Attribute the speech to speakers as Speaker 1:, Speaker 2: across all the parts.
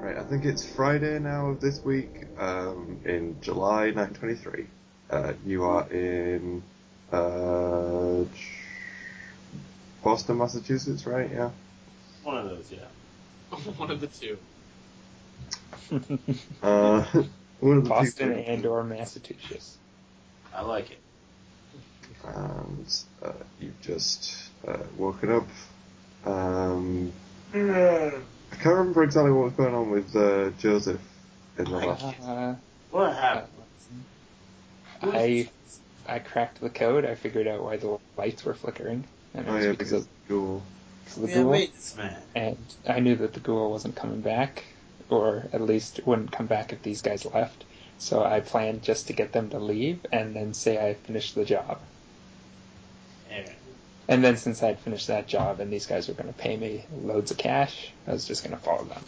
Speaker 1: right. I think it's Friday now of this week, um, in July 923. Uh, you are in uh, Boston, Massachusetts, right? Yeah.
Speaker 2: One of those, yeah.
Speaker 3: One of the two.
Speaker 1: Uh, one of the two
Speaker 4: Boston
Speaker 1: places.
Speaker 4: and or Massachusetts.
Speaker 2: I like it.
Speaker 4: eh?
Speaker 1: and uh, you've just uh, woken up. Um,
Speaker 2: Hmm.
Speaker 1: I can't remember exactly what was going on with uh, Joseph in the last.
Speaker 4: Uh,
Speaker 2: What
Speaker 4: uh,
Speaker 2: happened?
Speaker 4: I I cracked the code. I figured out why the lights were flickering, and it
Speaker 1: Oh
Speaker 4: was
Speaker 1: yeah,
Speaker 4: because
Speaker 1: because
Speaker 4: of
Speaker 1: cool.
Speaker 4: the
Speaker 2: yeah,
Speaker 4: ghoul.
Speaker 2: wait, this man.
Speaker 4: And I knew that the ghoul wasn't coming back, or at least wouldn't come back if these guys left. So I planned just to get them to leave, and then say I finished the job.
Speaker 2: Aaron.
Speaker 4: And then since I had finished that job, and these guys were going to pay me loads of cash, I was just going to follow them.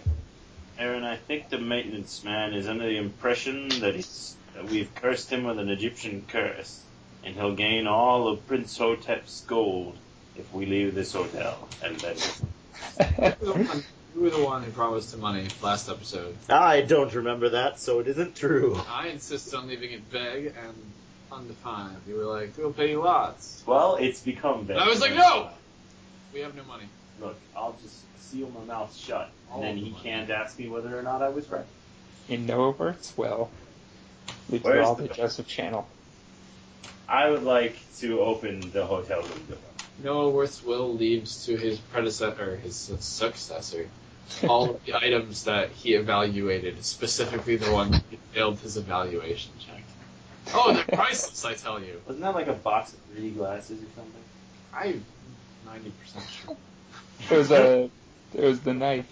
Speaker 2: Aaron, I think the maintenance man is under the impression that he's that we've cursed him with an Egyptian curse, and he'll gain all of Prince Hotep's gold if we leave this hotel. And then
Speaker 3: You were the one- you were the one who promised him money last episode.
Speaker 5: I don't remember that, so it isn't true.
Speaker 3: I insisted on leaving it vague and undefined. You were like, we'll pay you lots.
Speaker 2: well, it's become better.
Speaker 3: I was like, no! We have no money.
Speaker 2: Look, I'll just seal my mouth shut,
Speaker 3: All
Speaker 2: and then
Speaker 3: of
Speaker 2: he
Speaker 3: them.
Speaker 2: can't ask me whether or not I was right.
Speaker 4: In no words will. We
Speaker 2: Where's
Speaker 4: draw
Speaker 2: the-
Speaker 4: the Joseph Channel.
Speaker 2: I would like to open the hotel window.
Speaker 3: Noah Worth's will leaves to his predecessor, his successor, all of the items that he evaluated, specifically the one that failed his evaluation check. Oh, they're priceless, I tell you.
Speaker 2: Wasn't that like a box of 3D glasses or something?
Speaker 3: I'm 90% sure.
Speaker 4: It was a, it was the knife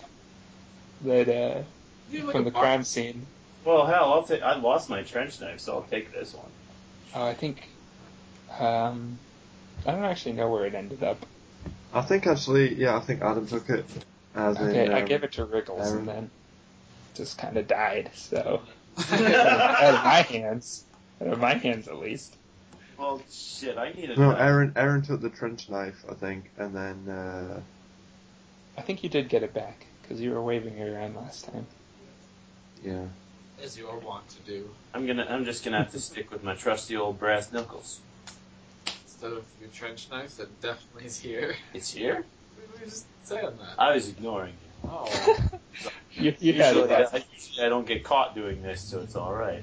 Speaker 4: that uh,
Speaker 3: You have, like,
Speaker 4: from
Speaker 3: a
Speaker 4: the
Speaker 3: box-
Speaker 4: crime scene.
Speaker 2: Well, hell, I'll take. I lost my trench knife, so I'll take this one.
Speaker 4: Oh, I think, um, I don't actually know where it ended up.
Speaker 1: I think actually, yeah, I think Adam took it. As
Speaker 4: Okay,
Speaker 1: in,
Speaker 4: I
Speaker 1: um,
Speaker 4: gave it to Riggles
Speaker 1: um,
Speaker 4: and then just kind of died. So out of my hands, out of my hands at least.
Speaker 2: Well, shit, I need a.
Speaker 1: No,
Speaker 2: knife.
Speaker 1: Aaron. Aaron took the trench knife, I think, and then uh,
Speaker 4: I think you did get it back because you were waving it around last time.
Speaker 1: yeah.
Speaker 3: As you are wont to do.
Speaker 2: I'm gonna. I'm just gonna have to stick with my trusty old brass knuckles.
Speaker 3: Instead of your trench knife, that definitely is here.
Speaker 2: It's here.
Speaker 3: We were just saying that.
Speaker 2: I was ignoring you.
Speaker 3: Oh.
Speaker 4: You, you had it
Speaker 2: Usually,
Speaker 4: back.
Speaker 2: I, usually I don't get caught doing this, so it's all right.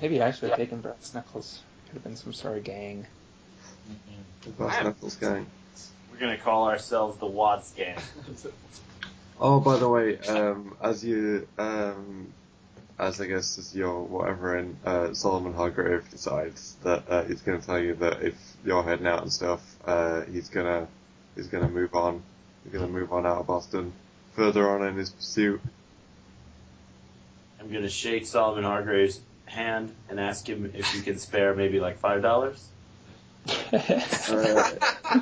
Speaker 4: Maybe I should have taken Brass Knuckles. Could have been some sort of gang.
Speaker 1: The Brass
Speaker 3: Wow.
Speaker 1: Knuckles gang.
Speaker 2: We're gonna call ourselves the Wads Gang.
Speaker 1: Oh, by the way, um, as you, um, as I guess as your whatever, and uh, Solomon Hargrave decides that uh, he's going to tell you that if you're heading out and stuff, uh, he's gonna he's gonna move on. He's gonna move on out of Boston. Further on in his pursuit,
Speaker 2: I'm gonna shake Solomon Hargrave's hand and ask him if he can spare maybe like five dollars.
Speaker 4: Oh,
Speaker 1: uh,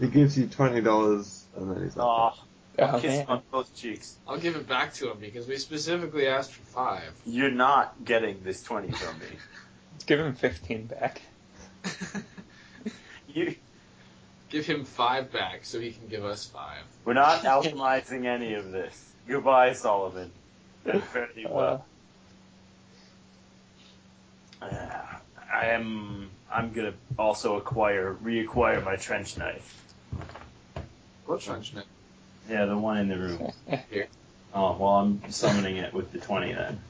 Speaker 1: he gives you twenty dollars, and then he's like,
Speaker 2: Aw,
Speaker 4: oh
Speaker 2: kiss
Speaker 4: man,
Speaker 2: on both cheeks.
Speaker 3: I'll give it back to him because we specifically asked for five.
Speaker 2: You're not getting this twenty from me.
Speaker 4: give him fifteen back.
Speaker 2: You,
Speaker 3: give him five back so he can give us five.
Speaker 2: we're not alchemizing any of this. Goodbye, Solomon. Fare thee well. Ah, I am. I'm gonna also acquire, reacquire my trench knife.
Speaker 3: What trench knife?
Speaker 2: Yeah, the one in the room.
Speaker 4: Uh,
Speaker 2: Oh, well, I'm summoning it with the twenty then.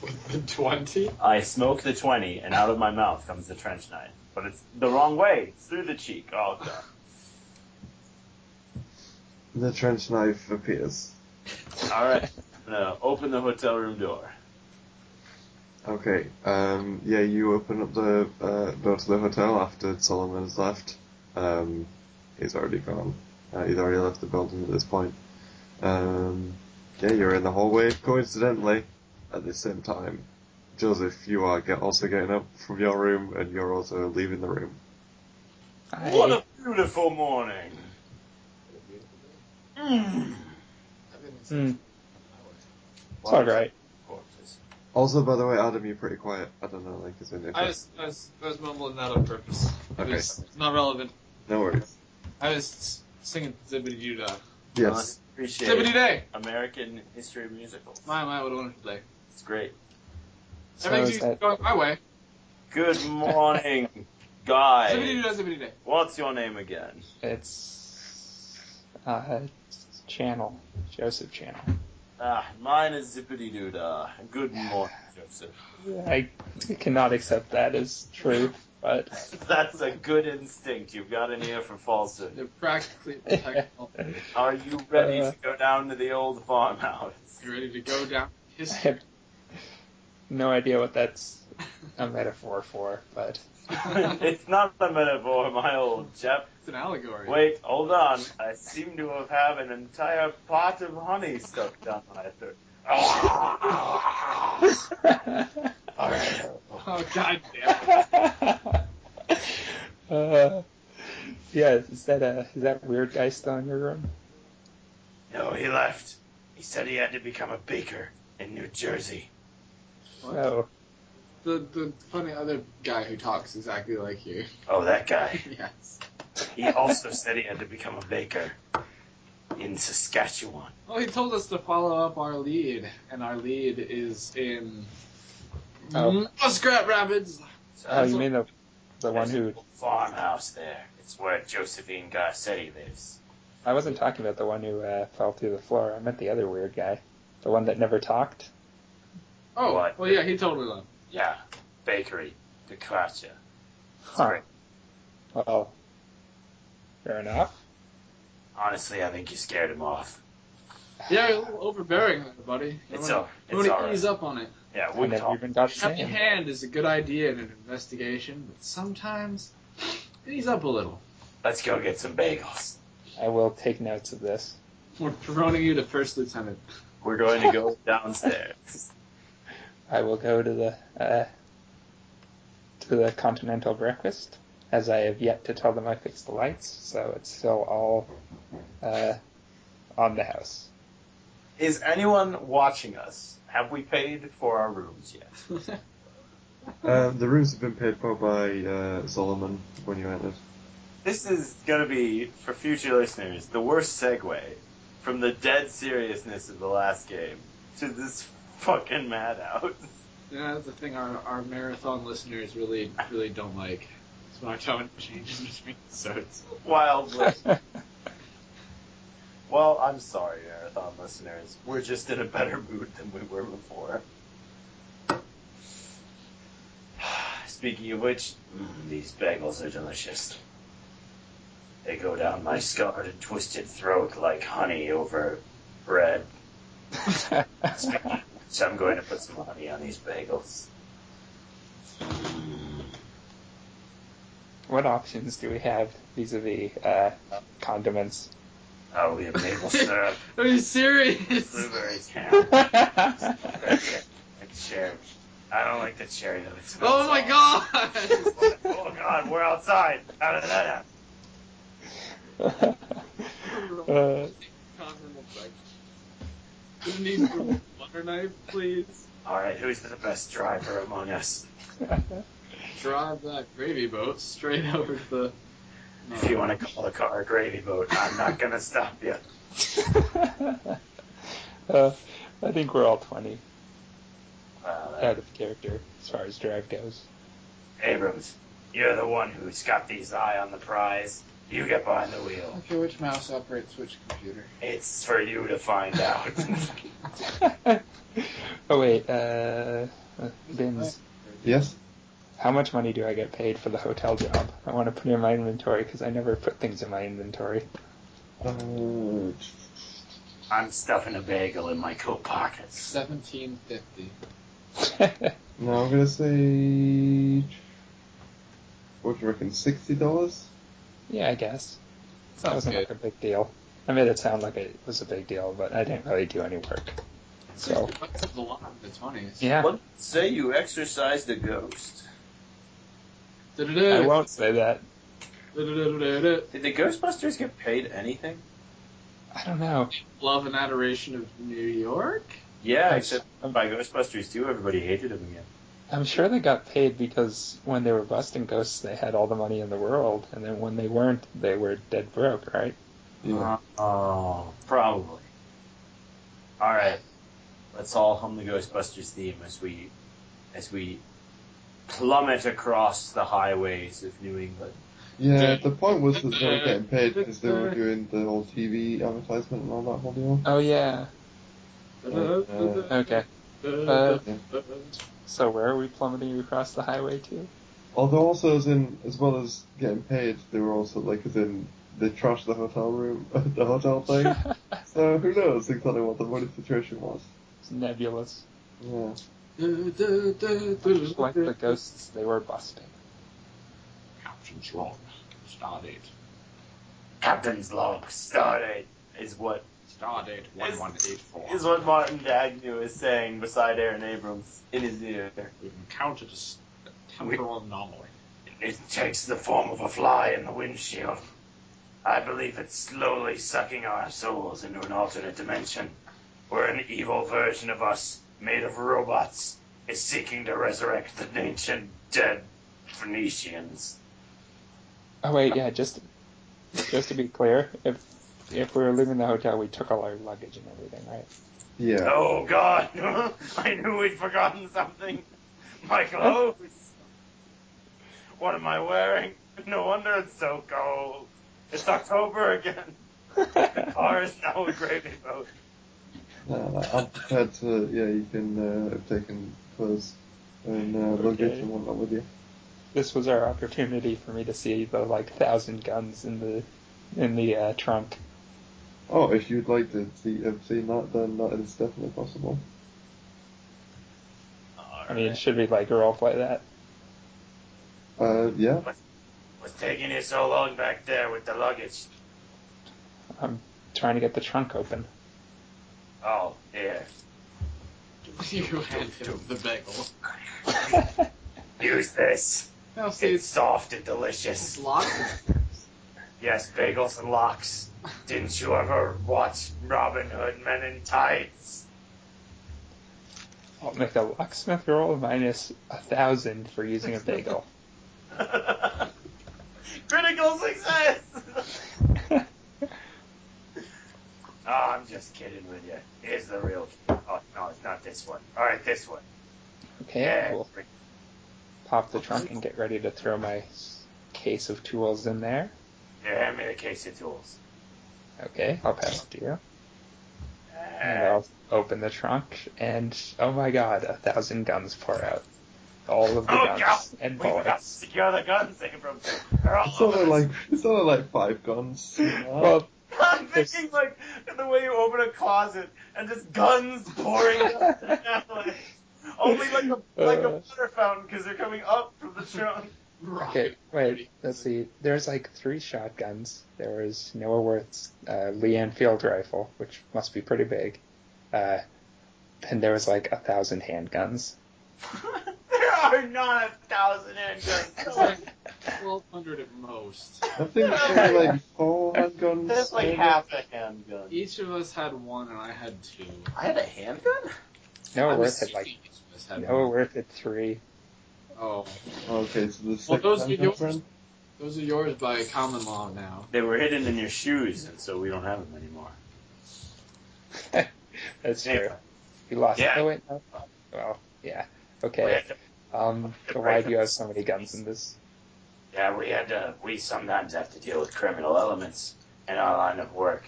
Speaker 3: With the 20?
Speaker 2: I smoke the twenty, and out of my mouth comes the trench knife, but it's the wrong way. It's through the cheek. Oh god.
Speaker 1: the trench knife appears.
Speaker 2: All right. I'm gonna open the hotel room door.
Speaker 1: Okay, um, yeah, you open up the uh, door to the hotel after Solomon has left. Um, he's already gone. Uh, he's already left the building at this point. Um, yeah, you're in the hallway. Coincidentally, at the same time, Joseph, you are get, also getting up from your room, and you're also leaving the room.
Speaker 4: I,
Speaker 2: What a beautiful morning.
Speaker 4: Hmm, it's all right.
Speaker 2: Corpses.
Speaker 1: Also, by the way, Adam, you're pretty quiet. I don't know, like, it's in there.
Speaker 3: I was, I, was, I was mumbling that on purpose. It
Speaker 1: Okay.
Speaker 3: was not relevant.
Speaker 1: No worries.
Speaker 3: I was singing Zibbity Doo Dah.
Speaker 1: Yes.
Speaker 3: Tiffany
Speaker 2: appreciate
Speaker 3: Day.
Speaker 2: American history musicals.
Speaker 3: My, my, what a wonderful day.
Speaker 2: It's great.
Speaker 4: So
Speaker 3: Everything's
Speaker 4: is that,
Speaker 3: going my way.
Speaker 2: Good morning,
Speaker 3: Zippity
Speaker 2: guys.
Speaker 3: doo zippity day.
Speaker 2: What's your name again?
Speaker 4: it's uh, Channel Joseph Channel.
Speaker 2: Ah, mine is Zippity Doodah. Good morning, Joseph.
Speaker 4: I cannot accept that as true, but
Speaker 2: That's a good instinct. You've got an ear for falsehood.
Speaker 3: They're practically protectable.
Speaker 2: Are you ready
Speaker 3: Uh-huh.
Speaker 4: Uh.
Speaker 2: to go down to the old farmhouse?
Speaker 3: You ready to go down
Speaker 4: I
Speaker 3: history?
Speaker 4: have no idea what that's a metaphor for. But
Speaker 3: it's
Speaker 2: it's not a metaphor, my old chap.
Speaker 3: an allegory.
Speaker 2: Wait, hold on. I seem to have had an entire pot of honey stuck down my throat.
Speaker 3: Oh god damn it.
Speaker 4: uh, yeah, is that a is that weird guy still in your room?
Speaker 2: No, he left. He said he had to become a baker in New Jersey.
Speaker 4: Oh,
Speaker 3: The the funny other guy who talks exactly like you.
Speaker 2: Oh, that guy.
Speaker 3: yes.
Speaker 2: He also said he had to become a baker in Saskatchewan.
Speaker 3: Well, he told us to follow up our lead, and our lead is in
Speaker 4: Oh.
Speaker 3: Muskrat Rapids.
Speaker 2: So
Speaker 4: oh, you mean the the one
Speaker 2: there's an
Speaker 4: who
Speaker 2: old farmhouse there? It's where Josephine Garcetti lives.
Speaker 4: I wasn't talking about the one who uh, fell through the floor. I meant the other weird guy, the one that never talked.
Speaker 3: Oh,
Speaker 2: What?
Speaker 3: well, yeah, he told me that.
Speaker 2: Yeah, bakery, the Kratcher.
Speaker 4: Huh. Well, fair enough.
Speaker 2: Honestly, I think you scared him off.
Speaker 3: Yeah, you're a little overbearing, there, buddy. You
Speaker 2: It's
Speaker 3: wanna-
Speaker 2: all,
Speaker 3: you
Speaker 2: it's
Speaker 3: wanna
Speaker 2: all right.
Speaker 3: ease up on it.
Speaker 2: Yeah,
Speaker 4: I
Speaker 2: we
Speaker 4: never
Speaker 2: call.
Speaker 4: even got
Speaker 3: Happy
Speaker 4: Sam.
Speaker 3: hand is a good idea in an investigation, but sometimes ease up a little.
Speaker 2: Let's go get some bagels.
Speaker 4: I will take notes of this.
Speaker 3: We're promoting you to first lieutenant.
Speaker 2: We're going to go downstairs.
Speaker 4: I will go to the uh, to the continental breakfast, as I have yet to tell them I fixed the lights, so it's still all uh, on the house.
Speaker 2: Is anyone watching us? Have we paid for our rooms yet?
Speaker 1: Um, the rooms have been paid for by uh, Solomon when you entered.
Speaker 2: This is going to be, for future listeners, the worst segue from the dead seriousness of the last game to this fucking madhouse.
Speaker 3: Yeah, that's the thing our, our marathon listeners really really don't like. It's when our tone changes between episodes.
Speaker 2: Wildly. well, I'm sorry, marathon listeners. We're just in a better mood than we were before. Speaking of which, mm, these bagels are delicious. They go down my scarred and twisted throat like honey over bread. So I'm going to put some honey on these bagels.
Speaker 4: what options do we have vis-a-vis uh, condiments?
Speaker 2: Oh, we have maple syrup,
Speaker 3: Are you serious?
Speaker 2: blueberry jam,
Speaker 4: Uh, I
Speaker 2: and cherry. I don't like the cherry though. It smells
Speaker 3: Oh my
Speaker 2: awful.
Speaker 3: god!
Speaker 2: Oh god, we're outside. How did that happen?
Speaker 4: Uh,
Speaker 3: Does need a butter knife, please?
Speaker 2: All right, who's the best driver among us?
Speaker 3: Drive that gravy boat straight over to the.
Speaker 2: If you want to call the car a gravy boat, I'm not gonna stop you.
Speaker 4: uh, I think we're all 20
Speaker 2: Well, uh,
Speaker 4: out of character as far as drive goes.
Speaker 2: Abrams, you're the one who's got these eye on the prize. You get behind the wheel.
Speaker 3: Okay, which mouse operates which computer?
Speaker 2: It's for you to find out.
Speaker 4: oh wait, uh, uh, bins.
Speaker 1: Yes?
Speaker 4: How much money do I get paid for the hotel job? I want to put in my inventory because I never put things in my inventory.
Speaker 1: Um,
Speaker 2: I'm stuffing a bagel in my coat pockets.
Speaker 3: Seventeen fifty.
Speaker 1: no, I'm going to say. What do you reckon? $60?
Speaker 4: yeah, I guess that
Speaker 3: Sounds
Speaker 4: wasn't
Speaker 3: good.
Speaker 4: like a big deal. I made it sound like it was a big deal, but I didn't really do any work. So
Speaker 3: Sixty bucks is a lot in the twenties.
Speaker 4: yeah,
Speaker 2: Say you exercised a ghost.
Speaker 4: I won't say that.
Speaker 2: Did the Ghostbusters get paid anything?
Speaker 4: I don't know.
Speaker 3: Love and adoration of New York.
Speaker 2: Yeah,
Speaker 4: Yes.
Speaker 2: except by Ghostbusters 2, everybody hated him again.
Speaker 4: I'm sure they got paid because when they were busting ghosts, they had all the money in the
Speaker 2: Uh-huh.
Speaker 4: world, and then when they weren't, they were dead broke, right?
Speaker 1: Yeah.
Speaker 2: Oh, probably. Alright. Let's all hum the Ghostbusters theme as we as we plummet across the highways of New England.
Speaker 1: Yeah, the point was that they were getting paid because they were doing the whole TV advertisement and all that whole deal.
Speaker 4: Oh yeah.
Speaker 1: Uh,
Speaker 4: Okay. Uh, so where are we plummeting across the highway to?
Speaker 1: Although also as in as well as getting paid, they were also like as in they trashed the hotel room, the hotel thing.
Speaker 4: it's
Speaker 1: so who knows exactly what the money situation was?
Speaker 4: nebulous.
Speaker 1: Yeah.
Speaker 4: Just like the ghosts they were busting.
Speaker 2: Captain's log started. Captain's log started is what
Speaker 3: Stardate
Speaker 2: Is-
Speaker 3: 1184.
Speaker 2: is what Martin Dagnew is saying beside Aaron Abrams in his ear.
Speaker 3: We've encountered a s- a temporal anomaly.
Speaker 2: It takes the form of a fly in the windshield. I believe it's slowly sucking our souls into an alternate dimension, where an evil version of us, made of robots, is seeking to resurrect the ancient dead Phoenicians.
Speaker 4: Oh wait, yeah, just just to be clear, if if we were leaving the hotel we took all our luggage and everything, right?
Speaker 1: Yeah.
Speaker 2: Oh God! I knew we'd forgotten something. My clothes. what am I wearing? No wonder it's so cold. It's October again. Car is now a gravy boat.
Speaker 1: Uh, I'm prepared to. Yeah, you can uh, take and clothes and uh, luggage
Speaker 4: Okay.
Speaker 1: and whatnot with you.
Speaker 4: this was our opportunity for me to see the like thousand guns in the in the uh, trunk.
Speaker 1: Oh, if you'd like to see have seen that, then that is definitely possible.
Speaker 4: I mean, should we like roleplay that?
Speaker 1: Uh, yeah.
Speaker 2: What's taking you so long back there with the luggage?
Speaker 4: I'm trying to get the trunk open.
Speaker 2: Oh, here.
Speaker 3: You hand him the bagel.
Speaker 2: Use this.
Speaker 3: Now see,
Speaker 2: It's
Speaker 3: it's,
Speaker 2: soft and delicious.
Speaker 3: it's locked.
Speaker 2: Yes, bagels and locks. Didn't you ever watch Robin Hood Men in Tights?
Speaker 4: I'll make a locksmith roll minus a thousand for using a bagel.
Speaker 2: Critical success! oh, I'm just kidding with you. Here's the real. Oh, no, it's not this one. Alright, this one.
Speaker 4: okay, we'll
Speaker 2: great.
Speaker 4: pop the trunk and get ready to throw my case of tools in there.
Speaker 2: Here, hand me the case of tools.
Speaker 4: Okay, I'll pass it to you. And I'll open the trunk, and oh my god, a thousand guns pour out. All of the
Speaker 2: Oh,
Speaker 4: guns
Speaker 2: God.
Speaker 4: and
Speaker 2: We forgot to
Speaker 4: bullets.
Speaker 2: secure the guns, Abram. They're all
Speaker 1: It's
Speaker 2: over
Speaker 1: only
Speaker 2: us.
Speaker 1: like it's only like five guns.
Speaker 4: Well,
Speaker 2: I'm thinking like the way you open a closet and just guns pouring out the alley. Only like a like a
Speaker 4: Uh.
Speaker 2: water fountain because they're coming up from the trunk.
Speaker 4: okay, wait, let's see. There's like three shotguns. There was Noah Worth's uh, Lee Enfield rifle, which must be pretty big. Uh, and there was like a thousand handguns.
Speaker 2: there are not a thousand handguns.
Speaker 3: 1200 at most.
Speaker 1: I think it's only like four handguns.
Speaker 2: There's like
Speaker 1: maybe.
Speaker 2: half a handgun.
Speaker 3: Each of us had one, and I had two.
Speaker 2: I had a handgun.
Speaker 4: Noah
Speaker 3: I'm
Speaker 4: Worth had
Speaker 3: assuming
Speaker 4: like
Speaker 3: each of us had
Speaker 4: Noah
Speaker 3: one.
Speaker 4: Worth had three.
Speaker 3: Oh,
Speaker 1: Okay, so the
Speaker 3: well,
Speaker 1: six
Speaker 3: those are
Speaker 1: handguns
Speaker 3: yours.
Speaker 1: then?
Speaker 3: Those are yours by common law now.
Speaker 2: They were hidden in your shoes, and so we don't have them anymore.
Speaker 4: That's
Speaker 2: Yeah.
Speaker 4: true. He lost.
Speaker 2: Yeah.
Speaker 4: Oh wait, no. Well, yeah.
Speaker 2: We
Speaker 4: Okay.
Speaker 2: had to-
Speaker 4: Um,
Speaker 2: to
Speaker 4: why
Speaker 2: break
Speaker 4: do you have so many guns in this?
Speaker 2: yeah, we had to. We sometimes have to deal with criminal elements in our line of work.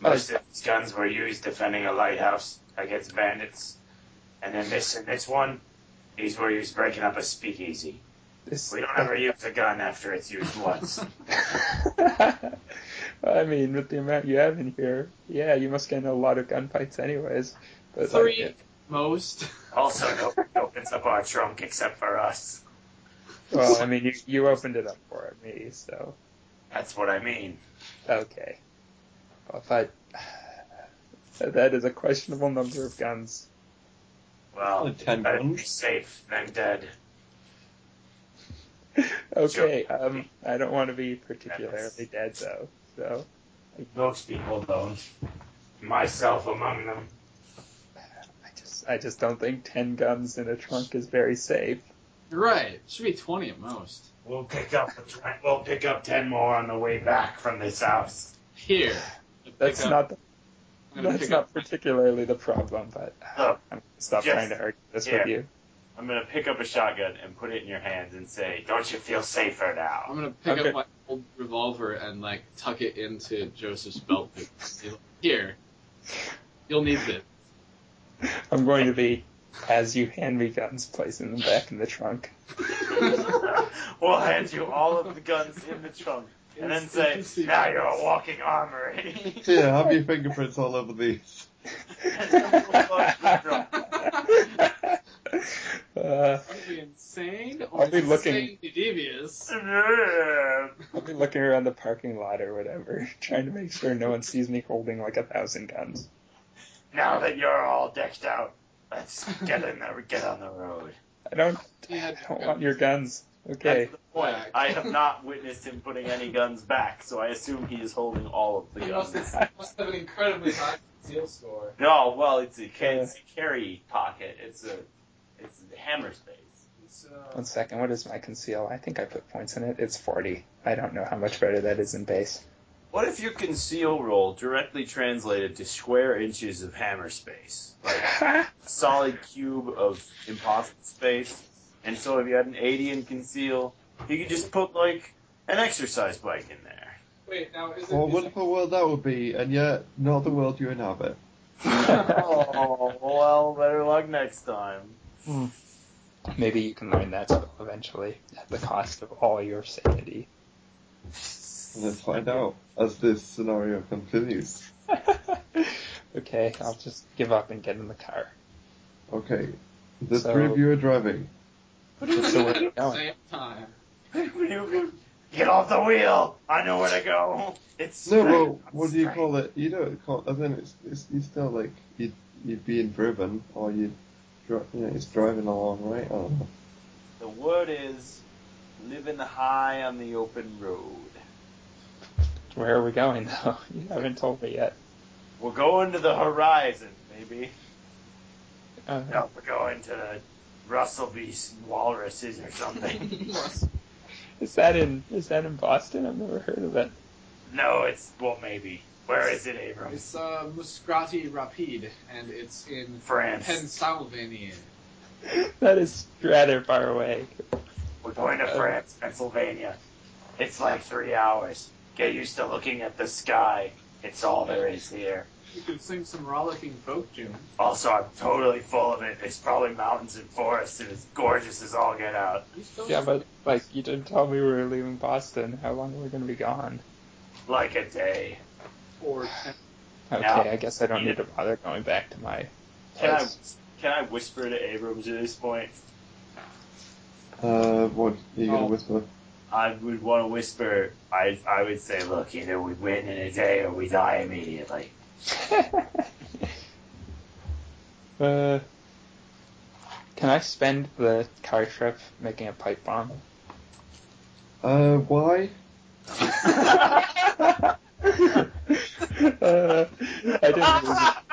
Speaker 2: Most of these guns were used defending a lighthouse against bandits. And then this and this one, these were used breaking up a speakeasy.
Speaker 4: This-
Speaker 2: We don't ever use a gun after it's used once.
Speaker 4: I mean, with the amount you have in here, yeah, you must get in a lot of gunfights anyways. But
Speaker 3: Three
Speaker 4: Like,
Speaker 3: most.
Speaker 2: also, nobody opens up our trunk except for us.
Speaker 4: well, I mean, you, you opened it up for me, so
Speaker 2: That's what I mean.
Speaker 4: okay. Well, if I, that is a questionable number of guns.
Speaker 2: Well,
Speaker 1: Only ten
Speaker 2: better be
Speaker 1: guns.
Speaker 2: safe than dead.
Speaker 4: Okay, um, I don't want to be particularly dead though, so
Speaker 2: Most people don't. Myself among them.
Speaker 4: I just I just don't think ten guns in a trunk is very safe.
Speaker 3: You're right. It should be 20 at most.
Speaker 2: We'll pick up the twen- we'll pick up ten more on the way back from this house.
Speaker 3: Here.
Speaker 4: That's
Speaker 3: Pick up-
Speaker 4: not the,
Speaker 3: I'm gonna
Speaker 4: That's
Speaker 3: pick
Speaker 4: not
Speaker 3: up.
Speaker 4: particularly the problem, but uh,
Speaker 2: Oh,
Speaker 4: I'm gonna stop
Speaker 2: yes.
Speaker 4: trying to argue this
Speaker 2: Yeah.
Speaker 4: with you.
Speaker 2: I'm gonna pick up a shotgun and put it in your hands and say, "Don't you feel safer
Speaker 3: I'm
Speaker 2: now?"
Speaker 3: gonna pick
Speaker 4: Okay.
Speaker 3: up my old revolver and like tuck it into Joseph's belt. Here, you'll need this.
Speaker 4: I'm going to be as you hand me guns, placing them back in the trunk.
Speaker 2: we'll hand you all of the guns in the trunk and then say, "Now you're a walking armory."
Speaker 1: Yeah, have your fingerprints all over these.
Speaker 4: uh,
Speaker 3: Are we insane
Speaker 4: I'll
Speaker 3: or
Speaker 4: be looking-
Speaker 3: insanely devious?
Speaker 4: I'll be looking around the parking lot or whatever, trying to make sure no one sees me holding like a thousand guns.
Speaker 2: now that you're all decked out, let's get in there. Get on the road.
Speaker 4: I don't.
Speaker 3: Yeah,
Speaker 4: I don't want your guns. Okay.
Speaker 2: That's the point. I have not witnessed him putting any guns back, so I assume he is holding all of the
Speaker 3: He must
Speaker 2: guns.
Speaker 3: have, must have an incredibly high conceal score.
Speaker 2: No, well, it's a, ca- it's a carry pocket. It's a it's a hammer space.
Speaker 3: uh,
Speaker 4: One second. What is my conceal? I think I put points in it. It's forty. I don't know how much better that is in base.
Speaker 2: What if your conceal roll directly translated to square inches of hammer space, like solid cube of impossible space? And so, if you had an eighty in conceal, you could just put like an exercise bike in there.
Speaker 3: Wait, now is it?
Speaker 1: What a
Speaker 3: is it-
Speaker 1: wonderful world that would be, and yet not the world you inhabit.
Speaker 2: oh well, better luck next time.
Speaker 4: Maybe you can learn that spell eventually at the cost of all your sanity.
Speaker 1: Let's find out as this scenario continues.
Speaker 4: okay, I'll just give up and get in the car.
Speaker 1: Okay, the
Speaker 4: So-
Speaker 1: three of you are driving.
Speaker 4: So where are we
Speaker 3: At the
Speaker 4: going?
Speaker 3: same time.
Speaker 2: Get off the wheel! I know where to go. It's
Speaker 1: No,
Speaker 2: straight,
Speaker 1: well,
Speaker 2: not
Speaker 1: what do you
Speaker 2: straight.
Speaker 1: call it? You don't call. I think it's, it's you still like you you're being driven, or you, dri- you know, it's driving along, right? I don't know.
Speaker 2: The word is living high on the open road.
Speaker 4: Where are we going though? You haven't told me yet.
Speaker 2: We're going to the horizon, maybe.
Speaker 4: Uh,
Speaker 2: No, we're going to the Russell B. Walruses or something.
Speaker 4: Is that in is that in Boston? I've never heard of it.
Speaker 2: no, it's well, maybe. Where is it, Abrams?
Speaker 3: It's uh, Muscati Rapide, and it's in
Speaker 2: France.
Speaker 3: Pennsylvania.
Speaker 4: That is rather far away.
Speaker 2: We're going to France, Pennsylvania. It's like three hours. Get used to looking at the sky. It's all there is here.
Speaker 3: You can sing some rollicking folk tunes.
Speaker 2: Also, I'm totally full of it. There's probably mountains and forests, and it's gorgeous as all get out.
Speaker 3: You still-
Speaker 4: Yeah, but like you didn't tell me we were leaving Boston. How long are we going to be gone?
Speaker 2: Like a day.
Speaker 3: Or ten-
Speaker 4: Okay,
Speaker 2: Yeah.
Speaker 4: I guess I don't need to bother going back to my
Speaker 2: Can I,
Speaker 4: place.
Speaker 2: can I whisper to Abrams at this point?
Speaker 1: Uh, what are you gonna
Speaker 3: Oh.
Speaker 1: whisper?
Speaker 2: I would want to whisper. I I would say, look, either we win in a day or we die immediately.
Speaker 4: uh, can I spend the car trip making a pipe bomb?
Speaker 1: Uh, why?
Speaker 4: uh, I didn't lose it.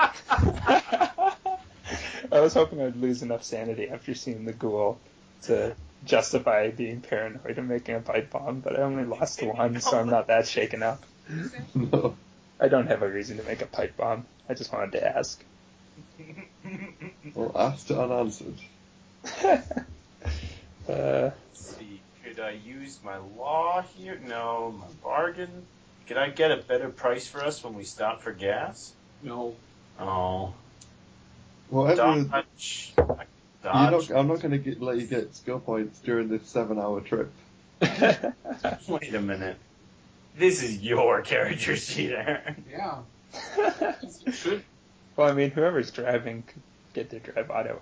Speaker 4: I was hoping I'd lose enough sanity after seeing the ghoul to justify being paranoid and making a pipe bomb, but I only lost one, so I'm not that shaken up.
Speaker 1: No.
Speaker 4: I don't have a reason to make a pipe bomb. I just wanted to ask.
Speaker 1: Well, asked and answered.
Speaker 4: uh,
Speaker 2: see, could I use my law here? No, my bargain. Could I get a better price for us when we stop for gas?
Speaker 3: no.
Speaker 2: Oh,
Speaker 1: Whatever.
Speaker 2: dodge.
Speaker 1: You're
Speaker 2: Dodge.
Speaker 1: not, I'm not gonna get, let you get skill points during this seven-hour trip.
Speaker 2: Wait a minute. This is your character sheet, Aaron.
Speaker 3: Yeah. You should.
Speaker 4: well, I mean, whoever's driving could get to drive auto.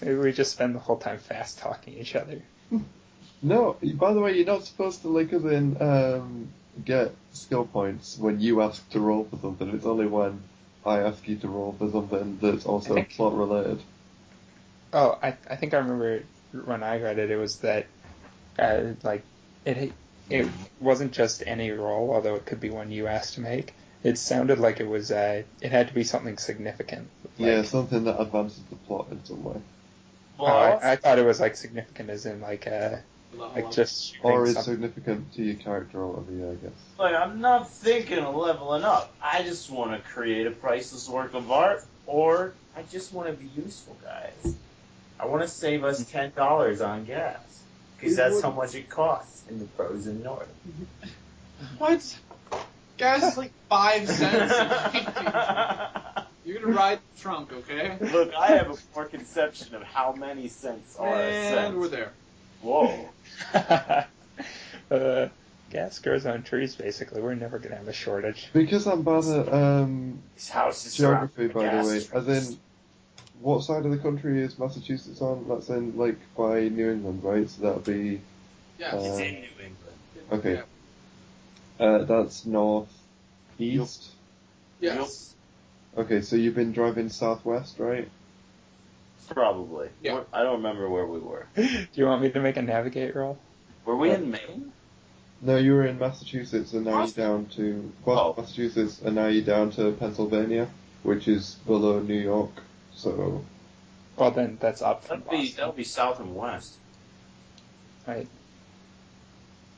Speaker 4: Maybe we just spend the whole time fast talking each other.
Speaker 1: No, by the way, you're not supposed to link us in um, get skill points when you ask to roll for something. It's only when I ask you to roll for something that's also
Speaker 4: Okay.
Speaker 1: plot related.
Speaker 4: Oh, I, I think I remember when I read it, it was that, uh, like, it it wasn't just any role, although it could be one you asked to make. It sounded like it was, uh, it had to be something significant. Like,
Speaker 1: yeah, something that advances the plot in some way.
Speaker 4: oh, I, I thought it was, like, significant as in, like, uh, Like just shooting
Speaker 1: Or is
Speaker 4: something.
Speaker 1: significant to your character or whatever, yeah, I guess.
Speaker 2: Like, I'm not thinking of leveling up. I just want to create a priceless work of art, or I just want to be useful, guys. I want to save us ten dollars on gas because that's how much it costs in the frozen north.
Speaker 3: What? Gas is like five cents. You're gonna ride Trump, okay?
Speaker 2: Look, I have a poor conception of how many cents are a
Speaker 3: And we're
Speaker 2: cent.
Speaker 3: there.
Speaker 2: Whoa.
Speaker 4: uh, gas grows on trees, basically. We're never going to have a shortage.
Speaker 1: Because I'm bad at um,
Speaker 2: This house is
Speaker 1: geography,
Speaker 2: surrounded
Speaker 1: by the
Speaker 2: gas
Speaker 1: way,
Speaker 2: traps.
Speaker 1: as in, what side of the country is Massachusetts on? That's in, like, by New England, right? So that'll be,
Speaker 3: Yeah.
Speaker 2: It's
Speaker 1: Uh,
Speaker 2: in New England.
Speaker 1: okay.
Speaker 3: Yeah.
Speaker 1: uh, that's north east.
Speaker 3: Yes.
Speaker 1: Okay, so you've been driving southwest, right?
Speaker 2: Probably.
Speaker 3: Yeah.
Speaker 2: We're- I don't remember where we were.
Speaker 4: Do you want me to make a navigate roll?
Speaker 2: Were
Speaker 1: Uh,
Speaker 2: we in Maine?
Speaker 1: No, you were in Massachusetts, and now
Speaker 3: Boston.
Speaker 1: you're down to Boston,
Speaker 2: Oh.
Speaker 1: Massachusetts, and now you're down to Pennsylvania, which is below New York. So
Speaker 4: Well, then that's up from
Speaker 2: That'd be,
Speaker 4: Boston.
Speaker 2: that'd be south and west.
Speaker 4: Right.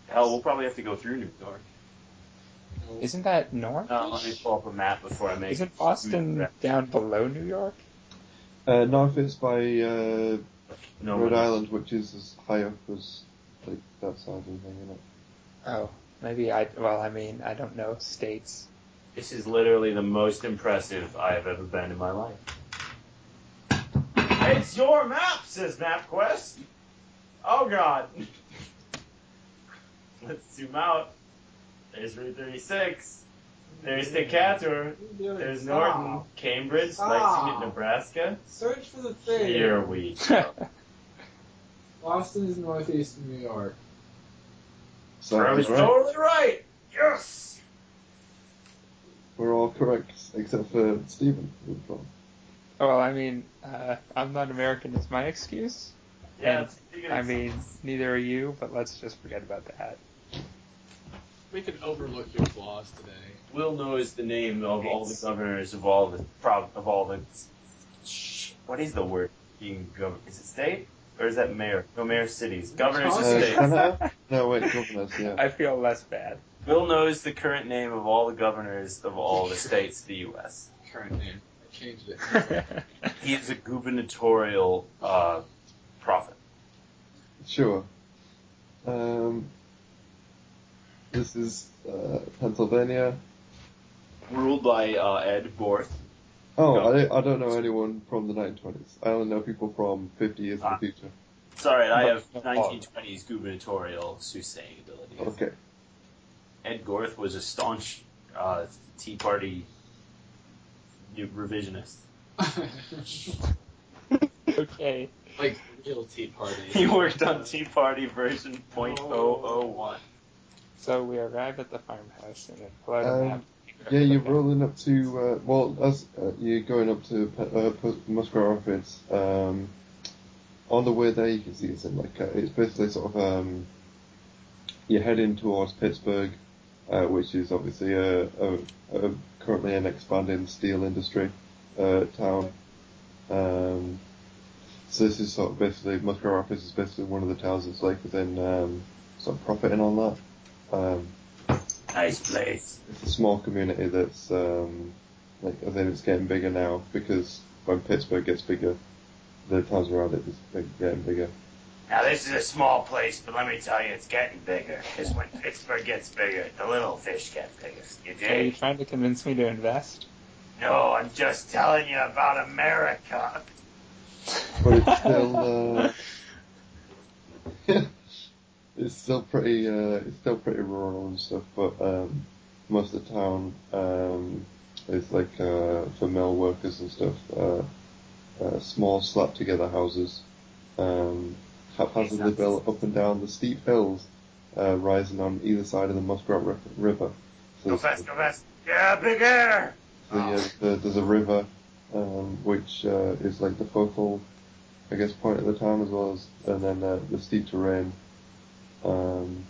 Speaker 2: Hell, we'll probably have to go through New York.
Speaker 4: Isn't that north?
Speaker 2: Uh, let me pull up a map before I make.
Speaker 4: Isn't Boston down below New York?
Speaker 1: uh, north is by uh,
Speaker 2: No,
Speaker 1: Rhode
Speaker 2: no.
Speaker 1: Island, which is as high up as like that side of thing, isn't it?
Speaker 4: Oh, maybe I. Well, I mean, I don't know states.
Speaker 2: This is literally the most impressive I've ever been in my life. It's your map, says MapQuest. Oh God. Let's zoom out. There's Route 36. There's Decatur. There's Norton,
Speaker 4: Ah.
Speaker 3: Ah,
Speaker 2: Cambridge, Lexington,
Speaker 6: Stop.
Speaker 2: Nebraska.
Speaker 6: Search for the thing.
Speaker 2: Here we
Speaker 6: Boston is northeast of New York.
Speaker 1: So
Speaker 2: I was
Speaker 1: that's right.
Speaker 2: totally right. Yes.
Speaker 1: We're all correct except for Stephen. who's wrong.
Speaker 4: well, I mean, uh, I'm not American is my excuse.
Speaker 2: Yeah.
Speaker 4: And, I mean, neither are you, but let's just forget about that.
Speaker 3: We can overlook your flaws today.
Speaker 2: Will knows the name of all the governors of all the prov- of all the. Shh, What is the word? Being governor is it state or is that mayor? No, mayor cities. Governors of
Speaker 1: Uh,
Speaker 6: Okay.
Speaker 2: states.
Speaker 1: Senator? No, wait, governors. Yeah.
Speaker 4: I feel less bad.
Speaker 2: Will knows the current name of all the governors of all the states of the U.S.
Speaker 3: Current name.
Speaker 6: I changed it.
Speaker 2: He is a gubernatorial uh, prophet.
Speaker 1: Sure. Um, this is uh, Pennsylvania.
Speaker 2: Ruled by uh, Ed Borth.
Speaker 1: Oh,
Speaker 2: No.
Speaker 1: I, I don't know anyone from the 1920s. I only know people from 50 years in
Speaker 2: Ah.
Speaker 1: the future.
Speaker 2: Sorry, I have
Speaker 4: No.
Speaker 2: 1920s gubernatorial soothsaying ability.
Speaker 1: Okay.
Speaker 2: Ed Gorth was a staunch uh, Tea Party new revisionist.
Speaker 4: okay.
Speaker 3: Like real Tea Party.
Speaker 2: He worked on Tea Party version .001.
Speaker 4: So we arrive at the farmhouse and upload
Speaker 1: Um,
Speaker 4: a map.
Speaker 1: Yeah, you're rolling up to, uh, well, as uh, you're going up to Pe- uh, P- Muskrat Rapids, um, on the way there you can see it's in like, uh, it's basically sort of, um, you're heading towards Pittsburgh, uh, which is obviously a, a, a currently an expanding steel industry uh, town. Um, so this is sort of basically, Muskrat Rapids is basically one of the towns that's like within um, sort of profiting on that. Um,
Speaker 2: Nice place.
Speaker 1: it's a small community that's um, like I think it's getting bigger now because when Pittsburgh gets bigger, the towns around it is big- getting bigger.
Speaker 2: Now this is a small place, but let me tell you, it's getting bigger. Because when Pittsburgh gets bigger, the little fish get bigger. You
Speaker 4: Are you
Speaker 2: dig?
Speaker 4: trying to convince me to invest?
Speaker 2: No, I'm just telling you about America.
Speaker 1: But it's still uh, it's still pretty uh, it's still pretty rural and stuff. But um, most of the town um, is like uh, for mill workers and stuff. Uh, uh, small slap together houses, um, haphazardly built up and down the steep hills, uh, rising on either side of the Muskrat Ri- River. So
Speaker 2: Go
Speaker 1: it's-
Speaker 2: fast, go fast. Yeah, big air.
Speaker 1: the, uh, the, there's a river, um, which uh, is like the focal, I guess, point of the town as well as, and then uh, the steep terrain, um,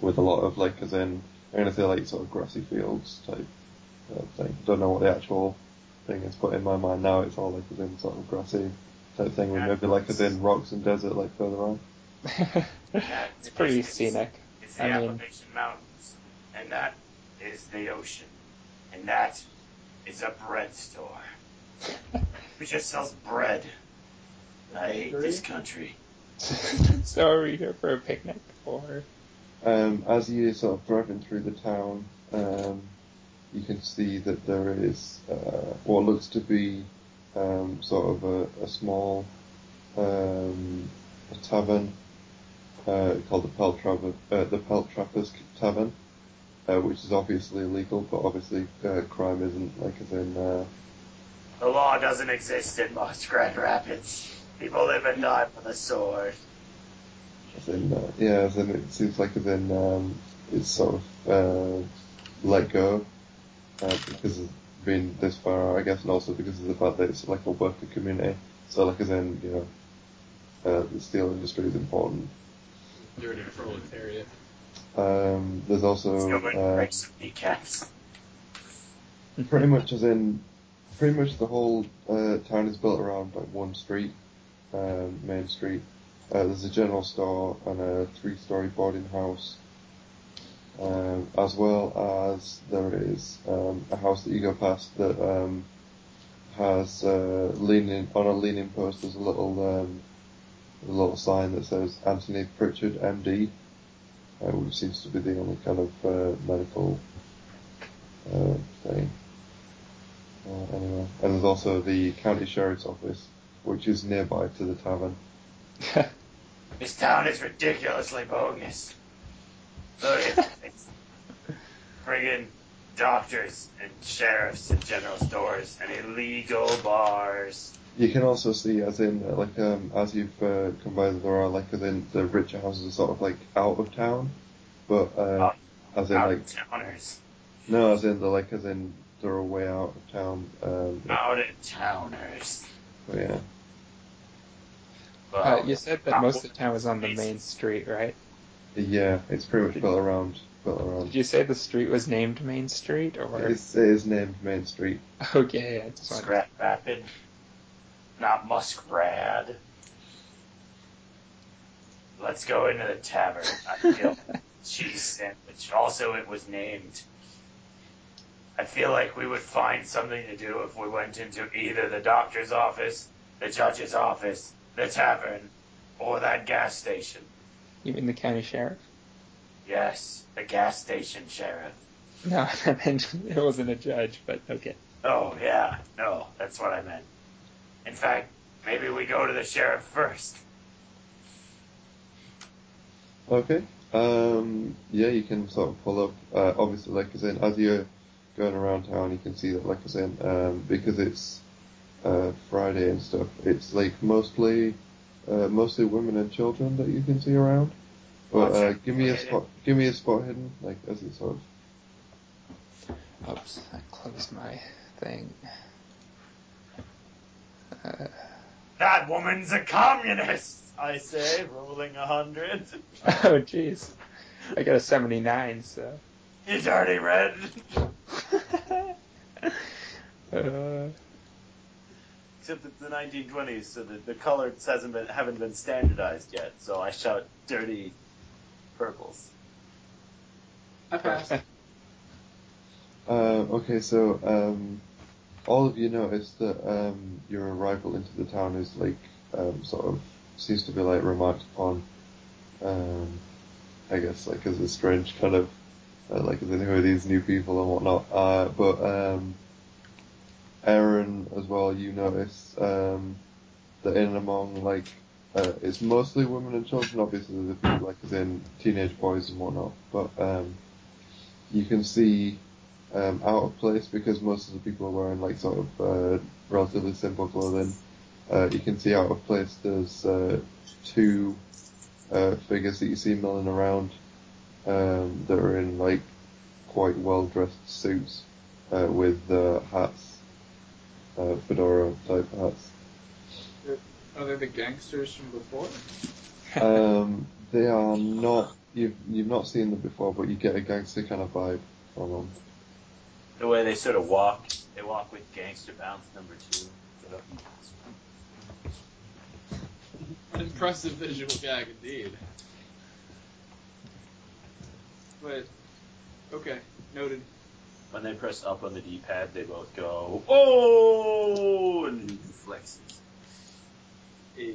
Speaker 1: with a lot of like, as in, I'm gonna say like sort of grassy fields type uh, thing. Don't know what the actual thing is, but in my mind now it's all like as in sort of grassy type thing, with maybe like as in rocks and desert like further on.
Speaker 4: it's pretty scenic.
Speaker 2: It's the
Speaker 4: I mean-
Speaker 2: Appalachian Mountains, and that is the ocean, and that is a bread store. Which just sells bread. I hate this country.
Speaker 4: so are we here for a picnic or?
Speaker 1: Um, as you're sort of driving through the town, um, you can see that there is uh, what looks to be um, sort of a, a small um, a tavern uh, called the Pelt, Traver- uh, the Pelt Trappers Tavern, uh, which is obviously illegal, but obviously uh, crime isn't like as in. Uh,
Speaker 2: The law doesn't exist in March Grand Rapids. People live and die by the sword.
Speaker 1: As in, uh, yeah, as in it seems like as in um, it's sort of uh, let go uh, because of being this far out, I guess, and also because of the fact that it's like a worker community. So like as in, you know, uh, the steel industry is important.
Speaker 7: Dirty proletariat.
Speaker 1: Um, there's
Speaker 2: So,
Speaker 1: also
Speaker 2: Someone
Speaker 1: uh,
Speaker 2: breaks some kneecaps.
Speaker 1: pretty much as in pretty much the whole uh, town is built around like one street, um, main street. Uh, there's a general store and a three-story boarding house, um, as well as there is um, a house that you go past that um, has uh, leaning on a leaning post. There's a little um, a little sign that says Anthony Pritchard, MD, uh, which seems to be the only kind of uh, medical uh, thing. Uh, anyway, and there's also the county sheriff's office, which is nearby to the tavern.
Speaker 2: This town is ridiculously bogus. Look at this. Friggin' doctors and sheriffs and general stores and illegal bars.
Speaker 1: You can also see, as in, uh, like, um, as you've uh, come by, there are like, as in, the richer houses are sort of like out of town, but uh,
Speaker 2: Out-
Speaker 1: as in,
Speaker 2: Out
Speaker 1: like,
Speaker 2: of towners.
Speaker 1: no, as in, they're like, as in, they're away out of town. Um,
Speaker 2: Out of towners.
Speaker 1: but yeah,
Speaker 4: Uh,
Speaker 2: Well,
Speaker 4: you said that most of the town was on the main street, right?
Speaker 1: yeah, it's pretty much built around, built around.
Speaker 4: Did you say the street was named Main Street or?
Speaker 1: It's, it is named Main Street.
Speaker 4: Okay, I just wanted.
Speaker 2: Scrap Rapid. Not Muskrad. Let's go into the tavern. I feel cheese sandwich. Also, it was named. I feel like we would find something to do if we went into either the doctor's office, the judge's office, the tavern, or that gas station.
Speaker 4: You mean the county sheriff?
Speaker 2: Yes, the gas station sheriff.
Speaker 4: No, I meant it wasn't a judge, but okay.
Speaker 2: Oh, yeah. No, that's what I meant. In fact, maybe we go to the sheriff first.
Speaker 1: Okay. Um, yeah, you can sort of pull up. Uh, obviously, like I said, as you're going around town, you can see that, like I said, um, because it's uh, Friday and stuff, it's like mostly uh, mostly women and children that you can see around. But uh, give me a spot. Give me a spot hidden, like as it's sort of.
Speaker 4: Oops, I closed my thing. Uh,
Speaker 2: That woman's a communist!
Speaker 8: I say, rolling a hundred.
Speaker 4: oh, jeez. I got a 79, so.
Speaker 2: You dirty red!
Speaker 4: uh,
Speaker 8: Except it's the 1920s, so the, the colors hasn't been haven't been standardized yet. So I shout dirty purples.
Speaker 3: I passed.
Speaker 1: Uh, okay, so um, all of you notice that um, your arrival into the town is like um, sort of seems to be like remarked upon. Um, I guess like as a strange kind of uh, like as in who are these new people and whatnot. Uh, but um, Aaron as well, you notice um, that in and among like uh, it's mostly women and children, obviously the people like as in teenage boys and whatnot. But um, you can see um, out of place because most of the people are wearing like sort of uh, relatively simple clothing. Uh, you can see out of place there's uh, two uh, figures that you see milling around um, that are in like quite well dressed suits uh, with uh, hats, uh, fedora type hats.
Speaker 3: Are they the gangsters from before?
Speaker 4: Uh,
Speaker 1: Um, they are not. You've you've not seen them before, but you get a gangster kind of vibe from them.
Speaker 8: The way they sort of walk, they walk with gangster bounce number two. Sort of.
Speaker 3: an impressive visual gag indeed.
Speaker 9: But okay, noted.
Speaker 10: When they press up on the D-pad, they both go, oh, and he flexes. Eh,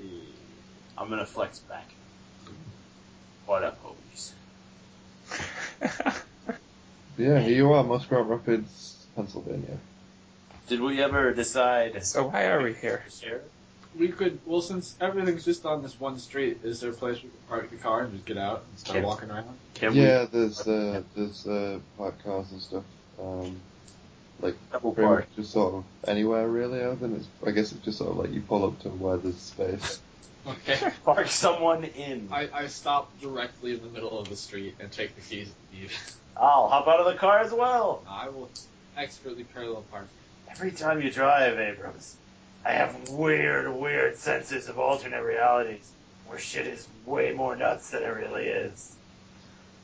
Speaker 10: I'm gonna flex back. What up, homies?
Speaker 1: Yeah, here you are, Muskrat Rapids, Pennsylvania.
Speaker 10: Did we ever decide?
Speaker 4: so why are we here?
Speaker 3: We could well since everything's just on this one street. Is there a place we could park the car and just get out and start
Speaker 11: Can-
Speaker 3: walking around?
Speaker 11: Can
Speaker 1: yeah, there's uh, there's uh, parked cars and stuff. Um, like
Speaker 10: Double
Speaker 1: pretty
Speaker 10: park.
Speaker 1: much just sort of anywhere really. I think it's I guess it's just sort of like you pull up to where there's space.
Speaker 3: Okay.
Speaker 10: Park someone in.
Speaker 3: I, I stop directly in the middle of the street and take the keys and leave.
Speaker 10: I'll hop out of the car as well.
Speaker 3: I will expertly parallel park.
Speaker 10: Every time you drive, Abrams.
Speaker 2: I have weird, weird senses of alternate realities where shit is way more nuts than it really is.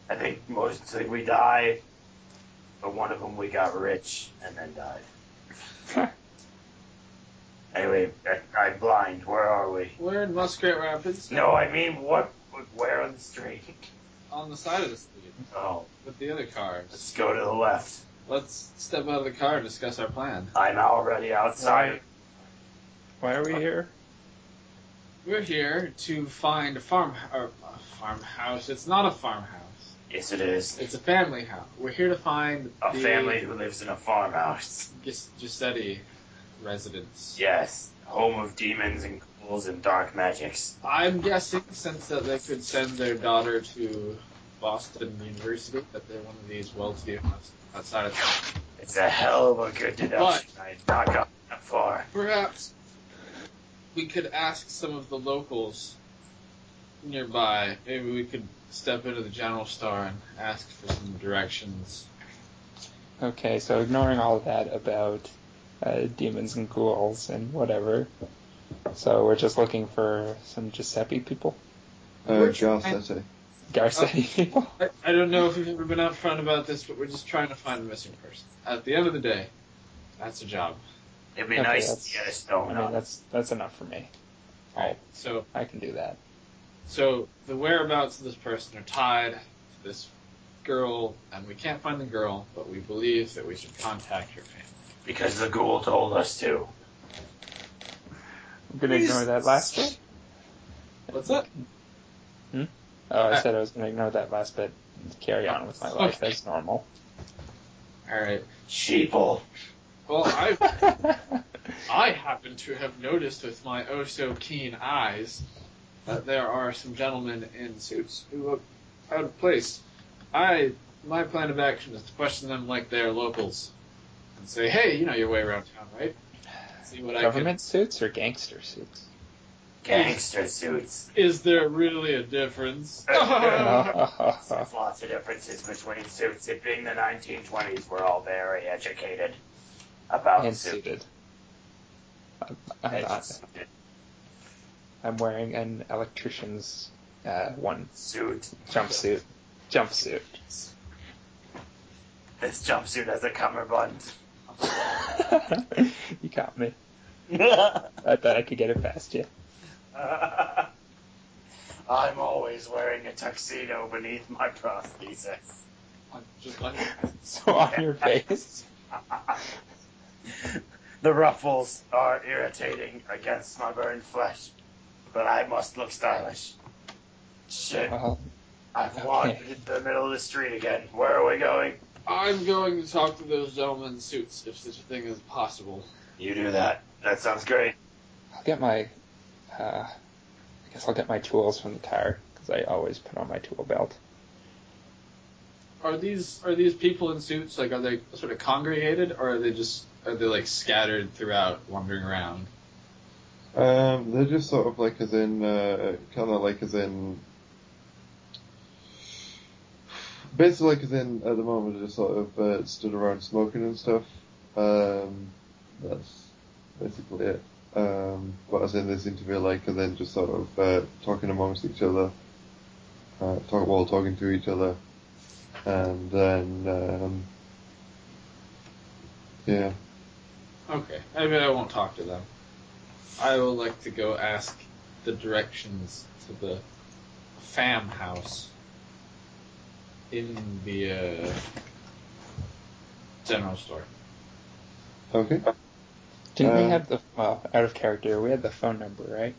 Speaker 2: I think mostly we die, but one of them we got rich and then died. Anyway, I- I'm blind. Where are we?
Speaker 3: We're in Muskrat Rapids
Speaker 2: No, I mean, what? Where on the street?
Speaker 3: on the side of the street
Speaker 2: Oh,
Speaker 3: with the other cars.
Speaker 2: let's go to the left.
Speaker 3: Let's step out of the car and discuss our plan.
Speaker 2: I'm already outside.
Speaker 4: Why are we here?
Speaker 3: We're here to find a farm or a farmhouse. It's not a farmhouse.
Speaker 2: Yes, it is.
Speaker 3: It's a family house. We're here to find
Speaker 2: A
Speaker 3: the
Speaker 2: family who lives in a farmhouse.
Speaker 3: Gis- Giuseppe residence.
Speaker 2: Yes, home of demons and ghouls and dark magics.
Speaker 3: I'm guessing since that they could send their daughter to Boston University, that they're one of these well-to-do houses outside of town.
Speaker 2: It's a hell of a good deduction. I not got that far.
Speaker 3: Perhaps we could ask some of the locals nearby. Maybe we could step into the General Store and ask for some directions.
Speaker 4: Okay, so ignoring all of that about uh, demons and ghouls and whatever. So we're just looking for some Giuseppe people,
Speaker 1: Uh,
Speaker 3: Which-
Speaker 1: Garcetti.
Speaker 4: Garcetti
Speaker 3: Oh.
Speaker 4: people.
Speaker 3: I, I don't know if you've ever been out front about this, but we're just trying to find a missing person. At the end of the day, that's a job.
Speaker 2: It'd be
Speaker 4: Okay,
Speaker 2: nice
Speaker 4: that's-
Speaker 2: to get a
Speaker 4: I
Speaker 2: stone
Speaker 4: mean,
Speaker 2: on.
Speaker 4: that's that's enough for me.
Speaker 3: Right. So,
Speaker 4: I can do that.
Speaker 3: so the whereabouts of this person are tied to this girl, and we can't find the girl, but we believe that we should contact her family.
Speaker 2: Because the ghoul told us to.
Speaker 4: I'm gonna ignore that last bit.
Speaker 3: What's that?
Speaker 4: Oh, I
Speaker 3: Uh, oh,
Speaker 4: said I was gonna ignore that last bit. and Carry on with my life
Speaker 3: Okay.
Speaker 4: as normal.
Speaker 3: All right.
Speaker 2: Sheeple.
Speaker 3: Well, I I happen to have noticed with my oh so keen eyes that there are some gentlemen in suits who look out of place. I my plan of action is to question them like they're locals and say, "Hey, you know your way around town, right?" See what I
Speaker 4: Government suits or gangster suits?
Speaker 2: Gangster suits.
Speaker 3: can. Is there really a difference?
Speaker 2: There's lots of differences between suits. It being the 1920s, we're all very educated about
Speaker 4: and
Speaker 2: suits.
Speaker 4: suited. I'm, I'm not. I'm wearing an electrician's uh, one
Speaker 2: Suit.
Speaker 4: jumpsuit. Jumpsuit.
Speaker 2: This jumpsuit has a cummerbund.
Speaker 4: you got me. I thought I could get it past you.
Speaker 2: I'm always wearing a tuxedo beneath my prosthesis.
Speaker 3: I'm just like,
Speaker 4: So on your face.
Speaker 2: the ruffles are irritating against my burned flesh, but I must look stylish. Shit,
Speaker 4: Well,
Speaker 2: I've wandered
Speaker 4: okay.
Speaker 2: into the middle of the street again. Where are we going?
Speaker 3: I'm going to talk to those gentlemen in suits if such a thing is possible.
Speaker 2: You do that. That sounds great.
Speaker 4: I'll get my. Uh, I guess I'll get my tools from the tire because I always put on my tool belt.
Speaker 3: Are these are these people in suits like are they sort of congregated or are they just are they like scattered throughout wandering around?
Speaker 1: Um, they're just sort of like as in, uh, kind of like as in, basically like as in at the moment they're just sort of uh, stood around smoking and stuff. Um, that's basically it. Um, but as in they seem to be like and then just sort of uh, talking amongst each other, uh, talk while talking to each other, and then um, yeah.
Speaker 3: Okay, I mean I won't talk to them. I would like to go ask
Speaker 12: the directions to the fam house in the uh, general store.
Speaker 1: Okay.
Speaker 4: Didn't we
Speaker 1: Uh,
Speaker 4: have the well out of character? We had the phone number, right?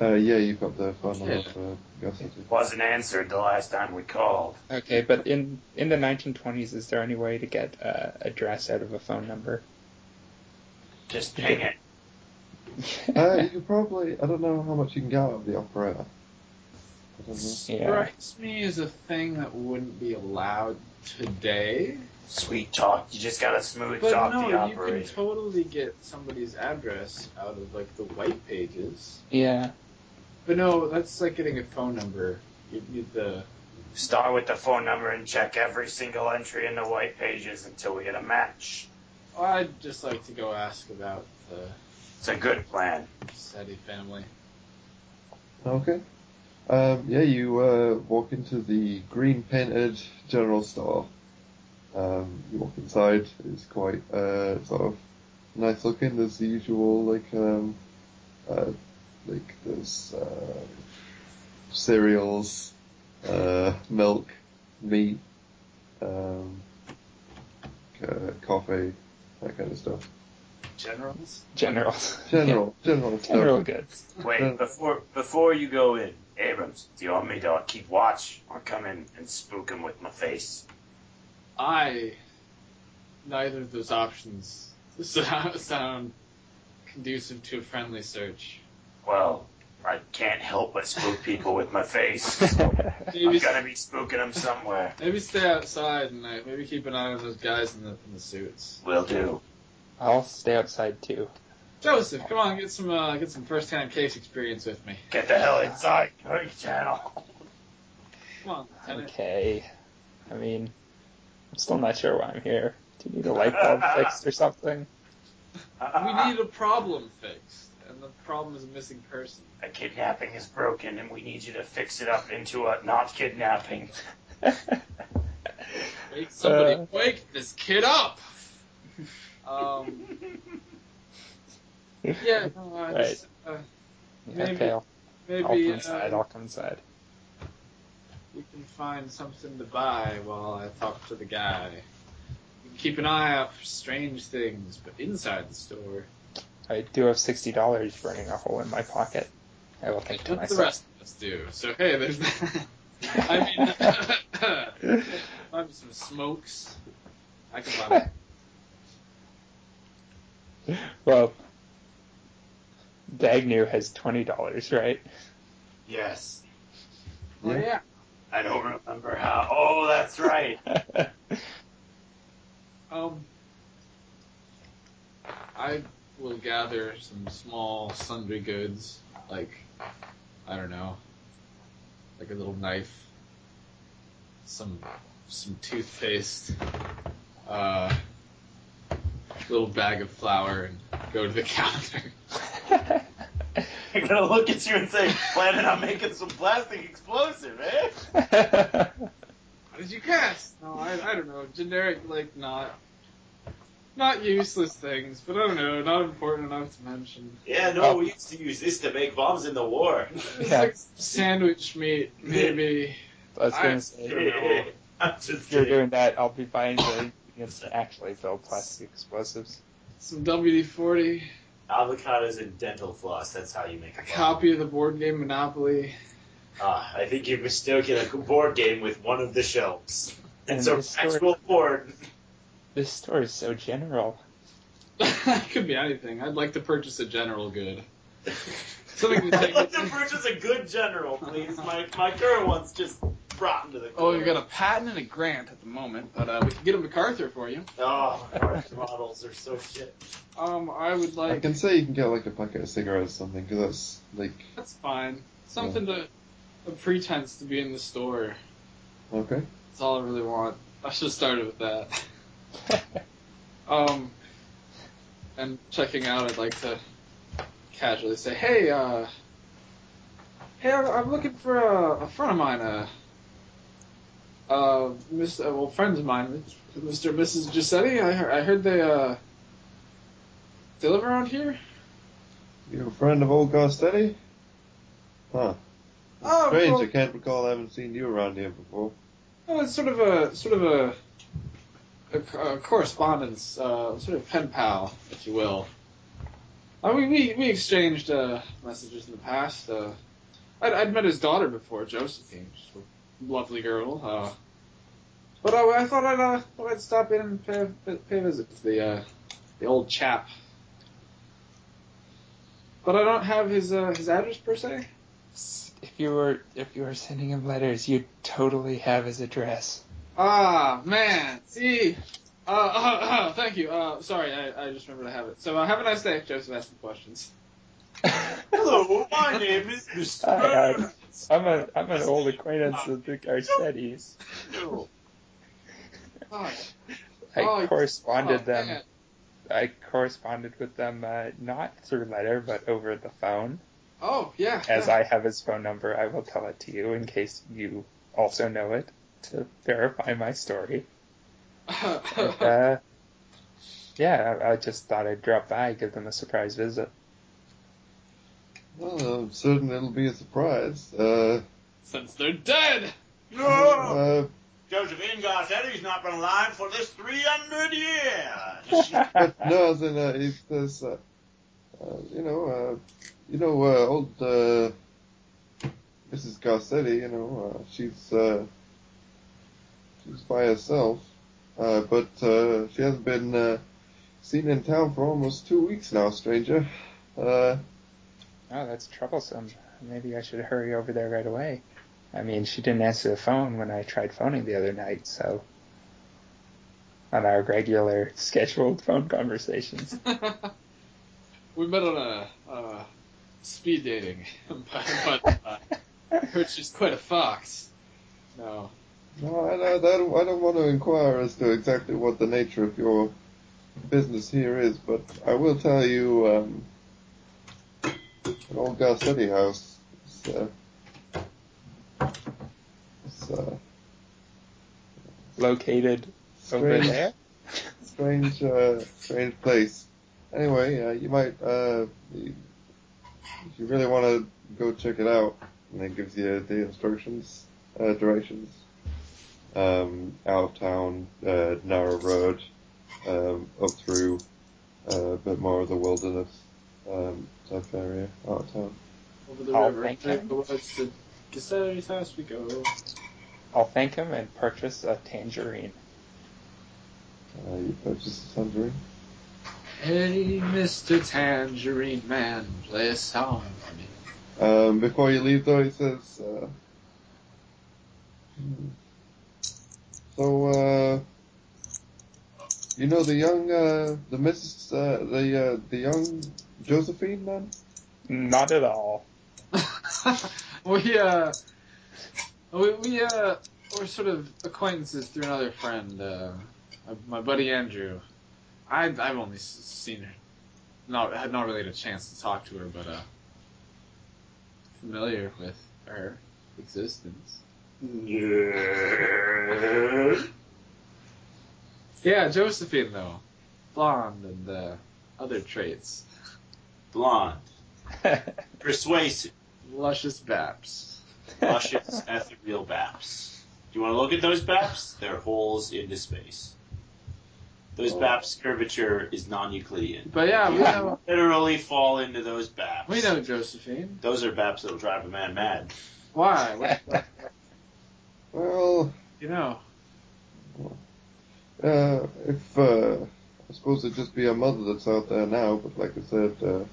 Speaker 1: Uh, yeah, you've got the uh, phone number
Speaker 12: Yeah.
Speaker 1: for Gus. haven't you?
Speaker 2: Wasn't answered the last time we called.
Speaker 4: Okay, but in in the 1920s, is there any way to get uh, a dress out of a phone number?
Speaker 2: Just ping it.
Speaker 1: Uh, you could probably. I don't know how much you can get out of the operator. I don't know.
Speaker 4: Yeah.
Speaker 3: Strikes me as a thing that wouldn't be allowed today.
Speaker 2: Sweet talk. You just gotta smooth
Speaker 3: But
Speaker 2: talk the
Speaker 3: no, you can
Speaker 2: operator.
Speaker 3: totally get somebody's address out of like the white pages.
Speaker 4: Yeah.
Speaker 3: But no, that's like getting a phone number. You need the
Speaker 2: Start with the phone number and check every single entry in the white pages until we get a match.
Speaker 3: I'd just like to go ask about the
Speaker 2: It's a good plan.
Speaker 3: Seti family.
Speaker 1: Okay. Um, yeah, you uh, walk into the green painted general store. Um, you walk inside. It's quite uh, sort of nice looking. There's the usual like um, uh, like there's uh, cereals, uh, milk, meat, um, uh, coffee, that kind of stuff.
Speaker 3: Generals?
Speaker 4: General.
Speaker 1: General, general
Speaker 4: Yeah. General
Speaker 1: stuff.
Speaker 4: goods.
Speaker 1: Uh,
Speaker 3: Mm-hmm.
Speaker 2: Wait, before before you go in, Abrams, do you want me to keep watch or come in and spook him with my face?
Speaker 3: I. Neither of those options so- sound conducive to a friendly search.
Speaker 2: Well, I can't help but spook people with my face. I'm
Speaker 3: Maybe,
Speaker 2: gonna be spooking them somewhere.
Speaker 3: maybe stay outside and like, maybe keep an eye on those guys in the, in the suits.
Speaker 2: Will do.
Speaker 4: I'll stay outside too.
Speaker 3: Joseph, come on, get some uh, get some first hand case experience with me.
Speaker 2: Get the hell inside, Cody Channel.
Speaker 3: Come on, Lieutenant.
Speaker 4: Okay. I mean, I'm still not sure why I'm here. Do you need a light bulb fixed or something?
Speaker 3: We
Speaker 2: Uh,
Speaker 3: need a problem fixed, and the problem is a missing person.
Speaker 2: A kidnapping is broken, and we need you to fix it up into a not kidnapping.
Speaker 3: Wake somebody,
Speaker 4: Uh.
Speaker 3: wake this kid up. Um, yeah, no, I
Speaker 4: Right.
Speaker 3: just, uh,
Speaker 4: Yeah,
Speaker 3: Maybe-
Speaker 4: okay, I'll, I'll come
Speaker 3: maybe
Speaker 4: inside.
Speaker 3: uh,
Speaker 4: I'll come inside.
Speaker 3: we can find something to buy while I talk to the guy. We can keep an eye out for strange things, but inside the store,
Speaker 4: I do have sixty dollars burning a hole in my pocket. I will think to
Speaker 3: what the
Speaker 4: myself.
Speaker 3: rest of us do. So hey, there's. I mean, might be some smokes. I can buy.
Speaker 4: Well, Dagnew has twenty dollars, right?
Speaker 2: Yes.
Speaker 3: Oh yeah.
Speaker 2: I don't remember how. Oh, that's right.
Speaker 3: Um, I will gather some small sundry goods, like I don't know, like a little knife, some some toothpaste, uh, little bag of flour, and go to the counter.
Speaker 2: I'm gonna look at you and say, planning on making some plastic explosive, eh?
Speaker 3: What did you cast? No, I, I don't know. Generic, like not not useless things, but I don't know, not important enough to mention.
Speaker 13: Yeah, no, we used to use this to make bombs in the war.
Speaker 3: It's
Speaker 4: Yeah.
Speaker 3: like sandwich meat, maybe.
Speaker 4: I was
Speaker 3: I-
Speaker 4: gonna say,
Speaker 13: I'm just
Speaker 4: if you're
Speaker 13: kidding.
Speaker 4: doing that, I'll be buying the ingredients to actually build plastic explosives.
Speaker 3: some WD forty,
Speaker 13: Avocados and dental floss, that's how you make
Speaker 3: a
Speaker 13: a bomb.
Speaker 3: copy of the board game Monopoly.
Speaker 13: Ah, I think you've mistaken a board game with one of the shelves.
Speaker 4: And
Speaker 13: It's a
Speaker 4: this store-
Speaker 13: actual board.
Speaker 4: This store is so general.
Speaker 3: it could be anything. I'd like to purchase a general good. Something to
Speaker 13: I'd like to
Speaker 3: take.
Speaker 13: purchase a good general, please. My my current one's just rotten to the core.
Speaker 3: Oh, you got a patent and a grant at the moment, but uh, we can get a MacArthur for you.
Speaker 13: Oh, our models are so shit.
Speaker 3: Um, I would
Speaker 1: I
Speaker 3: like.
Speaker 1: can say you can get like a packet of cigarettes or something because that's like
Speaker 3: That's fine. Something to a pretense to be in the store.
Speaker 1: okay.
Speaker 3: That's all I really want. I should have started with that. Um, and checking out, I'd like to casually say, "Hey, uh, hey, I'm I'm looking for a, a friend of mine, uh, uh, Miss, uh, well, friends of mine, Mr. and Mrs. Giuseppe. I heard, I heard they, uh, they live around here.
Speaker 1: You're a friend of old Garsteady? Huh.
Speaker 3: Oh,
Speaker 1: Strange,
Speaker 3: well-
Speaker 1: I can't recall having seen you around here before.
Speaker 3: Oh, it's sort of a sort of a, a co- a correspondence, uh, sort of pen pal, if you will. Uh, we, we we exchanged uh, messages in the past. Uh, I'd, I'd met his daughter before, Josephine. She's a lovely girl. Uh, but I, I thought I'd uh, thought I'd stop in and pay, a- pay a visit to the uh, the old chap. But I don't have his uh, his address per se.
Speaker 4: If you were if you were sending him letters, you totally have his address.
Speaker 3: Ah, man. See. Uh, uh, uh, thank you. Uh, sorry, I, I just remembered I have it. So uh, have a nice day. Joseph asked some questions.
Speaker 2: Hello, my name is Mr.
Speaker 4: I, am a I'm an old acquaintance of the Garcettis.
Speaker 2: No.
Speaker 3: Oh,
Speaker 4: I
Speaker 3: oh,
Speaker 4: corresponded
Speaker 3: oh,
Speaker 4: them.
Speaker 3: man.
Speaker 4: I corresponded with them uh, not through letter but over the phone.
Speaker 3: Oh yeah.
Speaker 4: As
Speaker 3: yeah.
Speaker 4: I have his phone number, I will tell it to you in case you also know it to verify my story. Uh, yeah, I, I just thought I'd drop by, give them a surprise visit.
Speaker 1: Well, I'm certain it'll be a surprise. Uh,
Speaker 3: Since they're dead. Oh!
Speaker 2: No!
Speaker 1: uh,
Speaker 2: Josephine Garcetti's not been alive for this 300 years!
Speaker 1: but no, as in, uh, he says, uh, uh, you know, uh, you know, uh, old uh, Mrs. Garcetti, you know, uh, she's uh, she's by herself, uh, but uh, she hasn't been uh, seen in town for almost two weeks now, stranger. Uh,
Speaker 4: Oh, that's troublesome. Maybe I should hurry over there right away. I mean, she didn't answer the phone when I tried phoning the other night, so. On our regular scheduled phone conversations.
Speaker 3: we met on a uh, speed dating, but, but uh, heard she's quite a fox. No.
Speaker 1: No, I don't, I don't, I don't want to inquire as to exactly what the nature of your business here is, but I will tell you, um, an old Garcetti house. It's, uh, it's, uh,
Speaker 4: Located over
Speaker 1: Strange.
Speaker 4: there?
Speaker 1: strange, uh, strange place. Anyway, uh, you might, uh, you- if you really want to go check it out, and it gives you the instructions, uh, directions. Um, out of town, uh, narrow road, um, up through uh, a bit more of the wilderness um, type area, out of town.
Speaker 3: Over the
Speaker 4: Oh,
Speaker 3: river.
Speaker 4: thank
Speaker 3: Through
Speaker 4: you.
Speaker 3: the woods to Gassetti's house we go.
Speaker 4: I'll thank him and purchase a tangerine.
Speaker 1: Uh, you purchased a tangerine.
Speaker 3: Hey, Mr. Tangerine Man, play a song for me.
Speaker 1: Um, before you leave, though, he says, uh, hmm. "So, uh, you know the young, uh, the Mrs., uh, the uh, the young Josephine, then?
Speaker 4: Not at all.
Speaker 3: we uh, we, we uh, we're sort of acquaintances through another friend, uh, my buddy Andrew. I I've only s- seen her, not had not really had a chance to talk to her, but uh, familiar with her existence. Yeah, Josephine though, blonde and uh, other traits,
Speaker 2: Blonde,
Speaker 4: I
Speaker 2: persuasive,
Speaker 3: luscious baps.
Speaker 2: luscious, ethereal baps. Do you want to look at those baps? They're holes into space. Those baps' curvature is non-Euclidean.
Speaker 3: But yeah, we
Speaker 2: Yeah.
Speaker 3: know
Speaker 2: Literally fall into those baps.
Speaker 3: we know Josephine.
Speaker 2: Those are baps that'll drive a man mad.
Speaker 3: Why? What, what-
Speaker 1: Well,
Speaker 3: you know.
Speaker 1: uh, if uh, I suppose it'd just be a mother that's out there now, but like I said, uh,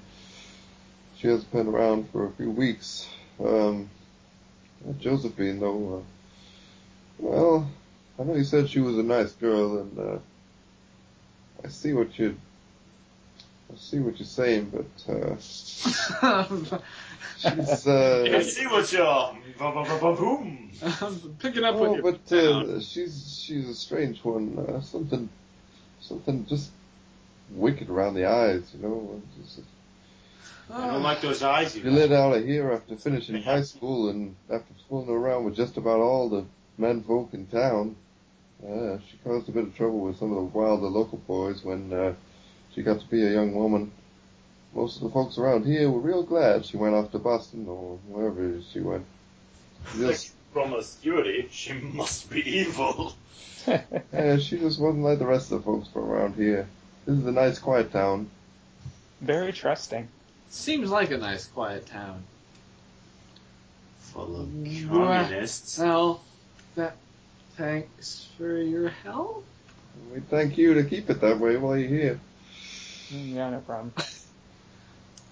Speaker 1: she has been around for a few weeks. Um, Josephine, though, uh, well, I know you said she was a nice girl, and uh, I see what you, I see what you're saying, but uh, she's,
Speaker 2: I
Speaker 1: uh,
Speaker 2: see what you're... Boom!
Speaker 3: I'm picking up
Speaker 1: oh,
Speaker 3: on you.
Speaker 1: but uh, she's she's a strange one. Uh, something, something just wicked around the eyes, you know. and Just,
Speaker 2: I
Speaker 3: Ah,
Speaker 2: don't like those eyes you
Speaker 1: You
Speaker 2: got.
Speaker 1: lit out of here after finishing high school and after fooling around with just about all the men folk in town. Uh, she caused a bit of trouble with some of the wilder local boys when uh, she got to be a young woman. Most of the folks around here were real glad she went off to Boston or wherever she went. She just,
Speaker 2: Promiscuity, she must be evil.
Speaker 1: yeah, she just wasn't like the rest of the folks from around here. This is a nice, quiet town.
Speaker 4: Very trusting.
Speaker 3: Seems like a nice, quiet town.
Speaker 2: Full of
Speaker 3: Wha-
Speaker 2: communists.
Speaker 3: Well, that. Thanks for your help.
Speaker 1: We thank you to keep it that way while you're here.
Speaker 4: Mm, Yeah, no problem.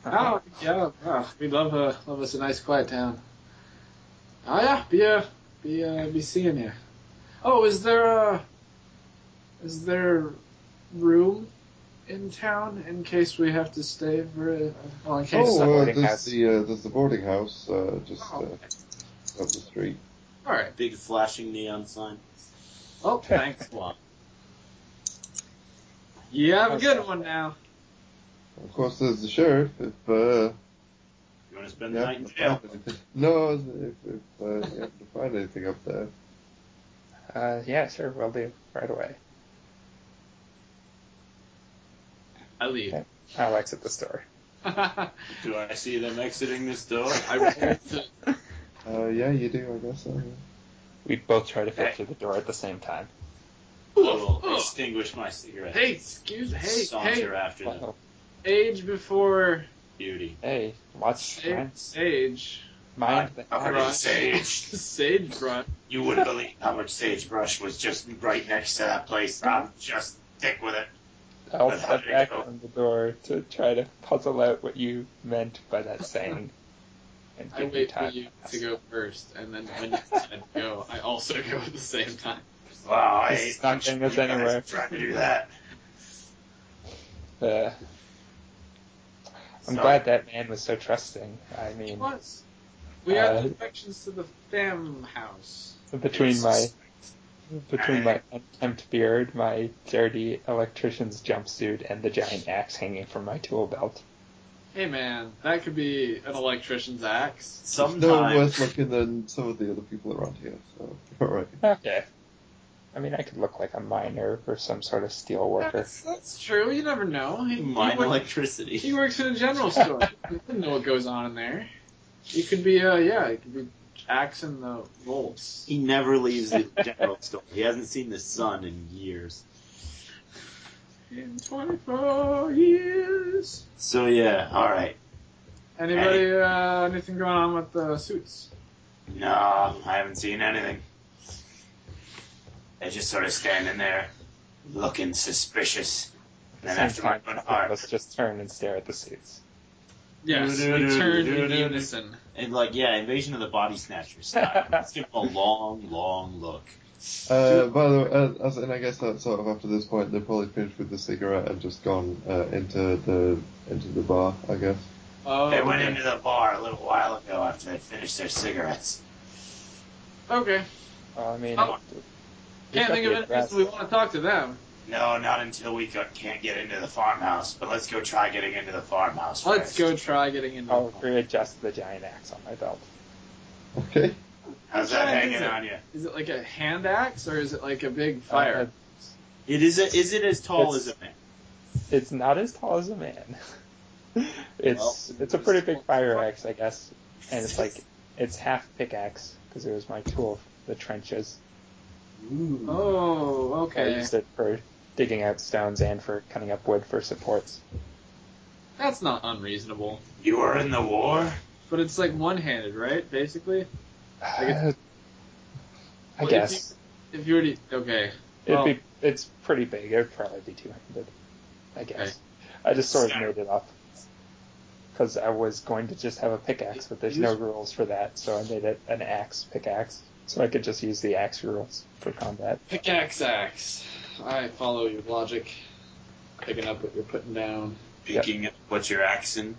Speaker 3: Oh yeah, oh, we love uh, love us a nice quiet town. Oh yeah, be uh, be uh, be seeing you. Oh, is there a is there room in town in case we have to stay for a, well in case
Speaker 1: oh, uh,
Speaker 4: boarding
Speaker 1: there's
Speaker 4: house.
Speaker 1: the uh, there's the boarding house uh, just
Speaker 3: Oh,
Speaker 1: uh, up the street.
Speaker 3: all right.
Speaker 2: Big flashing neon sign.
Speaker 3: Well, Oh, thanks a lot. You have a good one now.
Speaker 1: Of course, there's the sheriff. If uh,
Speaker 2: You want to spend
Speaker 1: you
Speaker 2: the
Speaker 1: happen
Speaker 2: night in
Speaker 1: to
Speaker 2: jail?
Speaker 1: find anything- no, if, if uh, you happen to find anything up there,
Speaker 4: Uh, yeah, sure, we'll do right away.
Speaker 3: I leave.
Speaker 4: I'll exit the store.
Speaker 3: I
Speaker 2: Do I see them exiting this door?
Speaker 3: roll to,
Speaker 1: uh, yeah, you do, I guess. Uh,
Speaker 4: We both try to fit through the door at the same time.
Speaker 2: I will extinguish my cigarette.
Speaker 3: hey, excuse hey hey
Speaker 2: Saunter after the
Speaker 4: Wow.
Speaker 3: age before
Speaker 2: beauty.
Speaker 4: Hey, watch
Speaker 3: sage.
Speaker 4: mine's,
Speaker 3: sage.
Speaker 4: mine.
Speaker 3: Right.
Speaker 14: Sage.
Speaker 3: Sage brunt.
Speaker 14: You wouldn't believe how much sagebrush was just right next to that place. I'm just thick with it.
Speaker 4: I'll step back from the door to try to puzzle out what you meant by that saying. And
Speaker 3: I
Speaker 4: give
Speaker 3: wait for
Speaker 4: time
Speaker 3: you
Speaker 4: ask.
Speaker 3: to go first, and then when you decide to go, I also go at the same time.
Speaker 2: Oh,
Speaker 14: Wow, I
Speaker 4: This
Speaker 14: hate
Speaker 4: is not getting us
Speaker 14: you guys
Speaker 4: anywhere.
Speaker 14: Trying to do that.
Speaker 4: Uh, I'm
Speaker 14: Sorry.
Speaker 4: glad that man was so trusting. I mean,
Speaker 3: Plus, we have
Speaker 4: Uh,
Speaker 3: directions to the fam house.
Speaker 4: between my between my
Speaker 14: Alright.
Speaker 4: unkempt beard, my dirty electrician's jumpsuit, and the giant axe hanging from my tool belt.
Speaker 3: Hey man, that could be an electrician's axe.
Speaker 1: there's
Speaker 2: Sometimes
Speaker 1: no worse looking than some of the other people around here. So, all right.
Speaker 4: Okay. I mean, I could look like a miner or some sort of steel worker.
Speaker 3: That's, that's true. You never know. He, he
Speaker 2: mine
Speaker 3: works-
Speaker 2: electricity.
Speaker 3: he works in a general store. You didn't know what goes on in there. You could be, uh, yeah, you could be axing the bolts.
Speaker 2: He never leaves the general store. He hasn't seen the sun in years.
Speaker 3: In 24 years.
Speaker 2: So yeah, all right.
Speaker 3: Anybody, uh, anything going on with the suits?
Speaker 14: No, I haven't seen anything. They're just sort of standing there, looking suspicious. And then
Speaker 4: At the
Speaker 14: after
Speaker 4: same
Speaker 14: my
Speaker 4: time,
Speaker 14: own
Speaker 4: both of
Speaker 14: heart,
Speaker 4: us just turn and stare at the suits.
Speaker 3: Yes, we
Speaker 2: Do-do-do-do-do-do-do.
Speaker 3: turned in unison.
Speaker 2: And like yeah, Invasion of the Body Snatchers style. Let's give him a long, long look.
Speaker 1: Uh, by the way, uh, as, and I guess that sort of after this point, they're probably finished with the cigarette and just gone uh, into the into the bar, I guess.
Speaker 3: Oh,
Speaker 14: they went into the bar a little while ago after they finished their cigarettes.
Speaker 3: okay.
Speaker 4: Well, I mean,
Speaker 3: Oh.
Speaker 4: we got
Speaker 3: Can't think
Speaker 4: the
Speaker 3: of any
Speaker 4: address.
Speaker 3: reason we want to talk to them.
Speaker 14: No, not until we go- can't get into the farmhouse. But let's go try getting into the farmhouse.
Speaker 3: Let's
Speaker 14: first.
Speaker 3: go try getting into
Speaker 14: Oh.
Speaker 4: I'll
Speaker 3: the car.
Speaker 4: readjust Oh, the giant axe on my belt.
Speaker 1: Okay.
Speaker 14: How's
Speaker 3: What
Speaker 14: that
Speaker 3: kind
Speaker 14: hanging
Speaker 3: is it?
Speaker 14: on you?
Speaker 3: Is it like a hand axe or is it like a big
Speaker 4: Uh,
Speaker 3: fire?
Speaker 2: It is. A, is it as tall as
Speaker 4: It's-
Speaker 2: a man?
Speaker 4: it's not as tall as a man. it's
Speaker 3: Well,
Speaker 4: it's a pretty big fire axe, I guess, and it's like it's half pickaxe because it was my tool for the trenches.
Speaker 14: Uh,
Speaker 3: oh,
Speaker 4: I
Speaker 3: okay.
Speaker 4: used it for digging out stones and for cutting up wood for supports.
Speaker 3: That's not unreasonable.
Speaker 14: You were in the war.
Speaker 3: But it's like one-handed, right? Basically,
Speaker 4: I
Speaker 3: guess- Well, if
Speaker 4: guess
Speaker 3: if you were to okay, well-
Speaker 4: it'd be it's pretty big. It'd probably be two handed. I guess I just sort of made it up because I was going to just have a pickaxe, but there's no rules for that, so I made it an axe pickaxe, so I could just use the axe rules for combat.
Speaker 3: pickaxe axe. I follow your logic. Picking up what you're putting down.
Speaker 2: Picking up what your accent.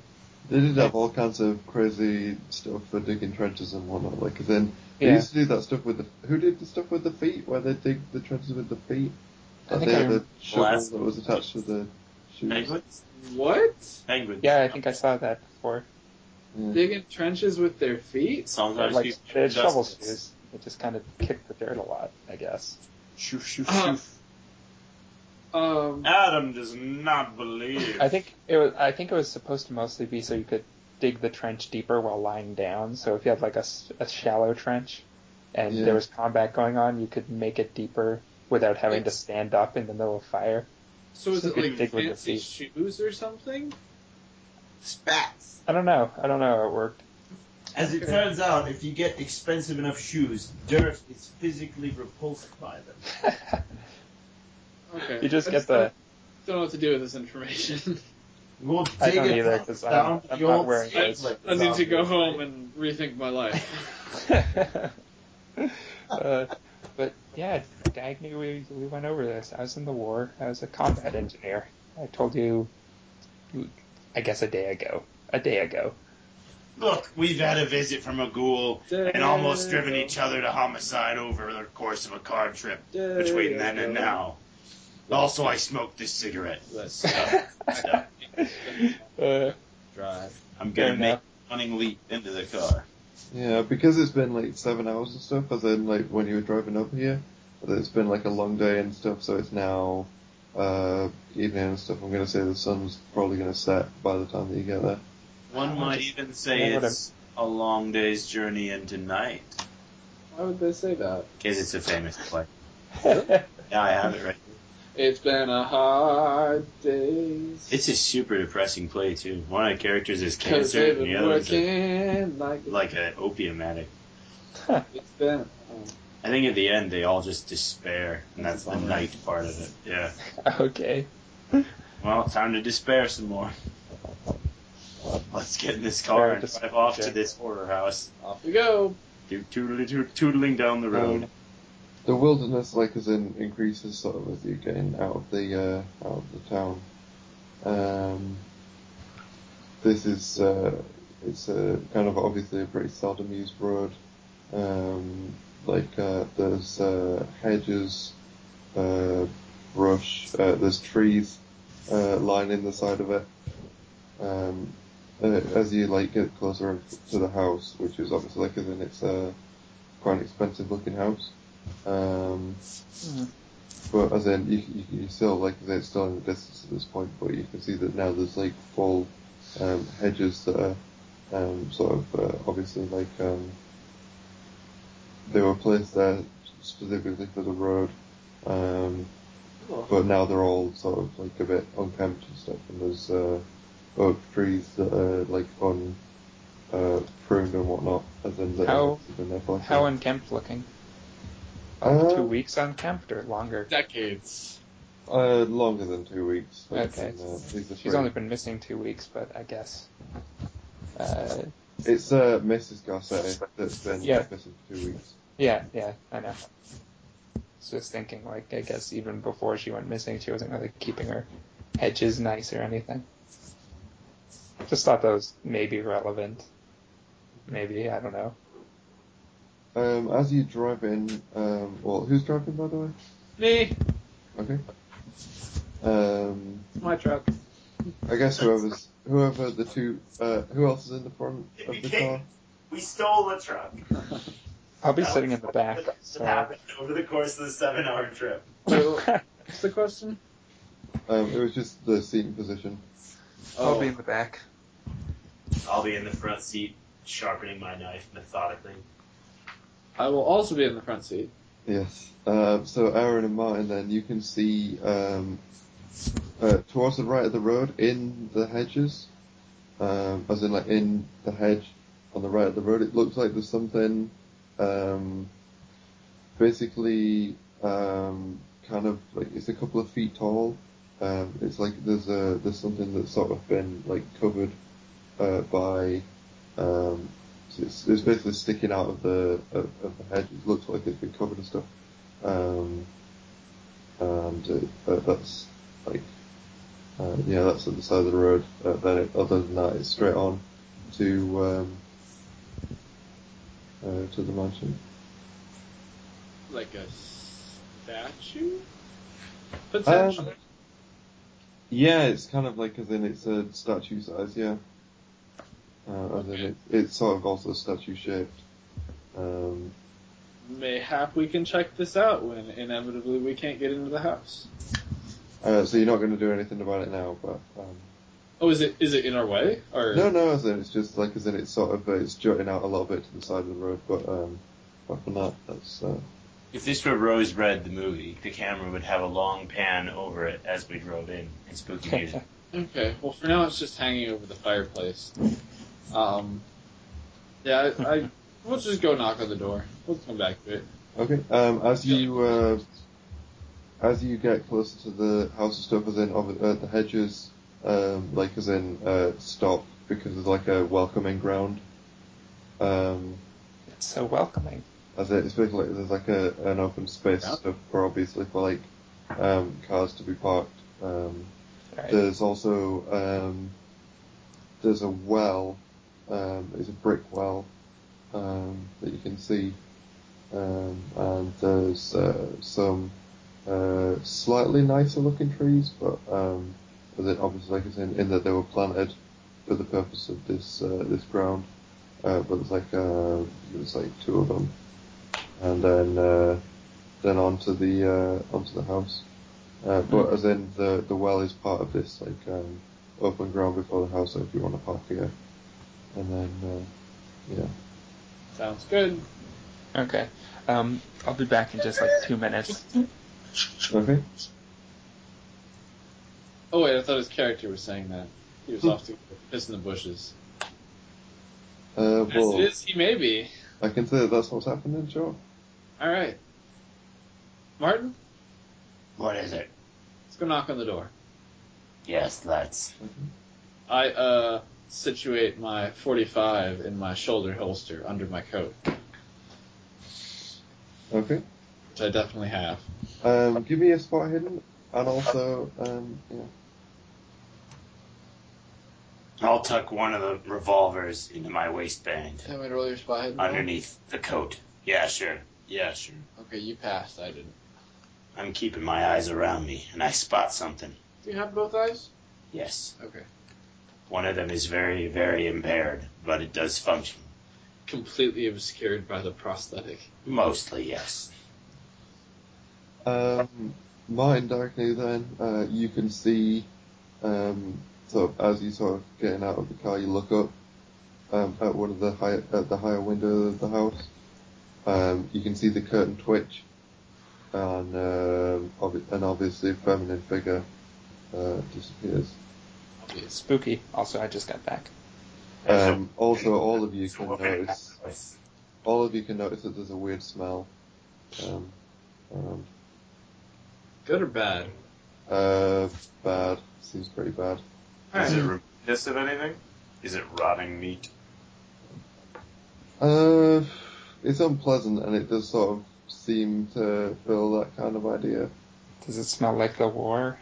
Speaker 1: They did have all kinds of crazy stuff for digging trenches and whatnot. Like, cause then they
Speaker 4: Yeah.
Speaker 1: used to do that stuff with the who did the stuff with the feet where they dig the trenches with the feet.
Speaker 4: I
Speaker 1: That
Speaker 4: think
Speaker 1: they
Speaker 4: I
Speaker 1: had the
Speaker 4: rem-
Speaker 1: shovel
Speaker 2: Blast.
Speaker 1: that was attached to the shoes.
Speaker 2: Penguins.
Speaker 3: What?
Speaker 2: Penguins.
Speaker 4: Yeah, I think I saw that before.
Speaker 1: Yeah.
Speaker 3: Digging trenches with their feet?
Speaker 2: Sometimes
Speaker 4: like
Speaker 2: people
Speaker 4: they had
Speaker 2: dust
Speaker 4: shovel
Speaker 2: it.
Speaker 4: shoes. They just kind of kicked the dirt a lot, I guess.
Speaker 2: Shoof, shoof,
Speaker 3: Uh,
Speaker 2: shoof.
Speaker 3: Um,
Speaker 2: Adam does not believe.
Speaker 4: I think it was. I think it was supposed to mostly be so you could dig the trench deeper while lying down. So if you had like a, s- a shallow trench, and
Speaker 1: Yeah.
Speaker 4: there was combat going on, you could make it deeper without having to stand up in the middle of fire.
Speaker 3: so is
Speaker 4: You
Speaker 3: it
Speaker 4: could
Speaker 3: like
Speaker 4: dig with your
Speaker 3: fancy shoes or something?
Speaker 5: Spats.
Speaker 4: I don't know. I don't know how it worked.
Speaker 5: As it turns out, if you get expensive enough shoes, dirt is physically repulsed by them.
Speaker 3: Okay.
Speaker 4: you just
Speaker 3: I
Speaker 4: get the.
Speaker 3: Don't know what to do with this information.
Speaker 5: We'll dig
Speaker 4: I don't
Speaker 5: it
Speaker 4: either,
Speaker 5: up
Speaker 4: 'cause I'm-
Speaker 5: down to
Speaker 4: I'm
Speaker 5: the
Speaker 4: not
Speaker 5: old
Speaker 4: wearing
Speaker 5: slave
Speaker 3: those.
Speaker 5: labor
Speaker 3: I need to go
Speaker 5: dollars.
Speaker 3: home and rethink my life.
Speaker 4: uh, but yeah, Dagny, we we went over this. I was in the war. I was a combat engineer. I told you, I guess a day ago. A day ago.
Speaker 2: Look, we've had a visit from a ghoul and almost driven each other to homicide over the course of a car trip between then and now. Also, I smoked this cigarette.
Speaker 3: Let's
Speaker 4: uh,
Speaker 3: drive.
Speaker 2: I'm
Speaker 4: Fair
Speaker 2: gonna make
Speaker 4: enough.
Speaker 2: a running leap into the car.
Speaker 1: Yeah, because it's been like seven hours and stuff, as in like when you were driving over here, but it's been like a long day and stuff, so it's now uh, evening and stuff. I'm gonna say the sun's probably gonna set by the time that you get there.
Speaker 2: One might even say
Speaker 4: Yeah,
Speaker 2: it's a long day's journey into night,
Speaker 3: Why would they say that?
Speaker 2: because it's a famous play. Yeah, I have it right.
Speaker 3: It's been a hard day's
Speaker 2: It's a super depressing play too. One of the characters is
Speaker 3: Because
Speaker 2: cancer,
Speaker 3: they've
Speaker 2: and the
Speaker 3: been
Speaker 2: other is a,
Speaker 3: working like,
Speaker 2: like an opium addict.
Speaker 3: it's been.
Speaker 2: I think at the end they all just despair, and that's the
Speaker 3: Bummer.
Speaker 2: night part of it. Yeah.
Speaker 4: okay.
Speaker 2: Well, it's time to despair some more. Let's get in this car
Speaker 4: Very
Speaker 2: and
Speaker 4: dis-
Speaker 2: drive off
Speaker 4: yeah.
Speaker 2: to this horror house.
Speaker 3: Off we go.
Speaker 2: Do toodly toot- tootling down the road.
Speaker 1: Um, the wilderness, like, as in increases sort of as you get in out of the uh, out of the town. Um, this is uh, it's a kind of obviously a pretty seldom used road. Um, like uh, there's uh, hedges, uh, brush, uh, there's trees uh, lining the side of it. Um, uh, as you like get closer to the house, which is obviously like as in it's uh, quite an expensive looking house. Um,
Speaker 4: Hmm.
Speaker 1: But as in, you, you, you still, like I said, it's still in the distance at this point, but you can see that now there's like full um, hedges that are um, sort of uh, obviously like um, they were placed there specifically for the road, um,
Speaker 3: Oh.
Speaker 1: but now they're all sort of like a bit unkempt and stuff, and there's uh, oak trees that are like un uh, pruned and whatnot, as in that
Speaker 4: How-
Speaker 1: have been there for like
Speaker 4: How
Speaker 1: a-
Speaker 4: unkempt looking?
Speaker 1: Uh,
Speaker 4: Two weeks unkempt or longer?
Speaker 3: Decades.
Speaker 1: Uh, longer than two weeks. Like,
Speaker 4: Okay.
Speaker 1: and, uh, these are
Speaker 4: She's
Speaker 1: free.
Speaker 4: only been missing two weeks, but I guess. Uh,
Speaker 1: It's uh, Mrs. Garcetti that's been
Speaker 4: Yeah.
Speaker 1: missing for two weeks.
Speaker 4: yeah, yeah, I know. was just thinking, like, I guess even before she went missing, she wasn't really keeping her hedges nice or anything. Just thought that was maybe relevant. Maybe, I don't know.
Speaker 1: Um, as you drive in, um, well, who's driving by the way?
Speaker 3: Me.
Speaker 1: Okay. Um,
Speaker 3: My truck.
Speaker 1: I guess whoever's whoever the two uh, who else is in the front
Speaker 15: It
Speaker 1: of the
Speaker 15: became-
Speaker 1: car?
Speaker 15: We stole the truck.
Speaker 4: I'll be
Speaker 15: That
Speaker 4: sitting
Speaker 15: was
Speaker 4: in the back.
Speaker 15: something That
Speaker 4: So.
Speaker 15: happened over the course of the seven-hour trip.
Speaker 3: What's the question?
Speaker 1: Um, it was just the seating position.
Speaker 3: Oh,
Speaker 4: I'll be in the back.
Speaker 5: I'll be in the front seat, sharpening my knife methodically.
Speaker 3: I will also be in the front seat.
Speaker 1: Yes. Um, so Aaron and Martin, then you can see um, uh, towards the right of the road in the hedges, um, as in like in the hedge on the right of the road. It looks like there's something, um, basically, um, kind of like it's a couple of feet tall. Um, it's like there's a there's something that's sort of been like covered uh, by um, so it's, it's basically sticking out of the of, of the hedge. It looks like it's been covered and stuff. Um, and uh, uh, that's like uh, yeah, that's at the side of the road. Uh, then it, other than that, it's straight on to um, uh, to the mansion.
Speaker 3: Like a statue?
Speaker 4: Um,
Speaker 1: Potentially. Yeah, it's kind of like as in it's a statue size. Yeah, uh, as in it, it's sort of also statue shaped. Um,
Speaker 3: Mayhap we can check this out when inevitably we can't get into the house.
Speaker 1: Uh, so you're not going to do anything about it now, but um,
Speaker 3: Oh, is it is it in our way? Or
Speaker 1: no, no. As in, it's just like as in it's sort of uh, it's jutting out a little bit to the side of the road, but um, apart from that, that's uh,
Speaker 2: If this were Rose Red, the movie, the camera would have a long pan over it as we drove in and spooky music.
Speaker 3: Okay. Well, for now it's just hanging over the fireplace. Um. Yeah, I, I we'll just go knock on the door. We'll come back to it.
Speaker 1: okay. Um, as you uh, as you get closer to the house and stuff, as in of, uh, the hedges, um, like as in uh, stop because there's like a welcoming ground. Um,
Speaker 4: It's so welcoming.
Speaker 1: As it, it's basically there's like a an open space
Speaker 3: Yeah.
Speaker 1: stuff for obviously for like um, cars to be parked. Um,
Speaker 4: Right.
Speaker 1: There's also um, there's a well, um, there's a brick well um, that you can see, um, and there's uh, some uh, slightly nicer looking trees, but um, but then obviously like I said, in that they were planted for the purpose of this uh, this ground. Uh, but there's like uh, there's like two of them, and then uh, then onto the uh, onto the house. Uh, but as in the the well is part of this like um, open ground before the house, so if you want to park here, and then uh, yeah.
Speaker 3: Sounds good.
Speaker 4: Okay. Um, I'll be back in just like two minutes.
Speaker 1: Okay.
Speaker 3: Oh wait, I thought his character was saying that he
Speaker 4: Hmm.
Speaker 3: was off to go piss in the bushes.
Speaker 1: Uh,
Speaker 3: As it
Speaker 1: well,
Speaker 3: is, he may be.
Speaker 1: I can say that that's what's happening, sure.
Speaker 3: All right. Martin,
Speaker 2: What is it?
Speaker 3: let's go knock on the door.
Speaker 2: Yes, let's.
Speaker 3: I uh situate my 45 in my shoulder holster under my coat,
Speaker 1: Okay.
Speaker 3: which I definitely have.
Speaker 1: Um, give me a spot hidden, and also um, yeah.
Speaker 2: I'll tuck one of the revolvers into my waistband
Speaker 16: Can I roll your spot? hidden roll?
Speaker 2: underneath the coat. Yeah, sure. Yeah, sure.
Speaker 3: Okay, you passed. I didn't.
Speaker 2: I'm keeping my eyes around me, and I spot something.
Speaker 16: Do you have both eyes?
Speaker 2: Yes.
Speaker 3: Okay.
Speaker 2: One of them is very, very impaired, but it does function.
Speaker 3: Completely obscured by the prosthetic.
Speaker 2: Mostly, yes.
Speaker 1: Um, mine directly then. Uh, you can see um, sort of as you sort of getting out of the car, you look up um, at one of the high at the higher window of the house. Um, you can see the curtain twitch, and um, obvi- an obviously feminine figure uh, disappears.
Speaker 3: Obvious.
Speaker 4: Spooky. Also, I just got back.
Speaker 1: Um, also, all of you
Speaker 2: So
Speaker 1: can
Speaker 2: we'll get it
Speaker 1: notice.
Speaker 2: afterwards.
Speaker 1: All of you can notice that there's a weird smell. Um, around.
Speaker 3: Good or bad?
Speaker 1: uh, bad. Seems pretty bad.
Speaker 17: Does it remind us of anything? Is it rotting meat?
Speaker 1: Uh, it's unpleasant, and it does sort of seem to fill that kind of idea.
Speaker 4: Does it smell like the war?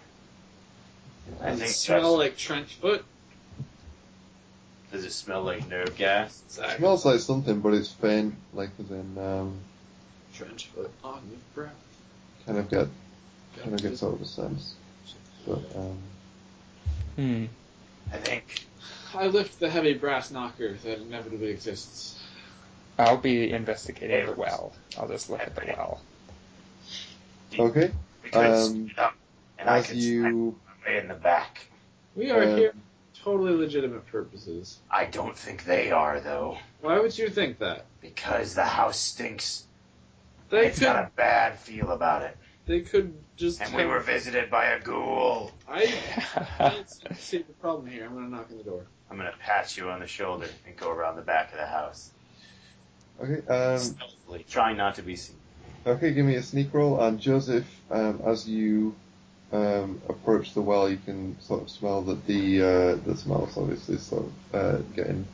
Speaker 2: I
Speaker 3: Does it
Speaker 2: think
Speaker 3: smell
Speaker 2: that's-
Speaker 3: like trench foot?
Speaker 17: Does it smell like nerve gas?
Speaker 1: It smells like something, but it's faint, like as in um,
Speaker 3: Trench foot on your breath.
Speaker 1: kind of get kind of get sort of a sense. But um,
Speaker 4: Hmm.
Speaker 2: I think
Speaker 3: I lift the heavy brass knocker that inevitably exists.
Speaker 4: I'll be investigating the well. I'll just look at the well.
Speaker 1: okay,
Speaker 2: we could
Speaker 1: Um,
Speaker 2: speed up, and I
Speaker 1: as
Speaker 2: could stand
Speaker 1: you
Speaker 2: way in the back.
Speaker 3: We are
Speaker 1: Um,
Speaker 3: here for totally legitimate purposes.
Speaker 2: I don't think they are though,
Speaker 3: Why would you think that?
Speaker 2: because the house stinks.
Speaker 3: They
Speaker 2: it's
Speaker 3: could.
Speaker 2: got a bad feel about it,
Speaker 3: They could just.
Speaker 2: and we were visited by a ghoul.
Speaker 3: I don't see the problem here. I'm gonna knock on the door.
Speaker 2: I'm gonna pat you on the shoulder and go around the back of the house
Speaker 1: okay um,
Speaker 2: stealthily, trying not to be seen.
Speaker 1: okay, give me a sneak roll, and Joseph, um, as you um, approach the well, you can sort of smell that the uh, the smell's obviously sort of uh, getting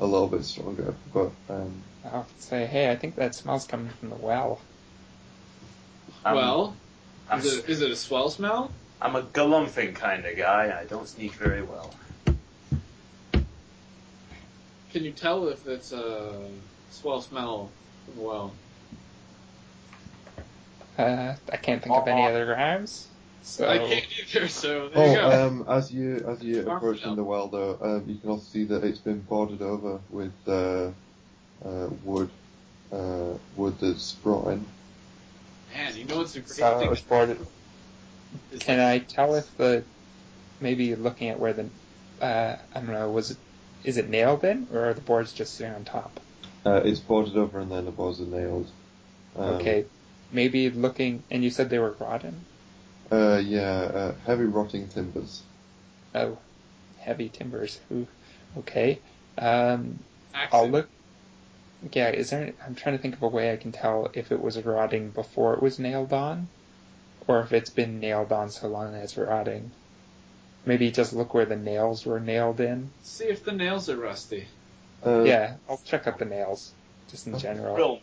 Speaker 1: a little bit stronger, but um,
Speaker 4: I'll say, hey, I think that smell's coming from the well.
Speaker 2: Um,
Speaker 3: well,
Speaker 2: I'm,
Speaker 3: is it, is it a swell smell?
Speaker 2: I'm a galumphing kind of guy. I don't sneak very well.
Speaker 3: Can you tell if it's a swell smell? from the Well,
Speaker 4: Uh, I can't think of any other rhymes. So
Speaker 3: I can't either. So there
Speaker 1: Oh,
Speaker 3: you go.
Speaker 1: um, as you as you
Speaker 3: Farm
Speaker 1: approach
Speaker 3: shop.
Speaker 1: in the well, though, um, you can also see that it's been boarded over with uh, uh, wood, uh, wood that's brought in.
Speaker 3: Man, you know what's a great
Speaker 4: So it
Speaker 3: thing?
Speaker 4: was boarded.
Speaker 3: Is
Speaker 4: Can
Speaker 3: that-
Speaker 4: I tell if the maybe looking at where the uh, I don't know was it is it nailed in or are the boards just sitting on top?
Speaker 1: Uh, it's boarded over and then the boards are nailed. Um,
Speaker 4: okay, maybe looking and you said they were rotten.
Speaker 1: Uh, yeah, uh, heavy rotting timbers.
Speaker 4: Oh, heavy timbers. Ooh, okay. Um, I'll
Speaker 3: Accident.
Speaker 4: look. Yeah, is there? I'm trying to think of a way I can tell if it was rotting before it was nailed on, or if it's been nailed on so long that it's rotting. Maybe just look where the nails were nailed in.
Speaker 3: See if the nails are rusty.
Speaker 1: Uh,
Speaker 4: Yeah, I'll check out the nails just in general
Speaker 2: Real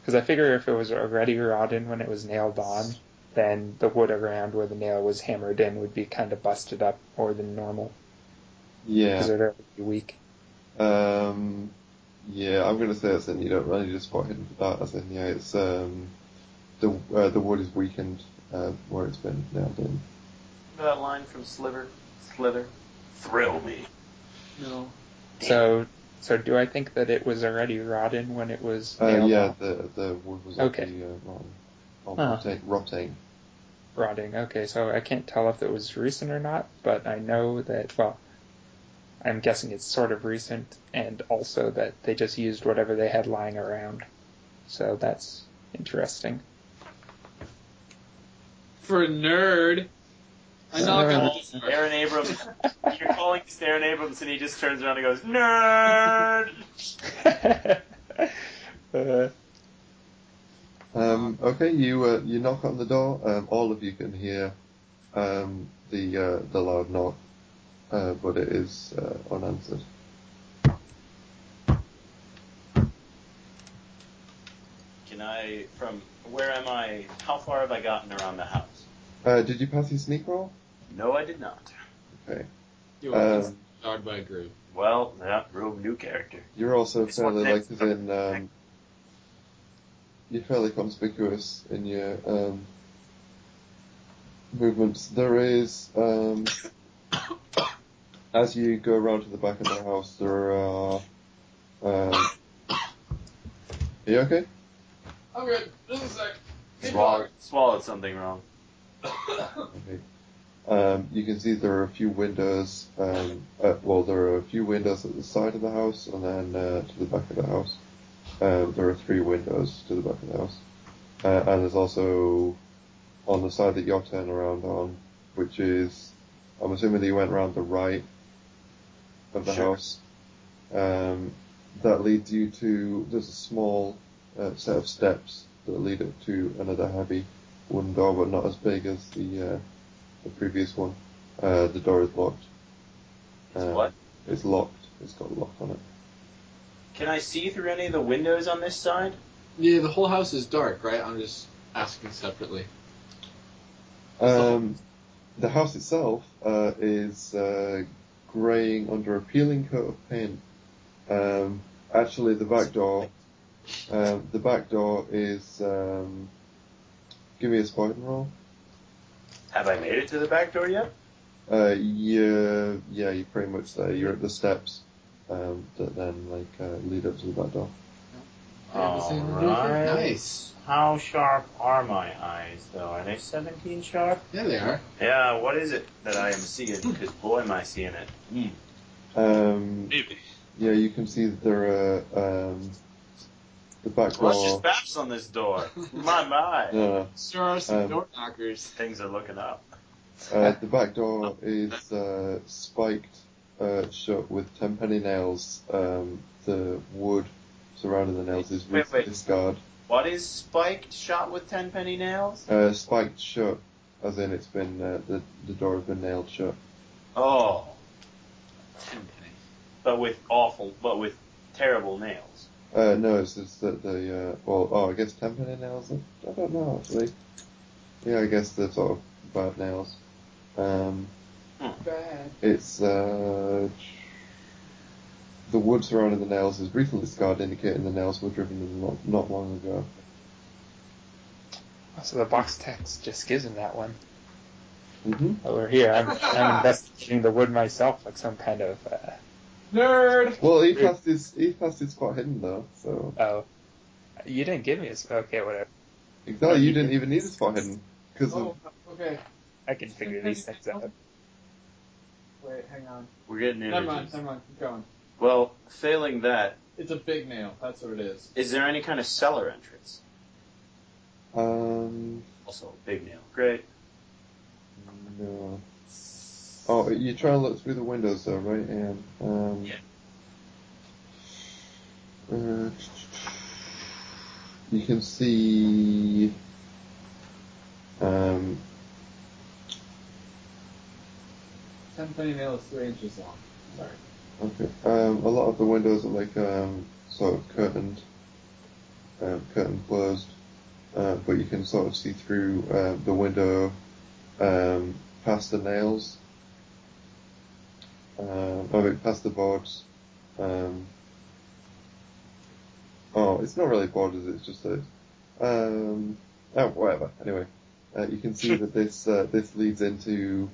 Speaker 4: because I figure if it was already rotten when it was nailed on, then the wood around where the nail was hammered in would be kind of busted up more than normal because
Speaker 1: Yeah.
Speaker 4: it'd already be weak.
Speaker 1: Um, yeah, I'm gonna say it's in. You don't really need a spot hidden for that. As in, yeah, it's um, the uh, the wood is weakened uh, where it's been nailed in.
Speaker 2: That line from Sliver, Slither.
Speaker 5: Thrill me.
Speaker 3: No.
Speaker 4: So, so do I think that it was already rotten when it was
Speaker 1: Uh,
Speaker 4: nailed
Speaker 1: yeah,
Speaker 4: on?
Speaker 1: the the wood was
Speaker 4: Okay.
Speaker 1: already uh, rotten. Or
Speaker 4: Huh.
Speaker 1: rotting, rotting.
Speaker 4: rotting. Okay, so I can't tell if it was recent or not, but I know that, well, I'm guessing it's sort of recent, and also that they just used whatever they had lying around. So that's interesting.
Speaker 3: For a nerd. I knock
Speaker 4: Uh,
Speaker 3: on
Speaker 4: that's-
Speaker 3: the door.
Speaker 2: Aaron Abrams. You're calling this Aaron Abrams, and he just turns around and goes, "Nerd."
Speaker 4: uh,
Speaker 1: Um, okay, you uh, you knock on the door. Um, all of you can hear um, the uh, the loud knock, uh, but it is uh, unanswered.
Speaker 2: Can I? From where am I? How far have I gotten around the house?
Speaker 1: Uh, did you pass your sneak roll?
Speaker 2: No, I did not.
Speaker 1: Okay.
Speaker 3: You are
Speaker 1: Um,
Speaker 3: just jarred by a groove.
Speaker 2: Well, that real new character.
Speaker 1: You're also
Speaker 2: This one
Speaker 1: fairly like
Speaker 2: next.
Speaker 1: within. Um, you're fairly conspicuous in your um, movements. There is um, as you go around to the back of the house. There are. Um, are you okay?
Speaker 3: I'm good. Just a sec. Keep
Speaker 2: Swallowed, swallowed something wrong.
Speaker 3: talking.
Speaker 1: Okay. Um, you can see there are a few windows. Um, uh, well, there are a few windows at the side of the house, and then uh, to the back of the house. Um, there are three windows to the back of the house, uh, and there's also on the side that you're turning around on, which is I'm assuming that you went around the right of the
Speaker 2: Sure.
Speaker 1: house. Um, that leads you to there's a small uh, set of steps that lead up to another heavy wooden door, but not as big as the uh, the previous one. Uh, the door is locked.
Speaker 2: It's
Speaker 1: Um,
Speaker 2: what?
Speaker 1: It's locked. It's got a lock on it.
Speaker 2: Can I see through any of the windows on this side?
Speaker 3: yeah, the whole house is dark, right? I'm just asking separately.
Speaker 1: Um, the house itself uh, is uh, greying under a peeling coat of paint. Um, actually, the back door, um, the back door is. Um, give me a spot and roll.
Speaker 2: Have I made it to the back door yet?
Speaker 1: Uh, yeah, yeah, you're pretty much there. You're at the steps um, that then like uh, lead up to the back door.
Speaker 2: Alright.
Speaker 3: Nice.
Speaker 2: How sharp are my eyes, though? Are they 17 sharp?
Speaker 3: Yeah, they are.
Speaker 2: Yeah, what is it that I am seeing? Because boy, am I seeing it.
Speaker 1: Um,
Speaker 5: Maybe.
Speaker 1: yeah, you can see that there are um, the back door.
Speaker 2: Russia's baps on this door. my, my.
Speaker 1: No, no,
Speaker 3: There are some
Speaker 1: Um,
Speaker 3: door knockers.
Speaker 2: Things are looking up.
Speaker 1: Uh, the back door is uh, spiked uh, shut with tenpenny nails. Um, the wood surrounding the nails is
Speaker 2: Wait,
Speaker 1: recently
Speaker 2: wait.
Speaker 1: discarded.
Speaker 2: What is spiked shot with tenpenny nails?
Speaker 1: Uh, spiked shut, as in it's been uh, the the door has been nailed shut.
Speaker 2: Oh. But with awful, but with terrible nails.
Speaker 1: Uh, no, it's just that the uh, well, oh, I guess tenpenny nails. I don't know actually. Yeah, I guess they're sort of bad nails. Um,
Speaker 3: Bad.
Speaker 1: It's uh, the wood surrounding the nails is recently discarded, indicating the nails were driven in not, not long ago.
Speaker 4: so the box text just gives him that one.
Speaker 1: hmm
Speaker 4: Over here, I'm, I'm investigating the wood myself, like some kind of uh,
Speaker 3: Nerd.
Speaker 1: Well, he passed his he passed his spot hidden though, so
Speaker 4: oh, you didn't give me a okay, whatever.
Speaker 1: exactly you didn't even need a spot hidden because
Speaker 3: Oh, okay.
Speaker 4: I can figure these things out.
Speaker 6: Wait, hang on.
Speaker 2: We're getting
Speaker 6: Never mind,
Speaker 2: images.
Speaker 6: never mind. Keep going.
Speaker 2: Well, failing that,
Speaker 6: It's a big nail. That's what it is.
Speaker 2: is there any kind of cellar entrance?
Speaker 1: Um,
Speaker 2: Also, big nail. Great.
Speaker 1: no. Oh, you try and look through the windows though, right, Ian? Um,
Speaker 2: Yeah.
Speaker 1: uh, you can see um,
Speaker 6: Ten penny nail is three inches long. Sorry.
Speaker 1: Okay. Um, a lot of the windows are like um, sort of curtained, um, curtain closed, uh, but you can sort of see through uh, the window um, past the nails, um, oh, wait, past the boards. Um, oh, it's not really boards, it's just a. Um, oh, whatever. Anyway, uh, you can see that this uh, this leads into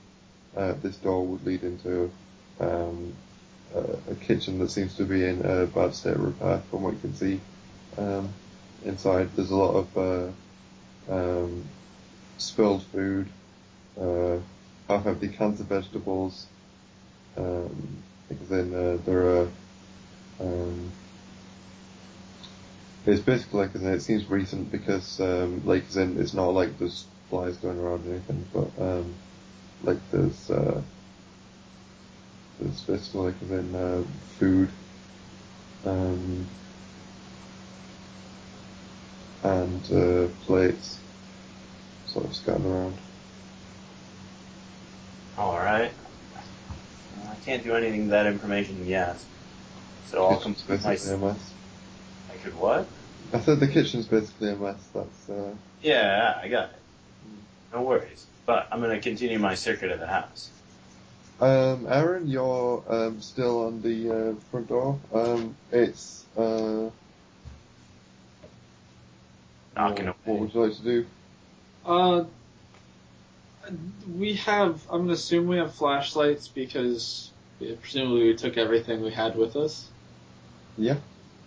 Speaker 1: uh, this door would lead into. Um, a kitchen that seems to be in a bad state of repair from what you can see. Um, inside there's a lot of uh, um, spilled food, uh, half empty cans of vegetables, um, because then uh, there are um, it's basically like as in, it seems recent because um, like as in it's not like there's flies going around or anything, but um, like there's uh, it's basically like as in uh, food. Um, and uh, plates sort of scattered around.
Speaker 2: Alright. I can't do anything with that information yet. So I'll
Speaker 1: Kitchen's
Speaker 2: complete my...
Speaker 1: basically a mess.
Speaker 2: I could what?
Speaker 1: I said the kitchen's basically a mess. That's uh,
Speaker 2: Yeah, I got it. No worries. But I'm going to continue my circuit of the house.
Speaker 1: um, Aaron. You're um, still on the uh, front door. Um, it's uh, what,
Speaker 2: Knocking away.
Speaker 1: what would you like to do?
Speaker 6: Uh, we have. I'm gonna assume we have flashlights because presumably we took everything we had with us.
Speaker 1: Yeah.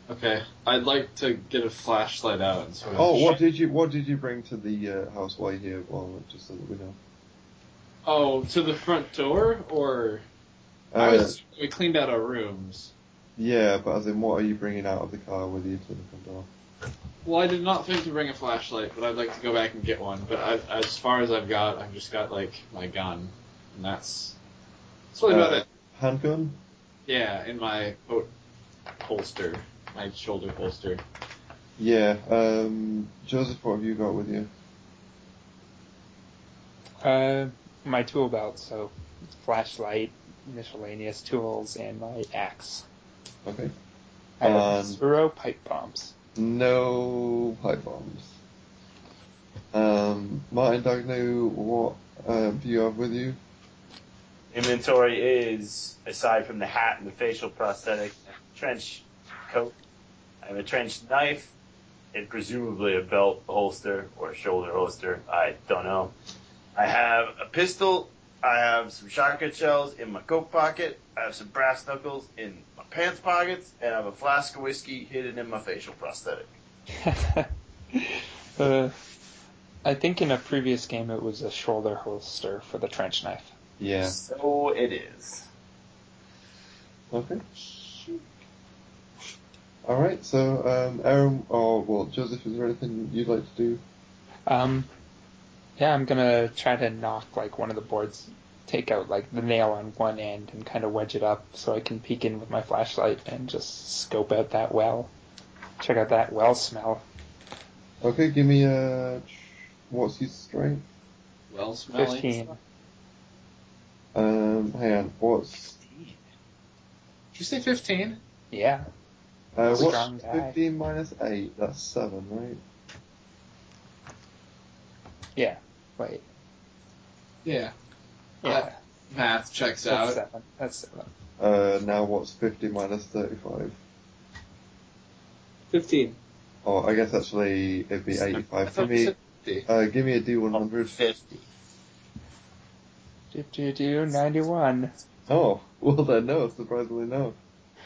Speaker 6: Okay, I'd like to get a flashlight out and sort of.
Speaker 1: Oh, what did you what did you bring to the uh, house while you're here? Well, just so that we know.
Speaker 6: Oh, to the front door, or I
Speaker 1: Uh,
Speaker 6: was, we cleaned out our rooms.
Speaker 1: Yeah, but as in, what are you bringing out of the car with you to the front door?
Speaker 6: Well, I did not think to bring a flashlight, but I'd like to go back and get one. But I, as far as I've got, I've just got like my gun, and that's that's really about
Speaker 1: Uh,
Speaker 6: it.
Speaker 1: Handgun?
Speaker 6: Yeah, in my ho- holster, my shoulder holster.
Speaker 1: Yeah. Um, Joseph, what have you got with you?
Speaker 4: Uh, my tool belt, so flashlight, miscellaneous tools, and my axe.
Speaker 1: Okay.
Speaker 4: I have
Speaker 1: Um,
Speaker 4: zero pipe bombs.
Speaker 1: No pipe bombs. Um, Martin Dagnew, what um, do you have with you?
Speaker 2: Inventory is, aside from the hat and the facial prosthetic, trench coat. I have a trench knife, and presumably a belt holster or a shoulder holster. I don't know. I have a pistol. I have some shotgun shells in my coat pocket. I have some brass knuckles in my pants pockets, and I have a flask of whiskey hidden in my facial prosthetic.
Speaker 4: uh, I think in a previous game it was a shoulder holster for the trench knife.
Speaker 1: Yeah.
Speaker 2: So it is.
Speaker 1: Okay. All right. So, um, Aaron, or well, Joseph, is there anything you'd like to do?
Speaker 4: Um, yeah, I'm gonna try to knock like one of the boards, take out like the nail on one end and kind of wedge it up so I can peek in with my flashlight and just scope out that well, check out that well smell.
Speaker 1: Okay, give me a. What's his strength?
Speaker 6: Well, smelling.
Speaker 4: Fifteen.
Speaker 1: Um, hang on. What's
Speaker 6: Did you say fifteen?
Speaker 4: Yeah.
Speaker 1: Uh,
Speaker 4: Strong
Speaker 1: what's
Speaker 4: guy.
Speaker 1: 15 minus 8? That's 7, right?
Speaker 4: Wait.
Speaker 6: Yeah.
Speaker 4: Yeah.
Speaker 6: Math checks
Speaker 4: that's
Speaker 6: out.
Speaker 4: seven. That's seven.
Speaker 1: Uh, now what's 50 minus 35?
Speaker 6: Fifteen.
Speaker 1: Oh, I guess actually it'd be 85 for me. Uh, give me a D100.
Speaker 2: 50.
Speaker 4: Do do do ninety one.
Speaker 1: Oh, well then no, surprisingly no.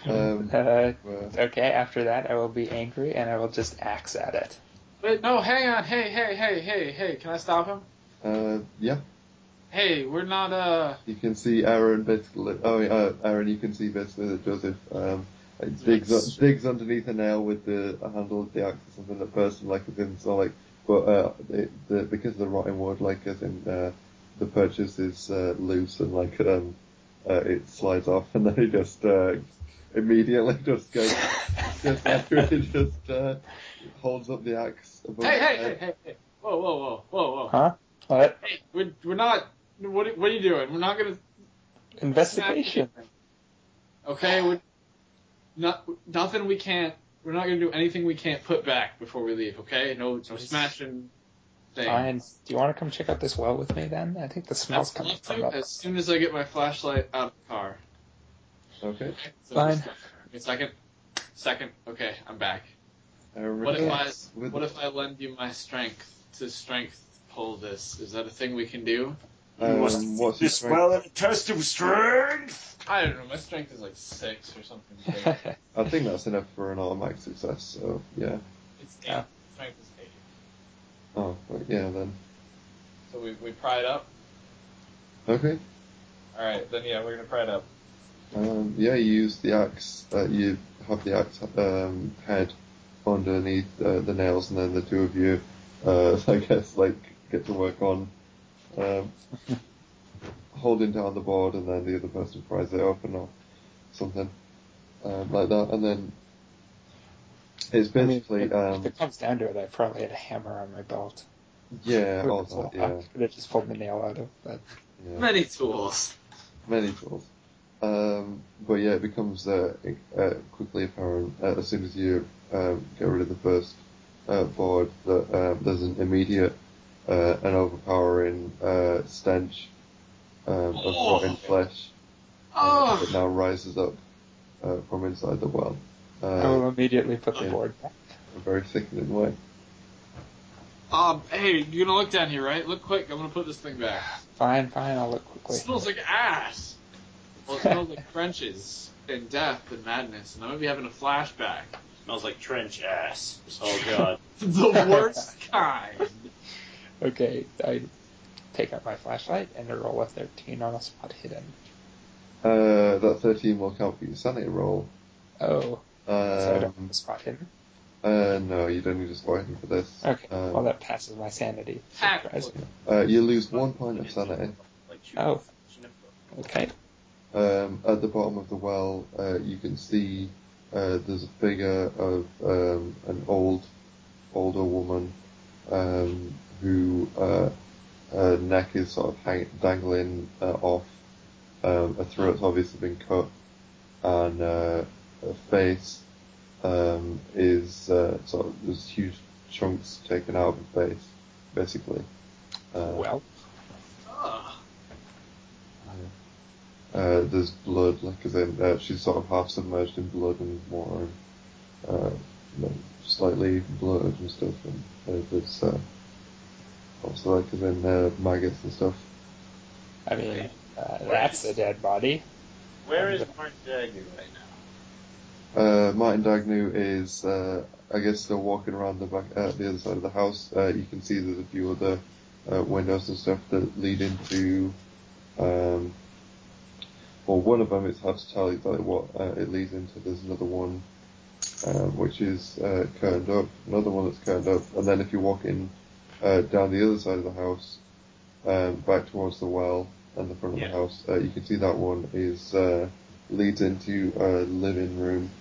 Speaker 1: Um,
Speaker 4: Uh,
Speaker 1: well,
Speaker 4: okay. After that, I will be angry and I will just axe at it.
Speaker 6: Wait, no, hang on. Hey, hey, hey, hey, hey. Can I stop him?
Speaker 1: uh, yeah.
Speaker 3: hey, we're not uh
Speaker 1: You can see Aaron basically. Oh, yeah, uh, Aaron, you can see basically that Joseph um, like, digs
Speaker 3: Yes.
Speaker 1: digs underneath a nail with the a handle of the axe or something at first, and like as in so like, but uh, it, the because of the rotting wood, like as in uh, the purchase is uh, loose and like um, uh, it slides off, and then he just uh, immediately just goes just literally just uh, holds up the axe above.
Speaker 3: hey,
Speaker 1: his
Speaker 3: hey,
Speaker 1: head.
Speaker 3: hey, hey, hey. Whoa, whoa, whoa, whoa, whoa.
Speaker 4: Huh? What?
Speaker 3: Hey, we're, we're not what are- what are you doing? We're not gonna
Speaker 4: Investigation.
Speaker 3: Okay, we're not nothing we can't we're not gonna do anything we can't put back before we leave, okay? No no smashing thing.
Speaker 4: Fine. Do you want to come check out this well with me then? I think the smell's
Speaker 3: That's
Speaker 4: coming
Speaker 3: left
Speaker 4: from
Speaker 3: to
Speaker 4: it.
Speaker 3: as soon as I get my flashlight out of the car.
Speaker 1: Okay.
Speaker 3: So
Speaker 4: Fine.
Speaker 3: just- give me a second. Second. Okay, I'm back.
Speaker 1: Aaron
Speaker 3: What if I
Speaker 1: returns
Speaker 4: Mm-hmm.
Speaker 1: with-
Speaker 3: what if I lend you my strength to strength pull this? Is that a thing we can do?
Speaker 1: um,
Speaker 5: must
Speaker 1: what's his
Speaker 5: This
Speaker 1: rank?
Speaker 5: well at a test of strength.
Speaker 3: I don't know. My strength is like six or something.
Speaker 1: I think that's enough for an automatic success. So yeah.
Speaker 3: it's eight.
Speaker 4: Yeah.
Speaker 3: Strength is eight.
Speaker 1: Oh, wait, yeah, then.
Speaker 3: So we, we pry it up.
Speaker 1: Okay.
Speaker 3: All right, then yeah, we're gonna pry it up.
Speaker 1: Um, yeah, you use the axe. Uh, you have the axe um, head underneath uh, the nails, and then the two of you, uh, I guess, like get to work on um, holding down the board, and then the other person pries it open or something um, like that. And then it's
Speaker 4: I mean,
Speaker 1: basically
Speaker 4: if, if
Speaker 1: um,
Speaker 4: it comes down to it, I probably had a hammer on my belt.
Speaker 1: yeah, all
Speaker 4: Could
Speaker 1: that, yeah,
Speaker 4: have just pulled the nail out of, but
Speaker 1: yeah.
Speaker 3: Many tools.
Speaker 1: many tools. Um, but yeah, it becomes uh, uh, quickly apparent uh, as soon as you um, get rid of the first uh, board that uh, there's an immediate uh, and overpowering uh, stench um, of
Speaker 3: Oh.
Speaker 1: rotting flesh uh,
Speaker 3: Oh,
Speaker 1: that now rises up uh, from inside the well
Speaker 4: I
Speaker 1: uh,
Speaker 4: will immediately put the board back.
Speaker 1: in a very sickening way.
Speaker 3: um, hey, you're gonna look down here, right? Look quick. I'm gonna put this thing back.
Speaker 4: Fine, fine, I'll look
Speaker 3: It
Speaker 4: quickly.
Speaker 3: smells like ass. Well, it smells like French's and death and madness, and I'm gonna be having a flashback.
Speaker 2: Smells like trench ass. Oh god.
Speaker 3: The worst kind.
Speaker 4: Okay, I take out my flashlight and I roll a 13 on a spot hidden.
Speaker 1: Uh, that 13 will count for your sanity roll.
Speaker 4: Oh, so I don't have
Speaker 1: Um,
Speaker 4: a spot hidden.
Speaker 1: uh, no, you don't need to score anything for this.
Speaker 4: Okay,
Speaker 1: Um,
Speaker 4: well, that passes my sanity. Surprise.
Speaker 1: uh, you lose one point of sanity.
Speaker 2: Like you-
Speaker 4: Oh, okay.
Speaker 1: Um, at the bottom of the well, uh, you can see uh, there's a figure of um, an old, older woman um, who uh, her neck is sort of hang- dangling uh, off. Um, her throat's obviously been cut, and uh, her face um, is uh, sort of there's huge chunks taken out of her face, basically. Uh,
Speaker 4: Well,
Speaker 3: Ugh.
Speaker 1: Uh, there's blood, like as in uh, she's sort of half submerged in blood and water, and, uh, you know, slightly blurred and stuff, and uh, there's uh, also like as in uh, maggots and stuff.
Speaker 4: I mean, uh, that's a dead body.
Speaker 2: Where is Mark Dagger right now?
Speaker 1: Uh, Martin Dagnew is, uh, I guess, still walking around the back, uh, the other side of the house. Uh, you can see there's a few other uh, windows and stuff that lead into. Um, well, one of them it's hard to tell exactly what uh, it leads into. There's another one um, which is uh, curtained up, another one that's curtained up, and then if you walk in uh, down the other side of the house, um, back towards the well and the front of
Speaker 2: Yeah.
Speaker 1: the house, uh, you can see that one is. Uh, leads into a living room,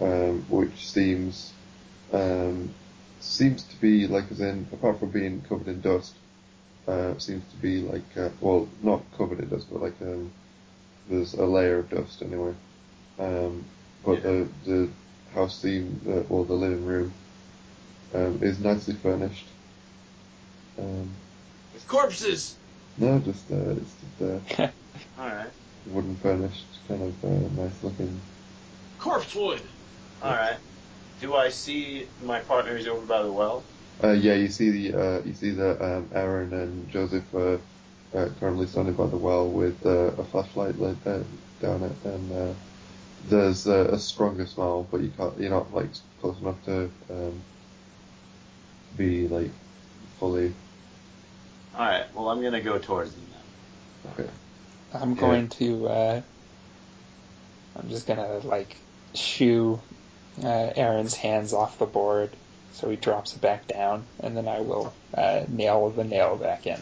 Speaker 1: um, which seems um, seems to be like as in apart from being covered in dust, uh, seems to be like uh, well not covered in dust, but like um, there's a layer of dust anyway. Um, but the the house seem uh, or the living room um, is nicely furnished. Um,
Speaker 3: With corpses.
Speaker 1: no, just uh, it's just uh,
Speaker 2: Alright.
Speaker 1: wooden furnished, kind of uh, nice looking.
Speaker 3: Corpse wood.
Speaker 2: Alright. Do I see my partner is over by the well?
Speaker 1: Uh, yeah, you see the uh, you see that um, Aaron and Joseph are uh, currently standing by the well with uh, a flashlight lit uh, down it, and uh, there's uh, a stronger smell, but you can't you're not like close enough to um, be like fully.
Speaker 2: Alright, well I'm gonna go towards them then.
Speaker 1: Okay.
Speaker 4: I'm
Speaker 1: Yeah.
Speaker 4: going to. Uh, I'm just gonna like shoo uh, Aaron's hands off the board, so he drops it back down, and then I will uh, nail the nail back in.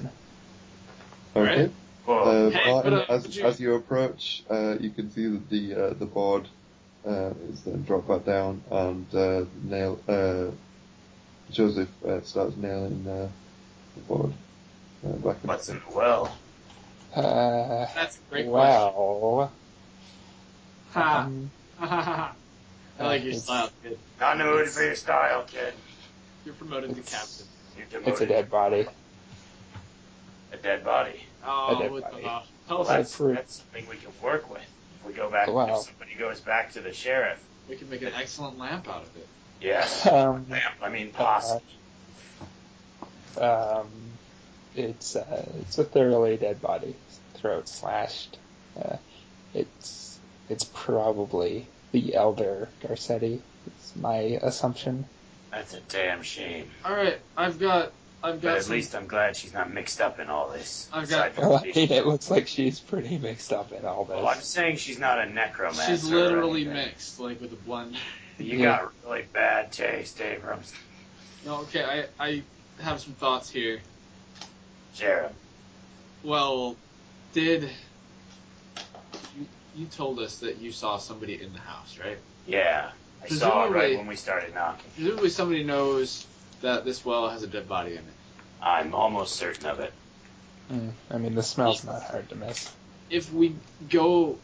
Speaker 1: Okay.
Speaker 3: Alright.
Speaker 2: Whoa.
Speaker 1: Uh,
Speaker 3: Hey,
Speaker 1: Martin,
Speaker 3: what up,
Speaker 1: as,
Speaker 3: did you-
Speaker 1: as you approach, uh, you can see that the uh, the board uh, is then dropped back down, and uh, nail uh, Joseph uh, starts nailing uh, the board uh, back. in
Speaker 2: What's in the well?
Speaker 4: Uh,
Speaker 3: That's a great question.
Speaker 4: well,
Speaker 3: Ha.
Speaker 4: um,
Speaker 3: Ha, ha, ha, ha. I like your
Speaker 4: Uh, It's-
Speaker 3: smile. Good.
Speaker 2: Not in the mood for your style, kid.
Speaker 3: You're promoted to
Speaker 4: It's-
Speaker 3: captain.
Speaker 2: You're
Speaker 4: it's a
Speaker 2: demoted.
Speaker 4: dead body.
Speaker 2: A dead body.
Speaker 3: Oh,
Speaker 4: dead
Speaker 3: what
Speaker 4: body.
Speaker 3: the- tell
Speaker 2: Well, that's,
Speaker 3: us
Speaker 4: That's true.
Speaker 2: that's something we can work with. If we go back,
Speaker 4: Oh, Wow.
Speaker 2: if somebody goes back to the sheriff,
Speaker 3: we can make an excellent lamp out of it.
Speaker 2: yes,
Speaker 4: Um,
Speaker 2: lamp, I mean posse.
Speaker 4: um, it's uh, it's a thoroughly dead body, throat slashed. Uh, it's it's probably the elder Garcetti. It's my assumption.
Speaker 2: That's a damn shame.
Speaker 3: All right, I've got, I've
Speaker 2: But
Speaker 3: got
Speaker 2: at
Speaker 3: some.
Speaker 2: least I'm glad she's not mixed up in all this.
Speaker 3: I've got-
Speaker 2: Besides-
Speaker 4: Well, I mean, it looks like she's pretty mixed up in all
Speaker 2: Well, I'm
Speaker 4: this.
Speaker 2: saying she's not a necromancer.
Speaker 3: She's
Speaker 2: or
Speaker 3: literally
Speaker 2: anything.
Speaker 3: mixed, like with a blend.
Speaker 2: You
Speaker 4: Yeah.
Speaker 2: got really bad taste, Abrams.
Speaker 3: No, okay, I, I have some thoughts here.
Speaker 2: Sheriff,
Speaker 3: Well, did you, you told us that you saw somebody in the house, right?
Speaker 2: yeah, I saw it
Speaker 3: Presumably-
Speaker 2: right when we started knocking.
Speaker 3: Presumably, somebody knows that this well has a dead body in it.
Speaker 2: I'm almost certain of it.
Speaker 4: Mm, I mean, the smell's not hard to miss.
Speaker 3: If we go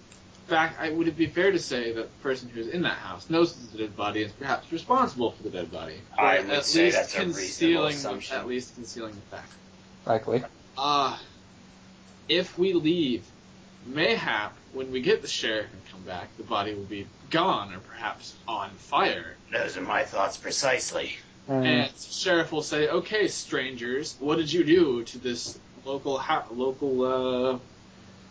Speaker 3: back, I, would it be fair to say that the person who's in that house knows that the dead body is perhaps responsible for the dead body?
Speaker 2: I
Speaker 3: Or
Speaker 2: would
Speaker 3: at
Speaker 2: say
Speaker 3: least
Speaker 2: that's a reasonable
Speaker 3: concealing the,
Speaker 2: assumption.
Speaker 3: at least concealing the fact.
Speaker 4: Likely.
Speaker 3: Ah, if we leave, mayhap when we get the sheriff and come back, the body will be gone or perhaps on fire.
Speaker 2: Those are my thoughts precisely.
Speaker 4: Mm,
Speaker 3: And the sheriff will say, "Okay, strangers, what did you do to this local ha- local uh,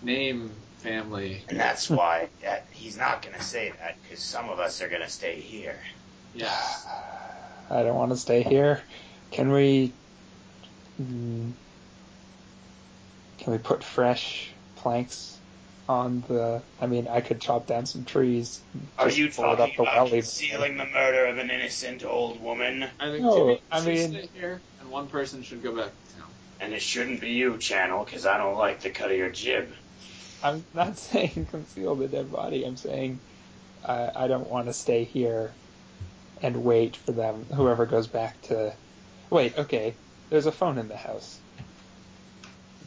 Speaker 3: name family?"
Speaker 2: And that's why that, he's not going to say that, because some of us are going to stay here.
Speaker 3: Yeah,
Speaker 4: I don't want to stay here. Can we? Mm, can we put fresh planks on the? I mean, I could chop down some trees. and
Speaker 2: Are
Speaker 4: just
Speaker 2: you
Speaker 4: board
Speaker 2: talking
Speaker 4: the
Speaker 2: about
Speaker 4: alley.
Speaker 2: concealing the murder of an innocent old woman?
Speaker 3: I think
Speaker 4: No,
Speaker 3: two people
Speaker 4: I
Speaker 3: should
Speaker 4: mean-
Speaker 3: stay here, and one person should go back to town.
Speaker 2: And it shouldn't be you, Channel, because I don't like the cut of your jib.
Speaker 4: I'm not saying conceal the dead body. I'm saying uh, I don't want to stay here and wait for them. Whoever goes back to wait. Okay, there's a phone in the house.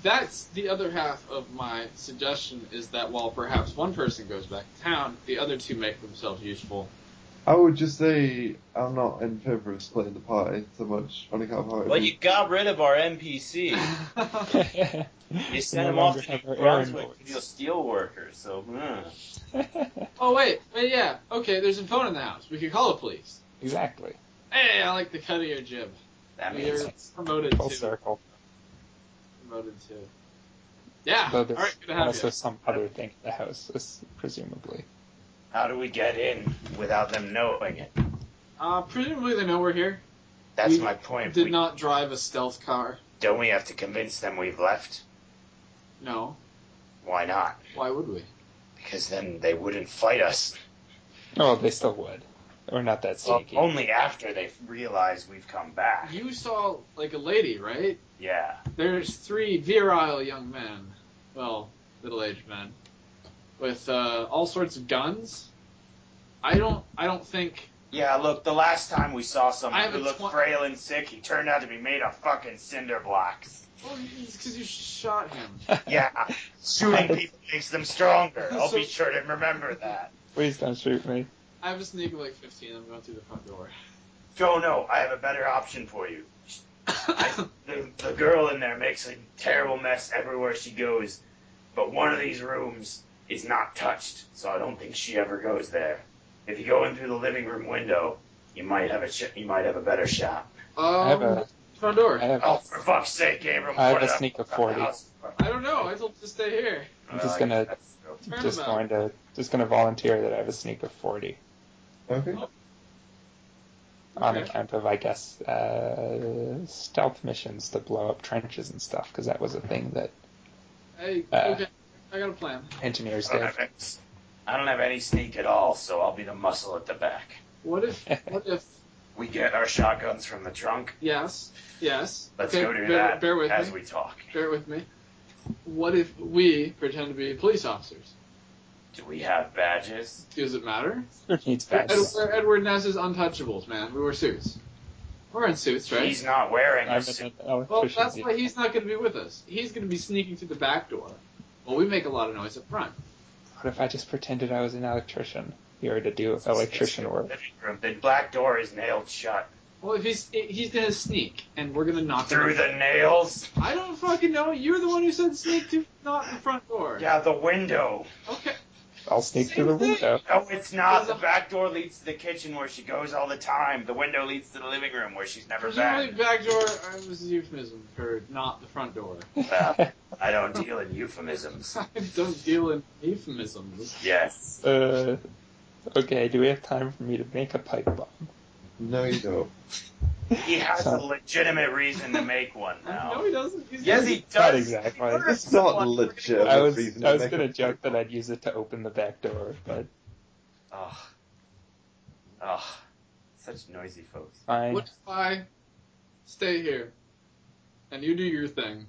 Speaker 3: That's the other half of my suggestion is that while perhaps one person goes back to town, the other two make themselves useful.
Speaker 1: I would just say I'm not in favour of splitting the party so much on account of how it
Speaker 18: Well,
Speaker 1: is.
Speaker 18: you got rid of our NPC.
Speaker 3: I
Speaker 4: you
Speaker 18: You sent him off to New Brunswick to deal steel workers. So, hmm.
Speaker 3: Oh wait, wait, yeah, okay. There's a phone in the house. We could call the police.
Speaker 4: Exactly.
Speaker 3: Hey, I like the cut of your jib.
Speaker 2: That
Speaker 3: We
Speaker 2: means
Speaker 3: are promoted
Speaker 4: Full
Speaker 3: to.
Speaker 4: circle.
Speaker 3: Promoted to. Yeah. All
Speaker 4: Though there's
Speaker 3: right. Ah, Good to have
Speaker 4: also
Speaker 3: you.
Speaker 4: some other thing in the house, is- presumably.
Speaker 2: how do we get in without them knowing it?
Speaker 3: Uh, presumably they know we're here.
Speaker 2: That's
Speaker 3: We
Speaker 2: my point.
Speaker 3: Did
Speaker 2: We-
Speaker 3: not drive a stealth car.
Speaker 2: Don't we have to convince them we've left?
Speaker 3: No.
Speaker 2: Why not?
Speaker 3: Why would we?
Speaker 2: Because then they wouldn't fight us. uh,
Speaker 4: Oh, they still would. We're not that
Speaker 2: Well,
Speaker 4: sneaky.
Speaker 2: only after they realize we've come back.
Speaker 3: You saw like a lady, right?
Speaker 2: Yeah.
Speaker 3: There's three virile young men. Well, middle-aged men with uh, all sorts of guns. I don't. I don't think.
Speaker 2: Yeah, look, the last time we saw
Speaker 3: I
Speaker 2: someone
Speaker 3: have
Speaker 2: who
Speaker 3: a
Speaker 2: looked
Speaker 3: twen-
Speaker 2: frail and sick, he turned out to be made of fucking cinder blocks.
Speaker 3: Well, it's because you shot him.
Speaker 2: Yeah, shooting people makes them stronger. I'll be
Speaker 3: So-
Speaker 2: sure to remember that.
Speaker 4: Please don't shoot me.
Speaker 3: I have a sneak of like 15. I'm going through the front door.
Speaker 2: Joe, no, I have a better option for you. I, the, the girl in there makes a terrible mess everywhere she goes, but one of these rooms is not touched, so I don't think she ever goes there. If you go in through the living room window, you might have a sh- you might have a better shot.
Speaker 4: I have
Speaker 3: Um,
Speaker 4: a,
Speaker 3: front door.
Speaker 4: I have
Speaker 2: Oh, for fuck's sake, Abram!
Speaker 4: I have
Speaker 2: what
Speaker 4: a
Speaker 2: did
Speaker 4: sneak of
Speaker 2: fuck up the
Speaker 4: 40.
Speaker 2: house for?
Speaker 3: I don't know. I told you to stay here.
Speaker 4: I'm just
Speaker 2: I
Speaker 4: gonna-
Speaker 2: guess that's true.
Speaker 3: Turn
Speaker 4: just
Speaker 3: about.
Speaker 4: going to just going to volunteer that I have a sneak of forty
Speaker 1: Okay.
Speaker 4: on
Speaker 3: Okay.
Speaker 4: account of I guess uh, stealth missions to blow up trenches and stuff because that was a thing that
Speaker 3: Hey,
Speaker 4: Uh.
Speaker 3: okay, I got a plan.
Speaker 4: Engineer's
Speaker 2: I don't,
Speaker 4: dead.
Speaker 2: have any, I don't have any sneak at all, so I'll be the muscle at the back.
Speaker 3: What if? What if?
Speaker 2: We get our shotguns from the trunk.
Speaker 3: Yes, yes.
Speaker 2: Let's
Speaker 3: okay,
Speaker 2: go do
Speaker 3: bear,
Speaker 2: that
Speaker 3: Bear with
Speaker 2: as
Speaker 3: me.
Speaker 2: we talk.
Speaker 3: Bear with me. What if we pretend to be police officers?
Speaker 2: Do we have badges?
Speaker 3: Does it matter?
Speaker 4: Who needs
Speaker 3: Ed-
Speaker 4: badges?
Speaker 3: Edward, Edward Ness is untouchables, man. We wear suits. We're in suits, right?
Speaker 2: He's not wearing
Speaker 4: I'm
Speaker 2: a
Speaker 4: an
Speaker 2: suit.
Speaker 3: Well,
Speaker 4: electrician.
Speaker 3: that's why he's not going to be with us. He's going to be sneaking through the back door. Well, we make a lot of noise up front.
Speaker 4: What if I just pretended I was an electrician here to do electrician work?
Speaker 2: living room. The black door is nailed shut.
Speaker 3: Well, if he's eh, he's going to sneak, and we're going to knock
Speaker 2: Through
Speaker 3: him.
Speaker 2: the nails?
Speaker 3: I don't fucking know. You're the one who said sneak to not the front door.
Speaker 2: Yeah, the window.
Speaker 3: Okay.
Speaker 4: I'll sneak
Speaker 3: Same
Speaker 4: through the
Speaker 3: thing.
Speaker 4: window.
Speaker 2: No, it's not. The back door leads to the kitchen where she goes all the time. The window leads to the living room where she's never
Speaker 3: Presumably,
Speaker 2: back.
Speaker 3: back door uh, was a euphemism for not the front door.
Speaker 2: Well, I don't deal in euphemisms.
Speaker 3: I don't deal in euphemisms.
Speaker 2: Yes.
Speaker 4: Uh, okay, do we have time for me to make a pipe bomb?
Speaker 1: No, you don't.
Speaker 2: He has a
Speaker 4: So-
Speaker 2: legitimate reason to make one
Speaker 3: No,
Speaker 2: now.
Speaker 3: he doesn't. He's
Speaker 2: Yes,
Speaker 3: gonna-
Speaker 2: he does.
Speaker 4: Not exactly.
Speaker 2: He murders
Speaker 1: It's not
Speaker 2: someone.
Speaker 1: legit.
Speaker 4: I was
Speaker 1: Reason to
Speaker 4: I was
Speaker 1: make
Speaker 4: gonna
Speaker 1: a-
Speaker 4: joke that I'd use it to open the back door, but
Speaker 2: Ugh. Ugh. Such noisy folks.
Speaker 4: fine.
Speaker 3: What if I stay here, and you do your thing,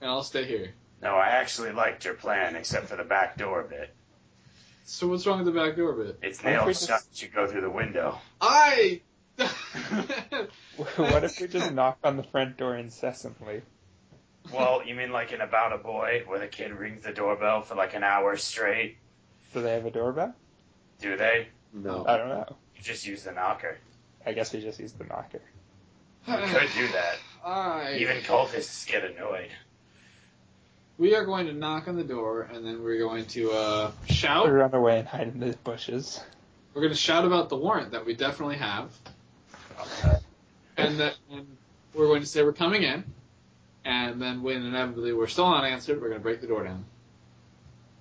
Speaker 3: and I'll stay here?
Speaker 2: No, I actually liked your plan, except for the back door bit.
Speaker 3: So what's wrong with the back door bit?
Speaker 2: It's
Speaker 4: Why don't
Speaker 2: nailed
Speaker 4: we
Speaker 2: shut.
Speaker 4: just-
Speaker 2: You go through the window.
Speaker 3: I.
Speaker 4: what if we just knock on the front door incessantly?
Speaker 2: Well, you mean like in About a Boy, where the kid rings the doorbell for like an hour straight?
Speaker 4: Do they have a doorbell?
Speaker 2: Do they?
Speaker 1: No.
Speaker 4: I don't know.
Speaker 2: You just use the knocker.
Speaker 4: I guess we just use the knocker.
Speaker 2: You could do that.
Speaker 3: I.
Speaker 2: Even cultists get annoyed.
Speaker 3: We are going to knock on the door, and then we're going to uh, shout.
Speaker 4: Run away and hide in the bushes.
Speaker 3: We're going to shout about the warrant that we definitely have, and that and we're going to say we're coming in, and then when inevitably we're still not answered, we're going to break the door down.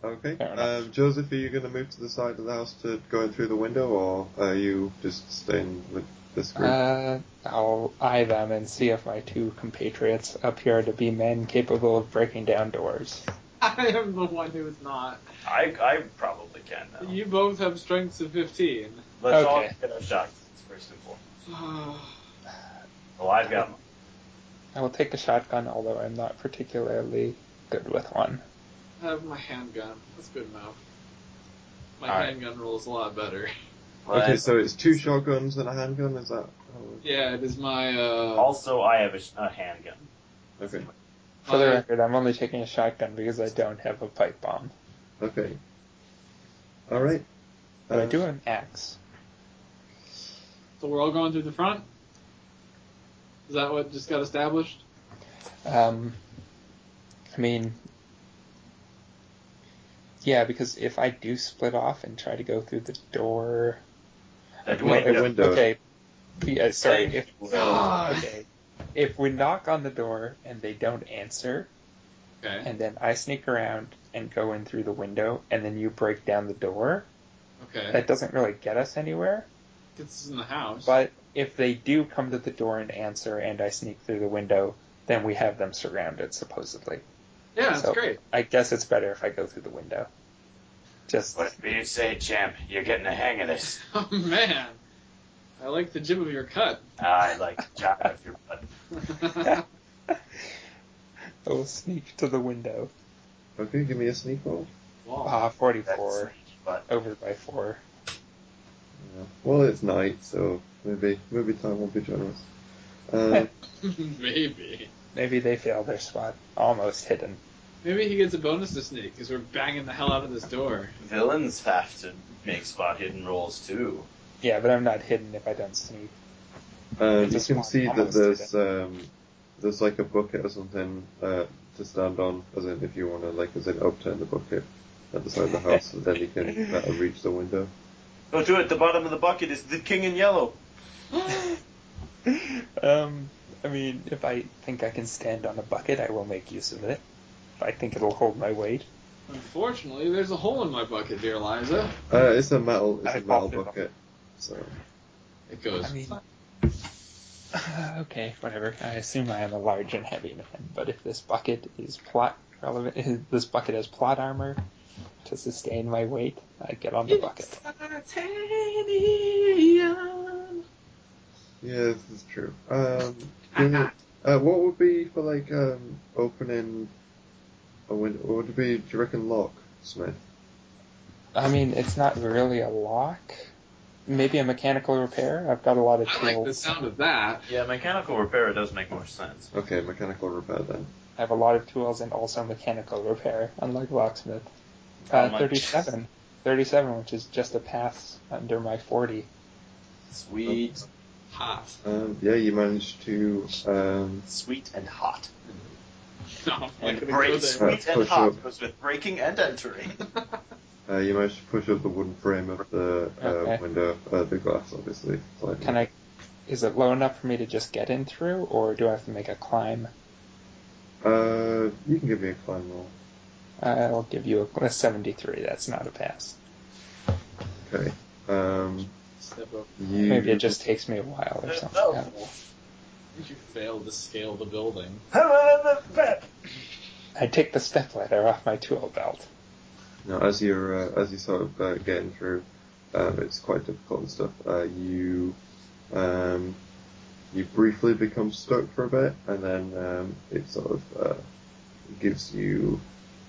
Speaker 1: Okay.
Speaker 4: Fair enough.
Speaker 1: Um, Joseph, are you going to move to the side of the house to go in through the window, or are you just staying with this group?
Speaker 4: Uh, I'll eye them and see if my two compatriots appear to be men capable of breaking down doors.
Speaker 3: I am the one who is not.
Speaker 19: I, I probably can now.
Speaker 3: You both have strengths of 15.
Speaker 19: Let's all
Speaker 4: Okay.
Speaker 19: get our shotguns first and foremost.
Speaker 3: I
Speaker 19: Well, I've got mine.
Speaker 4: I will take a shotgun, although I'm not particularly good with one.
Speaker 3: have my handgun. That's good enough. My
Speaker 4: All right.
Speaker 3: handgun rolls a lot better.
Speaker 1: okay, so it's two shotguns and a handgun. Is that? how
Speaker 3: Yeah, it is my. Uh,
Speaker 19: Also, I have a, sh- a handgun.
Speaker 1: it- Okay.
Speaker 4: For the
Speaker 3: my-
Speaker 4: record, I'm only taking a shotgun because I don't have a pipe bomb,
Speaker 1: Okay. All right.
Speaker 4: but I
Speaker 1: Uh,
Speaker 4: do have an axe.
Speaker 3: So we're all going through the front? Is that what just got established?
Speaker 4: Um, I mean, yeah, because if I do split off and try to go through the door,
Speaker 2: The
Speaker 1: Well,
Speaker 2: window.
Speaker 1: the window.
Speaker 4: Okay. Yeah, sorry. If,
Speaker 3: God.
Speaker 4: okay. If we knock on the door and they don't answer,
Speaker 3: Okay.
Speaker 4: and then I sneak around and go in through the window, and then you break down the door,
Speaker 3: Okay.
Speaker 4: that doesn't really get us anywhere.
Speaker 3: This is in the house.
Speaker 4: But if they do come to the door and answer, and I sneak through the window, then we have them surrounded, supposedly.
Speaker 3: yeah, that's
Speaker 4: so-
Speaker 3: great.
Speaker 4: I guess it's better if I go through the window. Just
Speaker 2: Whatever you say, champ, you're getting the hang of this.
Speaker 3: Oh, man. I like the jib of your cut.
Speaker 2: I like the job of your butt.
Speaker 4: I will sneak to the window.
Speaker 1: Uh, Okay, give me a sneak roll.
Speaker 3: wow.
Speaker 4: Ah,
Speaker 2: That's
Speaker 4: 44
Speaker 2: but
Speaker 4: over by four.
Speaker 1: Yeah. Well, it's night, so maybe maybe time won't be generous. Um,
Speaker 3: Maybe.
Speaker 4: Maybe they failed their spot, almost hidden.
Speaker 3: Maybe he gets a bonus to sneak because we're banging the hell out of this door.
Speaker 19: Villains have to make spot hidden rolls too.
Speaker 4: Yeah, but I'm not hidden if I don't sneak.
Speaker 1: and you
Speaker 4: Just
Speaker 1: can
Speaker 4: one,
Speaker 1: see that
Speaker 4: almost
Speaker 1: there's um, there's like a bucket or something uh, to stand on, as in if you want to like as in upturn the bucket at the side of the house, and then you can better reach the window.
Speaker 19: Don't do it. The bottom of the bucket is the king in yellow.
Speaker 4: um, I mean, if I think I can stand on a bucket, I will make use of it. If I think it'll hold my weight,
Speaker 3: Unfortunately, there's a hole in my bucket, dear Liza.
Speaker 1: Uh, it's a metal it's
Speaker 4: I
Speaker 1: a metal
Speaker 4: popped it off.
Speaker 1: bucket. So
Speaker 3: It goes.
Speaker 4: I mean, okay, whatever. I assume I am a large and heavy man, but if this bucket is plot relevant. This bucket has plot armor to sustain my weight. I get on the bucket.
Speaker 20: Titanium.
Speaker 1: Yeah, this is true. Um, give it- uh, what would be for like um, opening a window? What would be? Do you reckon lock, Smith?
Speaker 4: I mean, it's not really a lock. Maybe a mechanical repair. I've got a lot of
Speaker 3: I like the
Speaker 4: tools.
Speaker 3: sound of that.
Speaker 2: Yeah, mechanical repair does make more sense.
Speaker 1: Okay, mechanical repair then.
Speaker 4: I have a lot of tools and also mechanical repair, unlike locksmith.
Speaker 2: How
Speaker 4: Uh,
Speaker 2: much?
Speaker 4: 37. 37, which is just a pass under my 40.
Speaker 2: Sweet,
Speaker 3: Hot.
Speaker 1: Um, yeah, you managed to um,
Speaker 2: sweet and hot.
Speaker 3: No, I'm not
Speaker 2: And
Speaker 3: gonna
Speaker 2: break,
Speaker 3: go
Speaker 1: there.
Speaker 2: sweet and
Speaker 1: Push
Speaker 2: hot
Speaker 1: up.
Speaker 2: goes with breaking and entering.
Speaker 3: there.
Speaker 1: uh, you managed to push up the wooden frame of the uh,
Speaker 4: Okay.
Speaker 1: window, uh, the glass, obviously. slightly.
Speaker 4: Can I? Is it low enough for me to just get in through, or do I have to make a climb?
Speaker 1: Uh, you can give me a climb roll.
Speaker 4: Uh, I'll give you a, a 73. That's not a pass.
Speaker 1: Okay. Um,
Speaker 3: Step up.
Speaker 1: you
Speaker 4: Maybe it just takes me a while or something. I don't know.
Speaker 3: You failed to scale the building.
Speaker 4: I take the step ladder off my tool belt.
Speaker 1: No, as you're uh, as you sort of uh, getting through, um, it's quite difficult and stuff. Uh, you um, you briefly become stuck for a bit, and then um, it sort of uh, gives you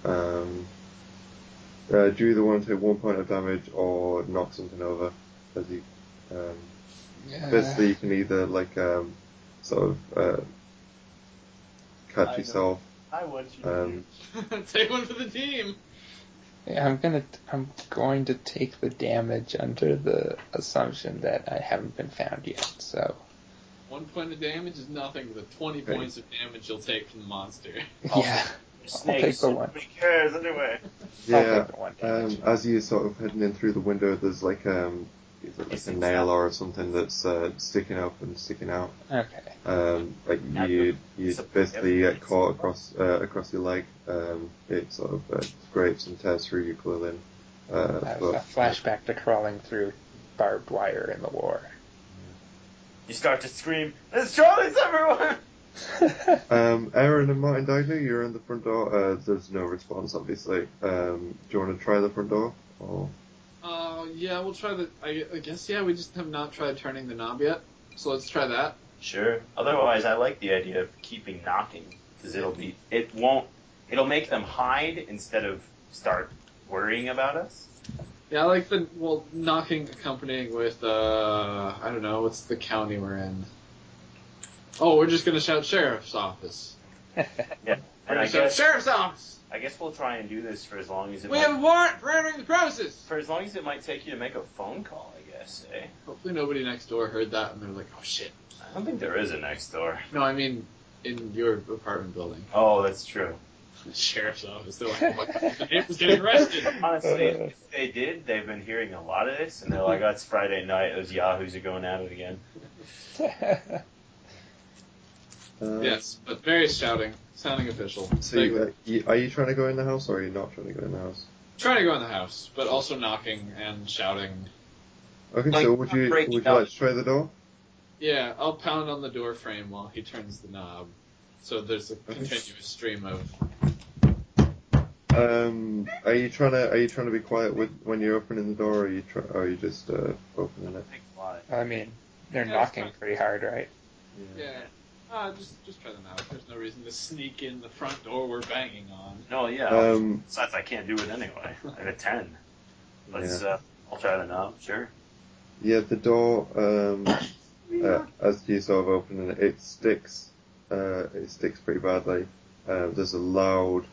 Speaker 1: um, uh, do you either want to take one point of damage or knock something over as you um,
Speaker 4: Uh,
Speaker 1: basically you can either like um, sort of uh,
Speaker 21: I
Speaker 1: catch
Speaker 21: know.
Speaker 1: yourself.
Speaker 21: I want you to
Speaker 1: Um,
Speaker 3: Take one for the team.
Speaker 4: I'm gonna I'm going to take the damage under the assumption that I haven't been found yet. So
Speaker 3: One point of damage is nothing. The twenty
Speaker 1: Okay.
Speaker 3: points of damage you'll take from the monster.
Speaker 2: Oh.
Speaker 4: yeah,
Speaker 21: snakes.
Speaker 4: take the one.
Speaker 21: Nobody cares anyway.
Speaker 1: Yeah,
Speaker 4: I'll take the one damage.
Speaker 1: Um, as you're sort of heading in through the window, there's like um, is it like
Speaker 21: It's
Speaker 1: a
Speaker 21: exact-
Speaker 1: nail or something that's uh, sticking up and sticking out.
Speaker 4: okay.
Speaker 1: Um, like
Speaker 21: Now
Speaker 1: you, you
Speaker 21: it's a-
Speaker 1: basically get
Speaker 21: it's-
Speaker 1: caught across uh, across your leg. Um, it sort of uh, scrapes and tears through your clothing. Uh,
Speaker 4: I have
Speaker 1: but-
Speaker 4: a flashback to crawling through barbed wire in the war.
Speaker 21: You start to scream, "There's Charlie's everyone!"
Speaker 1: Um, Aaron and Martin Dagner, you're in the front door. Uh, there's no response, obviously. Um, do you want to try the front door? Or
Speaker 3: Uh, yeah, we'll try the. I, I guess yeah, we just have not tried turning the knob yet. So let's try that.
Speaker 2: Sure. Otherwise, I like the idea of keeping knocking because it'll be it won't it'll make them hide instead of start worrying about us.
Speaker 3: Yeah, I like the well knocking accompanying with uh I don't know what's the county we're in. Oh, we're just gonna shout sheriff's office. We're
Speaker 2: And
Speaker 3: gonna
Speaker 2: I
Speaker 3: shout
Speaker 2: guess
Speaker 3: sheriff's office.
Speaker 2: I guess we'll try and do this for as long as it
Speaker 3: We have
Speaker 2: might,
Speaker 3: a warrant for entering the premises.
Speaker 2: for as long as it might take you to make a phone call. I guess. Eh?
Speaker 3: Hopefully nobody next door heard that and they're like, oh shit.
Speaker 2: I don't think there is a next door.
Speaker 3: No, I mean in your apartment building,
Speaker 2: Oh, that's true.
Speaker 3: the sheriff's office. They're like, oh my god, the neighbor's getting arrested.
Speaker 2: Honestly, if they did, they've been hearing a lot of this, and they're
Speaker 3: Mm-hmm.
Speaker 2: like, oh, "It's Friday night. Those yahoos are going at it again."
Speaker 1: uh,
Speaker 3: Yes, but very shouting, sounding official.
Speaker 1: So
Speaker 3: Like,
Speaker 1: you, uh, you, are you trying to go in the house, or are you not trying to go in the house?
Speaker 3: trying to go in the house, but also knocking and shouting.
Speaker 1: Okay,
Speaker 2: Like,
Speaker 1: so would you
Speaker 2: break
Speaker 1: would
Speaker 2: out.
Speaker 1: you like to try the door?
Speaker 3: Yeah, I'll pound on the door frame while he turns the knob. So there's a continuous stream of.
Speaker 1: Um, are you trying to are you trying to be quiet with when you're opening the door, or are you try, or are you just uh, opening it?
Speaker 2: Thanks a lot.
Speaker 4: I mean, they're
Speaker 3: Yeah, it's
Speaker 4: knocking
Speaker 3: fine.
Speaker 4: pretty hard, right?
Speaker 3: Yeah. Uh, just just try the knob. There's no reason to sneak in the front door we're banging on.
Speaker 2: No, yeah.
Speaker 1: Um,
Speaker 2: Besides, I can't do it anyway. I have a ten. Let's.
Speaker 1: yeah.
Speaker 2: Uh, I'll try the knob. Sure.
Speaker 1: yeah, the door. Um, uh, as you sort of open it, it sticks. Uh, it sticks pretty badly. Um, there's a loud,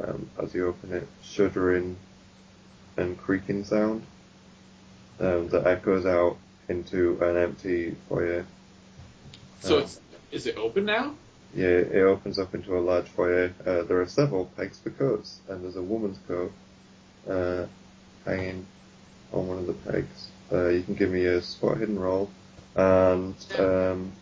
Speaker 1: um, as you open it, shuddering and creaking sound um, that echoes out into an empty foyer.
Speaker 3: So
Speaker 1: Um,
Speaker 3: it's is it open now?
Speaker 1: Yeah, it opens up into a large foyer. Uh, there are several pegs for coats, and there's a woman's coat uh, hanging on one of the pegs. Uh, you can give me a spot hidden roll, and um,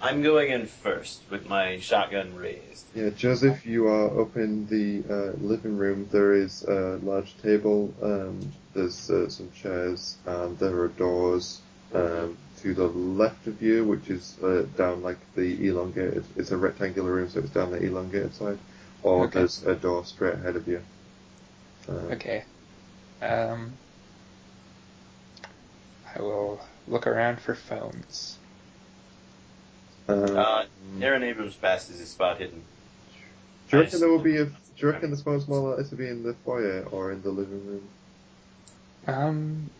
Speaker 2: I'm going in first with my shotgun raised.
Speaker 1: yeah, Joseph, you are up in the uh, living room. There is a large table. Um, there's uh, some chairs, and there are doors um, to the left of you, which is uh, down like the elongated. It's a rectangular room, so it's down the elongated side. or
Speaker 4: Okay.
Speaker 1: there's a door straight ahead of you. Uh,
Speaker 4: Okay. Um, I will look around for phones.
Speaker 1: uh,
Speaker 2: Uh,
Speaker 3: Mm.
Speaker 2: Aaron Abrams' past is his spot hidden.
Speaker 1: do you reckon there will be a? Do you reckon the phone's more likely to be in the foyer or in the living room?
Speaker 4: Um,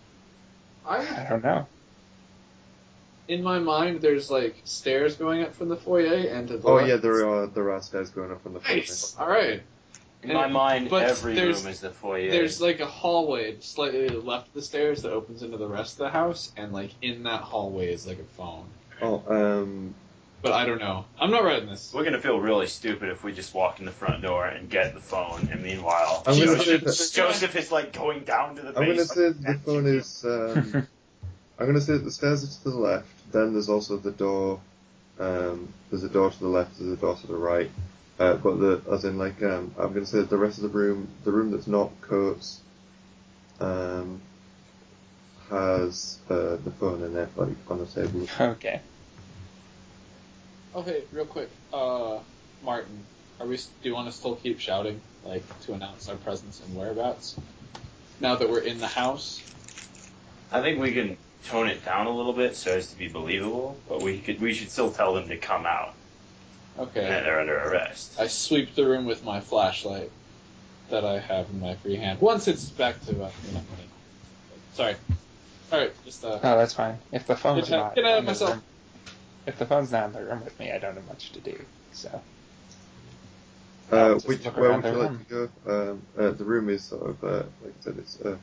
Speaker 3: I would
Speaker 4: I don't know.
Speaker 3: in my mind, there's like stairs going up from the foyer and to the
Speaker 1: Oh
Speaker 3: left.
Speaker 1: yeah, there are there are stairs going up in the foyer.
Speaker 3: Nice. All right.
Speaker 2: In my mind,
Speaker 3: But
Speaker 2: every
Speaker 3: there's-
Speaker 2: room is the foyer.
Speaker 3: There's like a hallway slightly to the left of the stairs that opens into the rest of the house, and like in that hallway is like a phone.
Speaker 1: Oh, um,
Speaker 3: But I don't know. I'm not writing this.
Speaker 2: We're gonna feel really stupid if we just walk in the front door and get the phone, and meanwhile,
Speaker 1: I'm gonna say
Speaker 2: Joseph,
Speaker 1: that-
Speaker 2: Joseph is like going down to the
Speaker 1: I'm gonna
Speaker 2: basement.
Speaker 1: say that the phone is. Um, I'm going to say that the stairs are to the left. Then there's also the door. Um, there's a door to the left. There's a door to the right. Uh, but the as in like um, I'm going to say that the rest of the room, the room that's not Coates, um, has uh, the phone in it, like on the table.
Speaker 4: Okay.
Speaker 3: Okay, real quick, uh, Martin, are we? s- Do you want to still keep shouting like to announce our presence and whereabouts? Now that we're in the house,
Speaker 2: I think we can tone it down a little bit so as to be believable, but we could we should still tell them to come out and
Speaker 3: okay.
Speaker 2: that they're under arrest.
Speaker 3: I sweep the room with my flashlight that I have in my free hand. Once it's back to, uh, you know, sorry. All right, just uh,
Speaker 4: Oh, that's fine. If the phone's
Speaker 3: Get out-
Speaker 4: not
Speaker 3: get out of
Speaker 4: in the
Speaker 3: myself.
Speaker 4: room, if the phone's not in the room with me, I don't have much to do. So
Speaker 1: Uh,
Speaker 4: Just
Speaker 1: which
Speaker 4: look
Speaker 1: where
Speaker 4: around
Speaker 1: would you
Speaker 4: the
Speaker 1: like to go? Um, uh, the room is sort of uh, like I said, it's a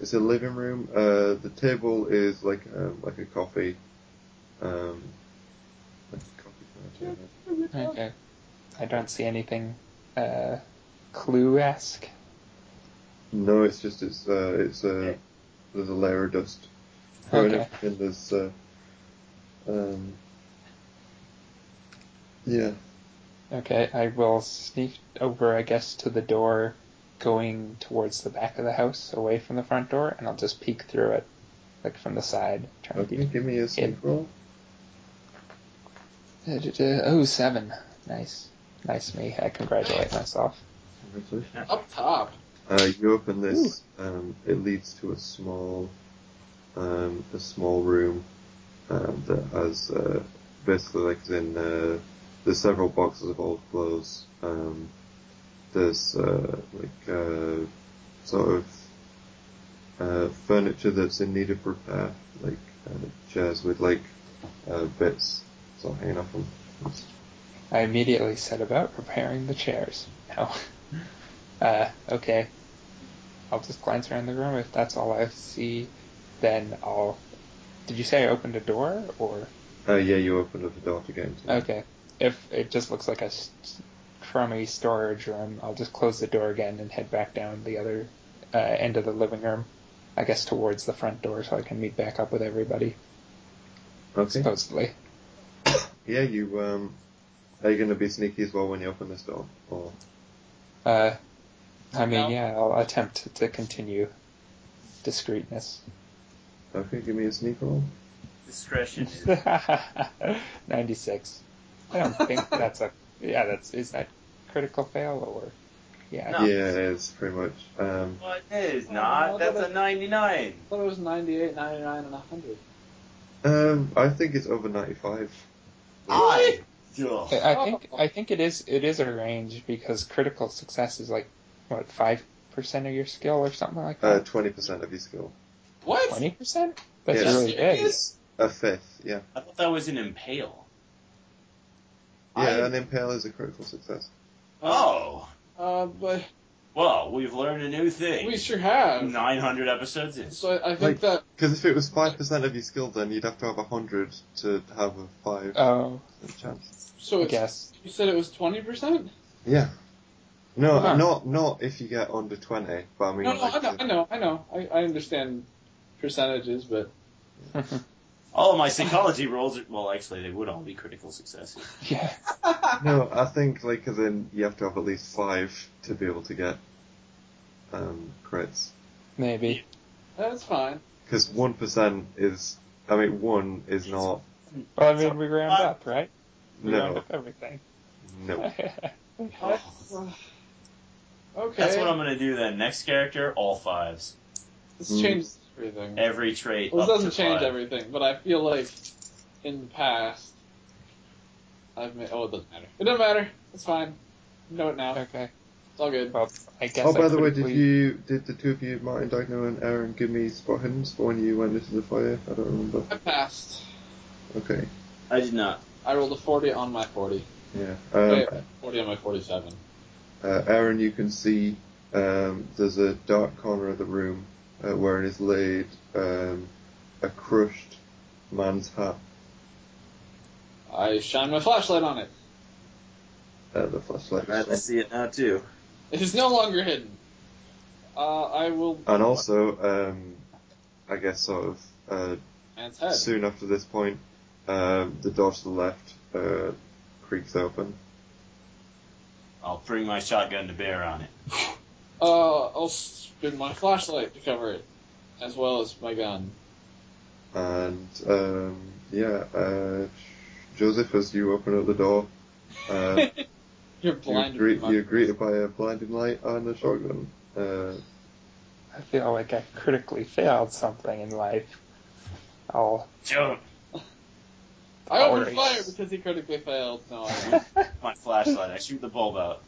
Speaker 1: it's a living room. Uh, the table is like um, like a coffee, um, like a coffee. table.
Speaker 4: okay. I don't see anything uh, clue-esque.
Speaker 1: No, it's just it's uh, it's uh, there's a layer of dust.
Speaker 4: Okay.
Speaker 1: And there's uh, um, yeah.
Speaker 4: Okay, I will sneak over, I guess, to the door going towards the back of the house, away from the front door, and I'll just peek through it, like from the side. Try and
Speaker 1: Okay,
Speaker 4: keep...
Speaker 1: give me a sneak roll.
Speaker 4: Oh, seven. Nice. Nice me. I congratulate myself.
Speaker 1: Congratulations.
Speaker 3: up top.
Speaker 1: Uh, you open this. Um, it leads to a small, um, a small room um, that has uh, basically like as in uh, there's several boxes of old clothes. Um, there's uh, like uh, sort of uh, furniture that's in need of repair, like uh, chairs with like uh, bits sort of hanging off them.
Speaker 4: I immediately set about repairing the chairs. No. Uh, okay. I'll just glance around the room. If that's all I see, then I'll. Did you say I opened a door or?
Speaker 1: Uh, yeah, you open up the door to get into. it.
Speaker 4: Okay. If it just looks like a s- crummy storage room, I'll just close the door again and head back down the other uh, end of the living room. I guess towards the front door so I can meet back up with everybody,
Speaker 1: Okay.
Speaker 4: supposedly.
Speaker 1: Yeah, you um, are you going to be sneaky as well when you open this door? Or
Speaker 4: Uh, I mean,
Speaker 3: No.
Speaker 4: yeah, I'll attempt to continue discreetness.
Speaker 1: okay, give me a sneak roll.
Speaker 2: Discretion.
Speaker 4: 96. I don't think that's a. Yeah, that's. Is that critical fail or. Yeah.
Speaker 2: No.
Speaker 1: Yeah, it's pretty much. Um,
Speaker 2: Well, it is not. That's a 99.
Speaker 3: I thought it was 98, 99, and 100.
Speaker 1: um, I think it's over ninety-five.
Speaker 2: I. Ugh.
Speaker 4: I I think I think it is it is a range because critical success is like what five percent of your skill or something like
Speaker 1: Uh,
Speaker 4: that.
Speaker 1: twenty percent of your skill. Uh,
Speaker 3: What?
Speaker 4: Twenty percent? That's
Speaker 1: Yeah.
Speaker 4: really big.
Speaker 3: Serious?
Speaker 1: A fifth, yeah.
Speaker 2: I thought that was an impale.
Speaker 1: Yeah,
Speaker 3: I-
Speaker 1: an impale is a critical success.
Speaker 2: Oh.
Speaker 3: Uh, but
Speaker 2: Well, we've learned a new thing.
Speaker 3: we sure have.
Speaker 2: 900 episodes in.
Speaker 3: So I, I
Speaker 1: Like-
Speaker 3: think that
Speaker 1: Because if it was five percent of your skill, then you'd have to have hundred to have a five
Speaker 4: Oh,
Speaker 1: percent chance.
Speaker 3: so.
Speaker 4: I
Speaker 3: It's,
Speaker 4: guess.
Speaker 3: You said it was 20 percent.
Speaker 1: Yeah. No,
Speaker 4: Huh.
Speaker 1: not not if you get under twenty. But I mean,
Speaker 3: No, no,
Speaker 1: like,
Speaker 3: I know, I know, I know. I, I understand percentages, but
Speaker 2: All of my psychology rolls, are, well, actually, they would all be critical successes.
Speaker 4: yeah.
Speaker 1: No, I think like as in you have to have at least five to be able to get um, crits.
Speaker 4: Maybe.
Speaker 3: that's fine.
Speaker 1: Because one percent is, I mean, one is not.
Speaker 4: Well, I mean, we round up, right? We round
Speaker 1: No,
Speaker 4: up everything.
Speaker 1: no.
Speaker 3: Okay.
Speaker 2: Oh. That's what I'm gonna do then. Next character, all fives.
Speaker 3: This
Speaker 1: Mm.
Speaker 3: changes everything.
Speaker 2: Every trait.
Speaker 3: Well,
Speaker 2: up
Speaker 3: this doesn't
Speaker 2: to
Speaker 3: change
Speaker 2: five.
Speaker 3: everything, but I feel like in the past, I've made. Oh, it doesn't matter. It doesn't matter. It's fine. Know it now.
Speaker 4: Okay.
Speaker 3: It's all good.
Speaker 4: Well, I guess.
Speaker 1: Oh,
Speaker 4: I
Speaker 1: by the way,
Speaker 4: couldn't
Speaker 1: did
Speaker 4: leave-
Speaker 1: you did the two of you, Martin Dagno and Aaron, give me spot hidden for when you went into the fire? I don't remember.
Speaker 3: I passed.
Speaker 1: Okay,
Speaker 2: I did not.
Speaker 3: I rolled a 40 on my 40.
Speaker 1: yeah.
Speaker 3: Wait,
Speaker 1: Um,
Speaker 3: 40 on my 47.
Speaker 1: uh, Aaron, you can see um, there's a dark corner of the room uh, where it is laid um, a crushed man's hat.
Speaker 3: I shine my flashlight on it.
Speaker 1: Uh, the flashlight.
Speaker 2: Alright, I see it now too.
Speaker 3: It is no longer hidden. Uh, I will.
Speaker 1: And also, um, I guess sort of uh,
Speaker 3: Man's head.
Speaker 1: soon after this point, um, the door to the left uh, creaks open.
Speaker 2: I'll bring my shotgun to bear on it.
Speaker 3: Uh, I'll spin my flashlight to cover it, as well as my gun.
Speaker 1: And um, yeah, uh, Joseph, as you open up the door, uh,
Speaker 3: You're
Speaker 1: you're,
Speaker 3: blinded.
Speaker 1: gre-
Speaker 3: by-
Speaker 1: you're greeted by a blinding light and a shotgun. Uh,
Speaker 4: I feel like I critically failed something in life. I'll.
Speaker 15: Jump.
Speaker 3: I opened
Speaker 4: Alright.
Speaker 3: fire because he critically failed. No, I
Speaker 1: Oh,
Speaker 3: didn't.
Speaker 2: My flashlight. I shoot the bulb out.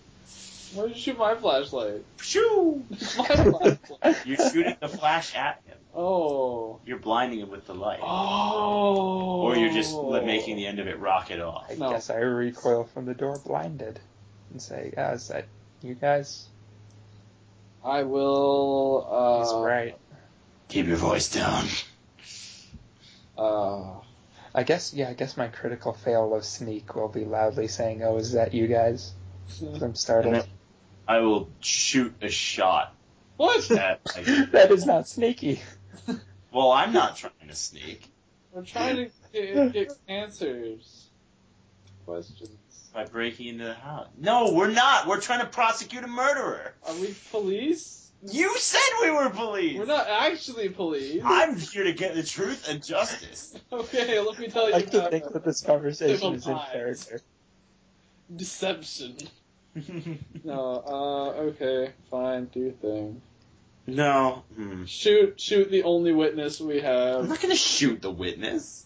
Speaker 3: Why did you shoot my flashlight?
Speaker 2: Shoo!
Speaker 3: my flashlight.
Speaker 2: You're shooting the flash at him.
Speaker 3: Oh.
Speaker 2: You're blinding him with the light.
Speaker 3: Oh.
Speaker 2: Or you're just li- making the end of it rocket off.
Speaker 4: I
Speaker 3: No.
Speaker 4: guess I recoil from the door blinded and say, "Ah, is that you guys?
Speaker 3: I will. Uh,
Speaker 4: He's right.
Speaker 2: Keep your voice down.
Speaker 3: Uh,
Speaker 4: I guess, yeah, I guess my critical fail of sneak will be loudly saying, oh, is that you guys? 'Cause I'm startled.
Speaker 2: I will shoot a shot
Speaker 3: what?
Speaker 2: at.
Speaker 4: that is not sneaky.
Speaker 2: Well, I'm not trying to sneak.
Speaker 3: We're trying to get, get answers. Questions.
Speaker 2: By breaking into the house. No, we're not. We're trying to prosecute a murderer.
Speaker 3: Are we police?
Speaker 2: You said we were police.
Speaker 3: We're not actually police.
Speaker 2: I'm here to get the truth and justice.
Speaker 3: Okay, let me
Speaker 4: I
Speaker 3: tell you
Speaker 4: like to
Speaker 3: about
Speaker 4: think that this conversation is in
Speaker 3: Symbolize.
Speaker 4: character.
Speaker 3: deception. No, uh, okay, fine, do your thing.
Speaker 2: no. Hmm.
Speaker 3: Shoot, shoot the only witness we
Speaker 2: I'm
Speaker 3: have.
Speaker 2: not going to shoot the witness.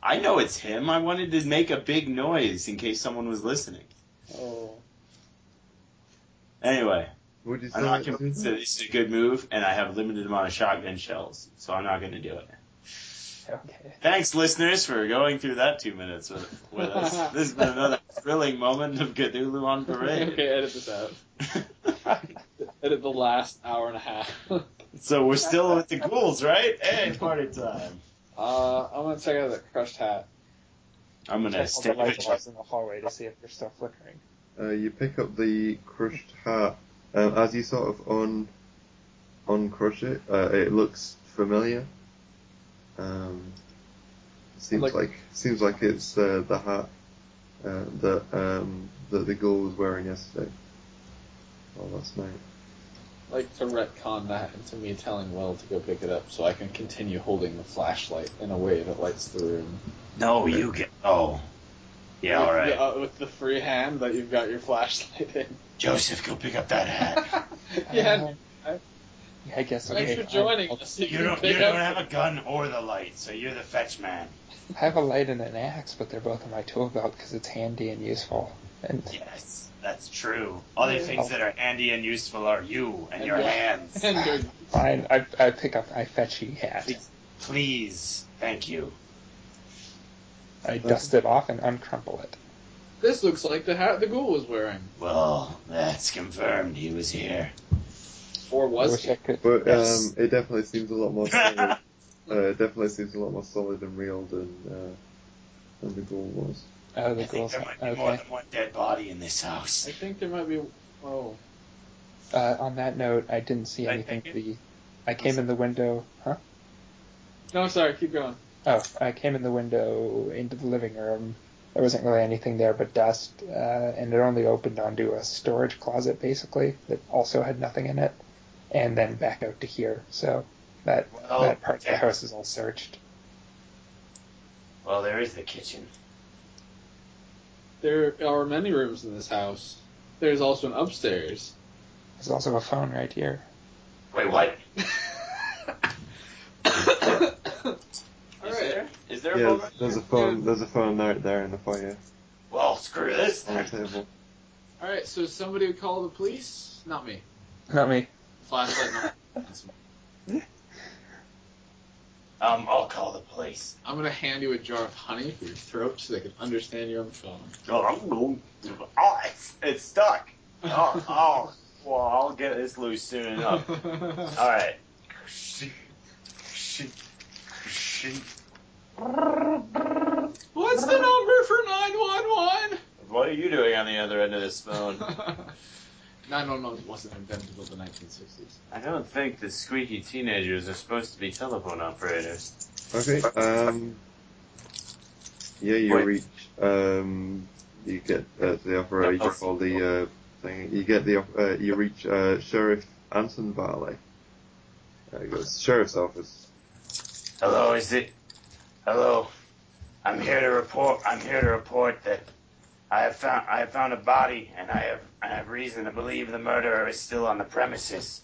Speaker 2: I know it's him. I wanted to make a big noise in case someone was listening.
Speaker 3: Oh.
Speaker 2: Anyway,
Speaker 1: would you say
Speaker 2: I'm not
Speaker 1: that you
Speaker 2: convinced that this is a good move, and I have limited amount of shotgun shells, so I'm not going to do it.
Speaker 4: Okay.
Speaker 2: Thanks, listeners, for going through that two minutes with, with us. This has been another thrilling moment of Cthulhu on parade.
Speaker 3: Okay, edit this out. Edit the last hour and a half. uh,
Speaker 2: so we're still with the ghouls, right? Hey, party time.
Speaker 3: I'm gonna check out that crushed hat.
Speaker 2: I'm going
Speaker 4: Check
Speaker 2: to
Speaker 4: all the
Speaker 2: stay
Speaker 4: light bulbs in the hallway to see if they're still flickering.
Speaker 1: Uh, you pick up the crushed hat. Um, as you sort of un uncrush it, uh, it looks familiar. Um, seems
Speaker 3: Like-
Speaker 1: like, seems like it's uh, the hat uh, that um, that the girl was wearing yesterday. Oh, that's nice.
Speaker 3: I'd like to retcon that into me telling Will to go pick it up so I can continue holding the flashlight in a way that lights the room.
Speaker 2: No, you get. Oh. Yeah,
Speaker 3: With
Speaker 2: all right.
Speaker 3: the- uh, with the free hand that you've got your flashlight in.
Speaker 2: Joseph, go pick up that hat.
Speaker 3: yeah,
Speaker 4: Uh, yeah, I guess.
Speaker 3: thanks
Speaker 4: Okay. uh,
Speaker 3: for joining us. You
Speaker 2: You
Speaker 3: can
Speaker 2: don't,
Speaker 3: pick
Speaker 2: you don't
Speaker 3: up-
Speaker 2: have a gun or the light, so you're the fetch man.
Speaker 4: I have a light and an axe, but they're both in my tool belt because it's handy and useful. And
Speaker 2: Yes, that's true. Other things that are handy and useful are you and your
Speaker 3: Yeah.
Speaker 2: hands.
Speaker 3: and your
Speaker 4: fine, I, I pick up my fetchy hat.
Speaker 2: Please, thank you.
Speaker 4: I dust it off and uncrumple it.
Speaker 3: This looks like the hat the ghoul was wearing.
Speaker 2: Well, that's confirmed. He was here.
Speaker 3: Or
Speaker 4: I
Speaker 3: was
Speaker 4: wish I could.
Speaker 1: But
Speaker 4: Yes.
Speaker 1: um, it definitely seems a lot more solid. uh, it definitely seems a lot more solid and real than uh, than the goal was.
Speaker 4: Oh,
Speaker 2: I
Speaker 4: the
Speaker 2: think
Speaker 4: girls.
Speaker 2: there might be more
Speaker 4: Okay.
Speaker 2: than one dead body in this house.
Speaker 3: I think there might be. Oh,
Speaker 4: Uh, on that note, I didn't see
Speaker 2: I
Speaker 4: anything.
Speaker 2: think
Speaker 4: The I came in the window. Huh?
Speaker 3: no, sorry. Keep going.
Speaker 4: Oh, I came in the window into the living room. There wasn't really anything there but dust, uh, and it only opened onto a storage closet basically that also had nothing in it, and then back out to here. So that
Speaker 2: Well,
Speaker 4: that part of the
Speaker 2: yeah.
Speaker 4: house is all searched.
Speaker 2: Well, there is the kitchen.
Speaker 3: There are many rooms in this house. There's also an upstairs.
Speaker 4: There's also a phone right here.
Speaker 22: Wait, what?
Speaker 3: All right.
Speaker 2: Is there a
Speaker 1: Yeah,
Speaker 2: phone?
Speaker 1: there's a phone. There's a phone there, there in the foyer
Speaker 22: Well, screw this.
Speaker 1: on the table.
Speaker 3: All right. So somebody would call the police. Not me.
Speaker 4: Not me.
Speaker 3: Flashlight. Not
Speaker 22: Um, I'll call the police.
Speaker 3: I'm gonna hand you a jar of honey for your throat so they can understand you on the phone.
Speaker 2: Oh, it's, it's stuck. Oh, oh. Well, I'll get this loose soon enough. All right.
Speaker 3: What's the number for nine one one?
Speaker 2: What are you doing on the other end of this phone?
Speaker 3: 911 wasn't invented until the 1960s.
Speaker 2: I don't think the squeaky teenagers are supposed to be telephone operators.
Speaker 1: Okay. Um. Yeah, you
Speaker 2: Wait.
Speaker 1: reach. Um. You get uh, to the operator.
Speaker 2: Oh.
Speaker 1: You call the uh, thing. You get the. op- Uh, you reach uh, Sheriff Anton Barley. Uh, he goes sheriff's office.
Speaker 22: Hello, is it? Hello. I'm here to report. I'm here to report that I have found I have found a body, and I have I have reason to believe the murderer is still on the premises.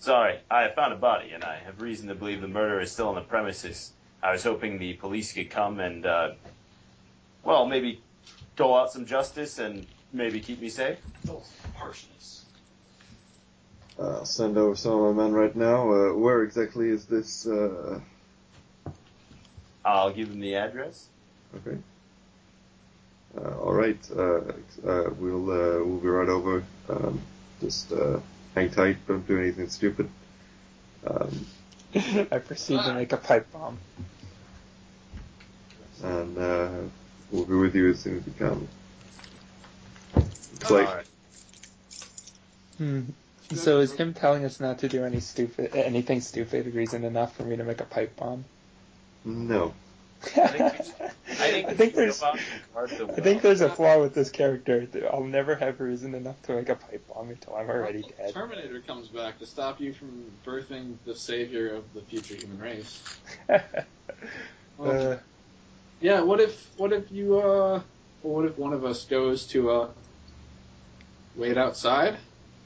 Speaker 2: Sorry, I have found a body, and I have reason to believe the murderer is still on the premises. I was hoping the police could come and, uh, well, maybe dole out some justice and maybe keep me safe.
Speaker 22: Oh, harshness.
Speaker 1: Uh, I'll send over some of my men right now. Uh, where exactly is this? Uh,
Speaker 2: I'll give them the address.
Speaker 1: okay. Uh, all right. Uh, uh, we'll uh, we'll be right over. Um, just uh, hang tight. Don't do anything stupid. Um,
Speaker 4: I proceed to make a pipe bomb.
Speaker 1: and uh, we'll be with you as soon as we can. It's like
Speaker 2: Alright.
Speaker 4: Hmm. So is him telling us not to do any stupid, anything stupid, reason enough for me to make a pipe bomb?
Speaker 1: no.
Speaker 2: I think,
Speaker 4: I think there's,
Speaker 2: about
Speaker 4: I think there's a flaw with this character. I'll never have reason enough to make a pipe bomb until I'm already dead.
Speaker 3: Terminator comes back to stop you from birthing the savior of the future human race. Well,
Speaker 4: uh,
Speaker 3: yeah. What if? What if you? Uh, what if one of us goes to uh, wait outside?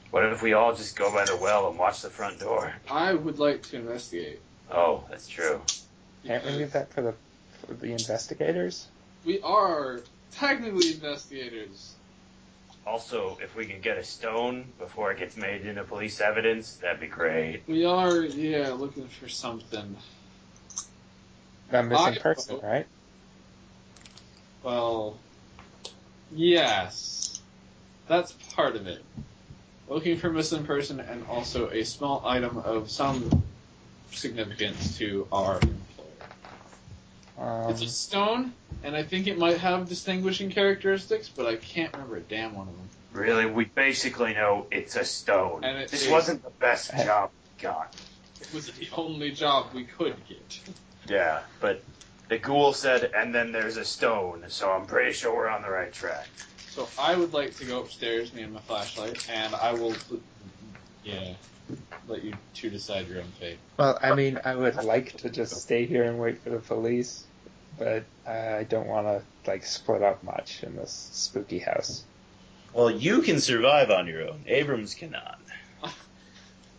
Speaker 22: What if we all just go by the well and watch the front door?
Speaker 3: I would like to investigate.
Speaker 22: Oh, that's true.
Speaker 4: can't we leave that for the for the investigators?
Speaker 3: We are technically investigators.
Speaker 22: Also, if we can get a stone before it gets made into police evidence, that'd be great.
Speaker 3: We are, yeah, looking for something.
Speaker 4: A missing
Speaker 3: I-
Speaker 4: person, right?
Speaker 3: Well, yes, that's part of it. Looking for missing person and also a small item of some significance to our employer.
Speaker 4: Um,
Speaker 3: It's a stone, and I think it might have distinguishing characteristics, but I can't remember a damn one of them.
Speaker 22: Really, we basically know it's a stone.
Speaker 3: And it
Speaker 22: this
Speaker 3: is-
Speaker 22: wasn't the best job we got.
Speaker 3: It was the only job we could get.
Speaker 22: Yeah, but the ghoul said, and then there's a stone, so I'm pretty sure we're on the right track.
Speaker 3: So I would like to go upstairs, me and my flashlight, and I will, yeah, let you two decide your own fate.
Speaker 4: well, I mean, I would like to just stay here and wait for the police, but I don't want to like split up much in this spooky house.
Speaker 2: Well, you can survive on your own. Abrams cannot.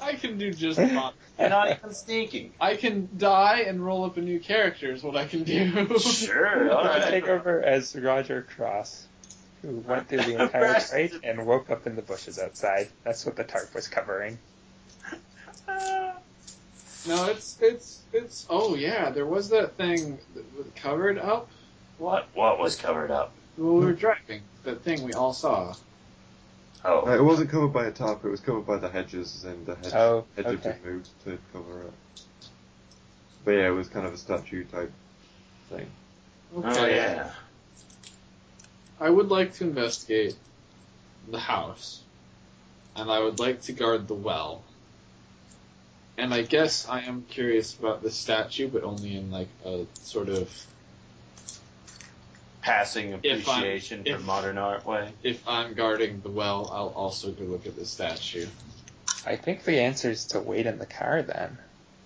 Speaker 3: I can do just fine.
Speaker 2: You're not even sneaking.
Speaker 3: I can die and roll up a new character is what I can do.
Speaker 2: Sure, all
Speaker 4: I
Speaker 2: right.
Speaker 4: take over as Roger Cross, who went through the entire
Speaker 2: Right.
Speaker 4: trade and woke up in the bushes outside. That's what the tarp was covering.
Speaker 3: no, it's it's it's. Oh yeah, there was that thing that was covered up
Speaker 22: What? What was covered up?
Speaker 3: when we were driving. That thing we all saw.
Speaker 1: Uh,
Speaker 22: Oh,
Speaker 1: it wasn't covered by a tarp. It was covered by the hedges, and the hedge,
Speaker 4: Oh,
Speaker 1: hedge had
Speaker 4: okay.
Speaker 1: been moved to cover it. But yeah, it was kind of a statue type thing.
Speaker 22: oh yeah.
Speaker 3: I would like to investigate the house, and I would like to guard the well. And I guess I am curious about the statue, but only in like a sort of
Speaker 2: Passing
Speaker 3: If I'm-
Speaker 2: appreciation for
Speaker 3: if-
Speaker 2: modern art way.
Speaker 3: if I'm guarding the well, I'll also go look at the statue.
Speaker 4: I think the answer is to wait in the car then,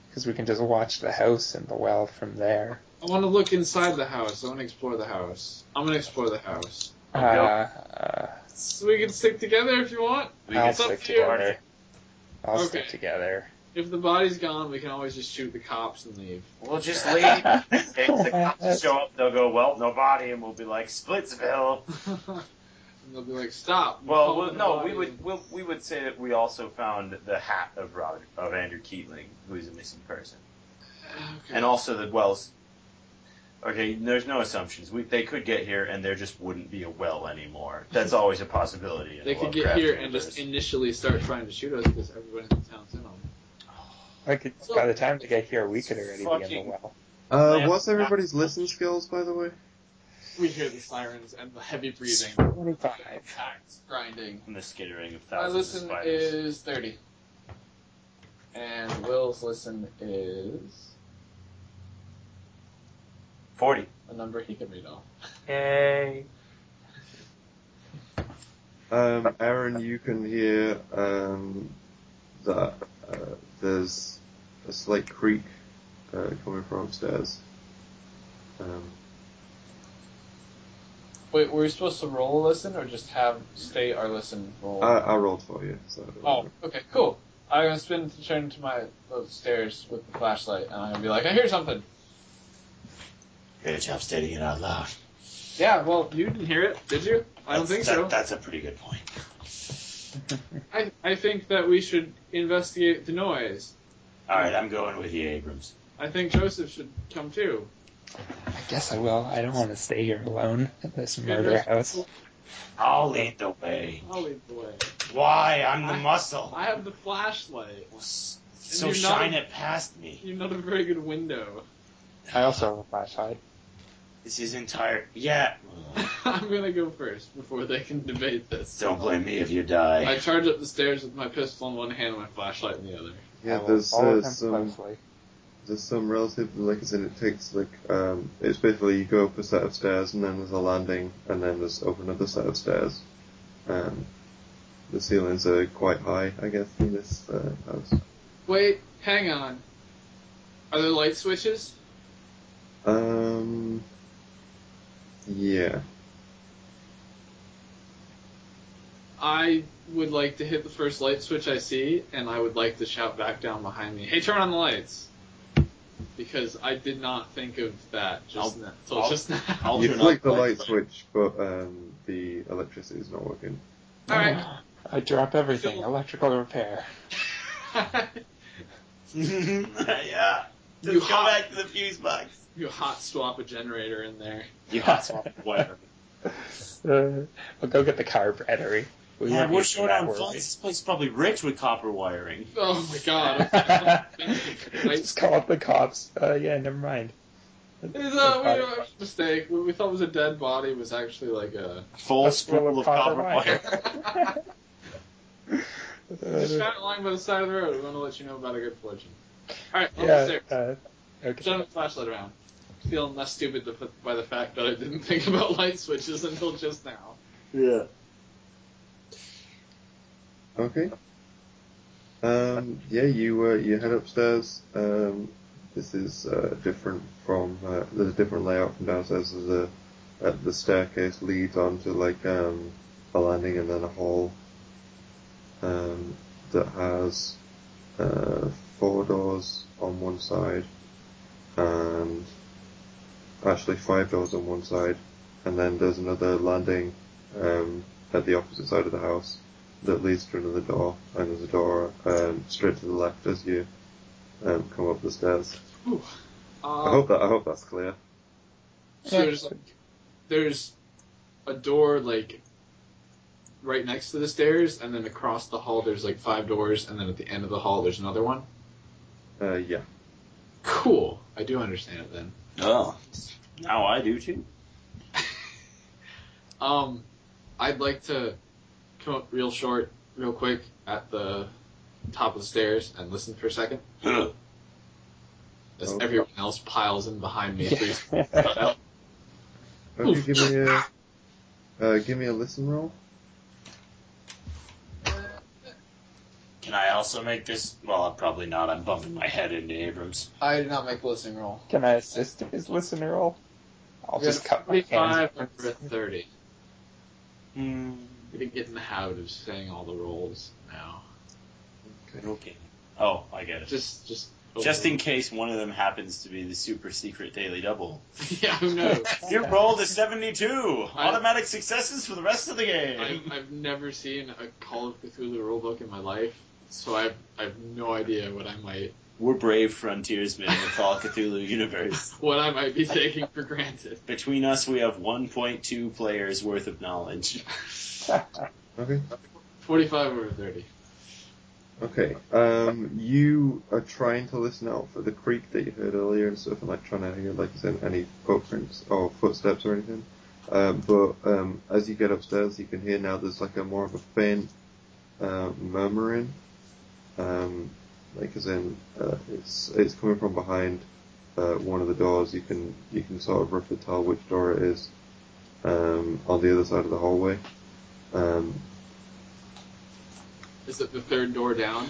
Speaker 4: because we can just watch the house and the well from there.
Speaker 3: I want to look inside the house. I want to explore the house. I'm gonna explore the house.
Speaker 4: Uh, uh,
Speaker 3: So we can stick together if you want.
Speaker 4: I'll
Speaker 3: it's up
Speaker 4: stick
Speaker 3: to you.
Speaker 4: together. I'll stick
Speaker 3: Okay.
Speaker 4: together.
Speaker 3: If the body's gone, we can always just shoot the cops and leave.
Speaker 15: We'll just leave. if the cops show up, they'll go, well, no body, and we'll be like, Splitsville.
Speaker 3: and they'll be like, "Stop." we
Speaker 2: Well,
Speaker 3: found
Speaker 2: well
Speaker 3: the
Speaker 2: no,
Speaker 3: body."
Speaker 2: we would we'll, we would say that we also found the hat of Robert, of Andrew Keatling, who is a missing person,
Speaker 3: "Ah, Okay.
Speaker 2: and also that Wells. Okay, there's no assumptions. We, they could get here, and there just wouldn't be a well anymore. That's always a possibility. In
Speaker 3: they
Speaker 2: a
Speaker 3: could get
Speaker 2: Lovecraft
Speaker 3: here and
Speaker 2: universe.
Speaker 3: just initially start trying to shoot us because everyone in the town's in on it.
Speaker 4: I could,
Speaker 3: So-
Speaker 4: by the time they get here, we could already be in
Speaker 2: Fucking-
Speaker 4: the well. Oh,
Speaker 1: Uh,
Speaker 2: Lamp-
Speaker 1: what's everybody's listen skills, by the way?
Speaker 3: We hear the sirens and the heavy breathing,
Speaker 4: Twenty-five.
Speaker 3: axe grinding.
Speaker 2: and the skittering of
Speaker 6: My
Speaker 2: thousands of
Speaker 6: listen
Speaker 2: spiders.
Speaker 3: uh,
Speaker 6: is 30. And Will's listen is
Speaker 2: Forty.
Speaker 6: a number he can read off.
Speaker 15: Yay.
Speaker 1: Um, Aaron, you can hear um, that uh, there's a slight creak uh, coming from upstairs. Um,
Speaker 6: Wait, were we supposed to roll a listen or just have stay our listen roll?
Speaker 4: Uh,
Speaker 1: I, I rolled for you, so.
Speaker 6: oh, okay, cool. I'm gonna spin to turn to my upstairs with the flashlight and I'm gonna be like, I hear something.
Speaker 5: Good job stating it out loud.
Speaker 3: Yeah, well, you didn't hear it, did you? I don't think
Speaker 5: That-
Speaker 3: so.
Speaker 5: That's a pretty good point.
Speaker 3: I, I think that we should investigate the noise.
Speaker 5: All right, I'm going with you, Abrams.
Speaker 3: I think Joseph should come too.
Speaker 4: I guess I will. I don't want to stay here alone at this
Speaker 3: Yeah,
Speaker 4: murder
Speaker 3: there's-
Speaker 4: house.
Speaker 5: I'll lead the way.
Speaker 3: I'll lead the way.
Speaker 5: Why? I'm the muscle.
Speaker 3: I have the flashlight.
Speaker 5: Well, s- so
Speaker 3: you're not
Speaker 5: shine
Speaker 3: a-
Speaker 5: it past me.
Speaker 3: You're not a very good window.
Speaker 4: I also have a flashlight.
Speaker 5: This is entire. Yeah.
Speaker 3: I'm gonna go first before they can debate this.
Speaker 5: Don't blame me if you die.
Speaker 3: I charge up the stairs with my pistol in one hand and my flashlight in the other.
Speaker 1: Yeah,
Speaker 4: I will
Speaker 1: there's
Speaker 4: follow
Speaker 1: uh,
Speaker 4: him
Speaker 1: some
Speaker 4: closely.
Speaker 1: there's some relative like as in it takes like um it's basically you go up a set of stairs and then there's a landing and then there's up another set of stairs. Um, the ceilings are quite high, I guess, in this uh, house.
Speaker 3: Wait, hang on. Are there light switches?
Speaker 1: Um, yeah.
Speaker 3: I would like to hit the first light switch I see, and I would like to shout back down behind me, "Hey, turn on the lights!" Because I did not think of that just now. Till
Speaker 2: I'll-
Speaker 3: just now.
Speaker 2: I'll
Speaker 1: you
Speaker 2: turn
Speaker 1: flick
Speaker 2: off
Speaker 1: the
Speaker 2: lights.
Speaker 1: light switch, but um, the electricity is not working.
Speaker 3: All right.
Speaker 4: I drop everything.
Speaker 3: Phil-
Speaker 4: Electrical repair.
Speaker 5: yeah. Just
Speaker 3: You
Speaker 5: go
Speaker 3: hot.
Speaker 5: back to the fuse box.
Speaker 3: you hot swap a generator in there.
Speaker 5: You hot swap whatever.
Speaker 4: Uh, I'll go get the car battery. We
Speaker 5: Yeah,
Speaker 4: weren't
Speaker 5: we're
Speaker 4: used to
Speaker 5: short
Speaker 4: that,
Speaker 5: on
Speaker 4: were
Speaker 5: phones. This place is probably rich with copper wiring.
Speaker 3: Oh my god! Okay.
Speaker 4: we? Just call up the cops. Uh, yeah, never mind.
Speaker 3: It's a, uh, we made a mistake. What we thought was a dead body was actually like a.
Speaker 5: Full spool of copper wire.
Speaker 3: Just
Speaker 4: Uh,
Speaker 3: found it lying by the side of the road. We want to let you know about a good fortune. All right, on the
Speaker 4: yeah.
Speaker 3: stairs.
Speaker 4: Uh,
Speaker 3: Shine
Speaker 4: okay.
Speaker 3: the flashlight around. Feeling less stupid to put- by the fact that I didn't think about light switches until just now.
Speaker 5: Yeah.
Speaker 1: Okay. Um, yeah, you uh, you head upstairs. Um, this is uh, different from uh, there's a different layout from downstairs. There's a uh, the staircase leads onto like um, a landing and then a hall um, that has uh, four doors on one side and actually five doors on one side, and then there's another landing um, at the opposite side of the house that leads to another door, and there's a door um, straight to the left as you um, come up the stairs. I
Speaker 3: Um,
Speaker 1: hope that I hope that's clear.
Speaker 3: so there's like, there's a door like right next to the stairs, and then across the hall there's like five doors, and then at the end of the hall there's another one.
Speaker 1: Uh, yeah.
Speaker 3: Cool. I do understand it then.
Speaker 5: Oh. Now I do too.
Speaker 3: Um, I'd like to come up real short, real quick at the top of the stairs and listen for a second
Speaker 5: Huh.
Speaker 3: as
Speaker 1: Okay.
Speaker 3: everyone else piles in behind me. Three
Speaker 4: Yeah.
Speaker 1: Okay, give me a uh, give me a listen roll.
Speaker 2: Can I also make this? Well, probably not. I'm bumping my head into Abrams.
Speaker 3: I did not make a listening roll.
Speaker 4: Can I assist his listener roll? I'll
Speaker 23: We
Speaker 4: just
Speaker 23: got
Speaker 4: cut my hands.
Speaker 23: 45 over 30.
Speaker 5: Hmm.
Speaker 3: We're gonna get in the habit of saying all the rolls now.
Speaker 2: Okay. Oh, I get it.
Speaker 3: Just, just.
Speaker 2: Just in case one of them happens to be the super secret daily double.
Speaker 3: yeah, who knows?
Speaker 2: You rolled a 72! Automatic successes for the rest of the
Speaker 3: I,
Speaker 2: game!
Speaker 3: I've never seen a Call of Cthulhu rulebook in my life, so I've I've no idea what I might
Speaker 2: We're brave frontiersmen in the Call of Cthulhu universe.
Speaker 3: what I might be taking for granted.
Speaker 2: Between us, we have 1.2 players worth of knowledge.
Speaker 1: Okay.
Speaker 3: Forty-five over thirty.
Speaker 1: Okay. Um, you are trying to listen out for the creak that you heard earlier and stuff, and like trying to hear, like you said, any footprints or footsteps or anything. Um, but um, as you get upstairs, you can hear now there's like a more of a faint uh, murmuring, um, like as in uh, it's it's coming from behind uh, one of the doors. You can you can sort of roughly tell which door it is um, on the other side of the hallway. Um,
Speaker 3: Is it the third door down?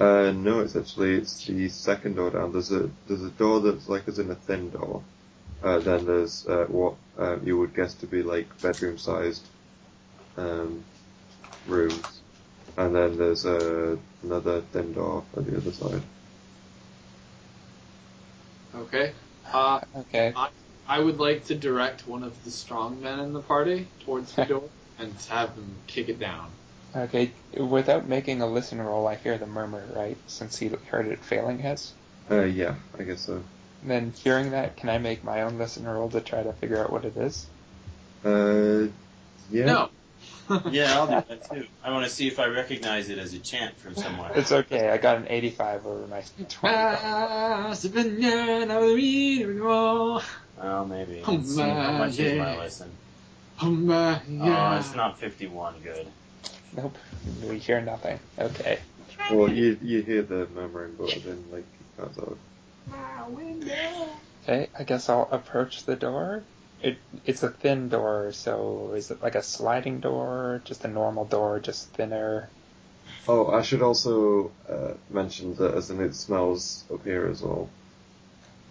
Speaker 1: Uh, no, it's actually it's the second door down. There's a there's a door that's like as in a thin door. Uh, then there's uh, what uh, you would guess to be like bedroom sized um, rooms, and then there's uh, another thin door on the other side.
Speaker 3: Okay. Uh,
Speaker 4: Okay.
Speaker 3: I would like to direct one of the strong men in the party towards the door and have them kick it down.
Speaker 4: Okay. Without making a listen roll, I hear the murmur, right? Since he heard it failing his.
Speaker 1: Uh, yeah, I guess so.
Speaker 4: Then hearing that, can I make my own listen roll to try to figure out what it is?
Speaker 1: Uh, yeah.
Speaker 3: No.
Speaker 2: yeah, I'll do that too. I want to see if I recognize it as a chant from somewhere.
Speaker 4: It's okay. I got an 85 over my 20.
Speaker 3: Ah, sipping yarn over the reading roll.
Speaker 2: Well, maybe.
Speaker 3: Oh,
Speaker 2: Let's see how much is
Speaker 3: my.
Speaker 2: my lesson.
Speaker 3: Oh my
Speaker 2: Oh,
Speaker 3: God.
Speaker 2: it's not 51 good.
Speaker 4: Nope. We hear nothing. Okay.
Speaker 1: Well, you you hear the murmuring, but then like you can't sort of
Speaker 4: Okay. I guess I'll approach the door. It it's a thin door, so is it like a sliding door, just a normal door, just thinner?
Speaker 1: Oh, I should also uh, mention that as in it smells up here as well.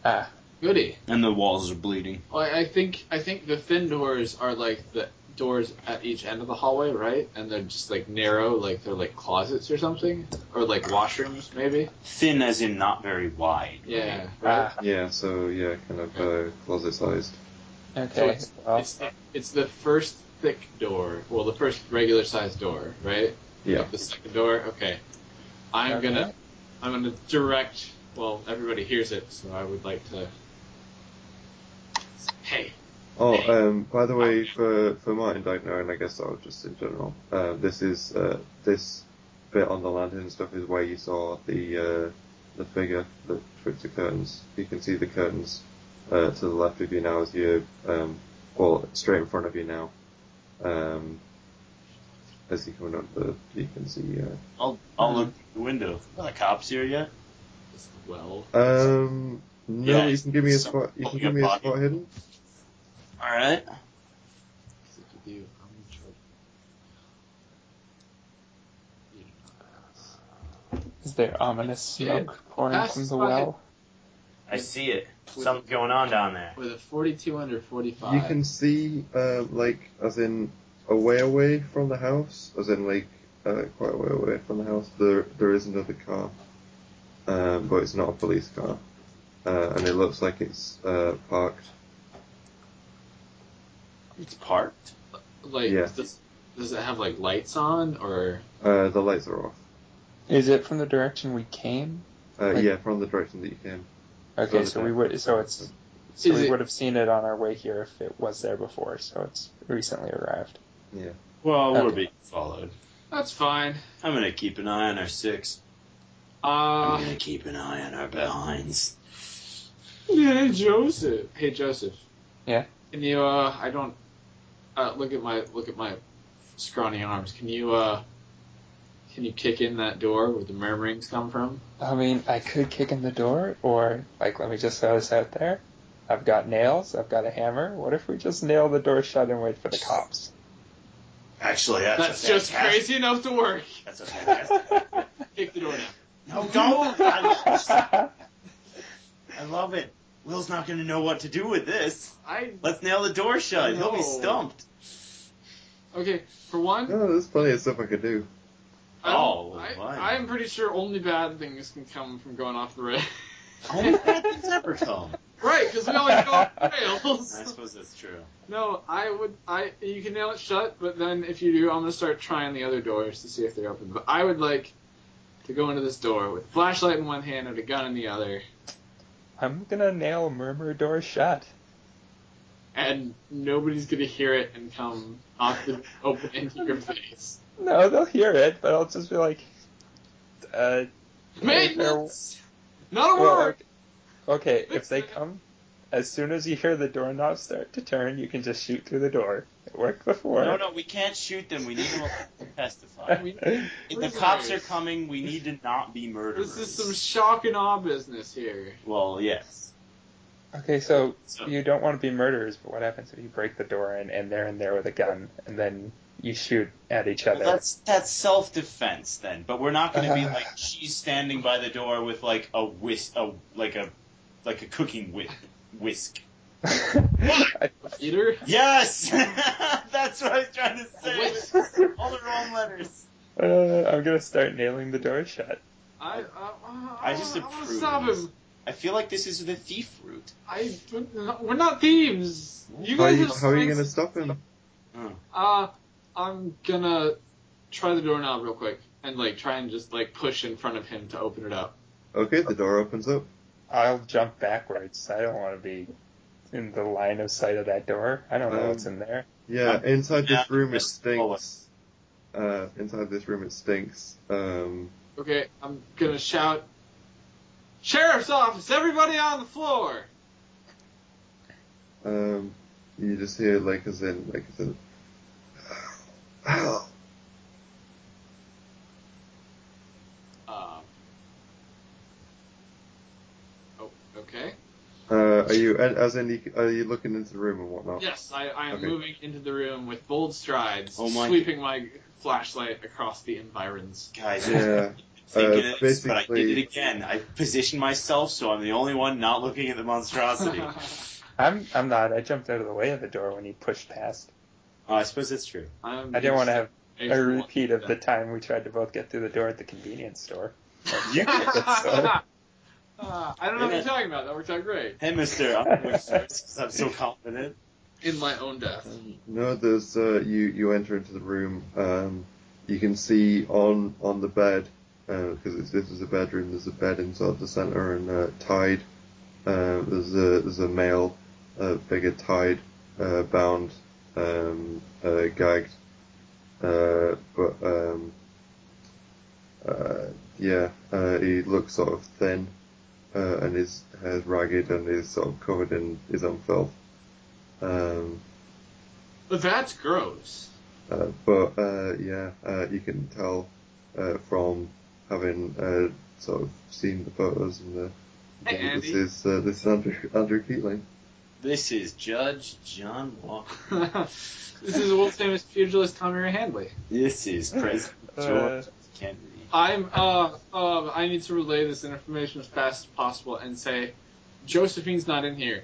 Speaker 4: Ah,
Speaker 3: Goody.
Speaker 2: And the walls are bleeding.
Speaker 3: Well, I I think I think the thin doors are like the doors at each end of the hallway, right? And they're just like narrow, like they're like closets or something, or like washrooms, maybe.
Speaker 2: Thin as in not very wide.
Speaker 3: Yeah. Right.
Speaker 4: ah
Speaker 1: Yeah, so yeah, kind of uh, closet sized.
Speaker 3: So
Speaker 4: okay.
Speaker 3: it's,
Speaker 4: well,
Speaker 3: it's, the, it's the first thick door, well, the first regular sized door, right?
Speaker 1: Yeah.
Speaker 3: The second door. Okay. I'm
Speaker 4: okay.
Speaker 3: gonna I'm gonna direct. Well, everybody hears it, so I would like to. Hey,
Speaker 1: Oh, um, by the way, for for Martin Dyckner, and I guess that was just in general, uh, this is uh, this bit on the landing and stuff is where you saw the uh, the figure that flipped the curtains. You can see the curtains uh, to the left of you now, as you um, well straight in front of you now. Um, as you coming up, the you can see. Uh,
Speaker 2: I'll, I'll look through the window. Are the cops here yet?
Speaker 3: it's well.
Speaker 1: um, no,
Speaker 2: Yeah,
Speaker 1: you can give me a
Speaker 2: it's
Speaker 1: spot. You can
Speaker 2: holding
Speaker 1: give
Speaker 2: a
Speaker 1: me a
Speaker 2: body.
Speaker 1: spot hidden.
Speaker 2: Alright.
Speaker 3: Is it with you? I'm in charge. You don't
Speaker 4: Is there ominous smoke pouring
Speaker 3: Pass
Speaker 4: from the
Speaker 3: by.
Speaker 4: well?
Speaker 2: I see it. Something's going on down there.
Speaker 3: know. With a 42 under 45.
Speaker 1: You can see, uh, like, as in a way away from the house, as in like uh, quite a way away from the house. There, there is another car, um, but it's not a police car, uh, and it looks like it's uh, parked.
Speaker 2: It's parked.
Speaker 3: like,
Speaker 1: yeah.
Speaker 3: does, does it have like lights on or?
Speaker 1: Uh, the lights are off.
Speaker 4: Is it from the direction we came?
Speaker 1: Uh,
Speaker 4: Like-
Speaker 1: yeah, from the direction that you came.
Speaker 4: Okay,
Speaker 1: From
Speaker 4: so
Speaker 1: the-
Speaker 4: we would so it's so
Speaker 3: Is
Speaker 4: we
Speaker 3: it-
Speaker 4: would have seen it on our way here if it was there before. So it's recently arrived.
Speaker 1: Yeah.
Speaker 2: Well, we're
Speaker 4: Okay.
Speaker 2: being followed.
Speaker 3: That's fine.
Speaker 2: I'm gonna keep an eye on our six. I'm
Speaker 3: Uh,
Speaker 2: gonna keep an eye on our behinds.
Speaker 3: hey Joseph. Hey Joseph.
Speaker 4: Yeah?
Speaker 3: Can you? Uh, I don't. Uh, look at my look at my scrawny arms. Can you? Uh, can you kick in that door where the murmurings come from?
Speaker 4: I mean, I could kick in the door, or like, let me just throw this out there. I've got nails. I've got a hammer. What if we just nail the door shut and wait for the cops?
Speaker 2: Actually, that's,
Speaker 3: That's
Speaker 2: a
Speaker 3: just
Speaker 2: fantastic-
Speaker 3: crazy enough to work.
Speaker 2: That's a fantastic.
Speaker 3: Kick the door down.
Speaker 2: no, don't. I, I love it. Will's not going to know what to do with this.
Speaker 3: I
Speaker 2: Let's nail the door shut. He'll be
Speaker 3: No.
Speaker 2: stumped.
Speaker 3: okay. For one,
Speaker 1: No, Oh, there's plenty of stuff I could do.
Speaker 3: I'm,
Speaker 2: Oh,
Speaker 3: I,
Speaker 2: my.
Speaker 3: I'm pretty sure only bad things can come from going off the rails.
Speaker 2: Only bad things ever come.
Speaker 3: right, because we always go off the
Speaker 2: I
Speaker 3: rails.
Speaker 2: suppose that's true.
Speaker 3: No, I would. I you can nail it shut, but then if you do, I'm gonna start trying the other doors to see if they're open. But I would like to go into this door with a flashlight in one hand and a gun in the other,
Speaker 4: I'm gonna nail murmur door shut.
Speaker 3: and nobody's gonna hear it and come off the open into your face.
Speaker 4: No, they'll hear it, but I'll just be like, uh,
Speaker 3: Maintenance, not a
Speaker 4: well,
Speaker 3: word.
Speaker 4: okay, if they come, as soon as you hear the doorknob start to turn, you can just shoot through the door. It worked before.
Speaker 2: No, no, we can't shoot them. We need them to testify. If the cops are coming, we need to not be murderers.
Speaker 3: This is some shock and awe business here.
Speaker 2: well, yes.
Speaker 4: okay, so
Speaker 2: So,
Speaker 4: you don't want to be murderers, but what happens if you break the door in and they're in there with a gun, and then you shoot at each
Speaker 2: well,
Speaker 4: other?
Speaker 2: that's that's self defense then. But we're not going to be like she's standing by the door with like a whisk, a like a like a cooking whisk. Whisk.
Speaker 4: I,
Speaker 3: Peter?
Speaker 2: Yes, that's what I was trying to say. All the wrong letters.
Speaker 4: uh, I'm gonna start nailing the door shut.
Speaker 3: I, I,
Speaker 2: I just
Speaker 3: I want
Speaker 2: approve.
Speaker 3: to stop him.
Speaker 2: I feel like this is the thief route.
Speaker 3: I, we're not thieves. You
Speaker 1: How are
Speaker 3: guys
Speaker 1: you,
Speaker 3: have
Speaker 1: how are you
Speaker 3: strengths.
Speaker 1: gonna stop him?
Speaker 3: Uh, I'm gonna try the doorknob real quick and like try and just like push in front of him to open it up.
Speaker 1: Okay, the door opens up.
Speaker 4: I'll jump backwards. I don't want to be in the line of sight of that door. I don't know
Speaker 1: Um,
Speaker 4: what's in there.
Speaker 1: Yeah, inside
Speaker 2: Yeah,
Speaker 1: this room it
Speaker 2: just follow.
Speaker 1: stinks. Uh, inside this room it stinks. Um,
Speaker 3: Okay, I'm gonna shout, "Sheriff's office! Everybody on the floor!"
Speaker 1: um, you just hear like as in like as in. uh, Ow.
Speaker 3: Um. Oh, okay.
Speaker 1: Uh, are you as in you, are you looking into the room and whatnot?
Speaker 3: Yes, I, I am
Speaker 1: Okay.
Speaker 3: moving into the room with bold strides,
Speaker 2: Oh my-
Speaker 3: sweeping my flashlight across the environs.
Speaker 2: Guys,
Speaker 1: Yeah.
Speaker 2: thinking
Speaker 1: Uh,
Speaker 2: of this, but I did it
Speaker 1: basically-
Speaker 2: again. I positioned myself so I'm the only one not looking at the monstrosity. uh,
Speaker 4: I'm I'm not. I jumped out of the way of the door when you pushed past.
Speaker 2: Oh, I suppose that's true.
Speaker 3: I'm
Speaker 4: I didn't want to have a
Speaker 3: Excellent.
Speaker 4: repeat of the time we tried to both get through the door at the convenience store.
Speaker 2: You
Speaker 4: Sorry.
Speaker 3: Uh, I don't know what you're talking about. That worked out great.
Speaker 2: Hey, mister, I'm going first because I'm so confident.
Speaker 3: In my own death.
Speaker 1: No, there's uh, you. You enter into the room. Um, you can see on on the bed because it's this is a bedroom. There's a bed inside the center and uh, tied. Uh, there's a there's a male uh, figure tied, uh, bound, um, uh, gagged. Uh, but um, uh, yeah, uh, he looks sort of thin, uh, and his hair's ragged, and he's sort of covered in his own filth. Um,
Speaker 3: But that's gross.
Speaker 1: Uh, but uh, yeah, uh, you can tell uh, from having uh, sort of seen the photos and the.
Speaker 3: Hey,
Speaker 1: that this
Speaker 3: Andy.
Speaker 1: is uh, this is Andrew, Andrew Keatling.
Speaker 2: This is Judge John Walker.
Speaker 3: this is the world's famous pugilist Tommy Ray Handley.
Speaker 2: This is
Speaker 4: Uh,
Speaker 2: President George Kennedy.
Speaker 3: I'm, uh, uh, I need to relay this information as fast as possible and say, Josephine's not in here.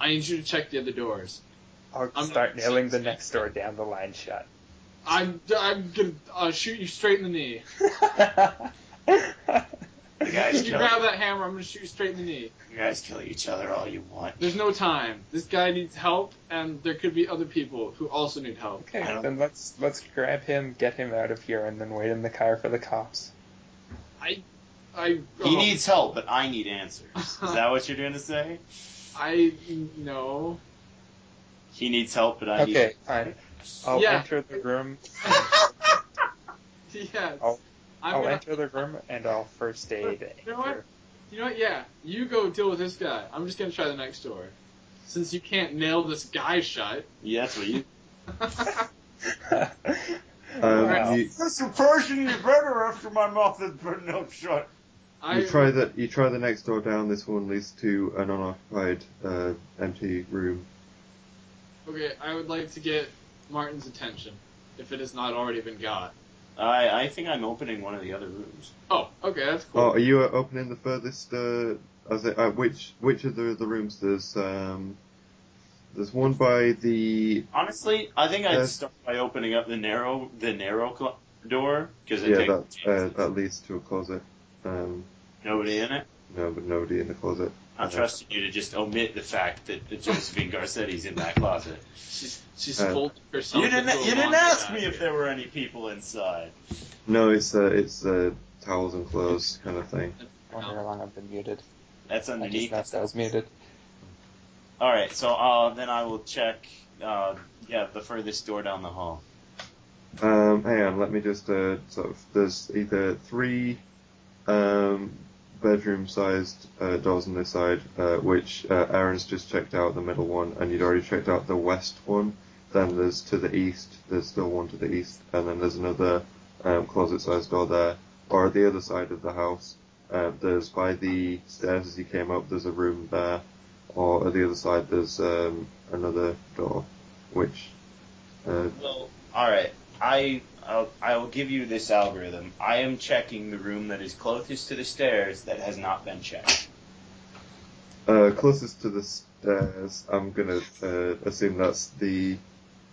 Speaker 3: I need you to check the other doors.
Speaker 4: I'll
Speaker 3: I'm
Speaker 4: start
Speaker 3: not-
Speaker 4: nailing the next door down the line shut.
Speaker 3: I'm, I'm gonna uh, shoot you straight in the knee.
Speaker 2: You guys
Speaker 3: If you
Speaker 2: kill,
Speaker 3: grab that hammer, I'm gonna shoot you straight in the knee.
Speaker 2: you guys kill each other all you want.
Speaker 3: There's no time. This guy needs help, and there could be other people who also need help.
Speaker 4: okay,
Speaker 2: I don't-
Speaker 4: then let's let's grab him, get him out of here, and then wait in the car for the cops.
Speaker 3: I,
Speaker 2: He
Speaker 3: oh,
Speaker 2: needs help, but I need answers. Is that what you're going to say?
Speaker 3: I know.
Speaker 2: He needs help, but I
Speaker 4: Okay, fine. I'll
Speaker 3: Yeah.
Speaker 4: enter the room.
Speaker 3: Yes.
Speaker 4: I'll-
Speaker 3: I'm
Speaker 4: I'll
Speaker 3: gonna-
Speaker 4: enter the room and I'll first aid.
Speaker 3: You know what? You know what? Yeah, you go deal with this guy. I'm just gonna try the next door, since you can't nail this guy shut.
Speaker 2: need. Yeah, that's what you.
Speaker 4: Uh,
Speaker 1: Um,
Speaker 4: Wow.
Speaker 1: you,
Speaker 2: That's the person you murder after my mouth is burned up shut.
Speaker 3: I
Speaker 1: you try that. You try the next door down. This one leads to an unoccupied, uh, empty room.
Speaker 3: okay. I would like to get Martin's attention. if it has not already been got.
Speaker 2: I I think I'm opening one of the other rooms.
Speaker 3: Oh, okay, that's cool.
Speaker 1: Oh, are you opening the furthest? Uh, as it, uh, which which of the the rooms? There's um, there's one by the
Speaker 2: Honestly, I think I'd
Speaker 1: Uh,
Speaker 2: start by opening up the narrow the narrow cl- door because it
Speaker 1: yeah that
Speaker 2: takes
Speaker 1: uh, that leads to a closet. Um,
Speaker 2: nobody in it.
Speaker 1: no, but nobody in the closet.
Speaker 2: I'm
Speaker 1: Uh,
Speaker 2: trusting you to just omit the fact that that Josephine Garcetti's in that closet.
Speaker 3: She's she's
Speaker 1: Uh,
Speaker 3: folded herself.
Speaker 2: You didn't.
Speaker 3: into a
Speaker 2: You didn't
Speaker 3: laundry
Speaker 2: ask me
Speaker 3: basket.
Speaker 2: if there were any people inside.
Speaker 1: No, it's uh, it's uh, towels and clothes kind of thing.
Speaker 4: I wonder how long I've been muted.
Speaker 2: That's
Speaker 4: I just
Speaker 2: underneath.
Speaker 4: noticed I was muted.
Speaker 2: All right. So uh, then I will check. Uh, yeah, the furthest door down the hall.
Speaker 1: Um, hang on, let me just uh, sort of. There's either three um, bedroom-sized uh, doors on this side, uh, which uh, Aaron's just checked out the middle one, and you'd already checked out the west one. Then there's to the east. There's still one to the east, and then there's another um, closet-sized door there, or at the other side of the house. Uh, there's by the stairs as you came up. There's a room there, or at the other side there's um, another door, which. Uh,
Speaker 2: Well, all right. I I'll, I will give you this algorithm. I am checking the room that is closest to the stairs that has not been checked.
Speaker 1: Uh, closest to the stairs, I'm gonna uh, assume that's the.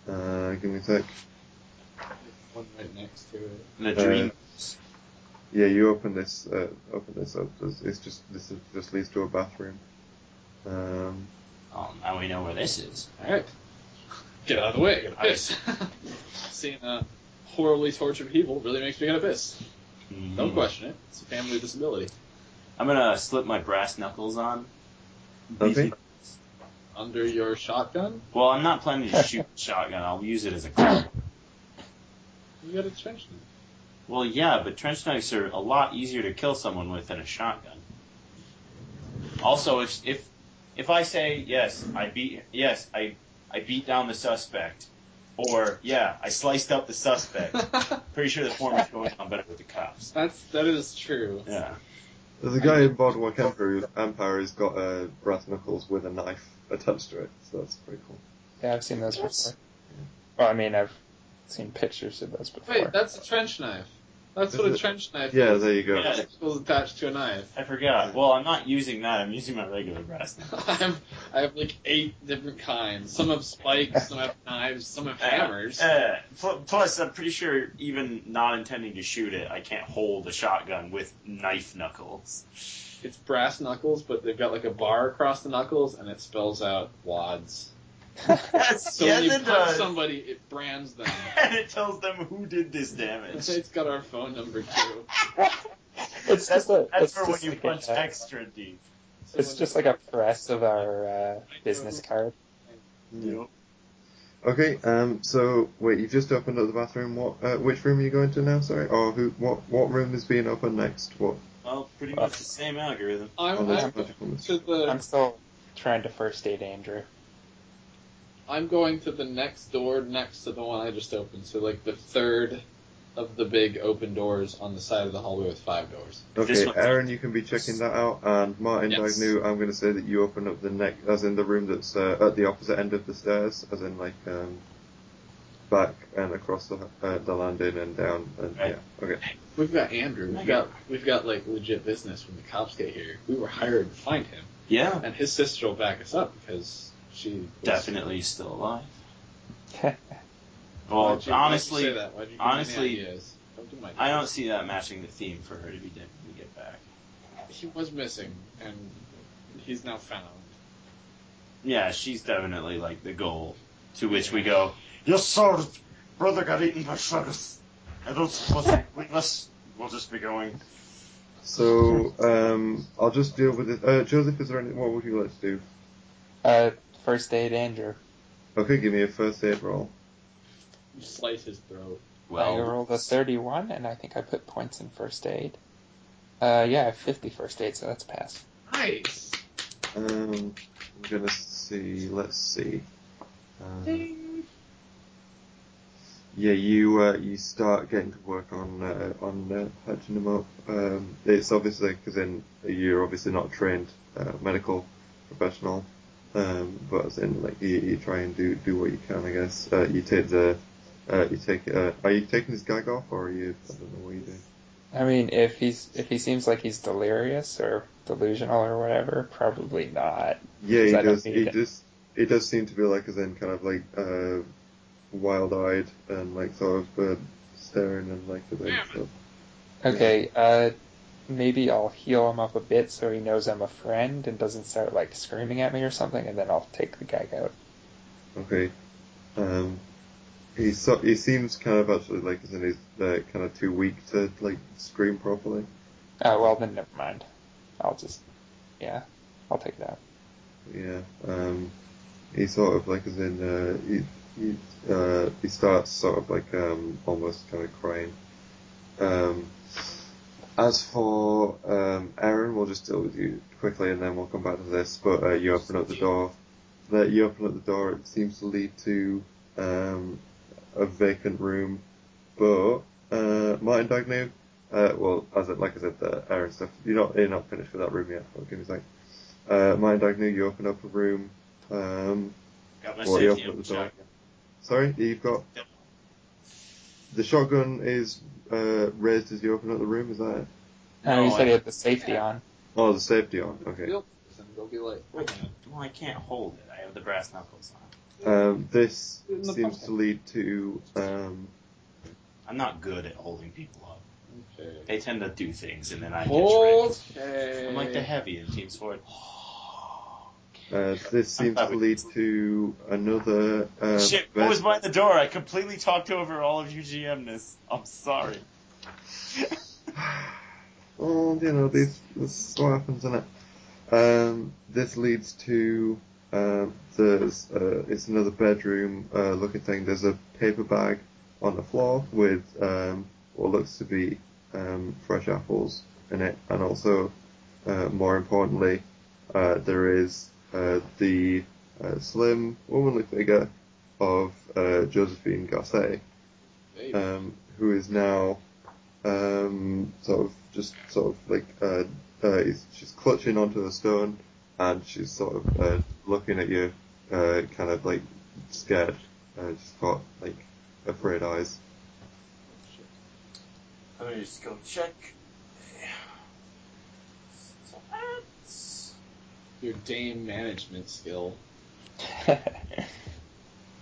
Speaker 1: Uh, give me a sec.
Speaker 6: One right next to it.
Speaker 2: The
Speaker 4: Uh,
Speaker 1: dream. Yeah, you open this. Uh, open this up. It's, it's just this is, just leads to a bathroom. Um,
Speaker 2: Oh, now we know where this is.
Speaker 3: All right,
Speaker 6: Get out of the way.
Speaker 3: I- seeing a horribly tortured people really makes me get a piss.
Speaker 2: Mm. Hmm.
Speaker 3: Don't question it. It's a family disability.
Speaker 2: I'm gonna slip my brass knuckles on.
Speaker 1: okay.
Speaker 3: Under your shotgun,
Speaker 2: Well, I'm not planning to shoot the shotgun. I'll use it as a club.
Speaker 3: you got a trench knife.
Speaker 2: Well, yeah, but trench knives are a lot easier to kill someone with than a shotgun. Also, if if if I say yes, I beat yes, I I beat down the suspect, or yeah, I sliced up the suspect. Pretty sure the form is going on better with the cops.
Speaker 3: That's that is true.
Speaker 2: Yeah.
Speaker 1: There's a guy in Boardwalk Empire, Empire who's got uh, brass knuckles with a knife attached to it, so that's pretty cool.
Speaker 4: Yeah, I've seen those before. Well, I mean, I've seen pictures of those before.
Speaker 3: Wait, that's a trench knife. That's what
Speaker 1: Is
Speaker 3: a
Speaker 1: it-
Speaker 3: trench knife
Speaker 1: Yeah,
Speaker 3: is.
Speaker 1: there you go.
Speaker 2: Yeah.
Speaker 3: It's attached to a knife.
Speaker 2: I forgot. Well, I'm not using that. I'm using my regular brass knife.
Speaker 3: I have I have like eight different kinds. Some have spikes, some have knives, some have hammers.
Speaker 2: Uh, pl- plus, I'm pretty sure even not intending to shoot it, I can't hold a shotgun with knife knuckles.
Speaker 3: It's brass knuckles, but they've got like a bar across the knuckles, and it spells out wads.
Speaker 2: Yes,
Speaker 3: So
Speaker 2: yes,
Speaker 3: when you
Speaker 2: it
Speaker 3: punch
Speaker 2: does.
Speaker 3: somebody, it brands them.
Speaker 2: and it tells them who did this damage.
Speaker 3: it's got our phone number too.
Speaker 4: It's
Speaker 2: that's,
Speaker 4: just a-
Speaker 2: that's
Speaker 4: it's
Speaker 2: for when
Speaker 4: just
Speaker 2: you
Speaker 4: like
Speaker 2: punch
Speaker 4: a-
Speaker 2: extra deep.
Speaker 4: It's just like a press of our uh, business card.
Speaker 1: Mm. Okay. Um. So wait, you've just opened up the bathroom. What? Uh, which room are you going to now? Sorry. Or who? What? What room is being opened next? What?
Speaker 2: Well, pretty much the same algorithm.
Speaker 1: Oh,
Speaker 3: I'm,
Speaker 1: there's
Speaker 3: I'm
Speaker 1: magical mystery.
Speaker 3: to the
Speaker 4: I'm still trying to first aid Andrew.
Speaker 3: I'm going to the next door next to the one I just opened. So like the third of the big open doors on the side of the hallway with five doors.
Speaker 1: Okay,
Speaker 2: This one-
Speaker 1: Aaron, you can be checking that out, and Martin
Speaker 3: Yes.
Speaker 1: Dagnew, I'm going to say that you open up the neck, as in the room that's uh, at the opposite end of the stairs, as in like um, back and across the uh, the landing and down. And,
Speaker 2: Right.
Speaker 1: Yeah. Okay.
Speaker 3: We've got Andrew. We've got we've got like legit business when the cops get here. We were hired to find him,
Speaker 2: Yeah,
Speaker 3: and his sister will back us up because she was,
Speaker 2: definitely still alive.
Speaker 4: I
Speaker 2: Well,
Speaker 3: Why'd you- why'd you say
Speaker 2: honestly,
Speaker 3: that? Why'd you give
Speaker 2: honestly,
Speaker 3: me any ideas? Don't do my
Speaker 2: I don't see that matching the theme for her to be dead when we get back.
Speaker 3: He was missing, and he's now found.
Speaker 2: Yeah, she's definitely like the goal to which we go. Yes, sir. Brother got eaten by sharks. I don't suppose we must. We'll just be going.
Speaker 1: So um, I'll just deal with it. Uh, Joseph, is there any? What would you like to do?
Speaker 4: Uh, first aid Andrew.
Speaker 1: Okay, give me a first aid roll.
Speaker 3: Slice his throat.
Speaker 4: I
Speaker 2: Well,
Speaker 4: rolled a 31, and I think I put points in first aid. Uh, yeah, I have 50 first aid, so that's pass.
Speaker 3: Nice.
Speaker 1: Um, I'm gonna see. Let's see. Uh, yeah, you uh, you start getting to work on uh, on uh, patching them up. Um, it's obviously because then you're obviously not a trained uh, medical professional, um, but as in like you, you try and do do what you can. I guess uh, you take the Uh, you take. Uh, are you taking his gag off, or are you? I don't know what you do.
Speaker 4: I mean, if he's if he seems like he's delirious or delusional or whatever, probably not.
Speaker 1: Yeah, he
Speaker 4: So I don't
Speaker 1: does.
Speaker 4: think
Speaker 1: He
Speaker 4: he can-
Speaker 1: does. It does seem to be like as in kind of like uh, wild-eyed and like sort of uh, staring and like the thing.
Speaker 3: Yeah,
Speaker 1: So.
Speaker 4: Okay, uh, maybe I'll heal him up a bit so he knows I'm a friend and doesn't start like screaming at me or something, and then I'll take the gag out.
Speaker 1: Okay. Um, he so, he seems kind of actually like as in he's uh, kind of too weak to like scream properly.
Speaker 4: Oh well, then never mind. I'll just yeah, I'll take it out.
Speaker 1: Yeah. Um, he sort of like as in uh, he he uh, he starts sort of like um almost kind of crying. Um, as for um Aaron, we'll just deal with you quickly and then we'll come back to this. But uh, you open up the door. That you open up the door, it seems to lead to um a vacant room, but uh Martin Dagnew. Uh, well, as it, like I said, the Aaron stuff. You're not you're not finished with that room yet. But give me a sec. Uh, Mind Agnew, you open up a room. Um,
Speaker 2: Got my
Speaker 1: well, you
Speaker 2: safety
Speaker 1: open up the
Speaker 2: up,
Speaker 1: door.
Speaker 2: Chuck.
Speaker 1: Sorry, you've got
Speaker 2: Yep.
Speaker 1: the shotgun is uh, raised as you open up the room. Is that it?
Speaker 4: No, Uh, you
Speaker 2: No,
Speaker 4: said
Speaker 2: I-
Speaker 4: he had the safety on.
Speaker 1: Oh, the safety on. Okay.
Speaker 6: Feel this and They'll be like,
Speaker 2: Wait, well, I can't hold it. I have the brass knuckles on.
Speaker 1: Um, this
Speaker 6: In the
Speaker 1: seems
Speaker 6: pocket.
Speaker 1: to lead to um,
Speaker 2: I'm not good at holding people up.
Speaker 6: okay.
Speaker 2: They tend to do things, and then I get tricked.
Speaker 6: Okay.
Speaker 2: I'm like the heavy in Team Sport.
Speaker 1: uh, this
Speaker 2: I'm
Speaker 1: seems to
Speaker 2: sorry.
Speaker 1: lead to another. Uh,
Speaker 2: Shit,
Speaker 1: vent-
Speaker 2: what was behind the door? I completely talked over all of your GMness. I'm sorry.
Speaker 1: Oh, you know, these, this is what happens, isn't it? Um, this leads to um, there's uh, it's another bedroom uh, looking thing. There's a paper bag on the floor with um, what looks to be um, fresh apples in it, and also uh, more importantly, uh, there is uh, the uh, slim womanly figure of uh, Josephine Gasset,
Speaker 6: Hey,
Speaker 1: um, who is now um, sort of just sort of like uh, uh, he's, she's clutching onto a stone and she's sort of uh, looking at you, uh, kind of like scared, uh, just got like afraid eyes.
Speaker 5: I'm gonna just go check. Stats.
Speaker 6: Your dame management skill.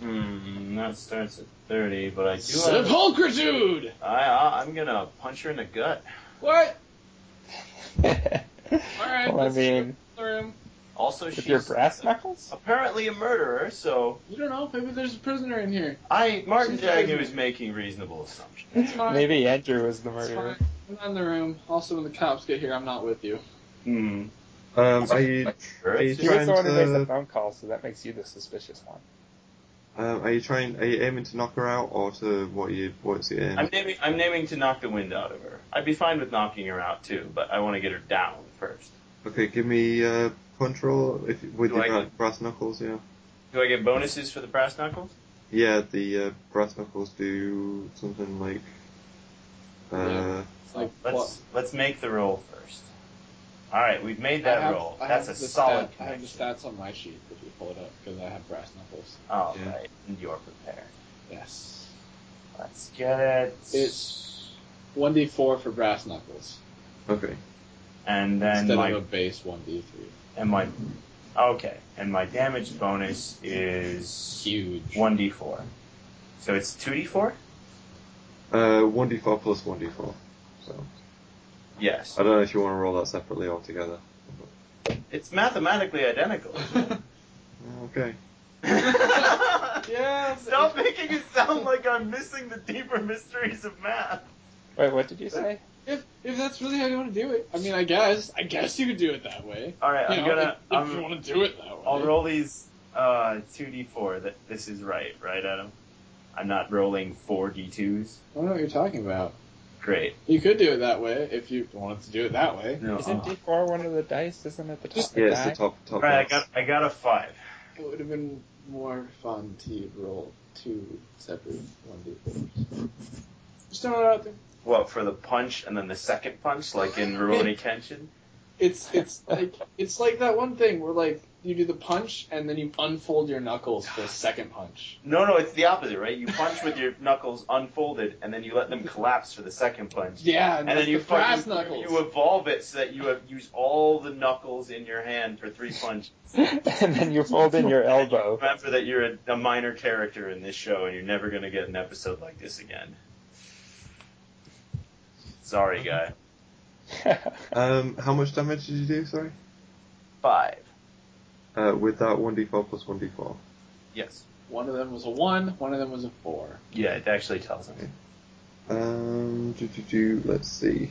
Speaker 2: Hmm, that starts at 30, but I do have,
Speaker 6: Sepulchre dude!
Speaker 2: I, I, I'm gonna punch her in the gut.
Speaker 6: What? Alright,
Speaker 4: well, I
Speaker 6: let's
Speaker 4: mean,
Speaker 6: room.
Speaker 2: Also,
Speaker 4: with
Speaker 2: she's
Speaker 4: your brass knuckles.
Speaker 2: apparently a murderer, so
Speaker 6: You don't know, maybe there's a prisoner in here.
Speaker 2: I Martin
Speaker 6: She's crazy.
Speaker 2: Dagnew is making reasonable assumptions.
Speaker 6: It's fine.
Speaker 4: Maybe Andrew was the
Speaker 6: It's
Speaker 4: murderer.
Speaker 6: fine. I'm not in the room. Also, when the cops get here, I'm not with you.
Speaker 2: Hmm.
Speaker 1: Um, are you are you
Speaker 2: It's
Speaker 4: He was
Speaker 1: trying
Speaker 4: the one who made the
Speaker 1: to
Speaker 4: phone call, so that makes you the suspicious one.
Speaker 1: um, are you trying are you aiming to knock her out or to what are you what's your aim?
Speaker 2: I'm naming I'm naming to knock the wind out of her. I'd be fine with knocking her out too, but I want to get her down first.
Speaker 1: Okay, give me uh, punch roll if with
Speaker 2: Do
Speaker 1: your
Speaker 2: I-
Speaker 1: bra- brass knuckles. Yeah,
Speaker 2: Do I get bonuses for the brass knuckles?
Speaker 1: yeah. The uh, brass knuckles do something like. Uh,
Speaker 6: Yeah. It's like,
Speaker 2: Let's
Speaker 6: what?
Speaker 2: let's make the roll first. All right, we've made
Speaker 6: I
Speaker 2: that
Speaker 6: have-
Speaker 2: roll.
Speaker 6: I have
Speaker 2: That's a
Speaker 6: the
Speaker 2: solid.
Speaker 6: stat- I have the stats
Speaker 2: connection.
Speaker 6: on my sheet if you pull it up, because I have brass knuckles.
Speaker 2: All
Speaker 1: Yeah.
Speaker 2: right, and you're prepared.
Speaker 6: Yes.
Speaker 2: Let's get it.
Speaker 6: It's 1d4 for brass knuckles.
Speaker 1: Okay.
Speaker 2: and then
Speaker 6: instead
Speaker 2: my
Speaker 6: of a base 1d3.
Speaker 2: and my okay, and my damage bonus is
Speaker 6: Huge.
Speaker 2: one d four. So it's two d four.
Speaker 1: Uh, 1d4 plus 1d4. So
Speaker 2: Yes,
Speaker 6: Uh,
Speaker 1: I don't know if you want to roll that separately or together.
Speaker 2: it's mathematically identical.
Speaker 1: Okay.
Speaker 6: Yes!
Speaker 2: Stop making it sound like I'm missing the deeper mysteries of math.
Speaker 4: Wait, what did you say?
Speaker 1: Uh-huh.
Speaker 6: If, if that's really how you want to do it, I mean, I guess. I guess you could do it that way.
Speaker 2: All right,
Speaker 6: You
Speaker 2: I'm
Speaker 6: know,
Speaker 2: gonna.
Speaker 6: if, if
Speaker 2: I'm-
Speaker 6: you want to do it that way.
Speaker 2: I'll roll these uh, 2d4. That this is right, right, Adam? I'm not rolling 4d2s.
Speaker 6: I don't know what you're talking about.
Speaker 2: Great.
Speaker 6: You could do it that way if you wanted to do it that way.
Speaker 2: No.
Speaker 4: Isn't
Speaker 2: uh, oh,
Speaker 4: D4 one of the dice? Isn't it the top of
Speaker 1: Yeah,
Speaker 4: the
Speaker 1: it's
Speaker 4: die?
Speaker 1: the top
Speaker 2: all
Speaker 1: top.
Speaker 2: right, I
Speaker 1: dice.
Speaker 2: got I got a five.
Speaker 6: It would have been more fun to roll two separate 1d4s. Just throwing it out there.
Speaker 2: What for the punch and then the second punch, like in Rurouni Kenshin?
Speaker 3: It's it's like it's like that one thing where like you do the punch and then you unfold your knuckles for a second punch.
Speaker 2: No, no, it's the opposite, right? You punch with your knuckles unfolded, and then you let them collapse for the second punch.
Speaker 3: Yeah,
Speaker 2: And then you
Speaker 3: brass
Speaker 2: fucking,
Speaker 3: knuckles.
Speaker 2: you evolve it so that you have, use all the knuckles in your hand for three punches.
Speaker 4: and then you fold in your elbow.
Speaker 2: Remember that you're a, a minor character in this show, and you're never going to get an episode like this again. Sorry, guy.
Speaker 1: Um, how much damage did you do? Sorry.
Speaker 2: Five.
Speaker 1: Uh, with that one d four plus one d four.
Speaker 2: Yes.
Speaker 3: One of them was a one. One of them was a four.
Speaker 2: Yeah, it actually tells me.
Speaker 1: Um, do do do. Let's see.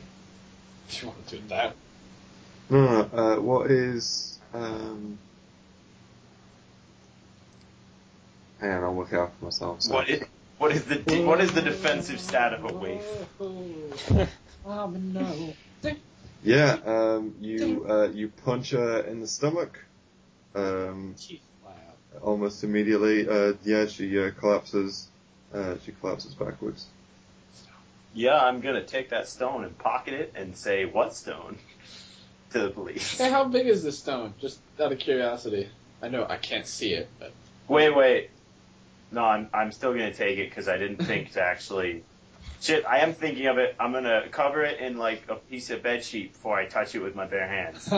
Speaker 3: Do you want to do it that?
Speaker 1: No, no. no, Uh, what is um? Hang on, I'll work it out for myself. So.
Speaker 2: What is what is the de- what is the defensive stat of a waif?
Speaker 3: no.
Speaker 1: Yeah. Um, you uh, you punch her in the stomach. Um, almost immediately. Uh, yeah, she uh, collapses. Uh, she collapses backwards.
Speaker 2: Yeah, I'm gonna take that stone and pocket it and say, "What stone?" to the police.
Speaker 3: Hey, how big is this stone? Just out of curiosity. I know I can't see it, but
Speaker 2: Wait, wait. No, I'm I'm still gonna take it because I didn't think to actually. Shit, I am thinking of it. I'm gonna cover it in like a piece of bed sheet before I touch it with my bare hands.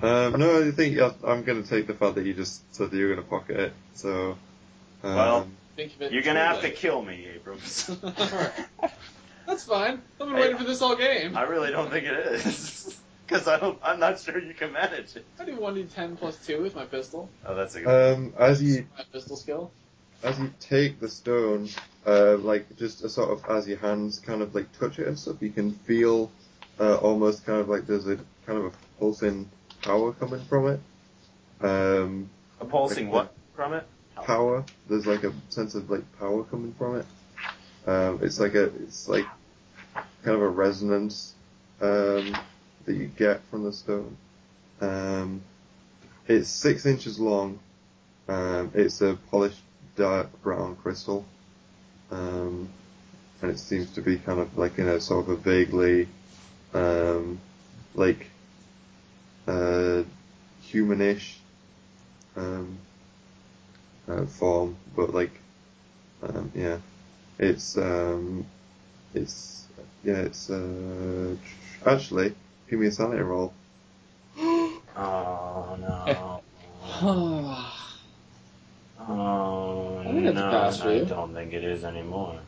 Speaker 1: Um, no, I think I- I'm going to take the fact that you just said that you were going to pocket it. So, um,
Speaker 2: Well,
Speaker 3: think of it.
Speaker 2: You're gonna have to kill me, Abrams.
Speaker 3: That's fine. I've been waiting for this all game.
Speaker 2: I really don't think it is because I don't. I'm not sure you can manage it.
Speaker 3: I do one d ten plus two with my pistol.
Speaker 2: Oh, that's a
Speaker 3: Uh,
Speaker 2: good.
Speaker 1: um, as you
Speaker 3: My pistol skill.
Speaker 1: as you take the stone, uh, like just a sort of as your hands kind of like touch it and stuff, you can feel uh, almost kind of like there's a kind of a pulsing power coming from it. Um,
Speaker 2: a pulsing what from it?
Speaker 1: power. There's like a sense of like power coming from it. Um, it's like a it's like kind of a resonance um, that you get from the stone. Um, it's six inches long. Um, it's a polished dark brown crystal, um, and it seems to be kind of like in a sort of a vaguely um, like uh, humanish um, uh, form, but like, um, yeah, it's um, it's yeah, it's uh, actually give me a sanity roll.
Speaker 2: Oh no.
Speaker 4: Ah,
Speaker 3: I
Speaker 2: Oh,
Speaker 3: I think it's
Speaker 2: no,
Speaker 3: past
Speaker 2: I
Speaker 3: you.
Speaker 2: don't think it is anymore.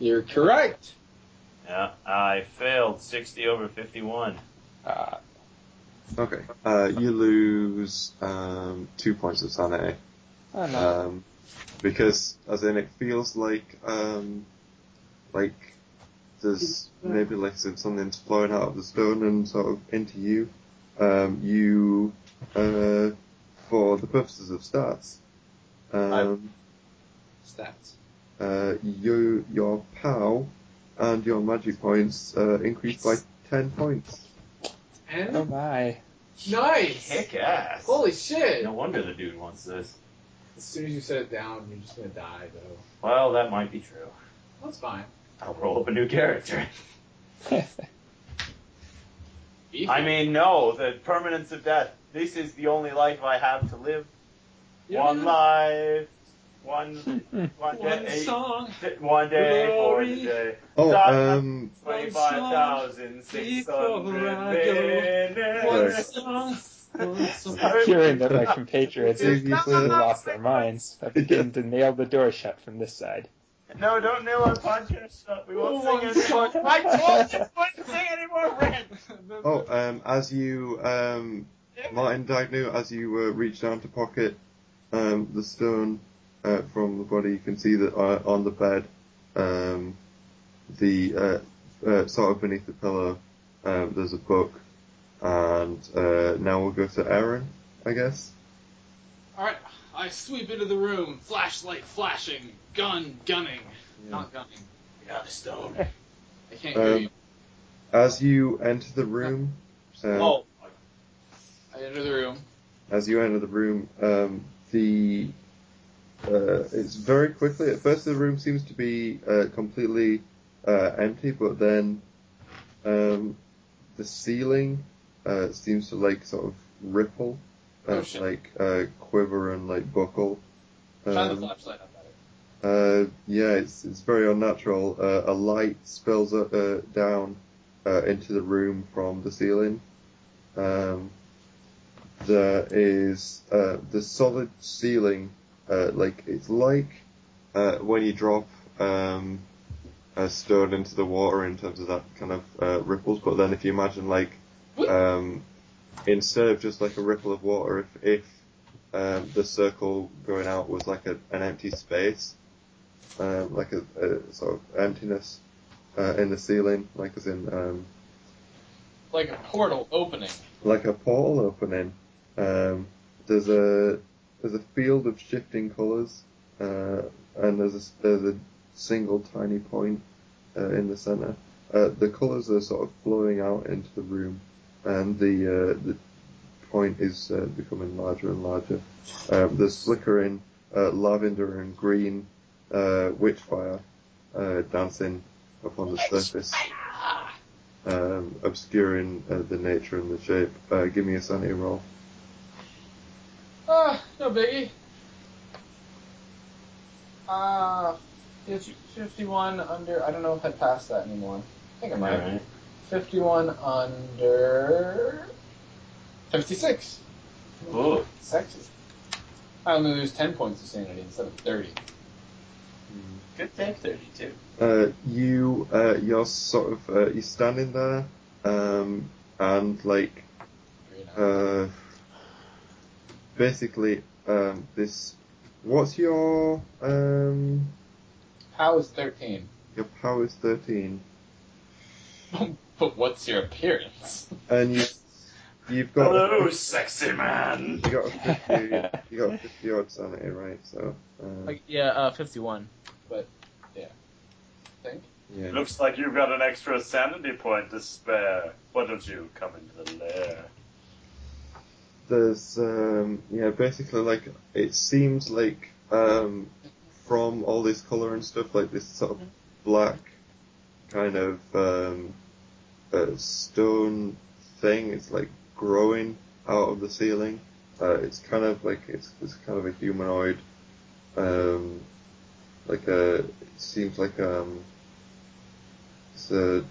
Speaker 3: You're correct.
Speaker 2: Yeah, I failed 60 over 51.
Speaker 4: Uh,
Speaker 1: Okay, uh, you lose um, two points of sanity
Speaker 4: oh, no.
Speaker 2: Uh,
Speaker 1: um, because as in it feels like um, like there's maybe like some- something's flowing out of the stone and sort of into you. Um, you uh, for the purposes of stats. Um,
Speaker 3: Stats.
Speaker 1: uh, you, your POW and your magic points uh, increase by 10 points.
Speaker 4: oh
Speaker 3: And
Speaker 4: my.
Speaker 3: nice.
Speaker 2: Kick ass.
Speaker 3: Holy shit!
Speaker 2: No wonder the dude wants this.
Speaker 3: As soon as you set it down, you're just gonna die though.
Speaker 2: Well, that might be true.
Speaker 3: That's fine.
Speaker 2: I'll roll up a new character.
Speaker 3: Beefy.
Speaker 2: I mean, no, the permanence of death. This is the only life I have to live.
Speaker 3: You don't
Speaker 2: One
Speaker 3: even-
Speaker 2: life. One, one,
Speaker 3: One
Speaker 2: day,
Speaker 3: song.
Speaker 2: one day for
Speaker 3: Glory.
Speaker 2: the day.
Speaker 1: Oh,
Speaker 2: Stop.
Speaker 1: um,
Speaker 3: One
Speaker 1: Sorry.
Speaker 2: 1,600
Speaker 3: song. One song.
Speaker 4: Hearing that my compatriots have
Speaker 1: Seriously?
Speaker 4: completely lost their minds, I begin to nail the door shut from this side.
Speaker 2: No, don't nail our podcast up. We won't
Speaker 3: One
Speaker 2: sing anymore.
Speaker 3: song. Oh,
Speaker 2: I told you we wouldn't sing anymore, Ren.
Speaker 1: oh, um, as you, um, Martin Dagnew, as you uh, reach down to pocket um, the stone uh, from the body, you can see that uh, on the bed, um, the uh, uh, sort of beneath the pillow, um, there's a book. And uh, now we'll go to Aaron, I guess.
Speaker 3: All right, I sweep into the room. Flashlight flashing. Gun gunning. Not gunning.
Speaker 5: Another stone.
Speaker 3: I can't hear
Speaker 1: Um,
Speaker 3: you.
Speaker 1: As you enter the room, um,
Speaker 3: Oh. I enter the room.
Speaker 1: as you enter the room, um, the uh, it's very quickly. At first, the room seems to be uh, completely uh, empty, but then um, the ceiling uh, seems to like sort of ripple and
Speaker 3: Oh, shit.
Speaker 1: like uh, quiver and like buckle.
Speaker 3: Shine the
Speaker 1: Um,
Speaker 3: flashlight on that.
Speaker 1: Uh, yeah, it's it's very unnatural. Uh, a light spills uh, uh, down uh, into the room from the ceiling. Um, there is uh, the solid ceiling, uh, like it's like uh, when you drop um, a stone into the water in terms of that kind of uh, ripples. But then if you imagine like um, instead of just like a ripple of water, if if um, the circle going out was like a, an empty space, um, like a, a sort of emptiness uh, in the ceiling, like as in um,
Speaker 3: Like a portal opening.
Speaker 1: like a portal opening. Um, there's a there's a field of shifting colours, uh, and there's a, there's a single tiny point uh, in the centre. Uh, the colours are sort of flowing out into the room, and the uh, the point is uh, becoming larger and larger. Um, there's flickering uh, lavender and green uh, witch fire uh, dancing upon the surface um, obscuring uh, the nature and the shape. Uh, give me a sanity roll.
Speaker 3: Ah, no biggie. Ah, uh, 51 under. I don't know if I passed that anymore. I think I might.
Speaker 2: Alright.
Speaker 3: 51 under. 56.
Speaker 2: Oh,
Speaker 3: Sexy. I only lose 10 points of sanity instead of 30.
Speaker 2: good thing 32.
Speaker 1: Uh, you uh, you're sort of uh, you're standing there, um, and like
Speaker 3: Very nice.
Speaker 1: uh, basically um, this. What's your um,
Speaker 3: How is 13?
Speaker 1: your power is thirteen,
Speaker 3: But what's your appearance?
Speaker 1: and you you've got
Speaker 15: Hello, sexy man.
Speaker 1: you got a fifty you got a fifty odd sanity right? So uh,
Speaker 24: Like, yeah, uh, 51.
Speaker 3: Think?
Speaker 1: yeah.
Speaker 15: Looks like you've got an extra sanity point to spare. Why don't you come into the lair?
Speaker 1: there's um, yeah basically like it seems like um, from all this color and stuff like this sort of black kind of um, uh, stone thing it's like growing out of the ceiling uh, it's kind of like it's, it's kind of a humanoid um, like a it seems like um it's a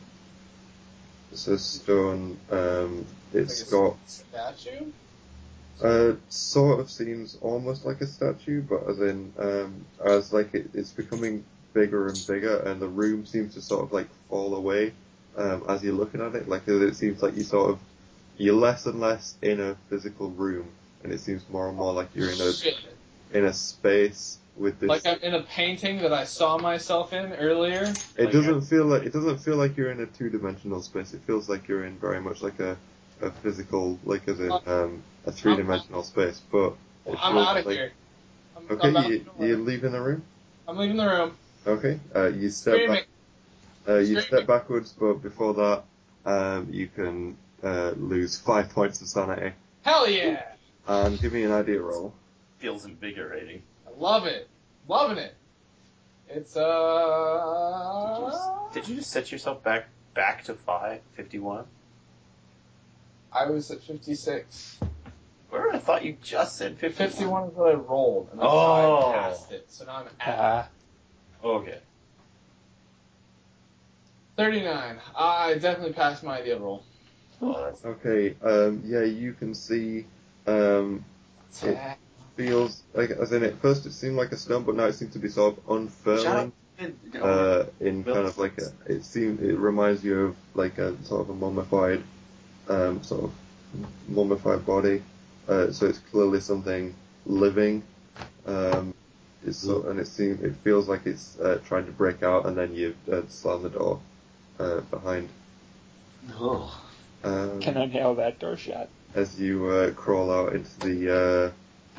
Speaker 1: it's a stone um it's
Speaker 3: Like a
Speaker 1: got
Speaker 3: Statue?
Speaker 1: uh, sort of seems almost like a statue, but as in, um, as like it, it's becoming bigger and bigger, and the room seems to sort of like fall away um, as you're looking at it. Like it seems like you sort of you're less and less in a physical room, and it seems more and more like you're in a
Speaker 3: Shit.
Speaker 1: in a space with this.
Speaker 3: Like I'm in a painting that I saw myself in earlier.
Speaker 1: it
Speaker 3: like
Speaker 1: doesn't feel like it doesn't feel like you're in a two-dimensional space. It feels like you're in very much like a a physical, like as in um, a three-dimensional space, but. it
Speaker 3: Uh, I'm
Speaker 1: feels
Speaker 3: out of
Speaker 1: like-
Speaker 3: here. I'm, I'm, out
Speaker 1: Okay, you,
Speaker 3: of the
Speaker 1: you're
Speaker 3: room.
Speaker 1: leaving the room.
Speaker 3: I'm leaving the room.
Speaker 1: Okay, uh, you step
Speaker 3: Screaming.
Speaker 1: back, uh, you
Speaker 3: Screaming.
Speaker 1: step backwards, but before that, um, you can uh, lose five points of sanity.
Speaker 3: Hell yeah!
Speaker 1: And give me an idea roll.
Speaker 2: Feels invigorating.
Speaker 3: I love it. Loving it. It's uh
Speaker 2: Did you just set yourself back back to 5? 51?
Speaker 3: I was at 56.
Speaker 2: Where I thought you just said 51.
Speaker 3: 51 is what I rolled, and that's
Speaker 2: Oh.
Speaker 3: how I passed it. So now I'm at
Speaker 4: Ah,
Speaker 2: Okay.
Speaker 3: 39. I definitely passed my ideal roll.
Speaker 2: Well, that's
Speaker 1: Okay, um, yeah, you can see. Um, it feels like, as in, at first it seemed like a stone, but now it seems to be sort of unfurling. Uh, in kind of like a, it seems it reminds you of like a sort of a mummified, um, sort of mummified body. Uh, so it's clearly something living. Um, it's so,
Speaker 4: Mm-hmm.
Speaker 1: and it seems it feels like it's uh, trying to break out, and then you uh, slam the door uh, behind. Um,
Speaker 4: can I nail that door shut?
Speaker 1: as you uh, crawl out into the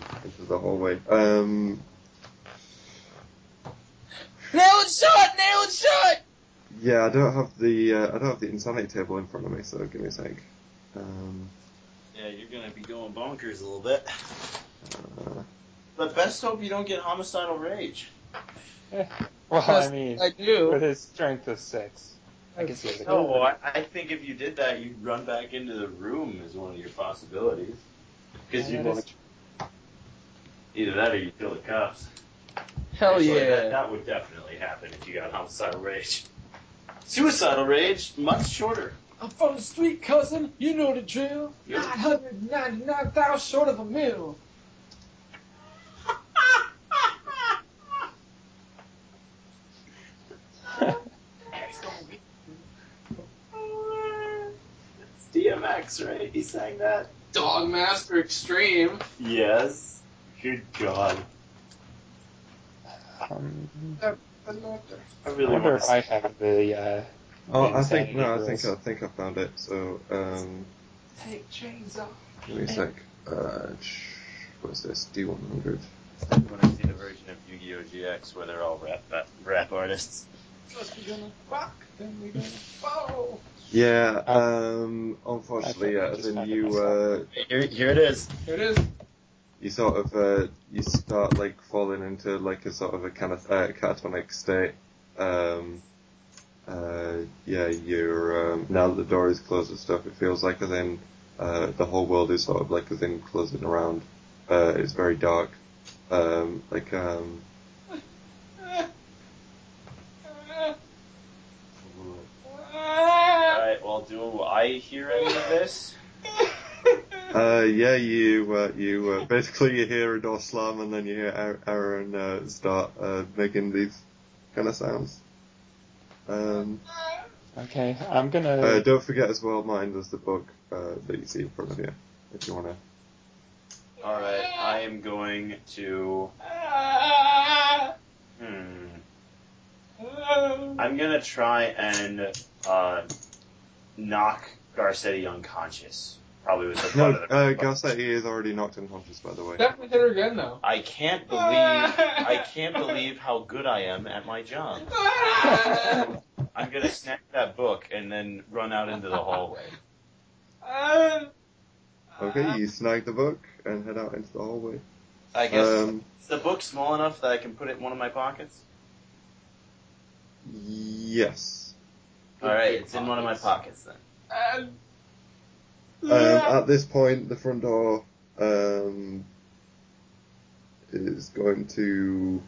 Speaker 1: uh, into the hallway. Um,
Speaker 24: Nail it shut! Nail it shut!
Speaker 1: yeah, I don't have the uh, I don't have the insanity table in front of me, so give me a sec. Um,
Speaker 2: Yeah, you're gonna be going bonkers a little bit.
Speaker 1: uh,
Speaker 2: But best hope you don't get homicidal rage.
Speaker 4: Well, I
Speaker 24: Yes,
Speaker 4: mean,
Speaker 24: I
Speaker 4: with
Speaker 24: do.
Speaker 4: his strength of six. I guess he has a
Speaker 2: No,
Speaker 4: good.
Speaker 2: I, I think if you did that, you'd run back into the room is one of your possibilities. Because
Speaker 4: Yeah,
Speaker 2: you
Speaker 4: that
Speaker 2: want either that or you kill the cops.
Speaker 6: Hell
Speaker 2: Actually,
Speaker 6: yeah.
Speaker 2: That, that would definitely happen if you got homicidal rage. Suicidal rage, much shorter.
Speaker 6: I'm from the street, cousin. You know the drill.
Speaker 2: Yep.
Speaker 6: 999,000 short of a mill.
Speaker 2: It's DMX, right? He sang that.
Speaker 3: Dog Master Extreme.
Speaker 2: Yes. Good God.
Speaker 4: Um,
Speaker 2: I
Speaker 4: I
Speaker 2: really
Speaker 4: wonder
Speaker 2: want
Speaker 4: if
Speaker 2: to.
Speaker 4: I have the. Uh,
Speaker 1: Oh, I
Speaker 4: Insanity
Speaker 1: think no, I
Speaker 4: rules.
Speaker 1: think I think I found it. So, um,
Speaker 3: Take chains off.
Speaker 1: give me a sec. Uh, sh- what's this? D one hundred.
Speaker 2: When I see the version of Yu-Gi-Oh! GX where they're all rap rap artists.
Speaker 3: First we gonna rock, then we gonna fall.
Speaker 1: Yeah. Um, unfortunately,
Speaker 4: I
Speaker 1: yeah,
Speaker 4: think I
Speaker 1: as
Speaker 4: just
Speaker 1: in
Speaker 4: found it
Speaker 1: you
Speaker 4: myself.
Speaker 1: uh,
Speaker 2: Here, here it is.
Speaker 3: Here it is.
Speaker 1: you sort of uh, you start like falling into like a sort of a kind of uh, catatonic state. Um, uh, yeah, you're um, now that the door is closed and stuff. It feels like as in uh, the whole world is sort of like as in closing around. Uh, it's very dark. Um, like um,
Speaker 2: Alright, well, do I hear any of this?
Speaker 1: Uh, yeah, you uh, you uh, basically you hear a door slam and then you hear Ar- Aaron uh, start uh, making these kind of sounds. Um,
Speaker 4: okay, I'm gonna.
Speaker 1: uh, don't forget as well, Martin, there's the book uh, that you see in front of you if you want to.
Speaker 2: Alright, I am going to. Hmm. I'm gonna try and uh, knock Garcetti unconscious. Probably was the
Speaker 1: No,
Speaker 2: part of the.
Speaker 1: uh, Garcetti is already knocked unconscious, by the way.
Speaker 3: Definitely hit her again though.
Speaker 2: I can't believe I can't believe how good I am at my job. I'm gonna snatch that book and then run out into the hallway.
Speaker 3: Uh,
Speaker 1: Okay, you snag the book and head out into the hallway.
Speaker 2: I guess
Speaker 1: Um,
Speaker 2: is the book small enough that I can put it in one of my pockets.
Speaker 1: yes.
Speaker 2: All right, it's in one of my pockets then.
Speaker 1: Um, at this point, the front door um, is going to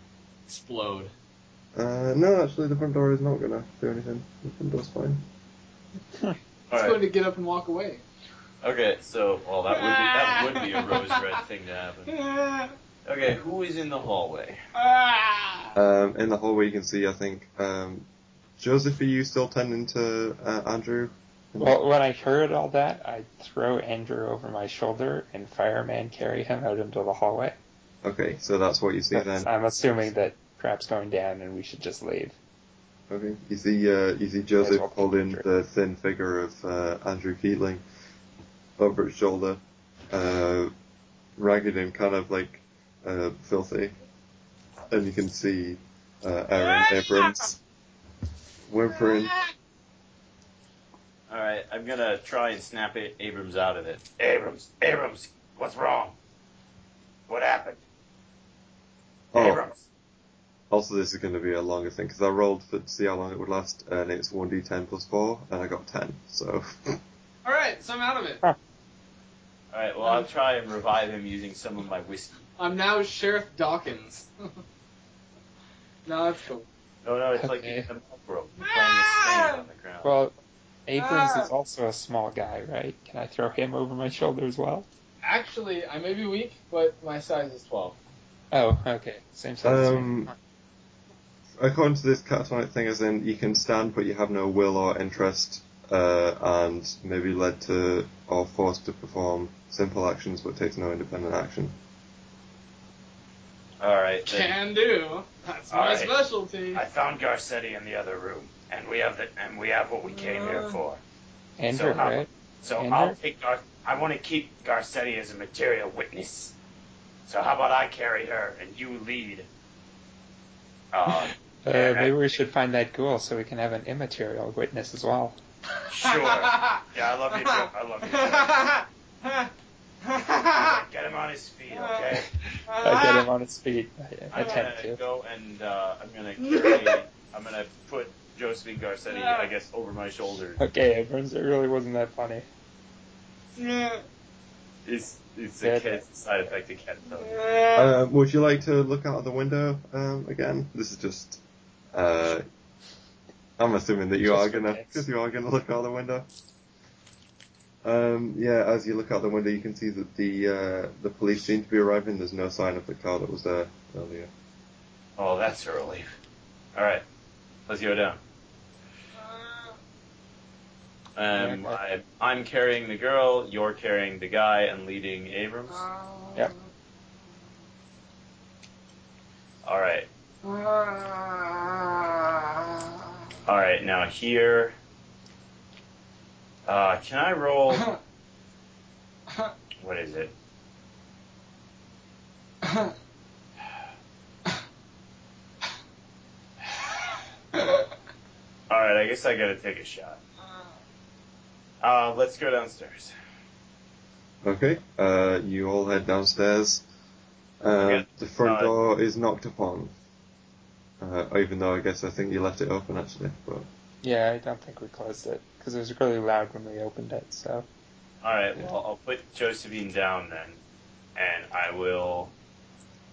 Speaker 6: Explode.
Speaker 1: Uh, no, actually, the front door is not gonna do anything. The front door's fine.
Speaker 2: All
Speaker 3: It's
Speaker 2: right.
Speaker 3: going to get up and walk away.
Speaker 2: Okay, so well that would be that would be a rose red thing to happen. Okay, who is in the hallway?
Speaker 1: Um, in the hallway, you can see, I think, um, Joseph, are you still tending to uh, Andrew?
Speaker 4: Well, when I heard all that, I throw Andrew over my shoulder and fireman carry him out into the hallway.
Speaker 1: Okay, so that's what you see then.
Speaker 4: I'm assuming that crap's going down and we should just leave.
Speaker 1: Okay, you see, uh, you see Joseph holding the thin figure of uh, Andrew Keatling over his shoulder, uh, ragged and kind of like uh, filthy, and you can see uh, Aaron Abrams whimpering.
Speaker 2: All right, I'm gonna try and snap it, Abrams out of it.
Speaker 15: Abrams, Abrams, what's wrong? What happened?
Speaker 1: Oh,
Speaker 15: Abrams,
Speaker 1: Also, this is going to be a longer thing because I rolled for to see how long it would last, and it's one d10 plus four, and I got ten. So,
Speaker 3: All right, so I'm out of it.
Speaker 2: All right, well I'll try and revive him using some of my whiskey.
Speaker 3: I'm now Sheriff Dawkins. no, that's cool.
Speaker 2: No, no, it's like
Speaker 4: Okay.
Speaker 2: eating a Marlboro. You're playing a stand on the ground.
Speaker 4: Well, uh, Abrams
Speaker 3: Ah.
Speaker 4: is also a small guy, right? Can I throw him over my shoulder as well?
Speaker 3: Actually, I may be weak, but my size is 12.
Speaker 4: Oh, okay. Same size. as me.
Speaker 1: Um, according to this catatonic thing, as in you can stand but you have no will or interest, uh, and maybe led to or forced to perform simple actions but takes no independent action.
Speaker 2: All right, then.
Speaker 3: Can do. That's
Speaker 15: All
Speaker 3: my
Speaker 15: right.
Speaker 3: specialty.
Speaker 15: I found Garcetti in the other room, and we have the and we have what we came
Speaker 4: Oh.
Speaker 15: here for.
Speaker 4: Andrew,
Speaker 15: so how-
Speaker 4: right?
Speaker 15: So
Speaker 4: And
Speaker 15: I'll
Speaker 4: there-
Speaker 15: take Gar. I want to keep Garcetti as a material witness. So how about I carry her and you lead? Uh,
Speaker 4: Uh,
Speaker 15: yeah,
Speaker 4: maybe we should find that ghoul so we can have an immaterial witness as well.
Speaker 15: sure. Yeah, I love you, Joe. I love you. Joe. Alright, Get him on his feet, okay?
Speaker 4: I get him on his feet. Uh, I
Speaker 2: I'm
Speaker 4: attempt
Speaker 2: gonna
Speaker 4: to.
Speaker 2: go and uh, I'm gonna carry. I'm gonna put Josephine Garcetti, I guess, over my shoulder.
Speaker 4: Okay, it, burns, it really wasn't that funny.
Speaker 2: It's, it's
Speaker 4: Yeah.
Speaker 2: a cat side effect of caterpillar.
Speaker 1: Uh, would you like to look out of the window um, again? This is just. Uh, I'm assuming that you
Speaker 4: Just
Speaker 1: are
Speaker 4: for
Speaker 1: gonna
Speaker 4: kicks.
Speaker 1: because you are gonna look out the window. Um, yeah, as you look out the window, you can see that the uh, the police seem to be arriving. There's no sign of the car that was there earlier.
Speaker 2: Oh, that's a relief. Alright, let's go down. Um,
Speaker 4: Yeah,
Speaker 2: I, I'm carrying the girl, you're carrying the guy, and leading Abrams.
Speaker 5: Uh-huh.
Speaker 4: Yep.
Speaker 2: Alright. Alright, now here. Uh, can I roll. What is it? Alright, I guess I gotta take a shot. Uh, let's go downstairs.
Speaker 1: Okay. Uh, you all head downstairs. Uh,
Speaker 2: Okay.
Speaker 1: The front
Speaker 2: Uh,
Speaker 1: door is knocked upon. Uh, even though I guess I think you left it open actually, but
Speaker 4: Yeah, I don't think we closed it because it was really loud when we opened it. So
Speaker 2: Alright, well, I'll put Josephine down then, and I will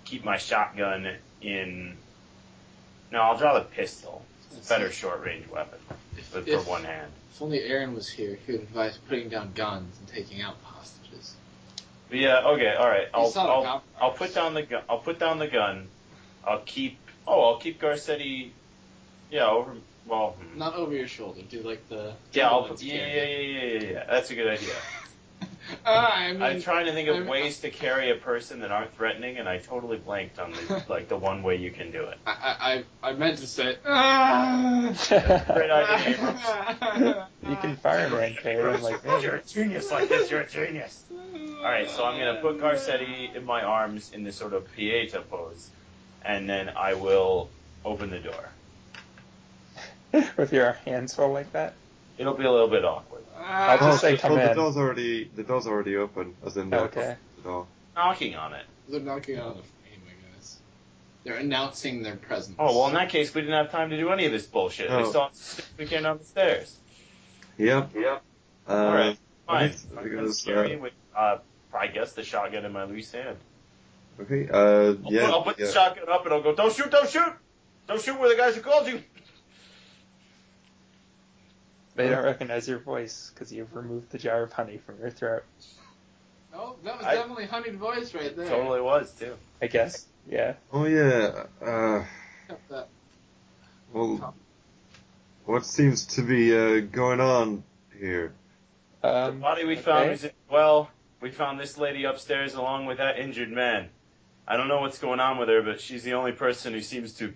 Speaker 2: keep my shotgun in. No, I'll draw the pistol. It's a better short range weapon,
Speaker 3: If,
Speaker 2: but
Speaker 3: if-
Speaker 2: for one hand.
Speaker 3: if only Aaron was here, he would advise putting down guns and taking out hostages.
Speaker 2: But yeah, okay, alright.
Speaker 3: He
Speaker 2: I'll,
Speaker 3: saw the
Speaker 2: I'll,
Speaker 3: cop
Speaker 2: I'll put down the gun. I'll put down the gun. I'll keep. Oh, I'll keep Garcetti. Yeah, over. Well, hmm.
Speaker 3: Not over your shoulder. Do like the
Speaker 2: yeah, I'll
Speaker 3: ones
Speaker 2: put. Yeah, yeah,
Speaker 3: carrying.
Speaker 2: yeah, yeah, yeah, yeah. That's a good idea.
Speaker 3: Ah, I mean,
Speaker 2: I'm trying to think of
Speaker 3: I'm-
Speaker 2: ways to carry a person that aren't threatening, and I totally blanked on the like the one way you can do it.
Speaker 3: I, I, I meant to say. ah,
Speaker 2: Great idea, Abrams.
Speaker 4: you can fire range Aaron like me.
Speaker 15: You're a genius like this. You're a genius.
Speaker 2: All right, so I'm gonna put Garcetti in my arms in this sort of Pieta pose, and then I will open the door.
Speaker 4: with your hands full like that.
Speaker 2: It'll be a little bit awkward.
Speaker 4: I'll
Speaker 1: Oh,
Speaker 4: just say
Speaker 1: so-
Speaker 4: come
Speaker 1: well, the
Speaker 4: in.
Speaker 1: door's already the door's already open, as in they're
Speaker 4: Okay.
Speaker 1: the door.
Speaker 2: Knocking on it.
Speaker 3: They're knocking out the frame, I guess. They're announcing their presence.
Speaker 2: Oh well, in that case, we didn't have time to do any of this bullshit. They
Speaker 1: Oh.
Speaker 2: saw us- we came down the stairs.
Speaker 1: Yep.
Speaker 2: Yep.
Speaker 1: Uh,
Speaker 2: All right. Fine.
Speaker 1: Nice.
Speaker 2: I'm
Speaker 1: Because,
Speaker 2: gonna scary
Speaker 1: uh,
Speaker 2: with, uh, I guess the shotgun in my loose hand.
Speaker 1: Okay. Uh,
Speaker 2: I'll
Speaker 1: yeah.
Speaker 2: put, I'll put
Speaker 1: yeah.
Speaker 2: the shotgun up and I'll go, don't shoot, don't shoot! Don't shoot where the guys who called you!
Speaker 4: They don't recognize your voice because you've removed the jar of honey from your throat.
Speaker 3: Oh, that was
Speaker 2: I-
Speaker 3: definitely honeyed voice right there.
Speaker 2: Totally was, too.
Speaker 4: I guess. Yeah.
Speaker 1: Oh yeah. Uh,
Speaker 3: Except that-
Speaker 1: well, what seems to be uh, going on here?
Speaker 4: Um,
Speaker 2: the body we found
Speaker 4: okay.
Speaker 2: was in, well, we found this lady upstairs along with that injured man. I don't know what's going on with her, but she's the only person who seems to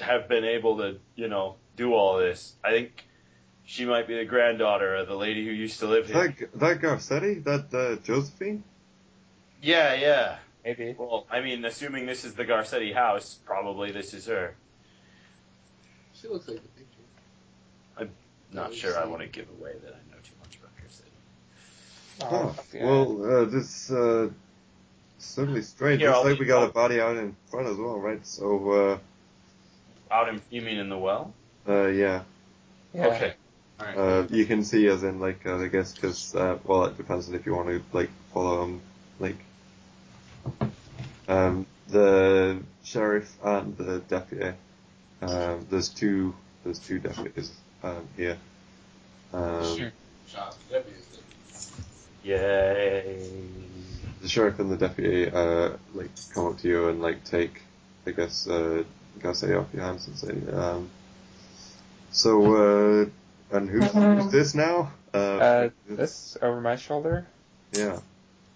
Speaker 2: have been able to, you know, do all this. I think she might be the granddaughter of the lady who used to live here.
Speaker 1: That that Garcetti, that uh, Josephine.
Speaker 2: Yeah, yeah.
Speaker 4: maybe.
Speaker 2: Well, I mean, assuming this is the Garcetti house, probably this is her.
Speaker 3: She looks like the picture.
Speaker 2: Not sure I want to give away that I know too much about Garcetti.
Speaker 1: Oh,
Speaker 4: yeah.
Speaker 1: Well, uh, this uh, certainly strange.
Speaker 2: Here,
Speaker 1: Looks
Speaker 2: I'll-
Speaker 1: like we got
Speaker 2: I'll-
Speaker 1: a body out in front as well, right? So
Speaker 2: Out in, you mean in the well?
Speaker 1: uh, uh, yeah.
Speaker 4: Yeah.
Speaker 2: Okay.
Speaker 1: Uh, you can see as in like uh, I guess because uh, well it depends on if you want to like follow um like um the sheriff and the deputy. Um, there's two there's two deputies um, here. Um,
Speaker 3: Shot. Deputies.
Speaker 2: Yay.
Speaker 1: the sheriff and the deputy uh, like come up to you and like take I guess uh, Garcia off your hands and say um, so uh, and who's, who's this now?
Speaker 4: Uh, this over my shoulder.
Speaker 1: yeah.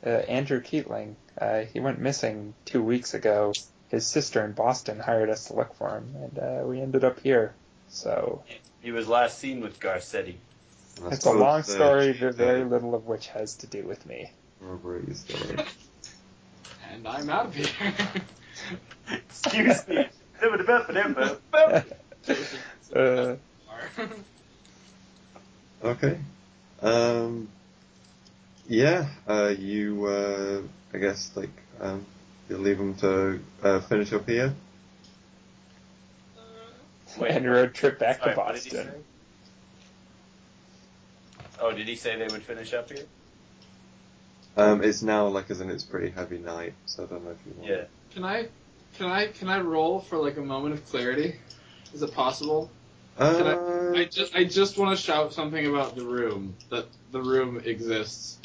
Speaker 4: Uh, Andrew Keatling. Uh, he went missing two weeks ago. His sister in Boston hired us to look for him, and uh, we ended up here. So
Speaker 2: He was last seen with Garcetti.
Speaker 1: And I
Speaker 4: it's a
Speaker 1: suppose,
Speaker 4: long
Speaker 1: uh,
Speaker 4: story, but very
Speaker 1: uh,
Speaker 4: little of which has to do with me.
Speaker 1: Robbery story.
Speaker 3: And I'm out of here.
Speaker 2: Excuse me.
Speaker 4: Uh,
Speaker 1: okay. Um. Yeah. Uh. You. Uh. I guess like. Um. You leave them to uh, finish up here.
Speaker 2: Wait,
Speaker 4: and road trip back
Speaker 2: sorry,
Speaker 4: to
Speaker 2: what did he
Speaker 4: Boston.
Speaker 2: say? Oh, did he say they would finish up here?
Speaker 1: Um, it's now like as in it's pretty heavy night, so I don't know if you want.
Speaker 2: Yeah.
Speaker 3: Can I, can I, can I roll for like a moment of clarity? Is it possible? Can
Speaker 1: Uh,
Speaker 3: I just, I just want to shout something about the room that the room exists.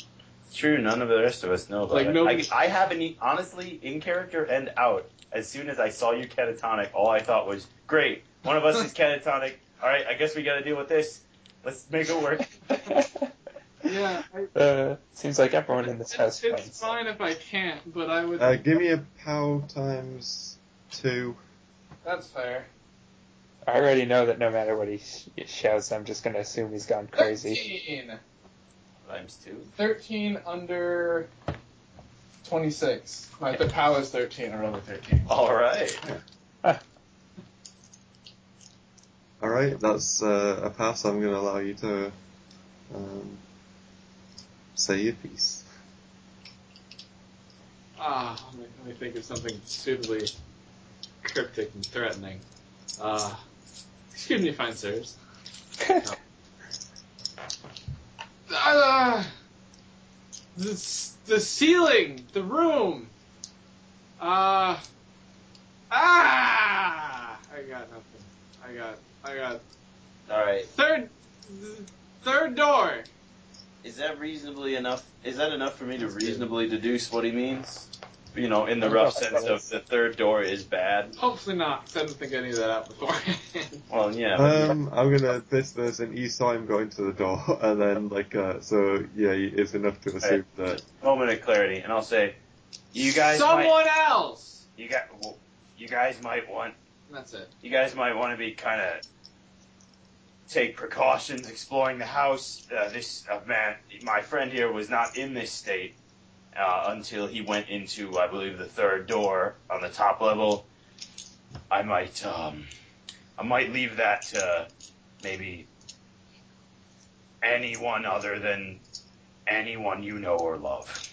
Speaker 2: True, none of the rest of us know about
Speaker 3: Like,
Speaker 2: it.
Speaker 3: nobody-
Speaker 2: I, I haven't, e- honestly, in character and out, as soon as I saw you catatonic, all I thought was, great, one of us is catatonic, alright, I guess we gotta deal with this. Let's make it work.
Speaker 3: Yeah, I,
Speaker 4: Uh, seems like everyone in this house
Speaker 3: it's,
Speaker 4: finds
Speaker 3: it's fine if I can't, but I would.
Speaker 1: uh, give me a pow times two.
Speaker 3: That's fair.
Speaker 4: I already know that no matter what he sh- shows, I'm just going to assume he's gone crazy.
Speaker 3: Thirteen.
Speaker 2: Rhymes too.
Speaker 3: 13 under 26. My the power is 13 or over 13.
Speaker 2: Alright.
Speaker 1: All right, that's uh, a pass. I'm going to allow you to um, say your piece.
Speaker 3: Ah, let me, let me think of something suitably cryptic and threatening. Uh, excuse me, fine sirs. Ah, the, s- the ceiling, the room. Uh, ah, I got nothing. I got, I got
Speaker 2: Alright,
Speaker 3: third, th- third door.
Speaker 2: is that reasonably enough, is that enough for me to reasonably deduce what he means? You know, in the rough sense of the third door is bad.
Speaker 3: Hopefully not, 'cause I didn't think any of that out beforehand.
Speaker 2: Well, yeah, but
Speaker 1: Um, I'm gonna this this and you saw him go into the door and then like uh, so yeah it's enough to assume that
Speaker 2: moment of clarity, and I'll say,
Speaker 15: You guys might,
Speaker 3: Someone else.
Speaker 15: you got well, you guys might want
Speaker 3: That's it.
Speaker 15: you guys might want to be kind of take precautions exploring the house. Uh, this uh, man, my friend here, was not in this state uh, until he went into, I believe, the third door on the top level. I might, um, I might leave that to maybe anyone other than anyone you know or love.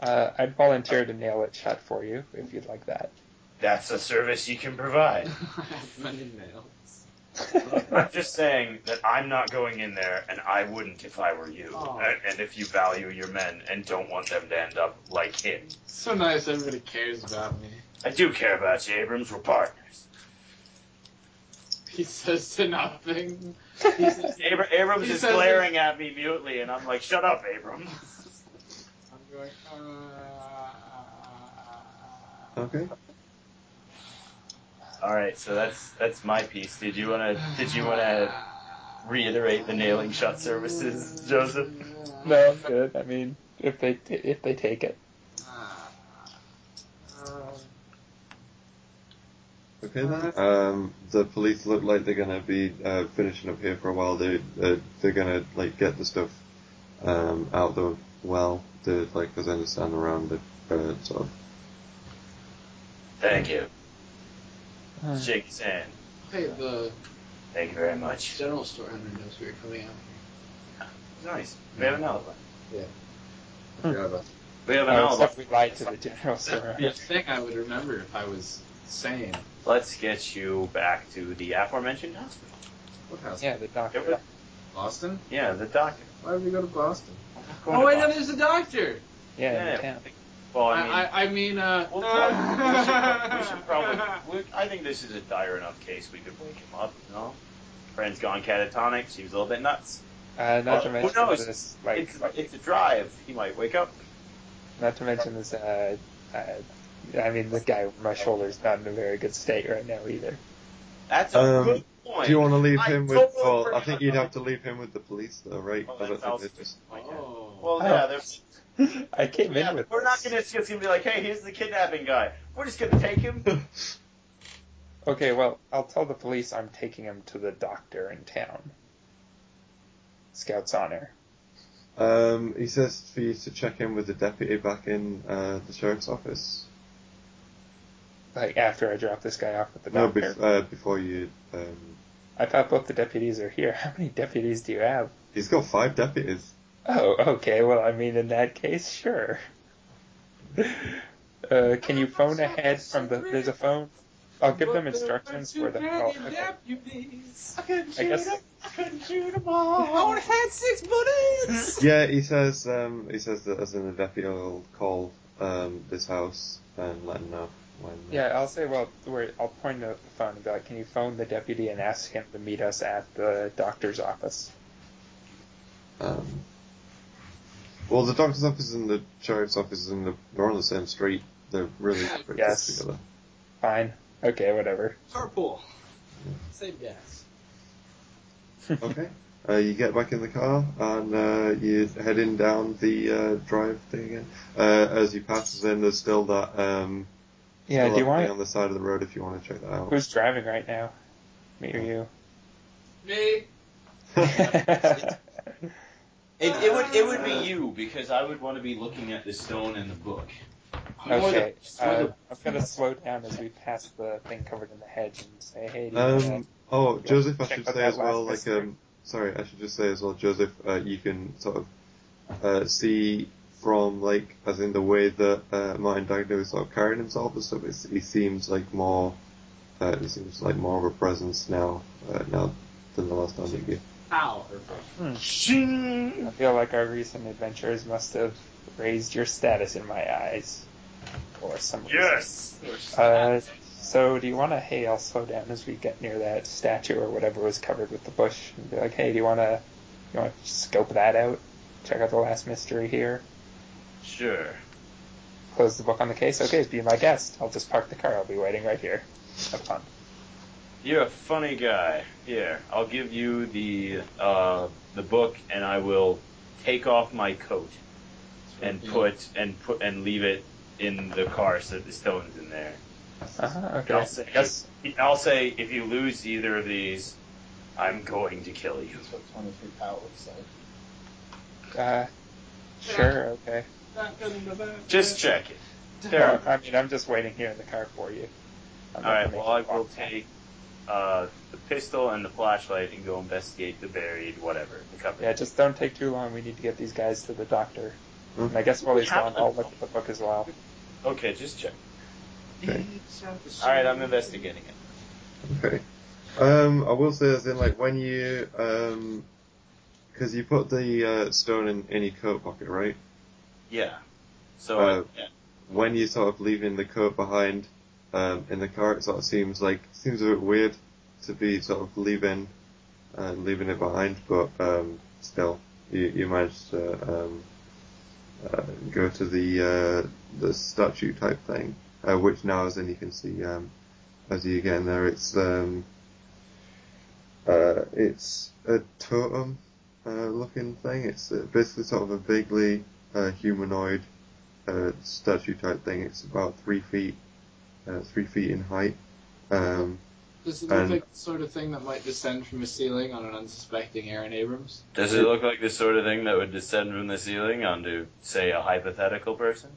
Speaker 4: Uh, I'd volunteer to nail it shut for you if you'd like that.
Speaker 15: That's a service you can provide.
Speaker 3: many nails.
Speaker 15: I'm just saying that I'm not going in there, and I wouldn't if I were you.
Speaker 3: Aw.
Speaker 15: And, and if you value your men and don't want them to end up like him,
Speaker 3: So nice everybody cares about me.
Speaker 15: I do care about you, Abrams. We're partners.
Speaker 3: He says to nothing. He says,
Speaker 15: Abra- Abrams
Speaker 3: He
Speaker 15: is
Speaker 3: says-
Speaker 15: glaring at me mutely, and I'm like, "Shut up, Abrams."
Speaker 3: I'm going, uh,
Speaker 1: okay
Speaker 2: All right, so that's that's my piece. Did you wanna did you wanna reiterate the nailing shut services, Joseph?
Speaker 4: No, I'm good. I mean, if they if they take it,
Speaker 1: okay then um the police look like they're gonna be uh, finishing up here for a while they uh, they're gonna like get the stuff um out the well to like as I understand around the uh, sort of
Speaker 15: Thank you.
Speaker 4: Hmm.
Speaker 15: Shake his hand.
Speaker 3: Hey, the
Speaker 15: Thank you very much.
Speaker 3: general store owner knows we are coming out.
Speaker 15: Nice. We have an alibi.
Speaker 3: Yeah,
Speaker 15: We have an
Speaker 4: Oh,
Speaker 15: alibi.
Speaker 4: except we lied to the general store.
Speaker 3: a thing I would remember if I was sane.
Speaker 2: Let's get you back to the aforementioned hospital.
Speaker 3: What house?
Speaker 4: Yeah, the doctor.
Speaker 2: It was-
Speaker 3: Boston?
Speaker 2: Yeah, the doctor.
Speaker 3: Why would we go to Boston? Oh,
Speaker 2: Going to Boston.
Speaker 3: there's a doctor.
Speaker 4: Yeah, in
Speaker 2: Yeah.
Speaker 4: town.
Speaker 2: Well, I mean,
Speaker 3: I, I, I mean, uh.
Speaker 2: We'll probably, we should probably. we I think this is a dire enough case. We could wake him up. No, friend's gone catatonic. Seems a little bit nuts.
Speaker 4: Uh, not to
Speaker 2: Who
Speaker 4: mention
Speaker 2: knows?
Speaker 4: this, like,
Speaker 2: it's, it's a drive. He might wake up.
Speaker 4: not to mention this. Uh, uh, I mean, the guy with my shoulder's not in a very good state right now either.
Speaker 2: That's a
Speaker 1: Um,
Speaker 2: good point.
Speaker 1: do you want to leave
Speaker 2: I
Speaker 1: him with
Speaker 2: totally
Speaker 1: well I
Speaker 2: forgot
Speaker 1: think you'd
Speaker 2: about
Speaker 1: have to leave him with the police though right
Speaker 2: Well,
Speaker 1: I don't
Speaker 2: that's also
Speaker 1: think they just
Speaker 2: a good point, yeah.
Speaker 3: Oh.
Speaker 2: Well, yeah, there's,
Speaker 4: I came
Speaker 2: yeah,
Speaker 4: in with.
Speaker 2: we're not
Speaker 4: this.
Speaker 2: gonna it's just gonna be like, hey, here's the kidnapping guy. We're just gonna take him.
Speaker 4: Okay, well, I'll tell the police I'm taking him to the doctor in town. Scout's honor.
Speaker 1: um he says for you to check in with the deputy back in uh, the sheriff's office
Speaker 4: Like after I drop this guy off at the
Speaker 1: no
Speaker 4: doctor.
Speaker 1: bef- uh, before you um
Speaker 4: I thought both the deputies are here. How many deputies do you have?
Speaker 1: he's got five deputies.
Speaker 4: Oh, okay. Well, I mean, in that case, sure. Uh, can you phone ahead from the? There's a phone I'll give them instructions for the. Oh, okay.
Speaker 3: I couldn't
Speaker 4: I guess
Speaker 3: I had six bullets.
Speaker 1: Yeah, he says um, he says that as an adept, he'll call um, this house and let him know when.
Speaker 4: Yeah, I'll say, well, wait, I'll point out the phone and be like, can you phone the deputy and ask him to meet us at the doctor's office?
Speaker 1: Um, well, the doctor's office and the sheriff's office and the, they're on the same street. They're really pretty
Speaker 4: Yes.
Speaker 1: close together.
Speaker 4: Fine. Okay, whatever.
Speaker 3: Carpool. Save gas.
Speaker 1: Okay. Uh, you get back in the car and uh, you're heading down the uh, drive thing again. Uh, as you pass us in, there's still that um,
Speaker 4: Yeah,
Speaker 1: still
Speaker 4: do you
Speaker 1: that
Speaker 4: want
Speaker 1: thing on the side of the road if you want to check that out.
Speaker 4: Who's driving right now? Me or you?
Speaker 3: Me.
Speaker 2: It, it would it would be you because I would want to be looking at the stone and the book.
Speaker 4: okay, uh, I'm gonna slow down as we pass the thing covered in the hedge and say, hey, do you wanna-
Speaker 1: Um, oh,
Speaker 4: Yeah,
Speaker 1: Joseph, I
Speaker 4: check
Speaker 1: should
Speaker 4: out
Speaker 1: say
Speaker 4: that
Speaker 1: as well,
Speaker 4: last
Speaker 1: like, um, sorry, I should just say as well, Joseph, uh, you can sort of uh, see from, like, as in the way that uh, Martin Dagno is sort of carrying himself and stuff, it's, he seems like more, uh, he seems like more of a presence now, uh, now than the last time he did.
Speaker 3: How?
Speaker 4: Hmm. I feel like our recent adventures must have raised your status in my eyes. Or some reason. Uh, so do you want to, hey, I'll slow down as we get near that statue or whatever was covered with the bush and be like, hey, do you want to, you want to scope that out? Check out the last mystery here.
Speaker 2: Sure.
Speaker 4: Close the book on the case. Okay, be my guest. I'll just park the car. I'll be waiting right here. Have fun.
Speaker 2: You're a funny guy. Here, I'll give you the uh, the book, and I will take off my coat and
Speaker 4: Mm-hmm.
Speaker 2: put and put and leave it in the car so the stone's in there.
Speaker 4: Uh-huh, okay.
Speaker 2: I'll say,
Speaker 4: Yes.
Speaker 2: I'll say, if you lose either of these, I'm going to kill you.
Speaker 25: Twenty-three power looks like.
Speaker 4: Uh, sure, okay.
Speaker 2: Just check it.
Speaker 4: Well,
Speaker 2: There.
Speaker 4: I mean, I'm just waiting here in the car for you. I'm
Speaker 2: All
Speaker 4: not
Speaker 2: right.
Speaker 4: gonna
Speaker 2: Well, I
Speaker 4: make you
Speaker 2: will
Speaker 4: walk back.
Speaker 2: take uh, the pistol and the flashlight and go investigate the buried whatever the cupboard.
Speaker 4: Yeah, just don't take too long. We need to get these guys to the doctor.
Speaker 1: Hmm.
Speaker 4: And I guess while he's
Speaker 2: Have
Speaker 4: gone,
Speaker 2: them.
Speaker 4: I'll look at the book as well.
Speaker 2: Okay, just check.
Speaker 1: Okay.
Speaker 2: All right, I'm investigating it.
Speaker 1: Okay. Um, I will say, as in, like, when you, um 'cause because you put the uh, stone in any coat pocket, right?
Speaker 2: Yeah. So
Speaker 1: Uh,
Speaker 2: I,
Speaker 1: when you're sort of leaving the coat behind um, in the car, it sort of seems like seems a bit weird to be sort of leaving uh, leaving it behind, but um, still, you, you managed to um, uh, go to the uh, the statue type thing, uh, which now as in you can see um, as you get in there, it's um, uh, it's a totem uh, looking thing. It's uh, basically sort of a vaguely uh, humanoid uh, statue type thing. It's about three feet, uh, three feet in height. Um,
Speaker 3: Does it look
Speaker 1: And-
Speaker 3: like the sort of thing that might descend from a ceiling on an unsuspecting Aaron Abrams?
Speaker 2: Does it look like the sort of thing that would descend from the ceiling onto, say, a hypothetical person?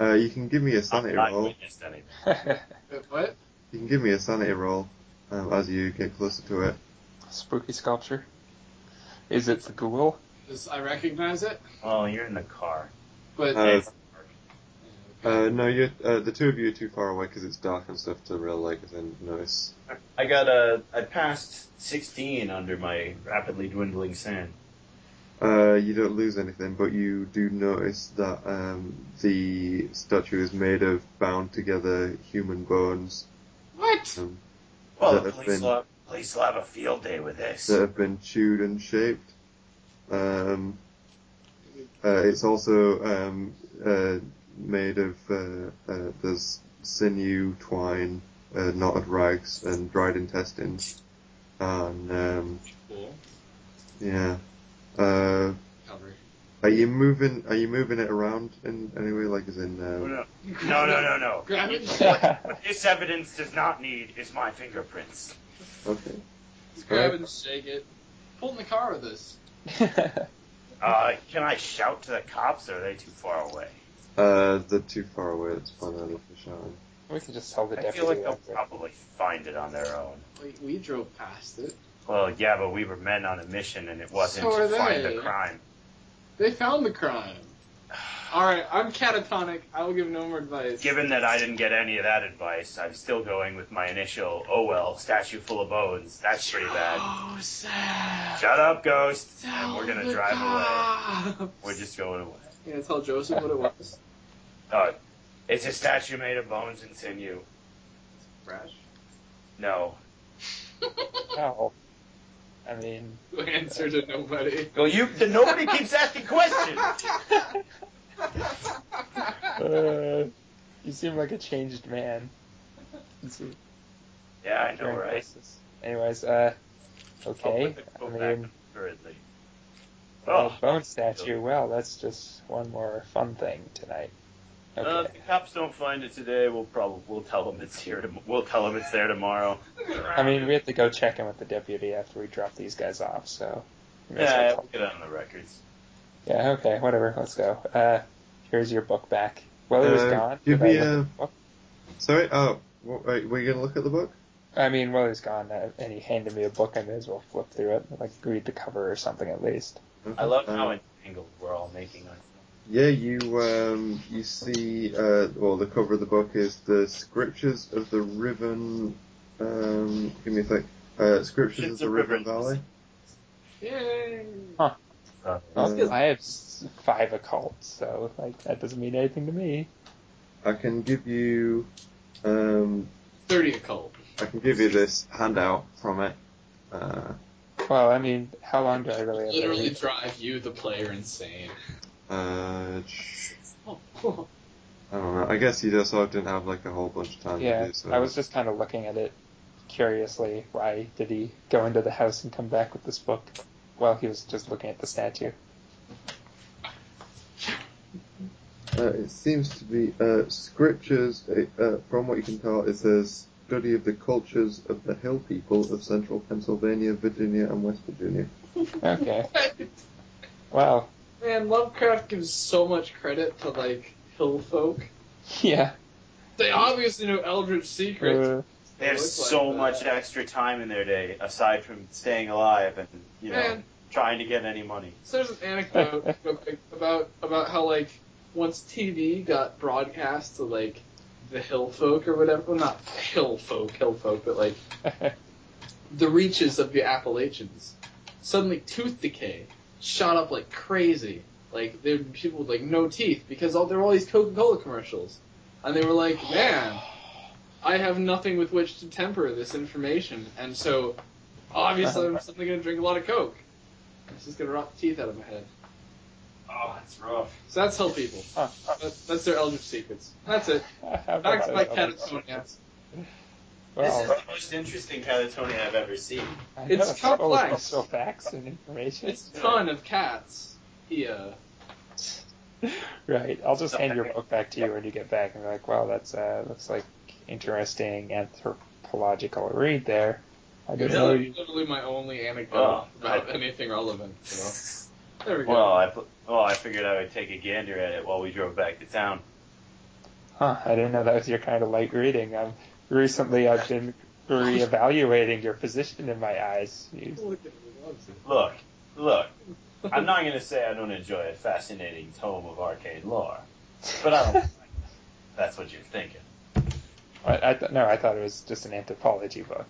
Speaker 1: uh, you can give me a sanity
Speaker 2: I've not
Speaker 1: roll.
Speaker 2: witnessed anything.
Speaker 3: Uh, What?
Speaker 1: You can give me a sanity roll um, as you get closer to it.
Speaker 4: Spooky sculpture. Is it the ghoul?
Speaker 3: Does I recognize it?
Speaker 2: Well, Oh, you're in the car.
Speaker 3: But
Speaker 1: Uh,
Speaker 3: Yeah,
Speaker 1: Uh, no, you're, uh, the two of you are too far away because it's dark and stuff to real like and notice.
Speaker 2: I got a. I passed 16 under my rapidly dwindling sand.
Speaker 1: Uh, you don't lose anything, but you do notice that um, the statue is made of bound together human bones
Speaker 3: What?
Speaker 1: um,
Speaker 2: Well,
Speaker 1: That
Speaker 2: the
Speaker 1: has
Speaker 2: police,
Speaker 1: been-
Speaker 2: will have, police will have a field day with this.
Speaker 1: that have been chewed and shaped. Um, uh, it's also um, uh, made of uh, uh, there's sinew, twine, uh, knotted rags, and dried intestines. And um,
Speaker 3: Cool.
Speaker 1: yeah, uh,
Speaker 3: Cover.
Speaker 1: are you moving? Are you moving it around in any way? Like as in? Uh,
Speaker 2: Oh, no, no, no, no.
Speaker 3: Grab it.
Speaker 2: What this evidence does not need is my fingerprints.
Speaker 1: okay.
Speaker 3: Just grab it and shake it. Pull in the car with us.
Speaker 2: Uh, can I shout to the cops, or are they too far away?
Speaker 1: Uh, they're too far away. It's fine. They're for showering.
Speaker 4: we can just tell the
Speaker 2: I
Speaker 4: deputy.
Speaker 2: feel like they'll
Speaker 4: what's up.
Speaker 2: probably find it on their own.
Speaker 3: We, we drove past it.
Speaker 2: Well, yeah, but we were men on a mission, and it wasn't
Speaker 3: So are
Speaker 2: to find
Speaker 3: they.
Speaker 2: a crime.
Speaker 3: They found the crime. All right, I'm catatonic. I will give no more advice.
Speaker 2: Given that I didn't get any of that advice, I'm still going with my initial, oh well, statue full of bones. That's pretty bad.
Speaker 3: Oh, sad.
Speaker 2: Shut up, ghost! And we're gonna drive away. We're just going away.
Speaker 3: Yeah, tell Joseph what it was.
Speaker 2: Uh, it's a statue made of bones and sinew.
Speaker 3: Fresh.
Speaker 2: No.
Speaker 4: Oh. I mean,
Speaker 3: You answer to nobody.
Speaker 2: Well, you, then nobody keeps asking questions!
Speaker 4: uh, you seem like a changed man. Let's see.
Speaker 2: Yeah, I know, right?
Speaker 4: Crisis. Anyways, uh,
Speaker 2: I'll
Speaker 4: okay.
Speaker 2: put the
Speaker 4: I
Speaker 2: quote back
Speaker 4: mean,
Speaker 2: hurriedly.
Speaker 4: uh,
Speaker 2: Oh,
Speaker 4: bone statue. Well, that's just one more fun thing tonight. Okay.
Speaker 2: uh, if the cops don't find it today. We'll probably we'll tell them it's here. tom we'll tell them it's there tomorrow.
Speaker 4: I mean, we have to go check in with the deputy after we drop these guys off. So. we may as well
Speaker 2: Yeah,
Speaker 4: talk.
Speaker 2: we'll get it on the records.
Speaker 4: Yeah. Okay. Whatever. Let's go. Uh, here's your book back. Well, it was
Speaker 1: Uh,
Speaker 4: gone.
Speaker 1: give
Speaker 4: did I
Speaker 1: me
Speaker 4: look at
Speaker 1: a-
Speaker 4: the book?
Speaker 1: Sorry. Oh, wh- wait. Were you gonna look at the book?
Speaker 4: I mean, while he's gone, uh, and he handed me a book, I may as well flip through it, like read the cover or something at least.
Speaker 2: I love
Speaker 1: Um,
Speaker 2: how
Speaker 4: Uh-huh.
Speaker 2: entangled we're all making. our-
Speaker 1: Yeah, you um, you see, uh, well, the cover of the book is the Scriptures of the Riven. Um, give me a sec. Uh, Scriptures of
Speaker 2: It's
Speaker 1: the
Speaker 2: a
Speaker 1: Riven
Speaker 2: ribbon.
Speaker 1: Valley.
Speaker 3: Yay.
Speaker 4: Uh-huh.
Speaker 1: Uh,
Speaker 4: I have s- five occult, so like that doesn't mean anything to me.
Speaker 1: I can give you, um,
Speaker 3: Thirty occult.
Speaker 1: I can give you this handout from it. Uh,
Speaker 4: Well, I mean, how long do I really have to
Speaker 3: Literally
Speaker 4: read?
Speaker 3: drive you, the player, insane.
Speaker 1: uh, sh- I don't know. I guess you just sort of didn't have like a whole bunch of time. to
Speaker 4: Yeah,
Speaker 1: do, so
Speaker 4: I was just kind of looking at it curiously. Why did he go into the house and come back with this book? Well, he was just looking at the statue.
Speaker 1: Uh, it seems to be uh, scriptures, uh, uh, from what you can tell, it says study of the cultures of the hill people of central Pennsylvania, Virginia, and West Virginia.
Speaker 4: Okay. Well,
Speaker 3: Man, Lovecraft gives so much credit to like hill folk.
Speaker 4: yeah.
Speaker 3: They obviously know Eldritch secrets.
Speaker 4: uh,
Speaker 2: They have
Speaker 3: look like
Speaker 2: so
Speaker 3: that.
Speaker 2: much extra time in their day, aside from staying alive and you know
Speaker 3: Man,
Speaker 2: trying to get any money.
Speaker 3: so there's an anecdote about about how like once TV got broadcast to like the hill folk or whatever. Well, not hill folk, hill folk, but like the reaches of the Appalachians. Suddenly, tooth decay shot up like crazy. Like there would be people with like no teeth because all, there were all these Coca-Cola commercials, and they were like, "Man, I have nothing with which to temper this information," and so obviously I'm suddenly going to drink a lot of Coke. It's just going to rot the teeth out of my head.
Speaker 2: Oh, that's rough.
Speaker 3: So that's hell people.
Speaker 4: Huh.
Speaker 3: That, that's their eldritch secrets. That's it. Back to my catatonia.
Speaker 2: This is
Speaker 4: Well,
Speaker 2: the most interesting catatonia I've ever seen.
Speaker 4: I
Speaker 3: it's
Speaker 4: know, full of
Speaker 3: complex.
Speaker 4: cultural facts and information.
Speaker 3: It's a ton of cats. uh, Yeah.
Speaker 4: Right. I'll just hand your book back to you when you get back and be like, wow, that's uh, looks like interesting anthropological read there. I didn't know
Speaker 3: Literally,
Speaker 4: you.
Speaker 3: literally my only anecdote
Speaker 2: Oh,
Speaker 3: about
Speaker 2: I-
Speaker 3: anything relevant. So. There we go.
Speaker 2: Well, I pl- well, I figured I would take a gander at it while we drove back to town.
Speaker 4: Huh, I didn't know that was your kind of light reading. Um, recently, I've been reevaluating your position in my eyes. You,
Speaker 3: Look at the loves of
Speaker 2: Look, look. I'm not going to say I don't enjoy a fascinating tome of arcane lore, but I don't. like it. That's what you're thinking.
Speaker 4: I, I th- no, I thought it was just an anthropology book.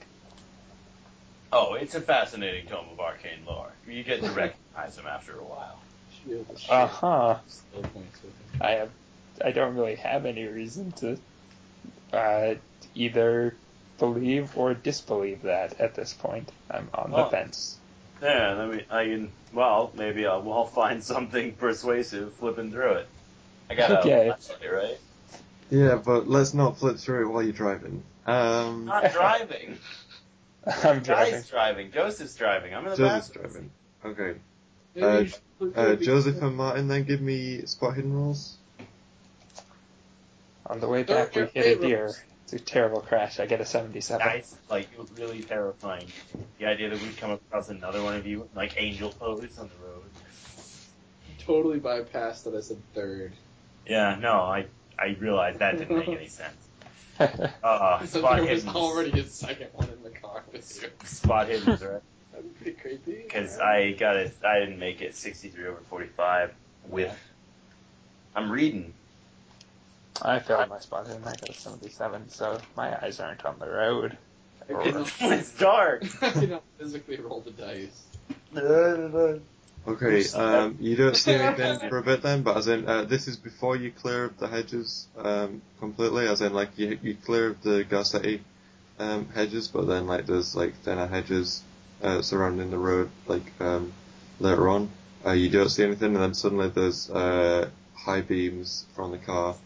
Speaker 2: Oh, it's a fascinating tome of arcane lore. You get to recognize them after a while.
Speaker 3: shield and
Speaker 4: Uh
Speaker 3: shield
Speaker 4: huh.
Speaker 3: skill points with it.
Speaker 4: I have. I don't really have any reason to uh, either believe or disbelieve that at this point. I'm on the
Speaker 2: Oh.
Speaker 4: fence.
Speaker 2: Yeah, let me. I can. Well, maybe I'll, I'll find something persuasive flipping through it. I got
Speaker 4: Okay.
Speaker 2: a flashlight, right?
Speaker 1: Yeah, but let's not flip through it while you're driving.
Speaker 2: I'm
Speaker 1: Um,
Speaker 2: not driving.
Speaker 4: I'm driving.
Speaker 2: Guy's driving. Joseph's driving. I'm in the
Speaker 1: Joseph's
Speaker 2: bathroom.
Speaker 1: driving. Okay.
Speaker 3: Maybe
Speaker 1: Uh,
Speaker 3: you should look
Speaker 1: Uh,
Speaker 3: at the-
Speaker 1: Joseph and Martin, then give me spot hidden rolls.
Speaker 4: On the way back, we
Speaker 3: Don't
Speaker 4: hit a
Speaker 3: get
Speaker 4: deer.
Speaker 3: favorites.
Speaker 4: It's a terrible crash. I get a 77.
Speaker 2: Guys, like it was really terrifying. The idea that we'd come across another one of you, like angel pose on the road.
Speaker 3: totally bypassed that I said third.
Speaker 2: Yeah, no, I I realized that didn't make any sense. Uh,
Speaker 3: So
Speaker 2: spot
Speaker 3: there was
Speaker 2: hidden.
Speaker 3: already a second one in the car this year.
Speaker 2: Spot hidden, right?
Speaker 3: That'd be creepy.
Speaker 2: Because I got it. I didn't make it 63 over 45 with I'm reading.
Speaker 4: I failed my spot and I got a 77, so my eyes aren't on the road.
Speaker 3: I cannot,
Speaker 2: it's dark.
Speaker 3: I cannot physically roll the dice.
Speaker 1: Okay, um, you don't see anything for a bit then, but as in, uh, this is before you clear of the hedges um, completely, as in, like, you, you clear of the Garcetti um, hedges, but then, like, there's, like, thinner hedges uh, surrounding the road, like, um, later on. Uh, you don't see anything, and then suddenly there's uh, high beams from the car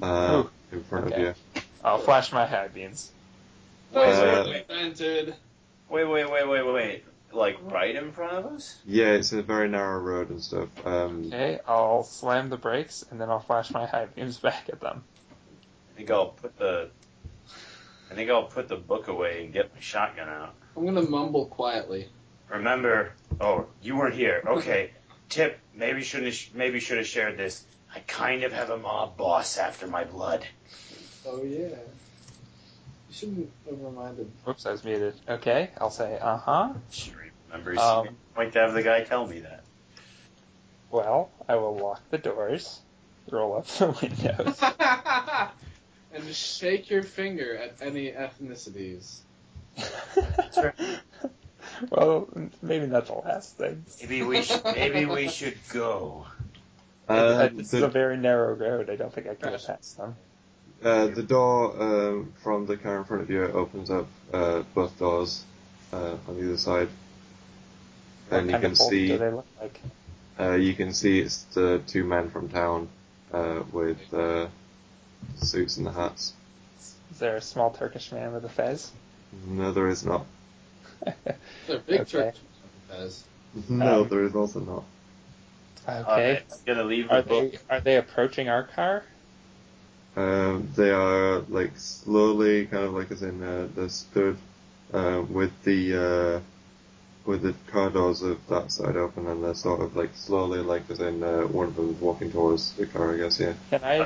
Speaker 1: uh,
Speaker 4: Oh,
Speaker 1: in front
Speaker 4: okay.
Speaker 1: of
Speaker 4: I'll flash my high beams.
Speaker 3: Those
Speaker 1: Uh,
Speaker 3: are planted.
Speaker 2: Wait, wait, wait, wait, wait, wait. Like right in front of us?
Speaker 1: you. Yeah, it's a very narrow road and stuff. Um,
Speaker 4: Okay, I'll slam the brakes and then I'll flash my high beams back at them.
Speaker 2: I think I'll put the. I think I'll put the book away and get my shotgun out.
Speaker 3: I'm gonna mumble quietly.
Speaker 2: Remember? Oh, you weren't here. Okay. Tip. Maybe shouldn't. Have, maybe should have shared this. I kind of have a mob boss after my blood.
Speaker 3: Oh yeah. You shouldn't have reminded.
Speaker 4: Whoops, I was muted. Okay, I'll say, uh huh.
Speaker 2: She remembers.
Speaker 4: Um.
Speaker 2: Point to have the guy tell me that.
Speaker 4: Well, I will lock the doors, roll up the windows.
Speaker 3: and just shake your finger at any ethnicities.
Speaker 4: well, m- maybe not the last thing.
Speaker 2: Maybe we should. Maybe we should go.
Speaker 4: Uh,
Speaker 1: um,
Speaker 4: this is
Speaker 1: the
Speaker 4: a very narrow road. I don't think I can get past them.
Speaker 1: Uh, the door um, from the car in front of you opens up uh, both doors uh, on either side, and you
Speaker 4: what kind
Speaker 1: can
Speaker 4: of bolt do
Speaker 1: see
Speaker 4: they look like?
Speaker 1: uh, you can see it's the two men from town uh, with uh, suits and the hats.
Speaker 4: Is there a small Turkish man with a fez?
Speaker 1: No, there is not.
Speaker 3: They're big
Speaker 4: Okay.
Speaker 3: church as
Speaker 1: No,
Speaker 4: Um,
Speaker 1: there is also not.
Speaker 4: Okay.
Speaker 2: I'm gonna leave the
Speaker 4: Are
Speaker 2: book.
Speaker 4: they are they approaching our car?
Speaker 1: Um, they are like slowly, kind of like as in uh, they're stood uh, with the uh, with the car doors of that side open, and they're sort of like slowly, like as in uh, one of them's walking towards the car, I guess. Yeah.
Speaker 4: Can I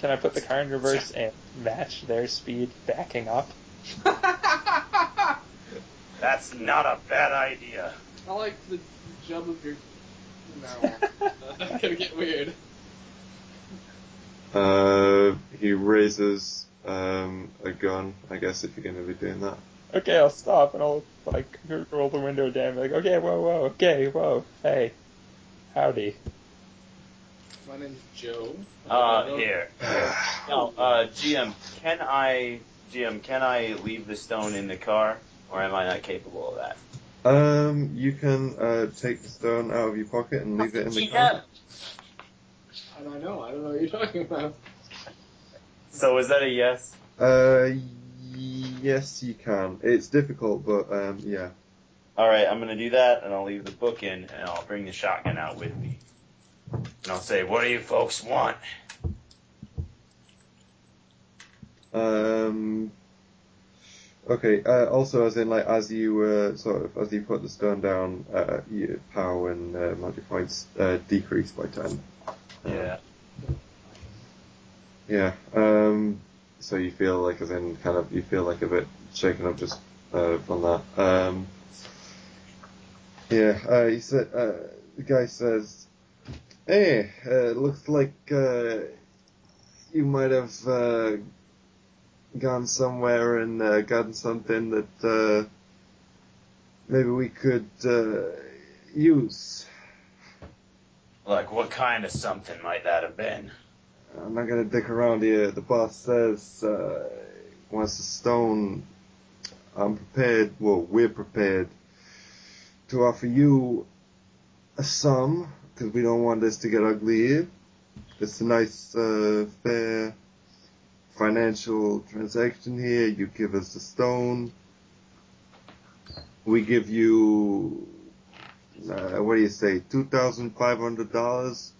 Speaker 4: can I put the car in reverse and match their speed backing up?
Speaker 2: That's not a bad idea.
Speaker 3: I like the jump of your. No, that's gonna get weird.
Speaker 1: Uh, he raises um, a gun, I guess, if you're going to be doing that.
Speaker 4: Okay, I'll stop and I'll like roll the window down. Like, okay, whoa, whoa, okay, whoa, hey, howdy.
Speaker 3: My name's Joe.
Speaker 2: Uh, here. No, uh, GM, can I, GM, can I leave the stone in the car, or am I not capable of that?
Speaker 1: Um, you can uh, take the stone out of your pocket and leave it in the car.
Speaker 3: I don't know. I don't know what you're talking about.
Speaker 2: So is that a yes?
Speaker 1: Uh, yes, you can. It's difficult, but um, yeah.
Speaker 2: All right, I'm gonna do that, and I'll leave the book in, and I'll bring the shotgun out with me, and I'll say, "What do you folks want?"
Speaker 1: Um. Okay. Uh, also, as in, like, as you uh, sort of as you put the stone down, uh, your power and uh, magic points uh, decrease by ten.
Speaker 2: Yeah.
Speaker 1: Yeah. Um. So you feel like, as in, kind of, you feel like a bit shaken up just uh, from that. Um. Yeah. Uh, he said. Uh, the guy says, "Hey, uh, looks like uh, you might have uh, gone somewhere and uh, gotten something that uh, maybe we could uh, use."
Speaker 2: Like, what kind of something might that have been?
Speaker 1: I'm not gonna dick around here. The boss says uh, wants the stone. I'm prepared. Well, we're prepared to offer you a sum because we don't want this to get ugly here. It's a nice, uh, fair financial transaction here. You give us the stone. We give you, uh, what do you say, two thousand five hundred dollars.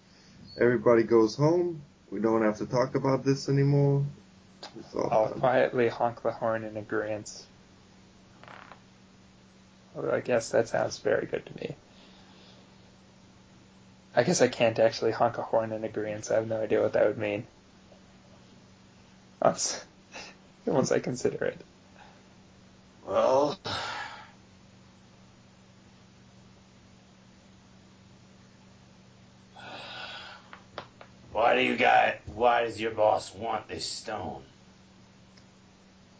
Speaker 1: Everybody goes home. We don't have to talk about this anymore. It's all
Speaker 4: I'll
Speaker 1: done.
Speaker 4: quietly honk the horn in agreement. Well, I guess that sounds very good to me. I guess I can't actually honk a horn in agreement. I have no idea what that would mean. Once, once I consider it.
Speaker 2: Well, why Why do you got? Why does your boss want this stone?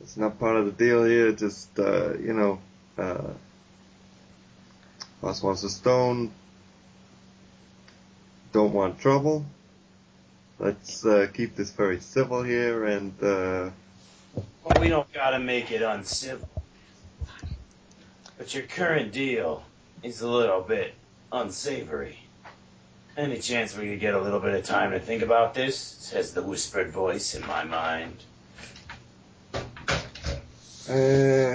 Speaker 1: It's not part of the deal here. Just uh, you know, uh, boss wants a stone. Don't want trouble. Let's uh, keep this very civil here, and uh,
Speaker 2: Well, we don't gotta make it uncivil. But your current deal is a little bit unsavory. Any chance we could get a little bit of time to think about this? Says the whispered voice in my mind.
Speaker 1: uh,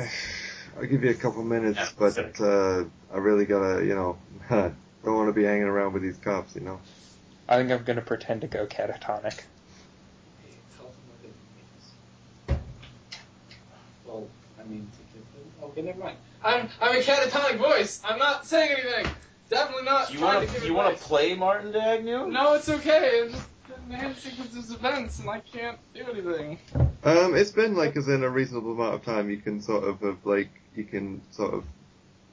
Speaker 1: I'll give you a couple minutes,
Speaker 2: Yeah,
Speaker 1: but
Speaker 2: sorry.
Speaker 1: uh, I really gotta, you know, don't want to be hanging around with these cops, you know.
Speaker 4: I think I'm going to pretend to go catatonic.
Speaker 3: Tell them what it means. Well, I mean, to give them. Okay, never mind. I'm I'm a catatonic voice. I'm not saying anything. Definitely not.
Speaker 5: Do you
Speaker 3: trying
Speaker 5: want
Speaker 3: to
Speaker 5: to
Speaker 3: give
Speaker 5: you want
Speaker 3: advice.
Speaker 5: to play Martin
Speaker 2: Oh.
Speaker 5: Dagnew?
Speaker 3: No, it's okay. It's just the hand sequences events, and I can't do anything.
Speaker 1: Um, it's been like as in a reasonable amount of time you can sort of have, like you can sort of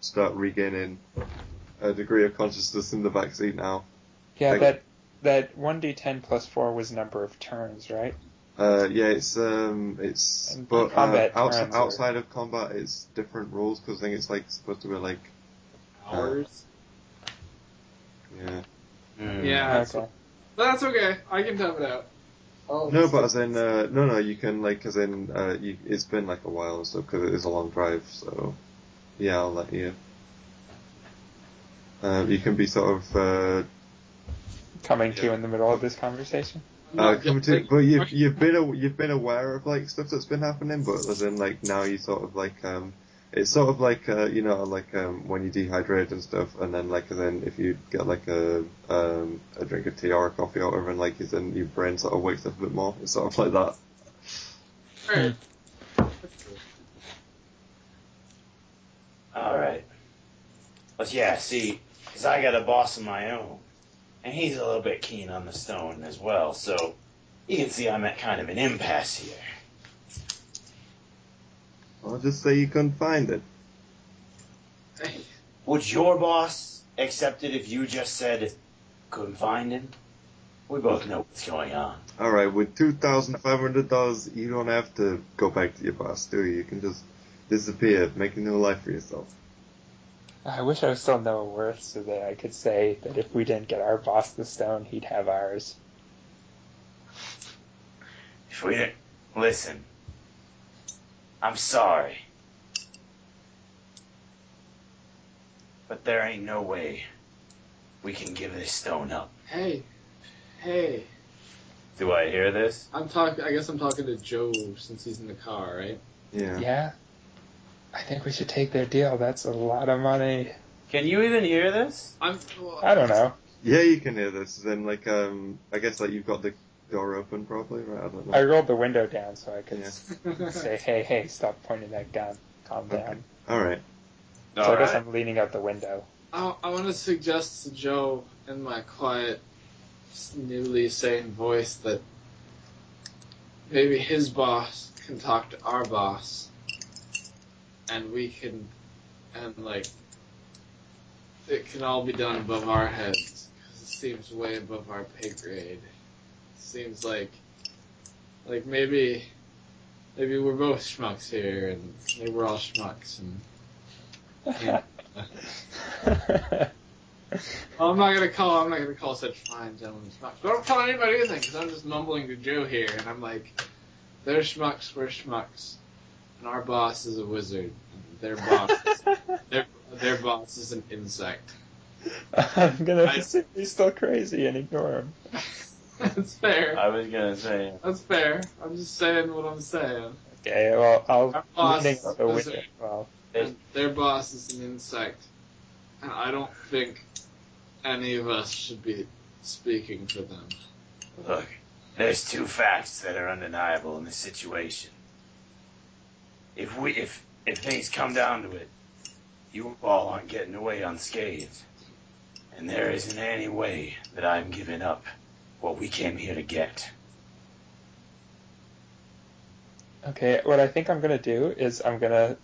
Speaker 1: start regaining a degree of consciousness in the backseat now.
Speaker 4: Yeah,
Speaker 1: Thank-
Speaker 4: that that 1d10 plus 4 was number of turns, right?
Speaker 1: Uh, yeah, it's um, it's
Speaker 4: And
Speaker 1: but uh,
Speaker 4: combat
Speaker 1: outs-
Speaker 4: turns are-
Speaker 1: outside of combat, it's different rules because I think it's like supposed to be like
Speaker 3: Hours.
Speaker 1: yeah.
Speaker 3: yeah, that's,
Speaker 4: okay.
Speaker 3: that's okay. I can tough it out. Oh,
Speaker 1: No, but as in uh, no, no, you can like as in uh, you, it's been like a while and stuff because it is a long drive, so yeah, I'll let you. Uh, you can be sort of uh,
Speaker 4: Coming to you in the middle of this conversation.
Speaker 1: Uh, come to, but you've you've been aw- you've been aware of like stuff that's been happening, but as in like now you sort of like um it's sort of like uh you know like um when you dehydrate and stuff, and then like and then if you get like a um a drink of tea or a coffee or whatever, and like then your brain sort of wakes up a bit more. It's sort of like that.
Speaker 3: Alright.
Speaker 2: All right. But yeah, see, 'cause I got a boss of my own, and he's a little bit keen on the stone as well, so you can see I'm at kind of an impasse here.
Speaker 1: I'll just say you couldn't find it. Hmm.
Speaker 2: Would your boss accept it if you just said, couldn't find him? We both know what's going on.
Speaker 1: All right, with two thousand five hundred dollars, you don't have to go back to your boss, do you? You can just disappear, make a new life for yourself.
Speaker 4: I wish I was still Noah Worth so that I could say that if we didn't get our boss the stone, he'd have ours.
Speaker 2: If we didn't listen, I'm sorry. But there ain't no way we can give this stone up.
Speaker 3: Hey, hey.
Speaker 2: Do I hear this?
Speaker 3: I'm talking. I guess I'm talking to Joe since he's in the car, right?
Speaker 1: Yeah.
Speaker 4: Yeah. I think we should take their deal. That's a lot of money.
Speaker 5: Can you even hear this?
Speaker 3: I'm.
Speaker 4: I don't know.
Speaker 1: Yeah, you can hear this. Then, like, um, I guess like you've got the door open probably, right? I don't know.
Speaker 4: I rolled the window down so I could
Speaker 1: Yeah.
Speaker 4: say, hey, hey, stop pointing that gun. Calm
Speaker 1: Okay.
Speaker 4: down.
Speaker 1: All right.
Speaker 4: So I guess I'm leaning out the window.
Speaker 3: I, I want to suggest to Joe in my quiet, newly sane voice that maybe his boss can talk to our boss, and we can, and like, it can all be done above our heads because it seems way above our pay grade. seems like, like maybe, maybe we're both schmucks here, and maybe we're all schmucks, and Yeah. Well, Oh, I'm not gonna call. I'm not gonna call such fine gentlemen schmucks. But I'm calling anybody anything because I'm just mumbling to Joe here, and I'm like, they're schmucks, we're schmucks, and our boss is a wizard. and Their boss, their their boss is an insect.
Speaker 4: I'm gonna
Speaker 3: I-
Speaker 4: assume he's still crazy and ignore him.
Speaker 3: That's fair.
Speaker 5: I was gonna say
Speaker 3: That's fair. I'm just saying what I'm saying.
Speaker 4: Okay, well,
Speaker 3: Our
Speaker 4: I'll
Speaker 3: boss
Speaker 4: leaning out the
Speaker 3: is-
Speaker 4: window. Well,
Speaker 3: And their boss is an insect, and I don't think any of us should be speaking for them.
Speaker 2: Look, there's two facts that are undeniable in this situation. If we if if things come down to it, you all aren't getting away unscathed. And there isn't any way that I'm giving up what we came here to get.
Speaker 4: okay, what I think I'm gonna do is I'm gonna,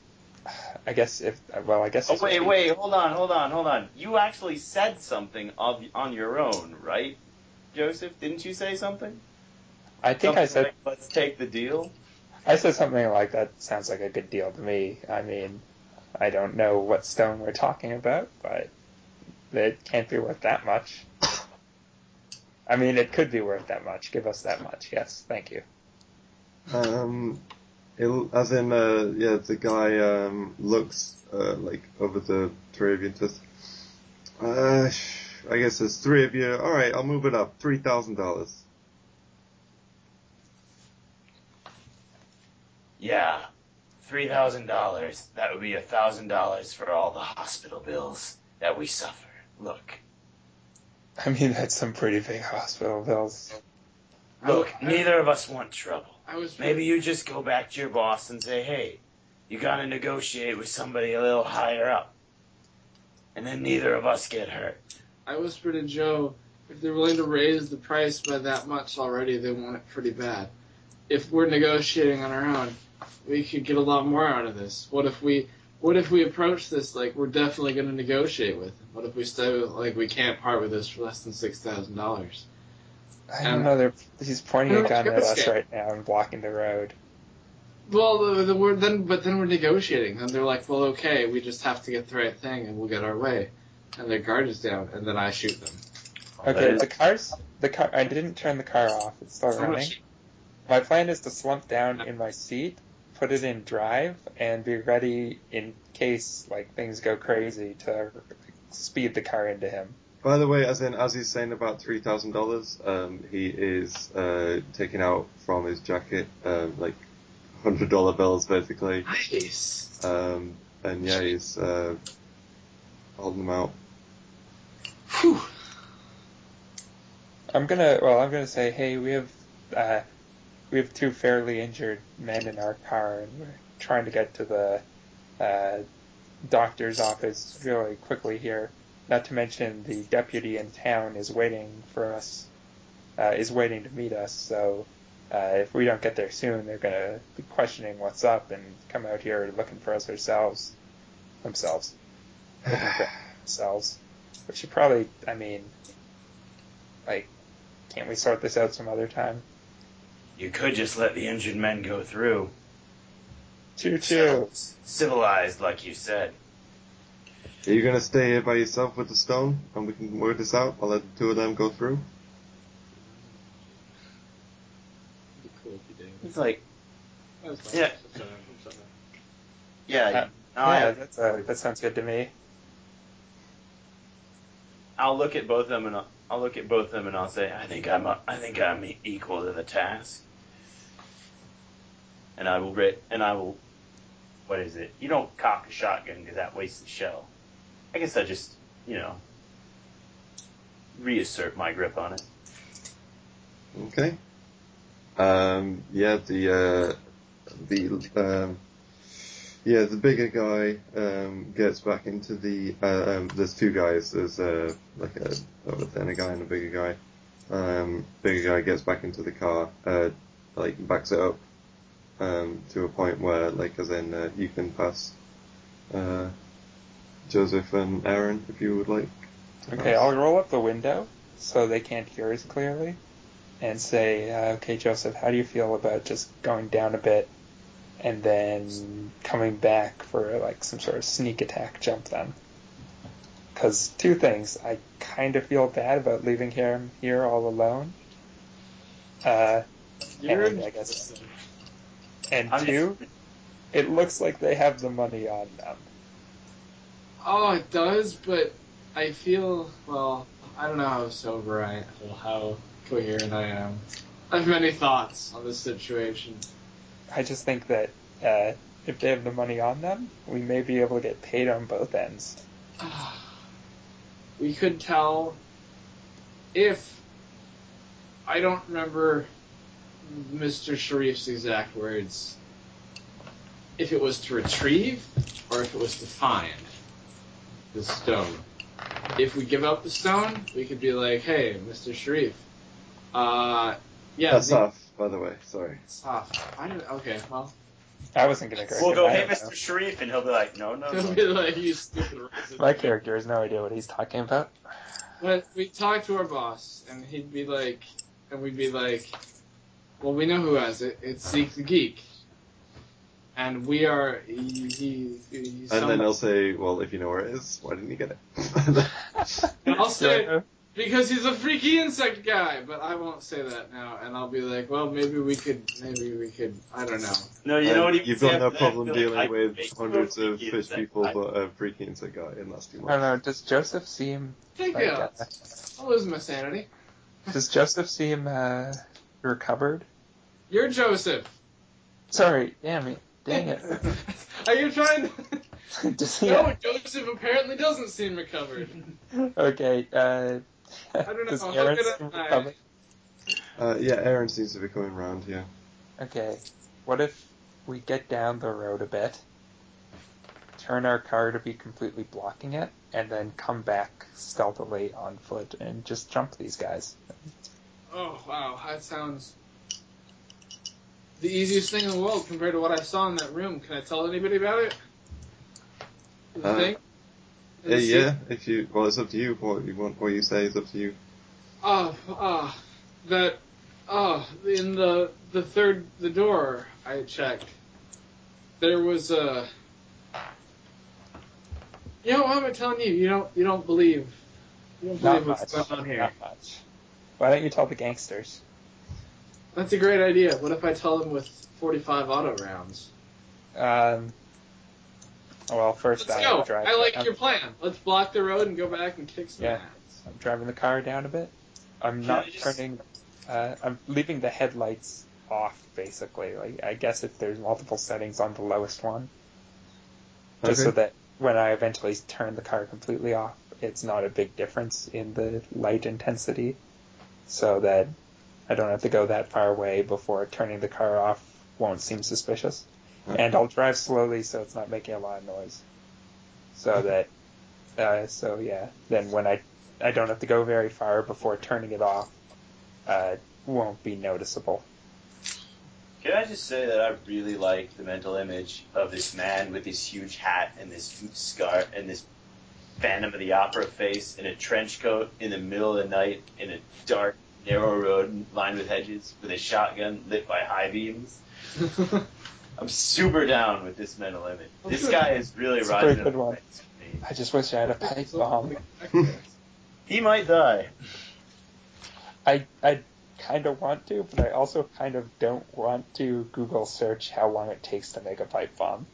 Speaker 4: I guess if well, I guess.
Speaker 5: Oh
Speaker 4: this would
Speaker 5: wait,
Speaker 4: be-
Speaker 5: wait, hold on, hold on, hold on. You actually said something of on your own, right?
Speaker 2: Joseph, didn't you say something?
Speaker 4: I think I said
Speaker 2: Something like, let's take the deal.
Speaker 4: I said something like that sounds like a good deal to me. I mean, I don't know what stone we're talking about, but it can't be worth that much. I mean, it could be worth that much. Give us that much. Yes, thank you.
Speaker 1: Um, it'll, as in, uh, yeah, the guy um, looks uh, like over the three of you and says, uh, sh- I guess there's three of you. All right, I'll move it up. Three thousand dollars.
Speaker 15: Yeah, three thousand dollars. That would be a thousand dollars for all the hospital bills that we suffer. Look,
Speaker 4: I mean, that's some pretty big hospital bills.
Speaker 15: look. Neither of us want trouble.
Speaker 3: I was
Speaker 15: Maybe you just go back to your boss and say, "Hey, you gotta negotiate with somebody a little higher up," and then neither of us get hurt.
Speaker 3: I whispered to Joe, if they're willing to raise the price by that much already, they want it pretty bad. If we're negotiating on our own, we could get a lot more out of this. What if we what if we approach this like we're definitely going to negotiate with? them? What if we stay with, like we can't part with this for less than six thousand dollars?
Speaker 4: I
Speaker 5: Um,
Speaker 4: don't know. They're, he's pointing a
Speaker 3: Who
Speaker 4: gun at
Speaker 3: gives
Speaker 4: us
Speaker 3: a-
Speaker 4: right now and blocking the road.
Speaker 3: Well, the, the, we're then but then we're negotiating. Then they're like, well, okay, we just have to get the right thing and we'll get our way. And their guard is down, and then I shoot them.
Speaker 4: Okay, the car's the car. I didn't turn the car off. It's still
Speaker 3: I'm gonna
Speaker 4: running.
Speaker 3: shoot-
Speaker 4: My plan is to slump down in my seat, put it in drive, and be ready in case like things go crazy to speed the car into him.
Speaker 1: By the way, as in, as he's saying about three thousand dollars, um, he is uh, taking out from his jacket um, like hundred dollar bills, basically.
Speaker 3: Nice.
Speaker 1: Um, and yeah, he's uh, holding them out.
Speaker 3: Whew.
Speaker 4: I'm gonna well, I'm gonna say, hey, we have uh, we have two fairly injured men in our car, and we're trying to get to the uh, doctor's office really quickly here. Not to mention the deputy in town is waiting for us, uh, is waiting to meet us. So uh, if we don't get there soon, they're gonna be questioning what's up and come out here looking for us ourselves, themselves, looking for themselves. We should probably, I mean, like, can't we sort this out some other time?
Speaker 15: You could just let the injured men go through.
Speaker 4: Choo choo.
Speaker 15: Civilized, like you said.
Speaker 1: Are you gonna stay here by yourself with the stone, and we can work this out? I'll let the two of them go through.
Speaker 3: Be cool if you did.
Speaker 2: He's like,
Speaker 3: That was nice.
Speaker 2: Yeah.
Speaker 3: I'm sorry, I'm sorry.
Speaker 2: yeah, no,
Speaker 4: Uh, yeah,
Speaker 2: I,
Speaker 4: that's, uh, that sounds good to me.
Speaker 2: I'll look at both of them and I'll, I'll look at both of them and I'll say,
Speaker 15: I think I'm. A, I think I'm equal to the task.
Speaker 2: and I will re- and I will. What is it? You don't cock a shotgun because that wastes the shell. I guess I just, you know, reassert my grip on it.
Speaker 1: Okay. Um, yeah, the uh, the um, yeah the bigger guy um, gets back into the. Uh, um, there's two guys. There's uh, like a oh, then a guy and a bigger guy. Um, bigger guy gets back into the car. Uh, like backs it up um, to a point where like as in uh, you can pass uh, Joseph and Aaron if you would like.
Speaker 4: Okay, I'll roll up the window so they can't hear us clearly and say, uh, okay, Joseph, how do you feel about just going down a bit and then coming back for like some sort of sneak attack jump then? Because two things, I kind of feel bad about leaving him here all alone. Uh, and I guess, and
Speaker 2: I'm just-
Speaker 4: two, it looks like they have the money on them.
Speaker 3: Oh, it does, but I feel well. I don't know how sober I am, or how coherent I am. I have many thoughts on this situation.
Speaker 4: I just think that uh, if they have the money on them, we may be able to get paid on both ends.
Speaker 3: We could tell if I don't remember Mr. Sharif's exact words. If it was to retrieve or if it was to find the stone. If we give up the stone, we could be like, "Hey, Mr. Sharif, uh, yeah,
Speaker 1: That's
Speaker 3: the-
Speaker 1: off, by the way. Sorry.
Speaker 3: Soft. Why did, okay, well,
Speaker 4: I wasn't gonna correct
Speaker 5: We'll
Speaker 4: him,
Speaker 5: go,
Speaker 4: I
Speaker 5: hey,
Speaker 4: don't know.
Speaker 5: Mr. Sharif, and he'll be like, no, no,
Speaker 3: He'll
Speaker 5: no.
Speaker 3: be like, you stupid racist.
Speaker 4: My character has no idea what he's talking about.
Speaker 3: But we talked to our boss, and he'd be like, and we'd be like, well, we know who has it. It's Zeke the Geek. And we are, he, he,
Speaker 1: And
Speaker 3: he's some-
Speaker 1: then I'll say, well, if you know where it is, why didn't you get it?
Speaker 3: And I'll say,
Speaker 4: Yeah.
Speaker 3: because he's a freaky insect guy, but I won't say that now. And I'll be like, well, maybe we could, maybe we could, I don't know.
Speaker 5: No, you
Speaker 1: Uh,
Speaker 5: know what he
Speaker 1: You've
Speaker 5: would
Speaker 1: got
Speaker 5: say
Speaker 1: no
Speaker 5: after that?
Speaker 1: problem
Speaker 5: He'd be
Speaker 1: dealing
Speaker 5: like, I
Speaker 1: with
Speaker 5: make
Speaker 1: hundreds
Speaker 5: no
Speaker 1: of
Speaker 5: freaky
Speaker 1: fish
Speaker 5: insect.
Speaker 1: people,
Speaker 5: I-
Speaker 1: but a freaky insect guy, and that's too
Speaker 4: I
Speaker 1: much.
Speaker 4: don't know. Does Joseph seem
Speaker 3: Take
Speaker 4: like,
Speaker 3: it
Speaker 4: uh,
Speaker 3: out. I'll lose my sanity.
Speaker 4: does Joseph seem uh, recovered?
Speaker 3: You're Joseph.
Speaker 4: Sorry, damn it, dang it.
Speaker 3: Are you trying?
Speaker 4: does he? uh,
Speaker 3: No, Joseph apparently doesn't seem recovered.
Speaker 4: Okay. Uh,
Speaker 3: I don't know,
Speaker 4: does
Speaker 3: how
Speaker 4: Aaron
Speaker 3: could I-
Speaker 4: seem recovered?
Speaker 1: Uh, yeah, Aaron seems to be coming round here.
Speaker 4: Okay. What if we get down the road a bit, turn our car to be completely blocking it, and then come back stealthily on foot and just jump these guys?
Speaker 3: Oh wow, that sounds the easiest thing in the world compared to what I saw in that room. Can I tell anybody about it? The
Speaker 1: Uh,
Speaker 3: thing?
Speaker 1: Uh, yeah, if you well, it's up to you. What you want, what you say is up to you.
Speaker 3: Oh, oh, that. Oh, in the the third the door I checked, there was a. You know, I'm telling you, you don't you don't believe, you don't
Speaker 4: Not
Speaker 3: believe
Speaker 4: much.
Speaker 3: what's going on here.
Speaker 4: Not much. Why don't you tell the gangsters?
Speaker 3: That's a great idea. What if I tell them with 45 auto rounds?
Speaker 4: Um, well, 1st
Speaker 3: Let's
Speaker 4: I
Speaker 3: go.
Speaker 4: drive.
Speaker 3: I like
Speaker 4: I'm,
Speaker 3: your plan. Let's block the road and go back and kick some
Speaker 4: Yeah.
Speaker 3: ass.
Speaker 4: I'm driving the car down a bit. I'm not
Speaker 5: I just-
Speaker 4: turning. Uh, I'm leaving the headlights off, basically. Like I guess if there's multiple settings on the lowest one, just so
Speaker 1: Okay.
Speaker 4: that when I eventually turn the car completely off, it's not a big difference in the light intensity, so that I don't have to go that far away before turning the car off won't seem suspicious. And I'll drive slowly so it's not making a lot of noise. So that, uh, so yeah, then when I, I don't have to go very far before turning it off, uh, won't be noticeable.
Speaker 5: Can I just say that I really like the mental image of this man with this huge hat and this huge scarf and this Phantom of the Opera face and a trench coat in the middle of the night in a dark, narrow road lined with hedges with a shotgun lit by high beams. I'm super down with this mental image. This guy is really
Speaker 4: It's a
Speaker 5: rising.
Speaker 4: pretty good
Speaker 5: up
Speaker 4: one.
Speaker 5: to me.
Speaker 4: I just wish I had a pipe bomb.
Speaker 5: He might die.
Speaker 4: I I kind of want to, but I also kind of don't want to Google search how long it takes to make a pipe bomb.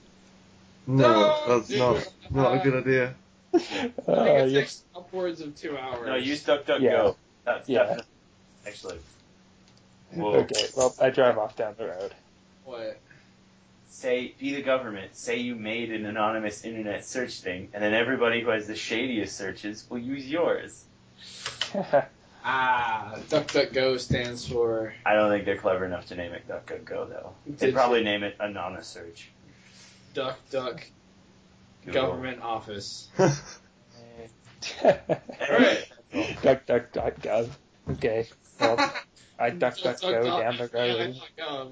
Speaker 1: No,
Speaker 3: No,
Speaker 1: that's
Speaker 3: dude.
Speaker 1: not not
Speaker 5: Uh,
Speaker 1: a good idea.
Speaker 3: I
Speaker 4: Uh,
Speaker 3: think it
Speaker 4: yeah.
Speaker 3: takes upwards of two hours.
Speaker 5: No, use DuckDuckGo.
Speaker 4: Yeah.
Speaker 5: Go. That's
Speaker 4: Yeah.
Speaker 5: definitely. Actually, whoa.
Speaker 4: Okay, well, I drive off down the road.
Speaker 3: What?
Speaker 5: say be the government say you made an anonymous internet search thing and then everybody who has the shadiest searches will use yours
Speaker 3: Ah, DuckDuckGo stands for.
Speaker 5: i don't think they're clever enough to name it duckduckgo though they'd
Speaker 3: Did-
Speaker 5: probably name it anonymous search
Speaker 3: Duck Duck
Speaker 5: Google.
Speaker 3: Government Office.
Speaker 5: Anyway,
Speaker 4: duck, duck, duck, gov. Okay, well, I duck, duck, go down the road.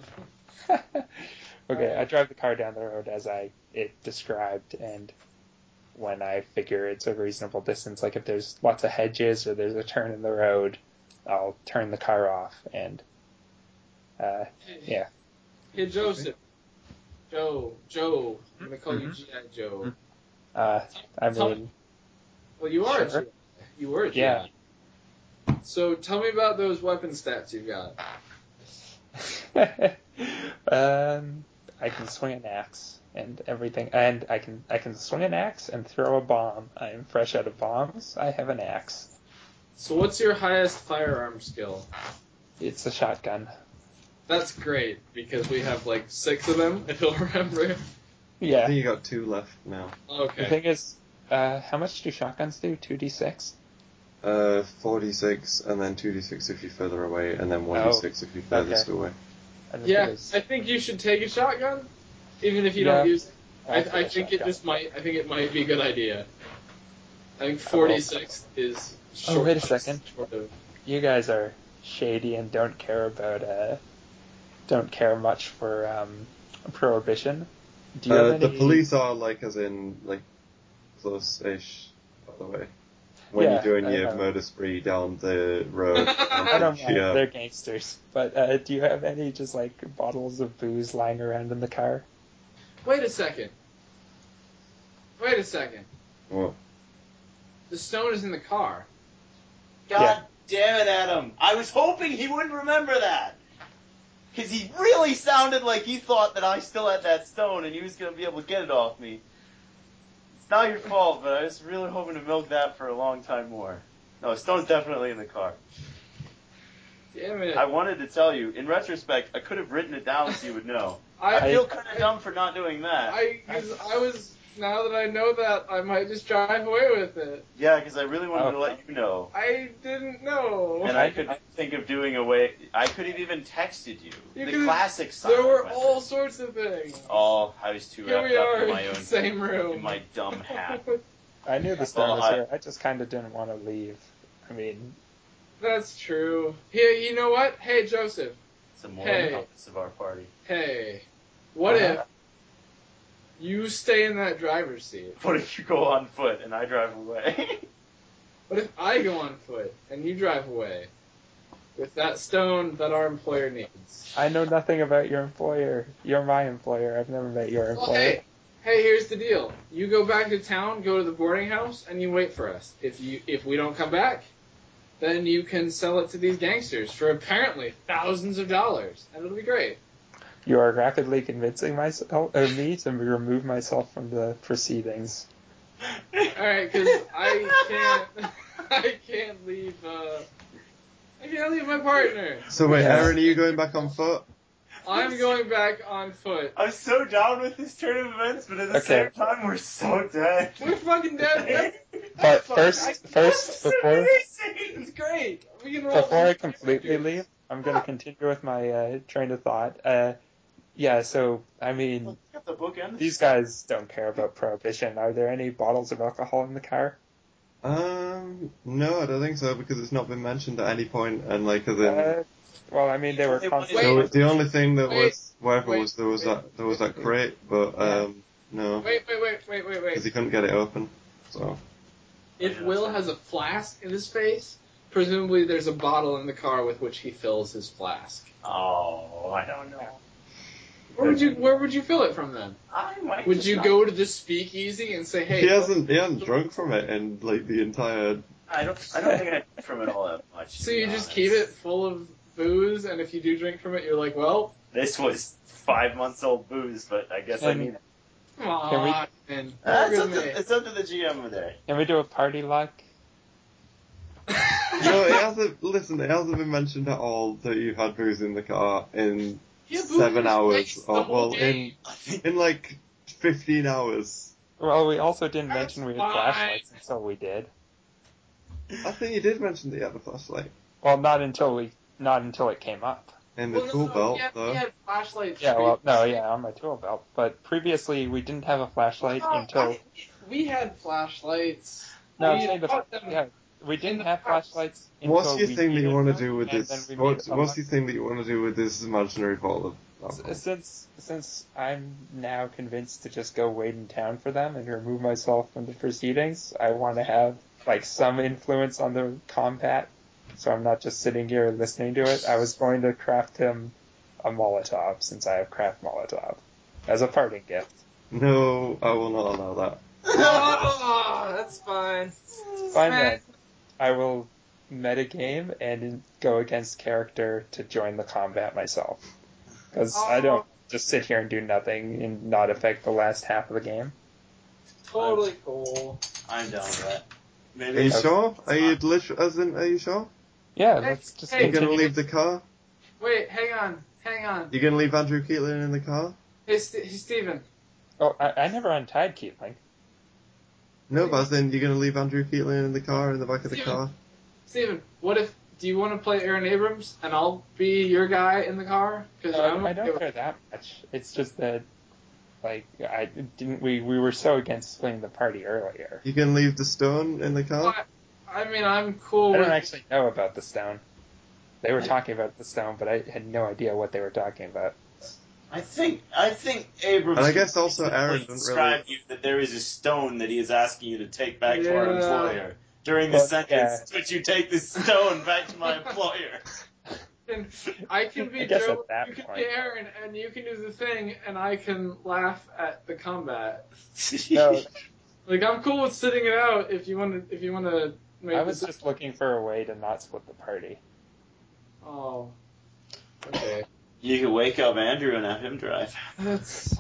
Speaker 3: road.
Speaker 4: okay, I drive the car down the road as I it described, and when I figure it's a reasonable distance, like if there's lots of hedges or there's a turn in the road, I'll turn the car off and uh, Yeah.
Speaker 3: Hey Joseph. Joe. Joe. I'm gonna call
Speaker 5: Mm-hmm.
Speaker 3: you
Speaker 4: Mhm.
Speaker 3: GI Joe.
Speaker 4: uh, I
Speaker 3: Tell me-
Speaker 4: mean,
Speaker 3: Well, you are.
Speaker 4: Sure.
Speaker 3: GI. You were. GI.
Speaker 4: Yeah.
Speaker 3: So tell me about those weapon stats you've got.
Speaker 4: um, I can swing an axe and everything, and I can I can swing an axe and throw a bomb. I'm fresh out of bombs. I have an axe.
Speaker 3: So what's your highest firearm skill?
Speaker 4: It's a shotgun.
Speaker 3: That's great because we have like six of them. If you'll remember.
Speaker 1: I
Speaker 4: Yeah.
Speaker 1: think you got two left now.
Speaker 4: The
Speaker 3: Okay.
Speaker 4: thing is, uh, how much do shotguns do? Two d six.
Speaker 1: Uh, 46, and then 2d6 if you're further away, and then 1d6 if you're furthest away.
Speaker 3: Yeah, I think you should take a shotgun, even if you don't
Speaker 4: Yeah.
Speaker 3: use. I, I think it just might. I think it might be a good idea. I think
Speaker 4: I will.
Speaker 3: 46 is. Short
Speaker 4: Oh, wait a second.
Speaker 3: Sort of.
Speaker 4: You guys are shady and don't care about uh, don't care much for um, prohibition. Do you
Speaker 1: Uh,
Speaker 4: have
Speaker 1: The
Speaker 4: any-
Speaker 1: police are like, as in, like, close-ish, by the way. When
Speaker 4: Yeah,
Speaker 1: you're doing
Speaker 4: I
Speaker 1: your
Speaker 4: know.
Speaker 1: murder spree down the road,
Speaker 4: I don't mind.
Speaker 1: yeah,
Speaker 4: They're gangsters. But uh, do you have any just like bottles of booze lying around in the car?
Speaker 3: Wait a second. Wait a second.
Speaker 1: Well,
Speaker 3: The stone is in the car.
Speaker 2: God damn it, Adam. I was hoping he would remember that. Because he really sounded like he thought that I still had that stone and he was going to be able to get it off me. It's not your fault, but I was really hoping to milk that for a long time more. No, the stone's definitely in the car.
Speaker 3: Damn it.
Speaker 2: I wanted to tell you, in retrospect, I could have written it down so you would know. I
Speaker 3: I,
Speaker 2: feel kind of dumb for not doing that.
Speaker 3: I, I was. Now that I know that, I might just drive away with it.
Speaker 2: yeah, because I really wanted to
Speaker 4: Oh.
Speaker 2: let you know.
Speaker 3: I didn't know.
Speaker 2: And I could think of doing a way. I could have even texted you.
Speaker 3: You
Speaker 2: the
Speaker 3: could've-
Speaker 2: classic
Speaker 3: there
Speaker 2: silent
Speaker 3: were
Speaker 2: method.
Speaker 3: all sorts of things.
Speaker 2: Oh, I was too
Speaker 3: Here
Speaker 2: wrapped
Speaker 3: we
Speaker 2: up
Speaker 3: are
Speaker 2: in my
Speaker 3: in the
Speaker 2: own
Speaker 3: same room.
Speaker 2: in my dumb hat.
Speaker 4: I knew the stone
Speaker 2: Well,
Speaker 4: was
Speaker 2: I-
Speaker 4: here. I just kind of didn't want to leave. I mean,
Speaker 3: That's true. Here, you know what? Hey, Joseph.
Speaker 2: It's a moral
Speaker 3: Hey.
Speaker 2: compass of our party.
Speaker 3: Hey, what
Speaker 4: Uh-huh.
Speaker 3: if you stay in that driver's seat?
Speaker 2: What if you go on foot and I drive away?
Speaker 3: What if I go on foot and you drive away with that stone that our employer needs?
Speaker 4: I know nothing about your employer. You're my employer. I've never met your employer.
Speaker 3: Well, hey, hey, here's the deal. You go back to town, go to the boarding house, and you wait for us. If you if we don't come back, then you can sell it to these gangsters for apparently thousands of dollars, and it'll be great.
Speaker 4: You are rapidly convincing myself or me to remove myself from the proceedings.
Speaker 3: All right, because I can't, I can't leave. Uh, I can't leave my partner.
Speaker 1: so wait,
Speaker 4: Yeah.
Speaker 1: Aaron, are you going back on foot?
Speaker 3: I'm going back on foot.
Speaker 2: I'm so down with this turn of events, but at the
Speaker 4: Okay.
Speaker 2: same time, we're so dead.
Speaker 3: We're fucking dead. That's,
Speaker 4: But
Speaker 3: fine. I-
Speaker 4: first, first before
Speaker 3: it's great. We can roll
Speaker 4: before I
Speaker 3: these
Speaker 4: completely
Speaker 3: characters.
Speaker 4: leave, I'm going to continue with my uh, train of thought. Uh, yeah, so I mean,
Speaker 2: Got the bookend.
Speaker 4: these guys don't care about prohibition. Are there any bottles of alcohol in the car?
Speaker 1: Um, no, I don't think so because it's not been mentioned at any point, and like as in,
Speaker 4: Uh, well, I mean, they were
Speaker 2: They wanted-
Speaker 4: constantly.
Speaker 1: the,
Speaker 3: wait.
Speaker 1: the only thing that
Speaker 3: Wait.
Speaker 1: was whatever
Speaker 3: Wait.
Speaker 1: was there was
Speaker 3: Wait.
Speaker 1: that there was that crate, but um, no,
Speaker 3: Wait, wait, wait, wait, wait,
Speaker 1: because
Speaker 3: wait.
Speaker 1: he couldn't get it open. So
Speaker 3: If Will has a flask in his face, presumably there's a bottle in the car with which he fills his flask.
Speaker 2: Oh, I don't know.
Speaker 3: Where would you Where would you fill it from then?
Speaker 2: I might
Speaker 3: Would
Speaker 2: just
Speaker 3: you
Speaker 2: not-
Speaker 3: go to the speakeasy and say, "Hey,
Speaker 1: he hasn't he hasn't drunk from it in like the entire.
Speaker 2: I don't. I don't think I drink from it all that much. to
Speaker 3: So
Speaker 2: be
Speaker 3: you
Speaker 2: honest.
Speaker 3: just keep it full of booze, and if you do drink from it, you're like, well,
Speaker 2: This was five months old booze, but I guess I
Speaker 4: Can-
Speaker 2: need. it.
Speaker 3: come
Speaker 4: Can we-
Speaker 3: on. man.
Speaker 2: Ah, it's,
Speaker 3: Look
Speaker 2: up
Speaker 3: at me.
Speaker 2: to, it's up to the GM today.
Speaker 4: Can we do a party lock?
Speaker 1: No, it hasn't. Listen, it hasn't been mentioned at all that you had booze in the car in
Speaker 3: Yeah, booze
Speaker 1: seven
Speaker 3: is
Speaker 1: hours,
Speaker 3: nice the
Speaker 1: or
Speaker 3: whole
Speaker 1: well, in
Speaker 3: game.
Speaker 1: in like fifteen hours.
Speaker 4: Well, we also didn't
Speaker 3: That's
Speaker 4: mention we had
Speaker 3: fine.
Speaker 4: flashlights until we did.
Speaker 1: I think you did mention that you had a flashlight
Speaker 4: Well, not until we, not until it came up.
Speaker 1: in the
Speaker 3: Well, no,
Speaker 1: tool
Speaker 3: no,
Speaker 1: belt,
Speaker 3: yeah,
Speaker 1: though.
Speaker 3: we had flashlights.
Speaker 4: Yeah, well, no, yeah, on my tool belt. But previously, we didn't have a flashlight
Speaker 3: Oh,
Speaker 4: until
Speaker 3: I- we had flashlights.
Speaker 4: no. I'm
Speaker 3: we
Speaker 4: saying the,
Speaker 3: bought them.
Speaker 4: yeah, we didn't
Speaker 3: the
Speaker 4: have
Speaker 3: past.
Speaker 4: flashlights.
Speaker 1: What's
Speaker 4: until
Speaker 1: your
Speaker 4: we
Speaker 1: thing that you
Speaker 4: needed
Speaker 1: want
Speaker 4: them,
Speaker 1: to do with
Speaker 4: and
Speaker 1: this?
Speaker 4: then we
Speaker 1: What's,
Speaker 4: made a
Speaker 1: what's
Speaker 4: lot-
Speaker 1: your thing that you want to do with this imaginary ball of
Speaker 4: S- Since since I'm now convinced to just go wait in town for them and remove myself from the proceedings, I want to have like some influence on the combat, so I'm not just sitting here listening to it. I was going to craft him a Molotov since I have craft Molotov as a parting gift.
Speaker 1: No, I will not allow that.
Speaker 3: Oh, that's fine.
Speaker 4: Fine then. I will metagame and go against character to join the combat myself. Because I don't just sit here and do nothing and not affect the last half of the game.
Speaker 3: Totally cool.
Speaker 2: I'm down with that.
Speaker 1: Are you
Speaker 2: Maybe.
Speaker 4: Okay.
Speaker 1: sure? Are you literally? As in, are you sure?
Speaker 4: Yeah,
Speaker 3: Hey,
Speaker 4: let's just
Speaker 3: hey,
Speaker 1: You're gonna
Speaker 4: continue.
Speaker 1: leave the car?
Speaker 3: Wait, hang on, hang on.
Speaker 1: You're gonna leave Andrew Keelan in the car?
Speaker 3: Hey, St- hey Steven.
Speaker 4: Oh, I, I never untied Keitling.
Speaker 1: No, but as in, you're gonna leave Andrew Keelan in the car in the back of the
Speaker 3: Yeah.
Speaker 1: car?
Speaker 3: Steven, what if? Do you want to play Aaron Abrams and I'll be your guy in the car? Because
Speaker 4: Um,
Speaker 3: I'm
Speaker 4: I don't care that much. It's just that, like, I didn't. We we were so against splitting the party earlier.
Speaker 1: You can leave the stone in the car?
Speaker 3: What? I mean, I'm cool.
Speaker 4: I
Speaker 3: With,
Speaker 4: don't actually know about the stone. They were talking about the stone, but I had no idea what they were talking about.
Speaker 2: I think I think Abrams.
Speaker 1: And I guess also Aaron didn't
Speaker 2: describe
Speaker 1: really.
Speaker 2: you that there is a stone that he is asking you to take back to our
Speaker 3: Yeah.
Speaker 2: employer during the
Speaker 4: Fuck
Speaker 2: sentence. Would you take this stone back to my employer?
Speaker 3: And I can be
Speaker 4: I guess
Speaker 3: Joe,
Speaker 4: at that
Speaker 3: you can
Speaker 4: point-
Speaker 3: be Aaron, and you can do the thing, and I can laugh at the combat.
Speaker 4: No,
Speaker 3: Like I'm cool with sitting it out if you want to. If you want to make
Speaker 4: I was
Speaker 3: this.
Speaker 4: just looking for a way to not split the party.
Speaker 3: Oh, okay.
Speaker 2: You could wake up Andrew and have him drive.
Speaker 3: That's.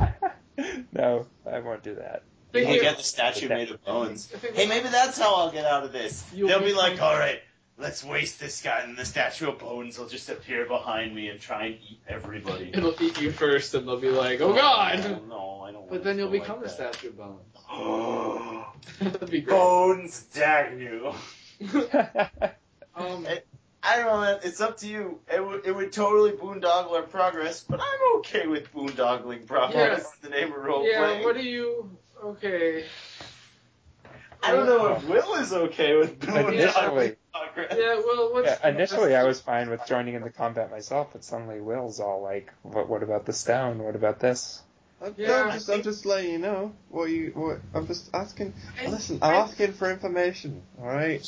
Speaker 4: no, I won't do that.
Speaker 2: You
Speaker 3: Thank you.
Speaker 2: could get the statue made of bones.
Speaker 3: I think
Speaker 2: Hey, maybe that's how I'll get out of this.
Speaker 3: You'll
Speaker 2: They'll be
Speaker 3: be
Speaker 2: like,
Speaker 3: fine.
Speaker 2: all right, let's waste this guy, and the statue of bones will just appear behind me and try and eat everybody.
Speaker 3: It'll eat you first, and they'll be like, "Oh
Speaker 2: No,
Speaker 3: God!"
Speaker 2: no, I don't.
Speaker 3: But
Speaker 2: want
Speaker 3: then
Speaker 2: to
Speaker 3: you'll
Speaker 2: feel
Speaker 3: become
Speaker 2: like
Speaker 3: a statue of bone.
Speaker 2: statue.
Speaker 3: That'd be great.
Speaker 2: bones, dang you! Oh.
Speaker 3: Um,
Speaker 2: I don't know. man. It's up to you. It would it would totally boondoggle our progress, but I'm okay with boondoggling progress
Speaker 3: Yes.
Speaker 2: in the name of role
Speaker 3: yeah.
Speaker 2: playing.
Speaker 3: What do you? Okay.
Speaker 2: I don't know if Will is okay with boondoggling
Speaker 4: Initially.
Speaker 2: progress.
Speaker 3: Yeah. Well, what's
Speaker 4: Yeah, initially, I was fine with joining in the combat myself, but suddenly Will's all like, "What? What about the stone? What about this?"
Speaker 1: I'm,
Speaker 3: Yeah,
Speaker 1: no, I'm
Speaker 3: I
Speaker 1: just, I'm
Speaker 3: think-
Speaker 1: just letting you know what you. What, I'm just asking.
Speaker 3: And-
Speaker 1: Listen, I'm asking for information. All right.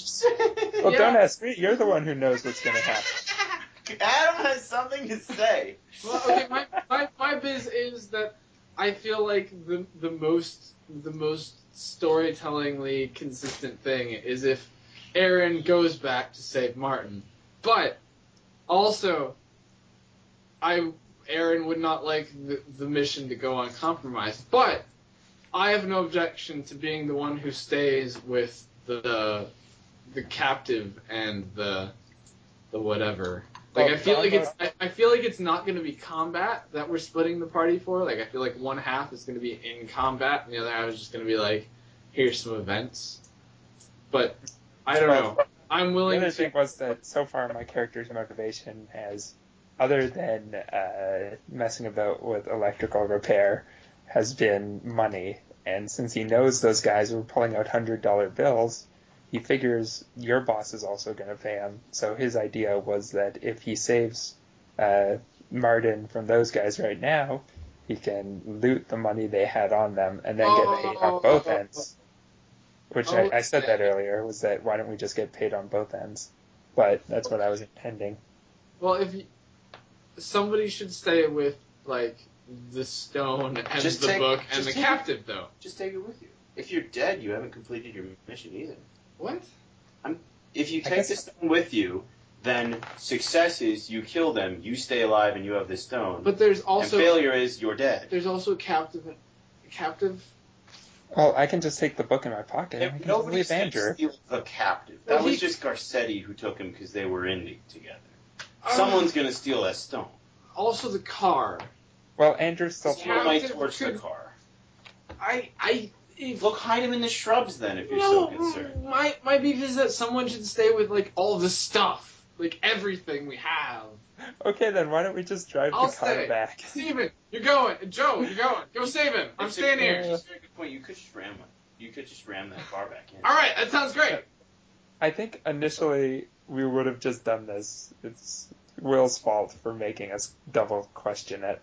Speaker 4: Well,
Speaker 3: Yeah.
Speaker 4: don't ask me. You're the one who knows what's going to happen.
Speaker 2: Adam has something to say.
Speaker 3: Well, okay, my, my, my biz is that I feel like the the most the most storytellingly consistent thing is if Aaron goes back to save Martin, but also I Aaron would not like the, the mission to go uncompromised, but I have no objection to being the one who stays with the the captive and the the whatever. Like
Speaker 4: Well,
Speaker 3: I feel like
Speaker 4: Doggo-
Speaker 3: it's I, I feel like it's not going to be combat that we're splitting the party for. Like I feel like one half is going to be in combat and the other half is just going to be like here's some events. But I don't know. I'm
Speaker 4: The
Speaker 3: willing
Speaker 4: other
Speaker 3: to
Speaker 4: thing was that so far my character's motivation has, other than uh, messing about with electrical repair, has been money. And since he knows those guys were pulling out hundred dollar bills, he figures your boss is also going to pay him. So his idea was that if he saves uh, Martin from those guys right now, he can loot the money they had on them and then get paid on both ends. Which I, I said that
Speaker 3: Okay.
Speaker 4: earlier was that why don't we just get paid on both ends? But that's what I was intending.
Speaker 3: Well, if you, somebody should stay with like the stone and
Speaker 2: Just
Speaker 3: the
Speaker 2: take-
Speaker 3: book and
Speaker 2: just
Speaker 3: the
Speaker 2: take-
Speaker 3: captive, though.
Speaker 2: Just take it with you. If you're dead, you haven't completed your mission either.
Speaker 3: What?
Speaker 2: If you
Speaker 4: I
Speaker 2: take
Speaker 4: guess-
Speaker 2: the stone with you, then success is you kill them, you stay alive, and you have the stone.
Speaker 3: But there's
Speaker 2: and
Speaker 3: also
Speaker 2: failure is you're dead.
Speaker 3: there's also a captive, captive.
Speaker 4: Well, I can just take the book in my pocket. and I
Speaker 2: If
Speaker 4: can
Speaker 2: Nobody
Speaker 4: leave
Speaker 2: said
Speaker 4: Andrew.
Speaker 2: steal the captive.
Speaker 3: Well,
Speaker 2: That was
Speaker 3: he-
Speaker 2: just Garcetti who took him because they were in league together.
Speaker 3: Oh.
Speaker 2: Someone's gonna steal that stone.
Speaker 3: Also the car.
Speaker 4: Well, Andrew's still.
Speaker 3: Yeah.
Speaker 2: Someone might
Speaker 3: Captive
Speaker 2: torch the
Speaker 3: could-
Speaker 2: car.
Speaker 3: I I. If,
Speaker 2: e- Look, hide him in the shrubs then if you're so concerned.
Speaker 3: no, my my beef is that someone should stay with like all the stuff, like everything we have.
Speaker 4: Okay, then why don't we just drive
Speaker 3: I'll
Speaker 4: the car
Speaker 3: stay.
Speaker 4: back?
Speaker 3: Steven, you're going. Joe, you're going. Go save him. I'm
Speaker 2: It's a-
Speaker 3: staying
Speaker 2: it's
Speaker 3: here.
Speaker 2: a very good point. You could just ram it. You could just ram that car back in.
Speaker 3: All right, that sounds great.
Speaker 2: Uh,
Speaker 4: I think initially we would have just done this. It's Will's fault for making us double question it.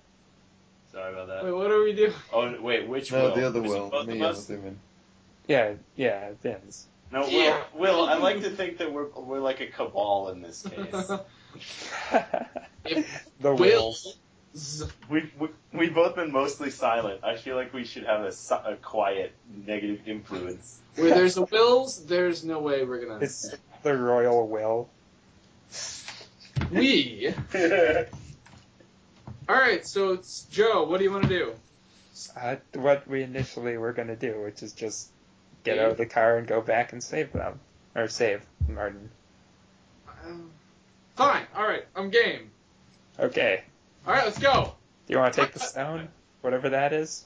Speaker 2: Sorry about that.
Speaker 3: Wait, what are we doing?
Speaker 2: Oh wait, which
Speaker 1: No,
Speaker 2: will?
Speaker 1: the other
Speaker 2: Is it
Speaker 1: will.
Speaker 2: both
Speaker 1: Me,
Speaker 2: of
Speaker 1: I'm
Speaker 2: us?
Speaker 1: assuming.
Speaker 4: Yeah, yeah, Vince.
Speaker 2: No, Will.
Speaker 3: Yeah.
Speaker 2: Will, I like to think that we're we're like a cabal in this case.
Speaker 4: the
Speaker 3: Wills.
Speaker 2: we, we we've both been mostly silent. I feel like we should have a, si- a quiet negative influence.
Speaker 3: Where there's a wills, there's no way we're gonna.
Speaker 4: It's the royal will.
Speaker 3: We. All right, so it's Joe. What do you want to do?
Speaker 4: Uh, what we initially were going to do, which is just get
Speaker 3: Yeah.
Speaker 4: out of the car and go back and save them. Or save Martin.
Speaker 3: Um, Fine. All right, I'm game.
Speaker 4: Okay.
Speaker 3: All right, let's go.
Speaker 4: Do you want to take the stone? Whatever that is?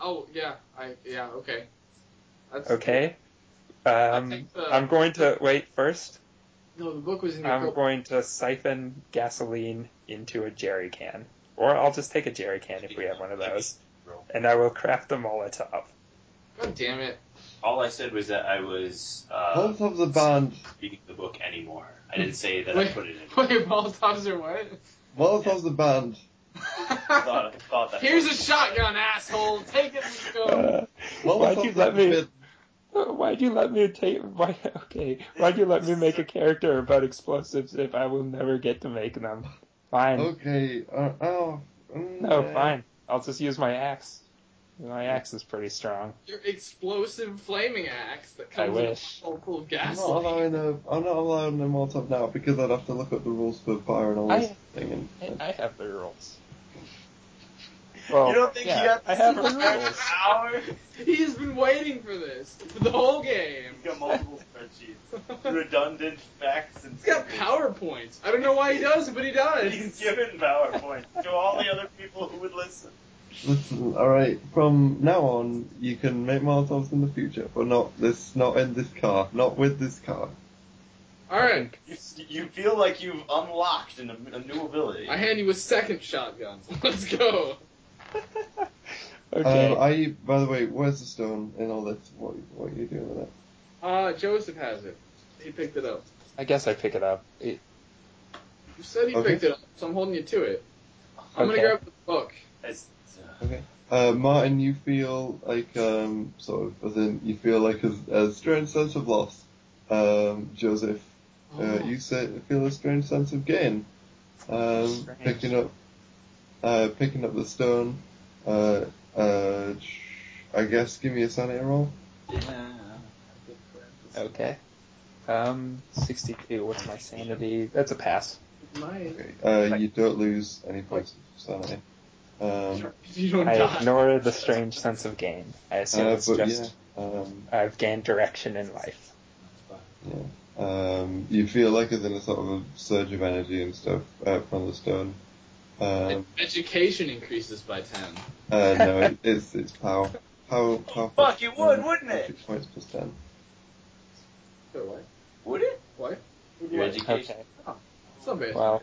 Speaker 3: Oh yeah, I yeah okay. That's,
Speaker 4: Okay.
Speaker 3: I
Speaker 4: Um,
Speaker 3: think the-
Speaker 4: I'm going to wait first.
Speaker 3: No, the book was in your.
Speaker 4: I'm
Speaker 3: coat.
Speaker 4: going to siphon gasoline into a jerry can. Or I'll just take a jerry can if we have one of those. And I will craft a Molotov.
Speaker 3: God damn it!
Speaker 2: All I said was that I was uh,
Speaker 1: Both of the band.
Speaker 2: reading the book anymore. I didn't say that I
Speaker 3: Wait.
Speaker 2: put it in.
Speaker 3: Wait, Molotovs or what?
Speaker 1: Both of the band.
Speaker 2: thought, thought that
Speaker 3: Here's a shotgun, asshole. Take it and go.
Speaker 4: Uh, why'd you let me? Why'd you let me take? Why? Okay. Why'd you let me make a character about explosives if I will never get to make them? Fine.
Speaker 1: Okay. Uh, oh.
Speaker 4: No,
Speaker 1: okay.
Speaker 4: fine. I'll just use my axe. My axe is pretty strong.
Speaker 3: Your explosive flaming axe that
Speaker 4: I
Speaker 3: comes in a
Speaker 4: wish.
Speaker 3: bottle full of
Speaker 1: I'm not
Speaker 3: gasoline.
Speaker 1: allowing a. I'm not allowing a Molotov now because I'd have to look up the rules for fire and all this thing.
Speaker 4: I,
Speaker 1: And,
Speaker 4: I have the rules. Well,
Speaker 5: You don't think
Speaker 4: yeah,
Speaker 5: you have
Speaker 4: I have the rules.
Speaker 5: Hour?
Speaker 3: He's been waiting for this for the whole game.
Speaker 5: He's got multiple spreadsheets.
Speaker 3: He's
Speaker 5: Redundant facts and
Speaker 3: got PowerPoints. I don't know why he does, it, but he
Speaker 5: He's
Speaker 3: does.
Speaker 5: given PowerPoint to all the other people who would listen.
Speaker 1: listen, all right. From now on, you can make Molotovs in the future, but not this. Not in this car. Not with this car.
Speaker 3: All right,
Speaker 5: You, you feel like you've unlocked an, a new ability.
Speaker 3: I hand you a second shotgun. Let's go.
Speaker 4: Okay. Uh,
Speaker 1: Um, are you? By the way, where's the stone in all this? What What are you doing with it?
Speaker 3: Uh, Joseph has it. He picked it up.
Speaker 4: I guess I pick it up. It-
Speaker 3: You said he
Speaker 1: Okay.
Speaker 3: picked it up, so I'm holding you to it. I'm
Speaker 4: Okay.
Speaker 3: gonna grab the book.
Speaker 5: It's-
Speaker 1: Uh, Martin, you feel like um, sort of as in you feel like a, a strange sense of loss. Um, Joseph, uh,
Speaker 4: Oh.
Speaker 1: you say, feel a strange sense of gain. Um,
Speaker 4: Strange.
Speaker 1: picking up, uh, picking up the stone. Uh, uh, I guess give me a sanity roll.
Speaker 4: okay. Um, 62. What's my sanity? That's a pass.
Speaker 3: My,
Speaker 1: Uh, you don't lose any points of sanity. Um,
Speaker 3: you don't
Speaker 4: I
Speaker 3: die.
Speaker 4: ignore the strange sense of gain. I assume
Speaker 1: uh,
Speaker 4: it's
Speaker 1: but
Speaker 4: just
Speaker 1: yeah, um,
Speaker 4: I've gained direction in life.
Speaker 1: um, you feel like as in a sort of a surge of energy and stuff uh, from the stone. Um,
Speaker 3: Education increases by ten.
Speaker 1: Uh, no, it, it's it's power. Power, power.
Speaker 5: fuck, it would, wouldn't it?
Speaker 1: Six points plus ten.
Speaker 3: So what?
Speaker 5: Would it?
Speaker 3: What?
Speaker 5: Your education.
Speaker 4: Okay.
Speaker 3: It's not bad.
Speaker 4: Well,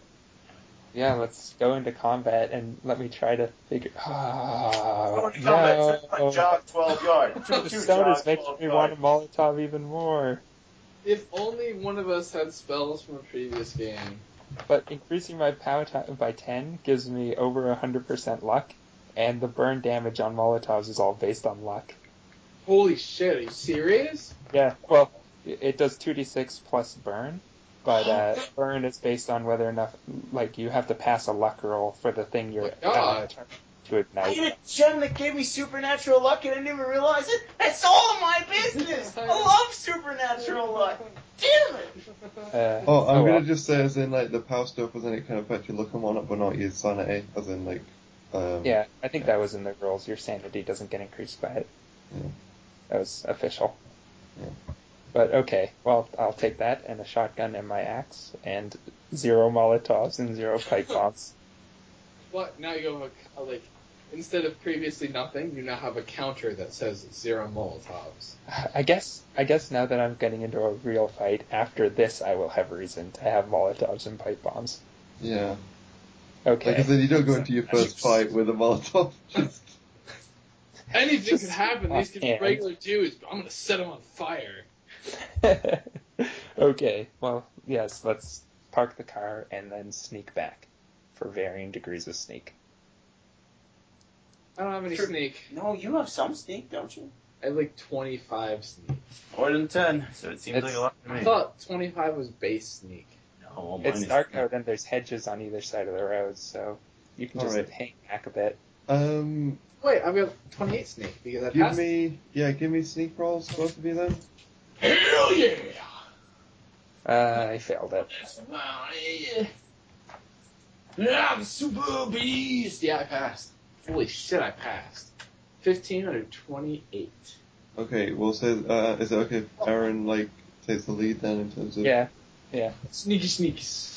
Speaker 4: yeah, let's go into combat and let let me try to figure. Oh,
Speaker 3: Ah.
Speaker 5: Going to combat,
Speaker 4: no.
Speaker 5: just like jog 12 yard.
Speaker 4: The stone is making me want a Molotov even more.
Speaker 3: If only one of us had spells from a previous game.
Speaker 4: But increasing my power ti- by 10 gives me over 100% luck, and the burn damage on Molotovs is all based on luck.
Speaker 3: Holy shit, are you serious?
Speaker 4: Yeah, well, i- it does 2d6 plus burn, but uh, burn is based on whether enough, like, you have to pass a luck roll for the thing you're
Speaker 3: Oh my
Speaker 4: uh,
Speaker 3: God.
Speaker 4: trying to
Speaker 5: I
Speaker 4: ignite.
Speaker 5: get a gem that gave me supernatural luck and I didn't even realize it. That's all my business. I love supernatural luck. Damn it.
Speaker 4: Uh,
Speaker 1: Oh, I'm
Speaker 4: oh,
Speaker 1: gonna
Speaker 4: well.
Speaker 1: just say as in like the power stuff as in it kind of affects your luck and whatnot, but not your sanity. As in like, um,
Speaker 4: Yeah, I think that was in the rules. Your sanity doesn't get increased by it.
Speaker 1: Yeah.
Speaker 4: That was official.
Speaker 1: Yeah.
Speaker 4: But okay, well, I'll take that and a shotgun and my axe and zero Molotovs and zero pipe bombs.
Speaker 3: What? Now you have a, like, instead of previously nothing, you now have a counter that says zero Molotovs.
Speaker 4: I guess I guess now that I'm getting into a real fight, after this I will have reason to have Molotovs and pipe bombs.
Speaker 1: yeah. Like I
Speaker 4: Okay.
Speaker 1: said, you don't go into your first fight with a Molotov. Just
Speaker 3: Anything
Speaker 4: Just
Speaker 3: could happen. These could be
Speaker 4: offhand.
Speaker 3: regular Jews, but I'm gonna set them on fire.
Speaker 4: okay. Well, yes, let's park the car and then sneak back for varying degrees of sneak.
Speaker 3: I don't have any
Speaker 5: Sure.
Speaker 3: sneak.
Speaker 5: No, you have some sneak, don't you?
Speaker 3: I have like 25 sneak.
Speaker 5: More than 10, so it seems
Speaker 4: It's-
Speaker 5: like a lot to
Speaker 3: I
Speaker 5: me.
Speaker 3: thought 25 was base sneak.
Speaker 5: No, well, mine
Speaker 4: It's
Speaker 5: is-
Speaker 4: dark out and there's hedges on either side of the road, so you can just
Speaker 1: Alright.
Speaker 4: hang back a bit.
Speaker 1: um,
Speaker 3: Wait, I've got 28 sneak because I
Speaker 1: give
Speaker 3: passed.
Speaker 1: me yeah, give me sneak rolls both of you then.
Speaker 3: Hell yeah!
Speaker 4: Uh, I failed it.
Speaker 3: That's mine. Yeah, I'm super beast. Yeah, I passed. Holy shit, I passed. 15 out of 28.
Speaker 1: Okay, well, say uh, is it okay if Aaron like takes the lead then in terms of
Speaker 4: Yeah.
Speaker 3: Sneaky sneaks.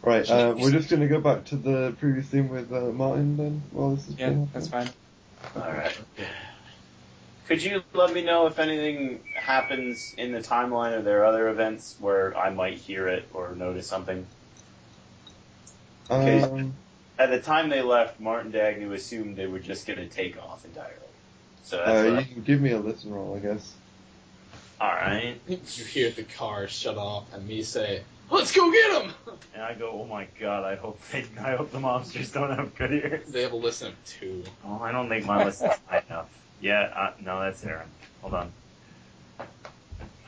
Speaker 1: Right, uh, we're just gonna go back to the previous thing with uh, Martin then. Well, this is
Speaker 4: Yeah, that's fine.
Speaker 5: Alright. Could you let me know if anything happens in the timeline or there are other events where I might hear it or notice something? Okay.
Speaker 1: Um,
Speaker 5: At the time they left, Martin Dagny assumed they were just going to take off entirely. So that's
Speaker 1: uh,
Speaker 5: what
Speaker 1: you can give me a listen roll, I guess.
Speaker 5: I- all right.
Speaker 3: You hear the car shut off and me say, Let's go get him!
Speaker 2: And I go, oh my god, I hope they, I hope the monsters don't have good ears.
Speaker 3: They have a list of two.
Speaker 2: Oh, I don't think my list is high enough. Yeah, uh, no, that's Aaron. Hold on.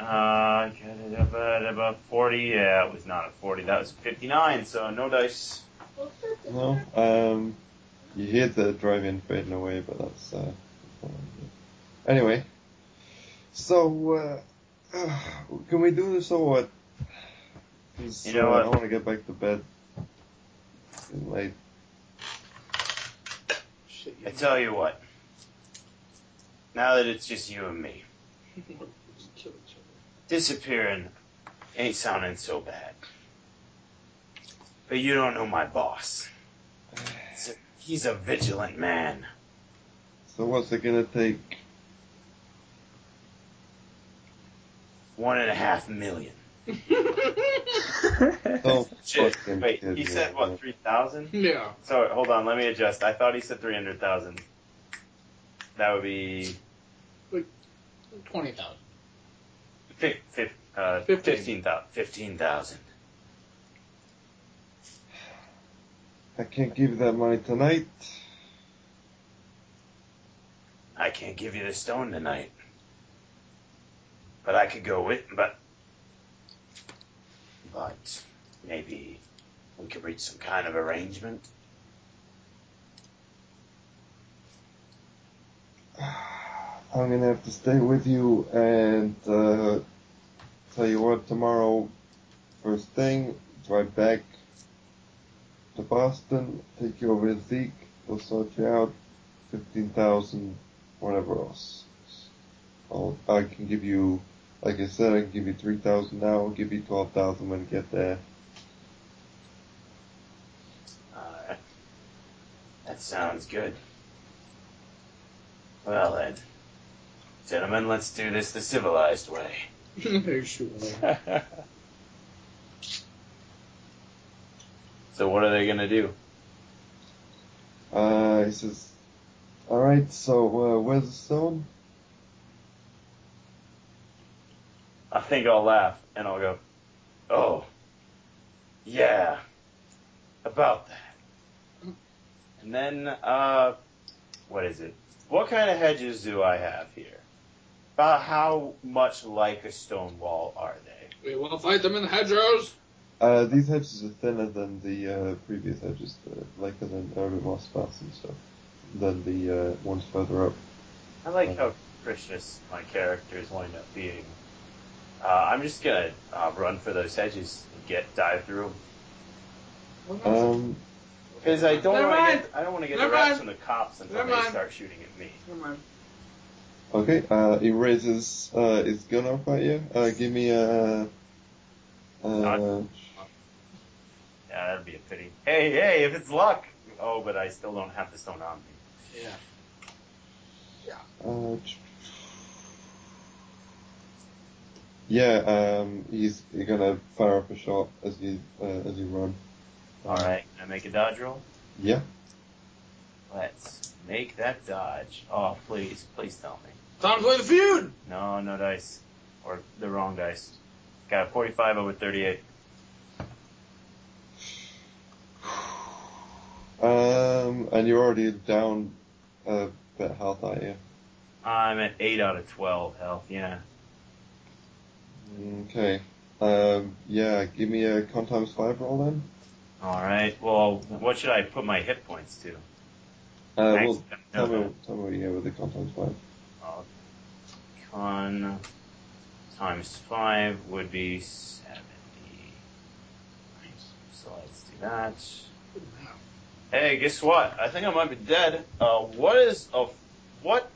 Speaker 2: Uh, about, about 40. Yeah, it was not a 40. That was 59, so no dice.
Speaker 1: No. Um, you hear the driving fading away, but that's. Uh, anyway. So, uh, can we do this or what? 'Cause,
Speaker 2: You know
Speaker 1: uh,
Speaker 2: what?
Speaker 1: I want to get back to bed. It's late.
Speaker 3: Shit,
Speaker 2: I tell you what. Now that it's just you and me,
Speaker 3: you just kill each other.
Speaker 2: disappearing ain't sounding so bad. But you don't know my boss. So he's a vigilant man.
Speaker 1: So what's it gonna take?
Speaker 2: One and a half million.
Speaker 1: Oh,
Speaker 2: Shit.
Speaker 1: fucking
Speaker 2: Wait,
Speaker 1: kid
Speaker 2: he
Speaker 1: me,
Speaker 2: said
Speaker 1: man.
Speaker 2: what, 3,000?
Speaker 3: No.
Speaker 2: So hold on, let me adjust. I thought he said 300,000. That would be
Speaker 3: 20,000.
Speaker 2: fif- fif- uh,
Speaker 3: Fifteen.
Speaker 2: 15,000. 15,000.
Speaker 1: I can't give you that money tonight.
Speaker 2: I can't give you the stone tonight. But I could go with, but. But maybe we could reach some kind of arrangement.
Speaker 1: I'm gonna have to stay with you and uh, tell you what tomorrow. First thing, drive back to Boston, take you over to Zeke, we'll sort you out, fifteen thousand, whatever else. I'll, I can give you, like I said, I can give you three thousand now, I'll give you twelve thousand when you get there.
Speaker 2: Uh, that sounds good. Well then, gentlemen, let's do this the civilized way.
Speaker 3: Very sure.
Speaker 2: So what are they gonna do?
Speaker 1: Uh, he says, alright, so uh, where's the stone?
Speaker 2: I think I'll laugh and I'll go, oh, yeah, about that. And then, uh, what is it? What kind of hedges do I have here? About how much like a stone wall are they?
Speaker 3: We will fight them in the hedgerows.
Speaker 1: Uh, these hedges are thinner than the uh, previous hedges, uh, lighter than uh, more sparse and stuff than the uh, ones further up.
Speaker 2: I like how capricious my characters wind up being. Uh, I'm just gonna uh, run for those hedges and get dive through 'em.
Speaker 1: Um,
Speaker 2: Because I don't
Speaker 3: Never
Speaker 2: want to
Speaker 3: mind.
Speaker 2: get I don't want to get the
Speaker 3: Never
Speaker 2: rats
Speaker 3: mind.
Speaker 2: from the cops until
Speaker 3: Never
Speaker 2: they
Speaker 3: mind.
Speaker 2: start shooting at me.
Speaker 3: Never mind.
Speaker 1: okay, uh, he raises uh, his gun up at you. Uh, give me a. Uh,
Speaker 2: Yeah, that'd be a pity. Hey, hey, if it's luck. Oh, but I still don't have the stone on me.
Speaker 3: Yeah.
Speaker 1: uh, ch- yeah, um, he's you're gonna fire up a shot as you uh, as you run.
Speaker 2: All right, can I make a dodge roll?
Speaker 1: Yeah.
Speaker 2: Let's make that dodge. Oh, please, please tell me.
Speaker 3: Time to play the feud!
Speaker 2: No, no dice, or the wrong dice. Got a 45 over 38.
Speaker 1: Um, and you're already down a bit health, aren't you?
Speaker 2: I'm at 8 out of 12 health. Yeah.
Speaker 1: Okay. Um, yeah, give me a con times five roll then.
Speaker 2: All right. Well, what should I put my hit points to?
Speaker 1: Uh,
Speaker 2: Thanks.
Speaker 1: well, tell
Speaker 2: No,
Speaker 1: me,
Speaker 2: no.
Speaker 1: tell me what you get with the con times five.
Speaker 2: Uh, Con times five would be seventy. So let's do that. Hey, guess what? I think I might be dead. Uh, what is a what?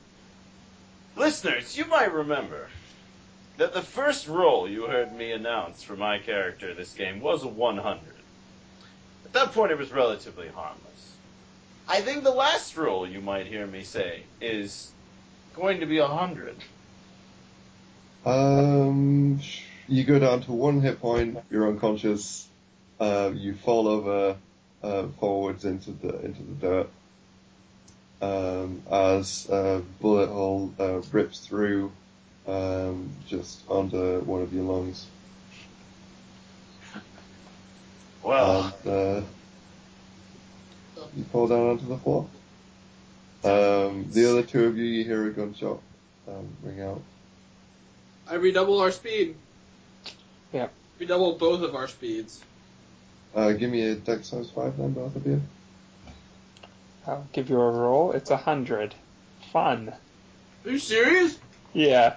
Speaker 2: Listeners, you might remember that the first roll you heard me announce for my character this game was a 100. At that point, it was relatively harmless. I think the last roll you might hear me say is going to be a hundred.
Speaker 1: Um, you go down to one hit point. You're unconscious. Uh, you fall over uh, forwards into the into the dirt. Um, as a bullet hole uh, rips through, um, just under one of your lungs.
Speaker 15: Well,
Speaker 1: and uh, you fall down onto the floor. Um, the other two of you, you hear a gunshot um, ring out.
Speaker 3: I redouble our speed.
Speaker 4: Yep.
Speaker 3: Redouble both of our speeds.
Speaker 1: Uh, give me a dex times five, then both of you.
Speaker 4: I'll give you a roll. It's a hundred. Fun.
Speaker 3: Are you serious?
Speaker 4: Yeah.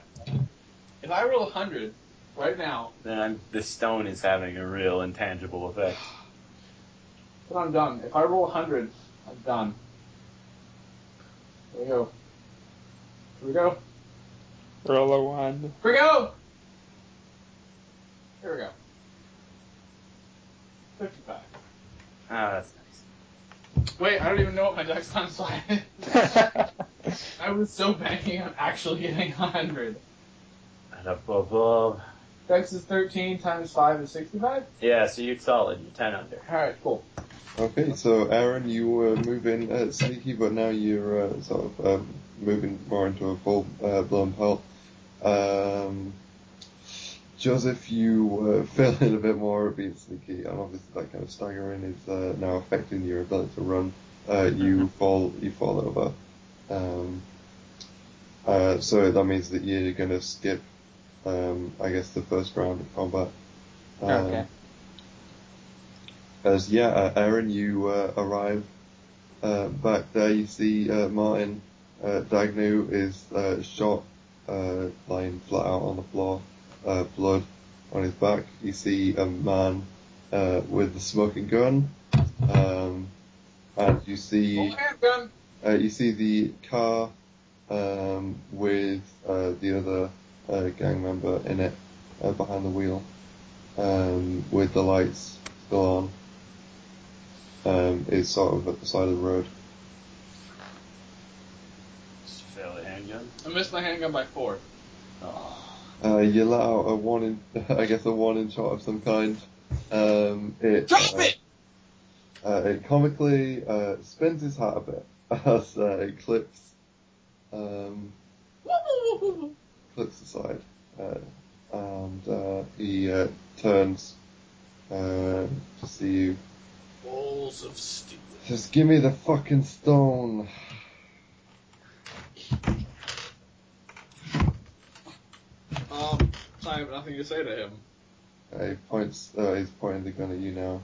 Speaker 3: If I roll a hundred right now,
Speaker 2: Then I'm, the stone is having a real intangible effect.
Speaker 3: then I'm done. If I roll a hundred, I'm done. Here we go. Here we go.
Speaker 4: Roll a one.
Speaker 3: Here we go. Here we go. Fifty-five.
Speaker 2: Ah, that's nice.
Speaker 3: Wait, I don't even know what my dex times five is. I was so banking on actually getting 100.
Speaker 2: And up above.
Speaker 3: Dex is 13 times 5 is 65?
Speaker 2: Yeah, so you're solid. You're 10 under.
Speaker 3: Alright, cool.
Speaker 1: Okay, so Aaron, you were moving uh, sneaky, but now you're uh, sort of um, moving more into a full uh, blown pulp. Um, Joseph, you uh, fell in a bit more at being sneaky, and obviously that kind of staggering is uh, now affecting your ability to run. Uh, you fall, you fall over. Um, uh, so that means that you're going to skip, um, I guess, the first round of combat. Um,
Speaker 4: Okay.
Speaker 1: as yeah, uh, Aaron, you uh, arrive uh, back there. You see uh, Martin uh, Dagnew is uh, shot, uh, lying flat out on the floor, uh, blood on his back. You see a man uh, with a smoking gun, um, and you see
Speaker 3: gun!
Speaker 1: uh, you see the car um, with uh, the other uh, gang member in it uh, behind the wheel, um, with the lights still on. Um, it's sort of at the side of the road.
Speaker 2: Just fail the handgun.
Speaker 3: I missed my handgun by 4.
Speaker 1: Uh, you let out a warning, I guess a warning shot of some kind. Um, it,
Speaker 3: Drop
Speaker 1: uh,
Speaker 3: it!
Speaker 1: Uh, it comically uh, spins his hat a bit as uh, it clips, um, clips aside, uh, and uh, he uh, turns uh, to see you.
Speaker 3: Balls of steel.
Speaker 1: Just give me the fucking stone.
Speaker 3: Um, I have nothing to say to him.
Speaker 1: Uh, he points. Uh, he's pointing the gun at you now.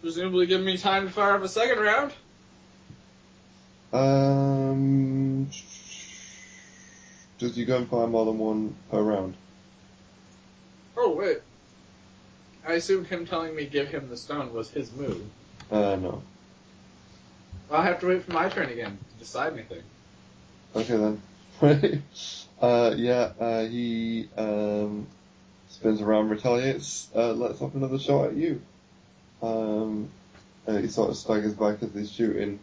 Speaker 3: Presumably give me time to fire up a second round.
Speaker 1: Um, does you go and fire more than one per round?
Speaker 3: Oh, wait. I assumed him telling me give him the stone was his move.
Speaker 1: Uh, no.
Speaker 3: I'll have to wait for my turn again to decide anything.
Speaker 1: Okay then. uh, yeah, uh, he um, spins around, retaliates, uh, lets off another shot at you. Um, uh, he sort of staggers back as he's shooting.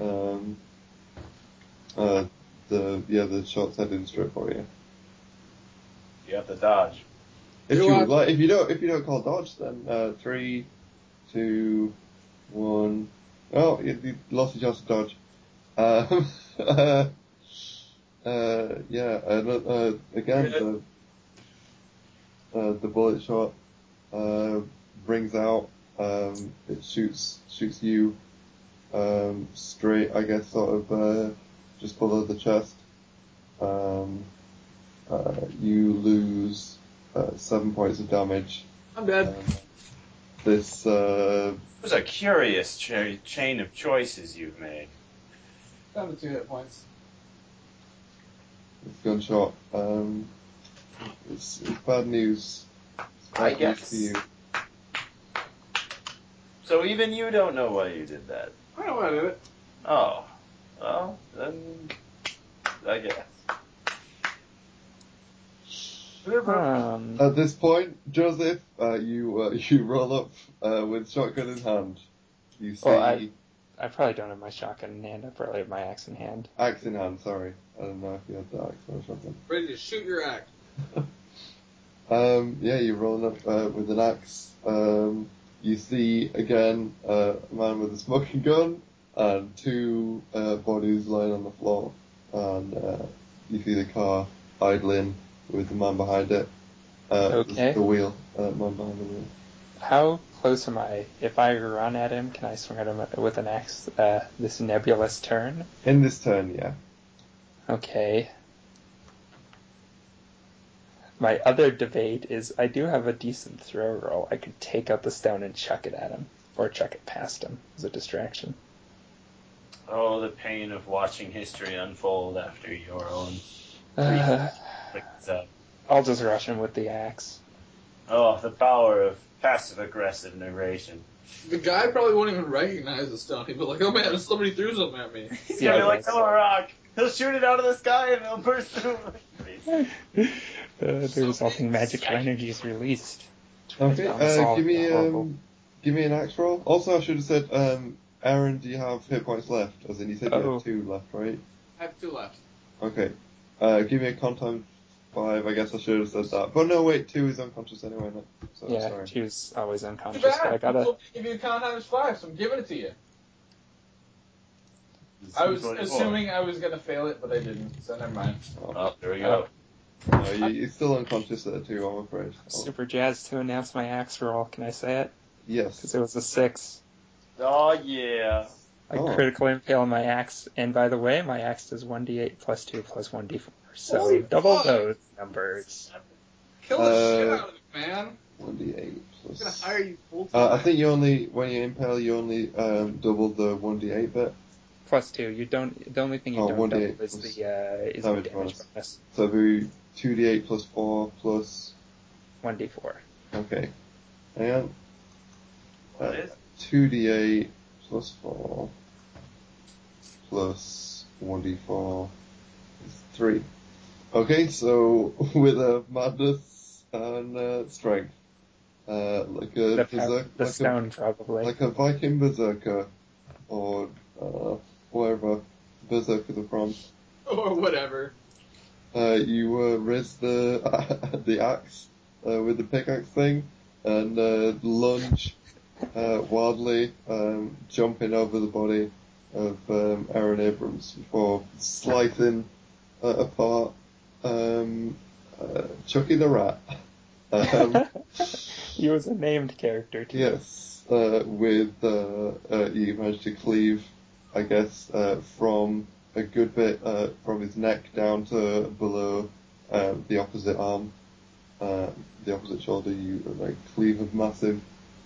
Speaker 1: Um, uh, the yeah, the shot's heading straight for you.
Speaker 2: You have to dodge.
Speaker 1: If
Speaker 3: Do
Speaker 1: you
Speaker 3: I-
Speaker 1: would like, if you don't, if you don't call dodge, then uh, three, two, one. Oh, you, you lost your chance to dodge. Um, uh, yeah, and, uh, again, the, uh, the bullet shot uh, brings out. Um, it shoots shoots you um, straight, I guess, sort of uh, just below the chest. Um, uh, you lose uh, seven points of damage.
Speaker 3: I'm dead.
Speaker 1: Um, this uh,
Speaker 2: It was a curious cha- chain of choices you've made.
Speaker 3: Down to two hit points.
Speaker 1: this gunshot, um, it's, it's bad news. It's bad
Speaker 2: I
Speaker 1: news
Speaker 2: guess.
Speaker 1: for you.
Speaker 2: So even you don't know why you did that.
Speaker 3: I don't know why I did it.
Speaker 2: Oh. Well, then. I guess.
Speaker 4: Um,
Speaker 1: At this point, Joseph, uh, you uh, you roll up uh, with shotgun in hand. You see
Speaker 4: Well, I- I probably don't have my shotgun in hand. I probably have my axe in hand.
Speaker 1: axe in hand. Sorry, I don't know if you had the axe or shotgun.
Speaker 3: Ready to shoot your axe.
Speaker 1: Um, yeah, you're rolling up uh, with an axe. Um, you see again uh, a man with a smoking gun and two uh, bodies lying on the floor, and uh, you see the car idling with the man behind it. Uh,
Speaker 4: Okay.
Speaker 1: The wheel. Uh, mine behind the wheel.
Speaker 4: How close am I? If I run at him, can I swing at him with an axe uh, this nebulous turn?
Speaker 1: In this turn, yeah.
Speaker 4: Okay. My other debate is I do have a decent throw roll. I could take out the stone and chuck it at him, or chuck it past him as a distraction.
Speaker 2: Oh, the pain of watching history unfold after your own.
Speaker 4: Uh,
Speaker 2: Like, uh,
Speaker 4: I'll just rush him with the axe.
Speaker 2: oh, the power of passive aggressive narration.
Speaker 6: The guy probably won't even recognize the stone. He'd be like, "Oh man, somebody threw something at me."
Speaker 2: He's
Speaker 4: Yeah,
Speaker 2: gonna be like,
Speaker 4: that's-
Speaker 2: "Throw a rock. He'll shoot it out of the sky and it'll burst through.
Speaker 4: uh, the resulting magical energy is released.
Speaker 1: Okay,
Speaker 4: I'm
Speaker 1: uh,
Speaker 4: sorry,
Speaker 1: give me
Speaker 4: I'm horrible.
Speaker 1: um, give me an axe roll. Also, I should have said, um, Aaron, do you have hit points left? As in, you said you
Speaker 4: Oh.
Speaker 1: have two left, right?
Speaker 6: I have two left.
Speaker 1: Okay. Uh, give me a con times five. I guess I should have said that. But no, wait, two is unconscious anyway. No, so
Speaker 4: yeah,
Speaker 1: Oh, sorry.
Speaker 4: she was always unconscious,
Speaker 6: Too
Speaker 4: but I
Speaker 6: bad.
Speaker 4: got a
Speaker 6: People give you con times five, so I'm giving it to you. I was assuming I was gonna fail it, but I didn't, so never mind.
Speaker 2: Oh, there we go.
Speaker 1: No, you, you're still unconscious at a two. I'm afraid. Oh,
Speaker 4: super jazzed to announce my axe roll. Can I say it? Because
Speaker 1: yes.
Speaker 4: it was a six.
Speaker 2: Oh yeah.
Speaker 4: I
Speaker 1: Oh.
Speaker 4: critical impale my axe, and by the way, my axe does 1d8 plus 2 plus 1d4. So
Speaker 6: Holy
Speaker 4: double
Speaker 6: fuck.
Speaker 4: those numbers.
Speaker 6: Kill the
Speaker 1: Uh,
Speaker 6: shit out of it, man.
Speaker 1: One d eight
Speaker 6: I'm gonna
Speaker 1: plus.
Speaker 6: hire you full time.
Speaker 1: Uh, I think you only when you impale, you only um, double the one d eight bit.
Speaker 4: Plus 2. You don't. The only thing you
Speaker 1: Oh,
Speaker 4: don't
Speaker 1: 1d8
Speaker 4: double is
Speaker 1: plus
Speaker 4: the, uh, is the
Speaker 1: damage
Speaker 4: damage
Speaker 1: bonus.
Speaker 4: bonus.
Speaker 1: So it'd be two d eight plus four plus.
Speaker 4: 1d4.
Speaker 1: Okay. Hang on.
Speaker 2: What is?
Speaker 1: two d eight plus four plus one d four is three. Okay, so with a madness and uh, strength, uh, like a
Speaker 4: The, pow-
Speaker 1: berserk,
Speaker 4: the
Speaker 1: like
Speaker 4: stone, probably.
Speaker 1: a like a Viking berserker, or uh, wherever berserkers are from.
Speaker 6: or whatever.
Speaker 1: Uh, you uh, raise the the axe uh, with the pickaxe thing and uh, lunge uh, wildly, um, jumping over the body of um, Aaron Abrams before slicing uh, apart, um, uh, Chucky the Rat. Um,
Speaker 4: he was a named character, too.
Speaker 1: yes, uh, with uh, uh, you managed to cleave, I guess, uh, from a good bit uh, from his neck down to below uh, the opposite arm, uh, the opposite shoulder. You uh, like cleave a massive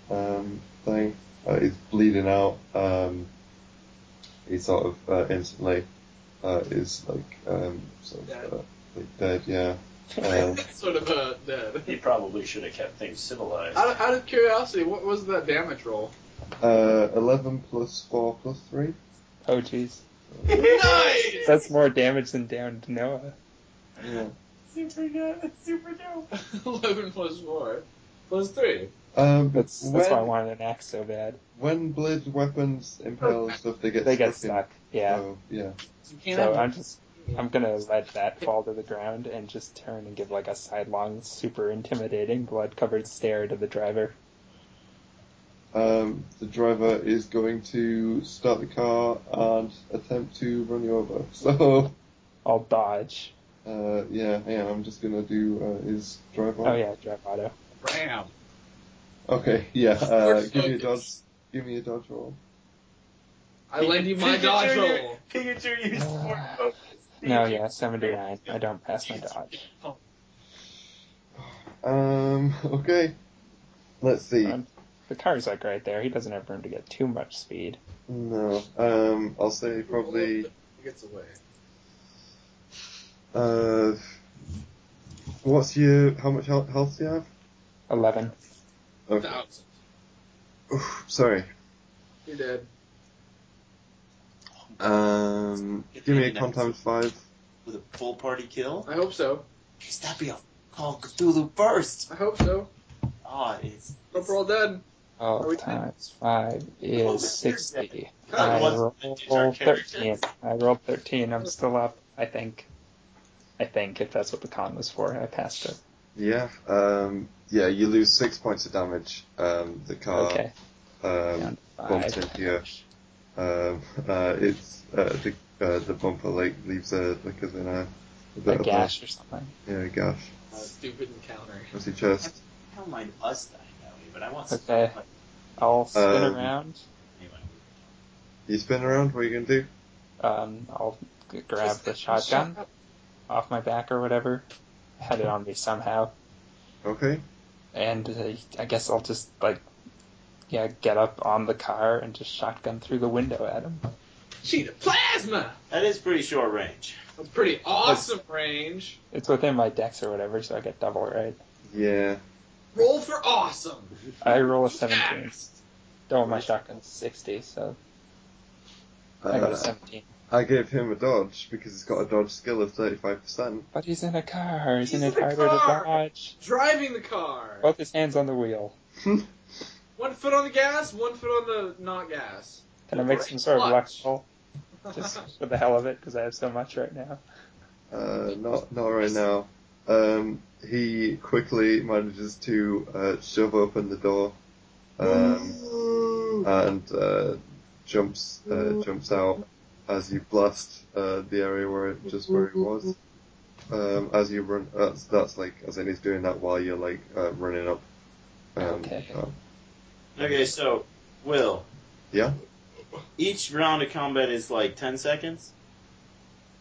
Speaker 1: um, thing. Uh, he's bleeding out. Um, he sort of uh, instantly uh, is like um, sort of uh, like dead. Yeah. Um,
Speaker 6: sort of a dead.
Speaker 2: He probably should have kept things civilized.
Speaker 6: Out, out of curiosity, what was that damage roll?
Speaker 1: uh, Eleven plus four plus three.
Speaker 4: Oh, jeez.
Speaker 6: nice.
Speaker 4: That's more damage than downed Noah.
Speaker 1: Yeah.
Speaker 6: Super good. Super dope. Eleven plus four plus three.
Speaker 1: Um,
Speaker 4: That's,
Speaker 1: when,
Speaker 4: that's why I wanted an axe so bad.
Speaker 1: when blade weapons impale and stuff, they get
Speaker 4: They get
Speaker 1: stuck in,
Speaker 4: stuck. Yeah.
Speaker 1: So, yeah.
Speaker 6: You can't
Speaker 4: So
Speaker 6: have
Speaker 4: I'm just I'm gonna let that fall to the ground and just turn and give like a sidelong, super intimidating, blood covered stare to the driver.
Speaker 1: Um, the driver is going to start the car and attempt to run you over. So,
Speaker 4: I'll dodge.
Speaker 1: uh, yeah, hang on, I'm just gonna do uh, his drive on.
Speaker 4: Oh yeah, drive auto.
Speaker 6: Bram.
Speaker 1: Okay, yeah, uh,
Speaker 6: Ford
Speaker 1: give me a dodge,
Speaker 6: Focus.
Speaker 1: give me a dodge roll.
Speaker 6: I lend you my dodge roll.
Speaker 2: Pikachu used Ford Focus.
Speaker 4: No, yeah, seventy nine. I don't pass my dodge.
Speaker 1: Um, okay. Let's see.
Speaker 4: Um, The car's like right there. He doesn't have room to get too much speed.
Speaker 1: No, um, I'll say probably,
Speaker 6: He gets away.
Speaker 1: uh, what's your, how much health health do you have?
Speaker 4: Eleven.
Speaker 1: Okay.
Speaker 6: Thousand.
Speaker 1: Oof, sorry.
Speaker 6: You're dead.
Speaker 1: Um, give me a con times five.
Speaker 5: With a full party kill?
Speaker 6: I hope so.
Speaker 5: Jeez, that'd be a Call of Cthulhu burst!
Speaker 6: I hope so.
Speaker 5: Ah, it's.
Speaker 6: Hope we're all dead. Are
Speaker 4: Oh,
Speaker 6: we-
Speaker 4: times five
Speaker 5: Oh,
Speaker 4: is
Speaker 5: there's
Speaker 4: sixty.
Speaker 5: that.
Speaker 4: I
Speaker 5: That was-
Speaker 4: rolled thirteen. I rolled thirteen. I'm still up. I think. I think if that's what the con was for, I passed it.
Speaker 1: Yeah. Um, yeah, you lose six points of damage. Um, the car
Speaker 4: Okay.
Speaker 1: um,
Speaker 4: Down to
Speaker 1: bumped
Speaker 4: five.
Speaker 1: into you. Um, uh, it's uh, the uh, the bumper like leaves a like as in a A bit
Speaker 4: a
Speaker 1: of a-
Speaker 4: gash or something.
Speaker 1: yeah, a gash.
Speaker 3: Stupid encounter.
Speaker 1: What's your chest?
Speaker 5: I don't mind us dying that way, but I want
Speaker 4: Okay.
Speaker 5: something like
Speaker 3: Uh,
Speaker 4: I'll spin
Speaker 1: Um,
Speaker 4: around.
Speaker 5: anyway.
Speaker 1: You spin around. What are you gonna do?
Speaker 4: Um, I'll g- grab
Speaker 3: Just
Speaker 4: the
Speaker 3: shut
Speaker 4: shotgun
Speaker 3: up.
Speaker 4: off my back or whatever. Had it on me somehow,
Speaker 1: Okay.
Speaker 4: and uh, I guess I'll just like, yeah, get up on the car and just shotgun through the window at him.
Speaker 3: Sheet of plasma.
Speaker 5: That is pretty short range.
Speaker 3: That's pretty awesome range.
Speaker 4: It's within my dex or whatever, so I get double right.
Speaker 1: Yeah.
Speaker 3: Roll for awesome.
Speaker 4: I roll a seventeen.
Speaker 3: Yes.
Speaker 4: Double my shotgun's sixty, so I got a
Speaker 1: Uh,
Speaker 4: seventeen.
Speaker 1: I gave him a dodge because he's got a dodge skill of thirty-five percent.
Speaker 4: But he's in a car. Isn't
Speaker 3: He's
Speaker 4: it
Speaker 3: in a
Speaker 4: harder
Speaker 3: car!
Speaker 4: to dodge?
Speaker 3: Driving the car.
Speaker 4: Both his hands on the wheel.
Speaker 3: One foot on the gas, one foot on the not gas.
Speaker 4: Can I make some sort of luck roll? Just for the hell of it, because I have so much right now.
Speaker 1: Uh, not not right now. Um, he quickly manages to uh, shove open the door, um, and uh, jumps uh, jumps out as you blast uh, the area where it, just where he was. Um, as you run, that's that's like as in he's doing that while you're like uh, running up. Um,
Speaker 4: Okay.
Speaker 1: uh,
Speaker 5: Okay, so Will,
Speaker 1: yeah.
Speaker 5: each round of combat is like ten seconds.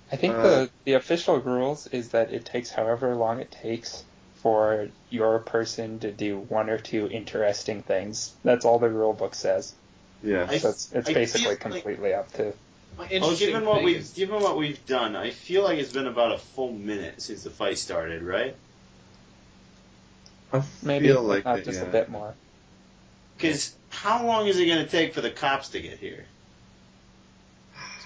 Speaker 4: I think
Speaker 1: Uh,
Speaker 4: the the official rules is that it takes however long it takes for your person to do one or two interesting things. That's all the rule book says.
Speaker 1: Yeah.
Speaker 5: I-
Speaker 4: so it's it's
Speaker 5: I
Speaker 4: basically
Speaker 5: feel like-
Speaker 4: completely up to.
Speaker 3: My
Speaker 5: Well,
Speaker 3: interesting
Speaker 5: Oh, given what
Speaker 3: thing
Speaker 5: we've
Speaker 3: is-
Speaker 5: given what we've done, I feel like it's been about a full minute since the fight started, right?
Speaker 1: I
Speaker 4: Maybe
Speaker 1: feel like
Speaker 4: not
Speaker 1: it,
Speaker 4: just
Speaker 1: yeah.
Speaker 4: a bit more.
Speaker 5: Because how long is it going to take for the cops to get here?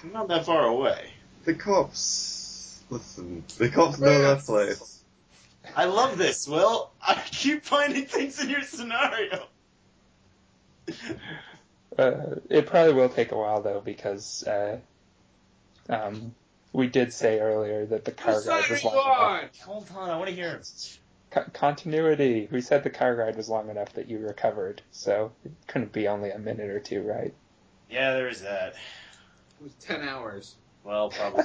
Speaker 5: We're not that far away.
Speaker 1: The cops. Listen, the cops know their place.
Speaker 5: I love this, Will. I keep finding things in your scenario.
Speaker 4: Uh, it probably will take a while though because uh, um, we did say earlier that the car
Speaker 3: Whose
Speaker 4: ride
Speaker 3: side are
Speaker 4: was
Speaker 3: you
Speaker 4: long enough.
Speaker 3: on?
Speaker 5: Hold on, I want to hear him.
Speaker 4: Co- continuity. We said the car ride was long enough that you recovered, so it couldn't be only a minute or two, right?
Speaker 5: Yeah, there is that.
Speaker 3: It was ten hours.
Speaker 5: Well, probably.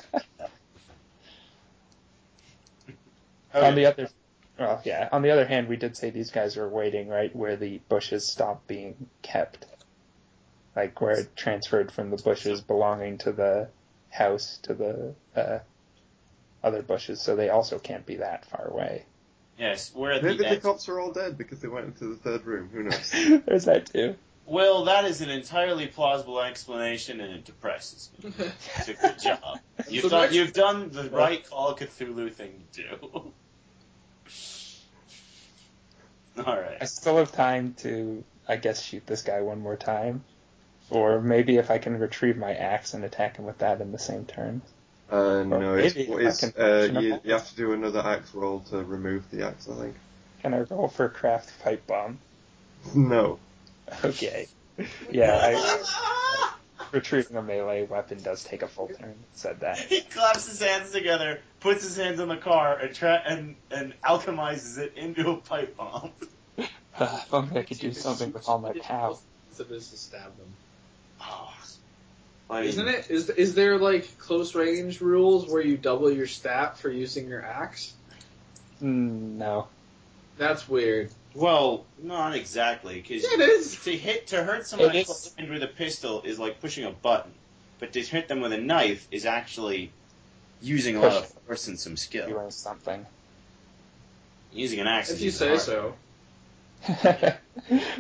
Speaker 4: On the other, well, yeah. On the other hand, we did say these guys were waiting right where the bushes stopped being kept, like where it transferred from the bushes belonging to the house to the uh, other bushes. So they also can't be that far away.
Speaker 5: yes, we're at
Speaker 1: Maybe
Speaker 5: the
Speaker 1: the
Speaker 5: end.
Speaker 1: cops are all dead because they went into the third room. Who knows?
Speaker 4: There's that too.
Speaker 5: Will, that is an entirely plausible explanation, and it depresses me. It's a good job. You've
Speaker 3: So
Speaker 5: done,
Speaker 3: next-
Speaker 5: you've done the right Call of Cthulhu thing to do. All
Speaker 4: I
Speaker 5: right.
Speaker 4: still have time to, I guess, shoot this guy one more time. Or maybe if I can retrieve my axe and attack him with that in the same turn.
Speaker 1: Uh, no, it's,
Speaker 4: maybe
Speaker 1: it's
Speaker 4: I can
Speaker 1: uh,
Speaker 4: function
Speaker 1: you,
Speaker 4: upon
Speaker 1: you have to do another axe roll to remove the axe, I think.
Speaker 4: Can I roll for craft pipe bomb?
Speaker 1: No.
Speaker 4: Okay. Yeah, I, retrieving a melee weapon does take a full turn. Said that.
Speaker 5: He claps his hands together, puts his hands on the car, and, tra- and, and alchemizes it into a pipe bomb.
Speaker 4: if only I could do something with all my power.
Speaker 3: So this is stab them.
Speaker 5: Oh, like,
Speaker 3: Isn't it? Is is there like close range rules where you double your stat for using your axe?
Speaker 4: Mm, no.
Speaker 3: That's weird.
Speaker 5: Well, not exactly, because
Speaker 3: It is.
Speaker 5: to hit to hurt someone
Speaker 4: It is-
Speaker 5: close range with a pistol is like pushing a button, but to hit them with a knife is actually using a lot of force and some skill.
Speaker 4: Doing something.
Speaker 5: Using an axe.
Speaker 3: If
Speaker 5: is
Speaker 3: you
Speaker 5: even
Speaker 3: say
Speaker 5: harder.
Speaker 3: so.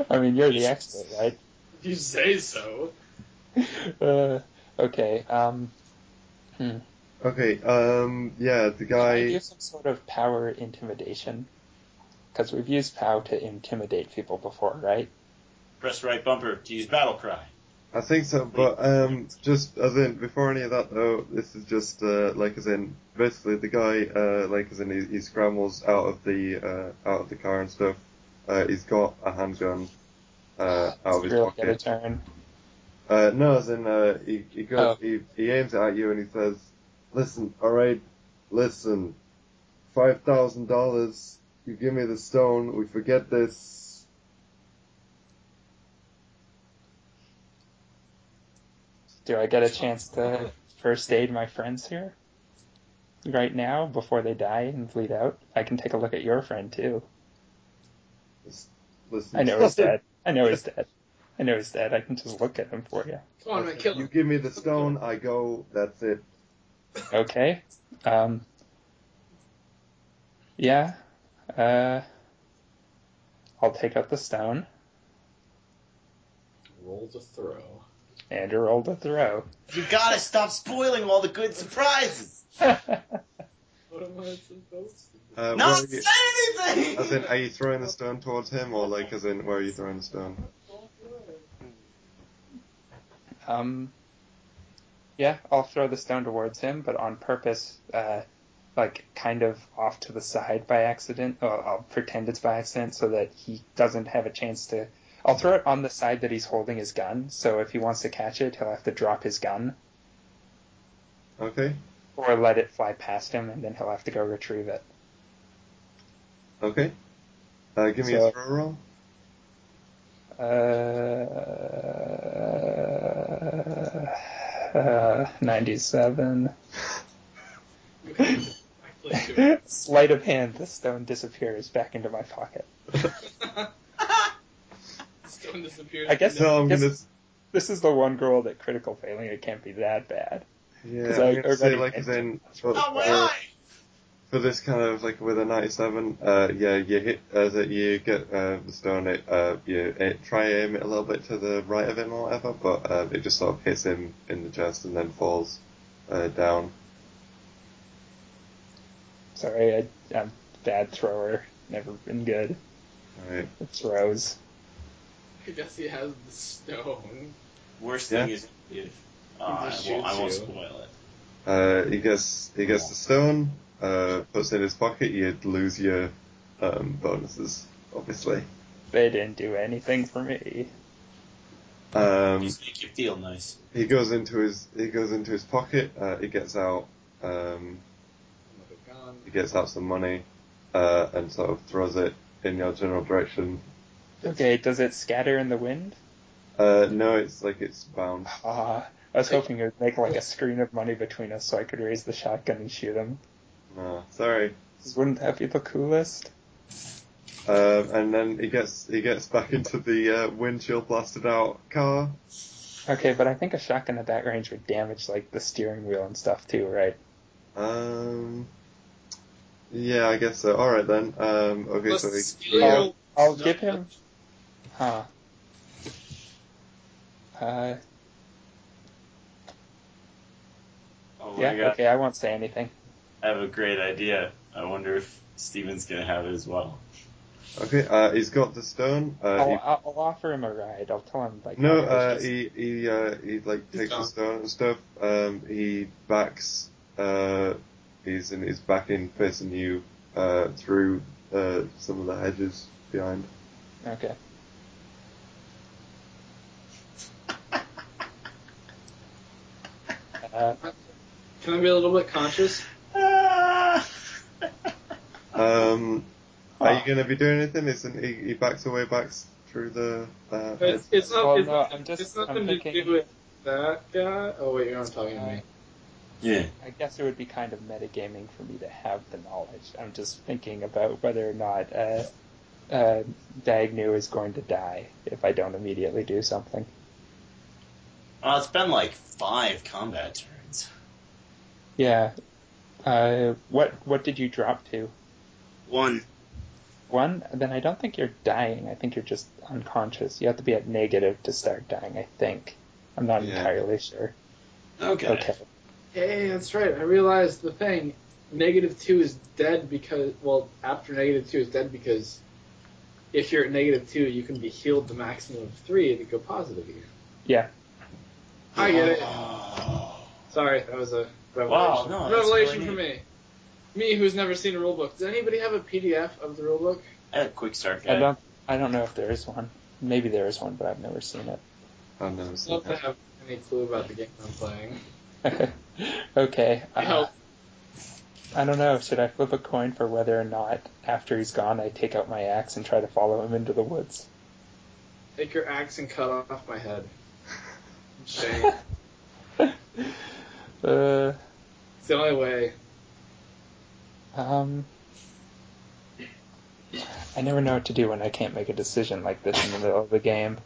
Speaker 4: I mean, you're the expert, right?
Speaker 3: If you say so.
Speaker 4: Uh, okay. Um,
Speaker 1: Okay, um, yeah, the
Speaker 4: Can I
Speaker 1: guy.
Speaker 4: do some sort of power intimidation? Because we've used POW to intimidate people before, right?
Speaker 5: Press right bumper to use battle cry.
Speaker 1: I think so, but, um, just as in, before any of that though, this is just, uh, like as in, basically the guy, uh, like as in, he, he scrambles out of the, uh, out of the car and stuff. Uh, he's got a handgun, uh, out of his
Speaker 4: Drill, get a
Speaker 1: pocket.
Speaker 4: turn.
Speaker 1: Uh, no, as in, uh, he, he goes,
Speaker 4: Oh.
Speaker 1: he, he aims it at you and he says, listen, alright, listen, five thousand dollars, you give me the stone, we forget this.
Speaker 4: Do I get a chance to first aid my friends here? right now before they die and bleed out, I can take a look at your friend too.
Speaker 1: Listen,
Speaker 4: I know he's dead. I know he's dead. I know he's dead. I can just look at him for you.
Speaker 3: Come on, man, kill
Speaker 1: You
Speaker 3: him.
Speaker 1: give me the stone, I go. That's it.
Speaker 4: Okay. Um. Yeah. Uh. I'll take out the stone
Speaker 3: Roll to throw.
Speaker 4: and roll the throw.
Speaker 5: You gotta stop spoiling all the good surprises.
Speaker 3: What am I supposed to do?
Speaker 1: Uh, where
Speaker 5: Not
Speaker 1: are you,
Speaker 5: say anything.
Speaker 1: as in, are you throwing the stone towards him, or like, as in, where are you throwing the stone?
Speaker 4: Um, yeah, I'll throw the stone towards him, but on purpose, uh, like kind of off to the side by accident. Or I'll pretend it's by accident so that he doesn't have a chance to. I'll throw it on the side that he's holding his gun, so if he wants to catch it, he'll have to drop his gun
Speaker 1: Okay,
Speaker 4: or let it fly past him, and then he'll have to go retrieve it.
Speaker 1: okay. Uh, give me
Speaker 4: So-
Speaker 1: a throw roll.
Speaker 4: Uh, uh, 97.
Speaker 3: Actually, do it.
Speaker 4: Sleight of hand, the stone disappears back into my pocket.
Speaker 3: Stone disappears.
Speaker 4: I guess,
Speaker 1: No, I'm
Speaker 4: guess
Speaker 1: gonna.
Speaker 4: this is the one girl that critical failing it can't be that bad.
Speaker 1: Yeah,
Speaker 4: 'Cause I
Speaker 1: I'm gonna say
Speaker 4: already
Speaker 1: like as in for,
Speaker 5: Oh my
Speaker 1: for,
Speaker 5: eye!
Speaker 1: for this kind of like with a 97. Uh, yeah, you hit as it you get uh, the stone. It uh, you it, try aim it a little bit to the right of him or whatever, but uh, it just sort of hits him in the chest and then falls uh, down.
Speaker 4: Sorry, I, I'm a bad thrower. Never been good
Speaker 1: All right.
Speaker 4: at throws.
Speaker 3: I guess he has the stone.
Speaker 5: Worst
Speaker 1: Yeah.
Speaker 5: thing is if uh, I,
Speaker 3: Just
Speaker 5: won't, I
Speaker 3: shoots
Speaker 5: won't
Speaker 3: you.
Speaker 5: spoil it.
Speaker 1: Uh, he gets he gets the stone, uh, puts it in his pocket. You'd lose your um, bonuses, obviously.
Speaker 4: They didn't do anything for me.
Speaker 1: Um,
Speaker 5: Just make you feel nice.
Speaker 1: he goes into his he goes into his pocket. Uh, he gets out um,
Speaker 3: Another gun.
Speaker 1: he gets out some money uh, and sort of throws it in your general direction.
Speaker 4: Okay, does it scatter in the wind?
Speaker 1: Uh, no, it's like it's bound.
Speaker 4: Ah, I was hoping it would make like a screen of money between us so I could raise the shotgun and shoot him.
Speaker 1: No, sorry.
Speaker 4: 'Cause Wouldn't that be the coolest?
Speaker 1: Um, and then he gets he gets back into the uh, windshield blasted out car.
Speaker 4: Okay, but I think a shotgun at that range would damage like the steering wheel and stuff too, right?
Speaker 1: Um, yeah, I guess so. All right then. Um, okay,
Speaker 3: Plus
Speaker 1: so
Speaker 3: the
Speaker 1: he,
Speaker 3: skill.
Speaker 1: yeah,
Speaker 4: I'll give him. Huh. Uh,
Speaker 5: Oh my
Speaker 4: yeah,
Speaker 5: god,
Speaker 4: okay, I won't say anything.
Speaker 5: I have a great idea. I wonder if Steven's gonna have it as well.
Speaker 1: okay. Uh, he's got the stone. Uh,
Speaker 4: I'll,
Speaker 1: he,
Speaker 4: I'll, I'll offer him a ride. I'll tell him like
Speaker 1: no,
Speaker 4: I was
Speaker 1: uh,
Speaker 4: just-
Speaker 1: he he uh, he like takes the
Speaker 3: gone.
Speaker 1: stone and stuff. Um, he backs. Uh, he's in he's backing facing you uh, through uh, some of the hedges behind.
Speaker 4: okay. Uh,
Speaker 3: Can I be a little bit conscious?
Speaker 2: Ah.
Speaker 1: Um, are you
Speaker 4: Ah.
Speaker 1: gonna be doing anything? Isn't he, he backs away backs through the uh,
Speaker 3: It's, it's not.
Speaker 4: Well,
Speaker 3: it's,
Speaker 4: no,
Speaker 3: not-
Speaker 4: I'm just-
Speaker 3: It's
Speaker 4: I'm
Speaker 3: nothing to
Speaker 4: thinking-
Speaker 3: do with that guy. Oh wait, you're not talking to me.
Speaker 5: Yeah.
Speaker 4: I guess it would be kind of metagaming for me to have the knowledge. I'm just thinking about whether or not uh, uh, Dagnu is going to die if I don't immediately do something.
Speaker 2: Uh,
Speaker 5: Well, it's been like five combat turns.
Speaker 4: Yeah. Uh, what what did you drop to?
Speaker 5: One.
Speaker 4: One, then I don't think you're dying. I think you're just unconscious. You have to be at negative to start dying, I think. I'm not
Speaker 1: Yeah.
Speaker 4: entirely sure.
Speaker 5: Okay.
Speaker 4: Okay.
Speaker 3: Hey, that's right. I realized the thing. Negative two is dead because well, after negative two is dead because if you're at negative two, you can be healed the maximum of three to go positive again.
Speaker 4: Yeah.
Speaker 3: I get it.
Speaker 5: Oh.
Speaker 3: Sorry, that was a revelation.
Speaker 5: Wow, no, that's
Speaker 3: revelation
Speaker 5: really
Speaker 3: for me. Me, who's never seen a rulebook. Does anybody have a PDF of the rulebook?
Speaker 5: I had a quick start,
Speaker 4: I
Speaker 5: guy.
Speaker 4: don't I don't know if there is one. Maybe there is one, but I've never seen
Speaker 1: I've never
Speaker 3: I'd
Speaker 1: seen
Speaker 3: love to
Speaker 1: that.
Speaker 3: have any clue about the game I'm playing.
Speaker 4: it. okay. Uh,
Speaker 3: Help.
Speaker 4: I don't know. Should I flip a coin for whether or not after he's gone I take out my axe and try to follow him into the woods?
Speaker 3: Take your axe and cut off my head. Shame.
Speaker 4: Uh,
Speaker 3: It's the only way.
Speaker 4: Um, I never know what to do when I can't make a decision like this in the middle of the game.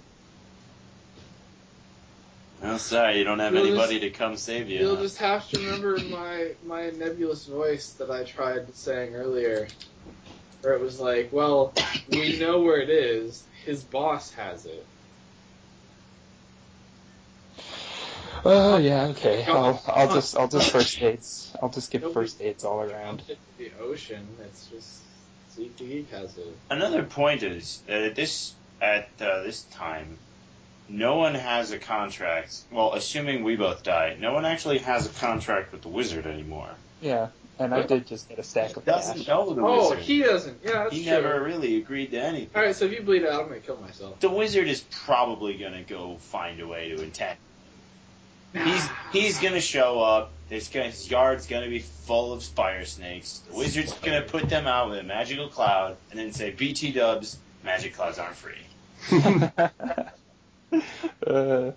Speaker 2: Oh, sorry, you don't have
Speaker 3: You'll
Speaker 2: anybody to come save you.
Speaker 3: You'll
Speaker 2: huh?
Speaker 3: just have to remember my my nebulous voice that I tried saying earlier, where it was like, "Well, we know where it is. His boss has it."
Speaker 4: Oh yeah, okay. I'll, I'll
Speaker 3: God.
Speaker 4: just I'll just first aids. I'll just give
Speaker 3: Nope.
Speaker 4: first aids all around.
Speaker 3: The ocean. It's just Zeke the Geek has it.
Speaker 2: Another point is that at this at uh, this time, no one has a contract. Well, assuming we both die, no one actually has a contract with the wizard anymore.
Speaker 4: Yeah, and I did just get a stack of
Speaker 2: Doesn't
Speaker 4: cash.
Speaker 2: know the
Speaker 3: Oh,
Speaker 2: wizard.
Speaker 3: he doesn't. Yeah, that's
Speaker 2: He
Speaker 3: true.
Speaker 2: never really agreed to anything.
Speaker 3: All right, so if you bleed out, I'm gonna kill myself.
Speaker 2: The wizard is probably gonna go find a way to attack. him. He's he's gonna show up. This guy, his yard's gonna be full of fire snakes. The wizard's gonna put them out with a magical cloud, and then say, "BT Dubs, magic clouds aren't free."
Speaker 4: uh,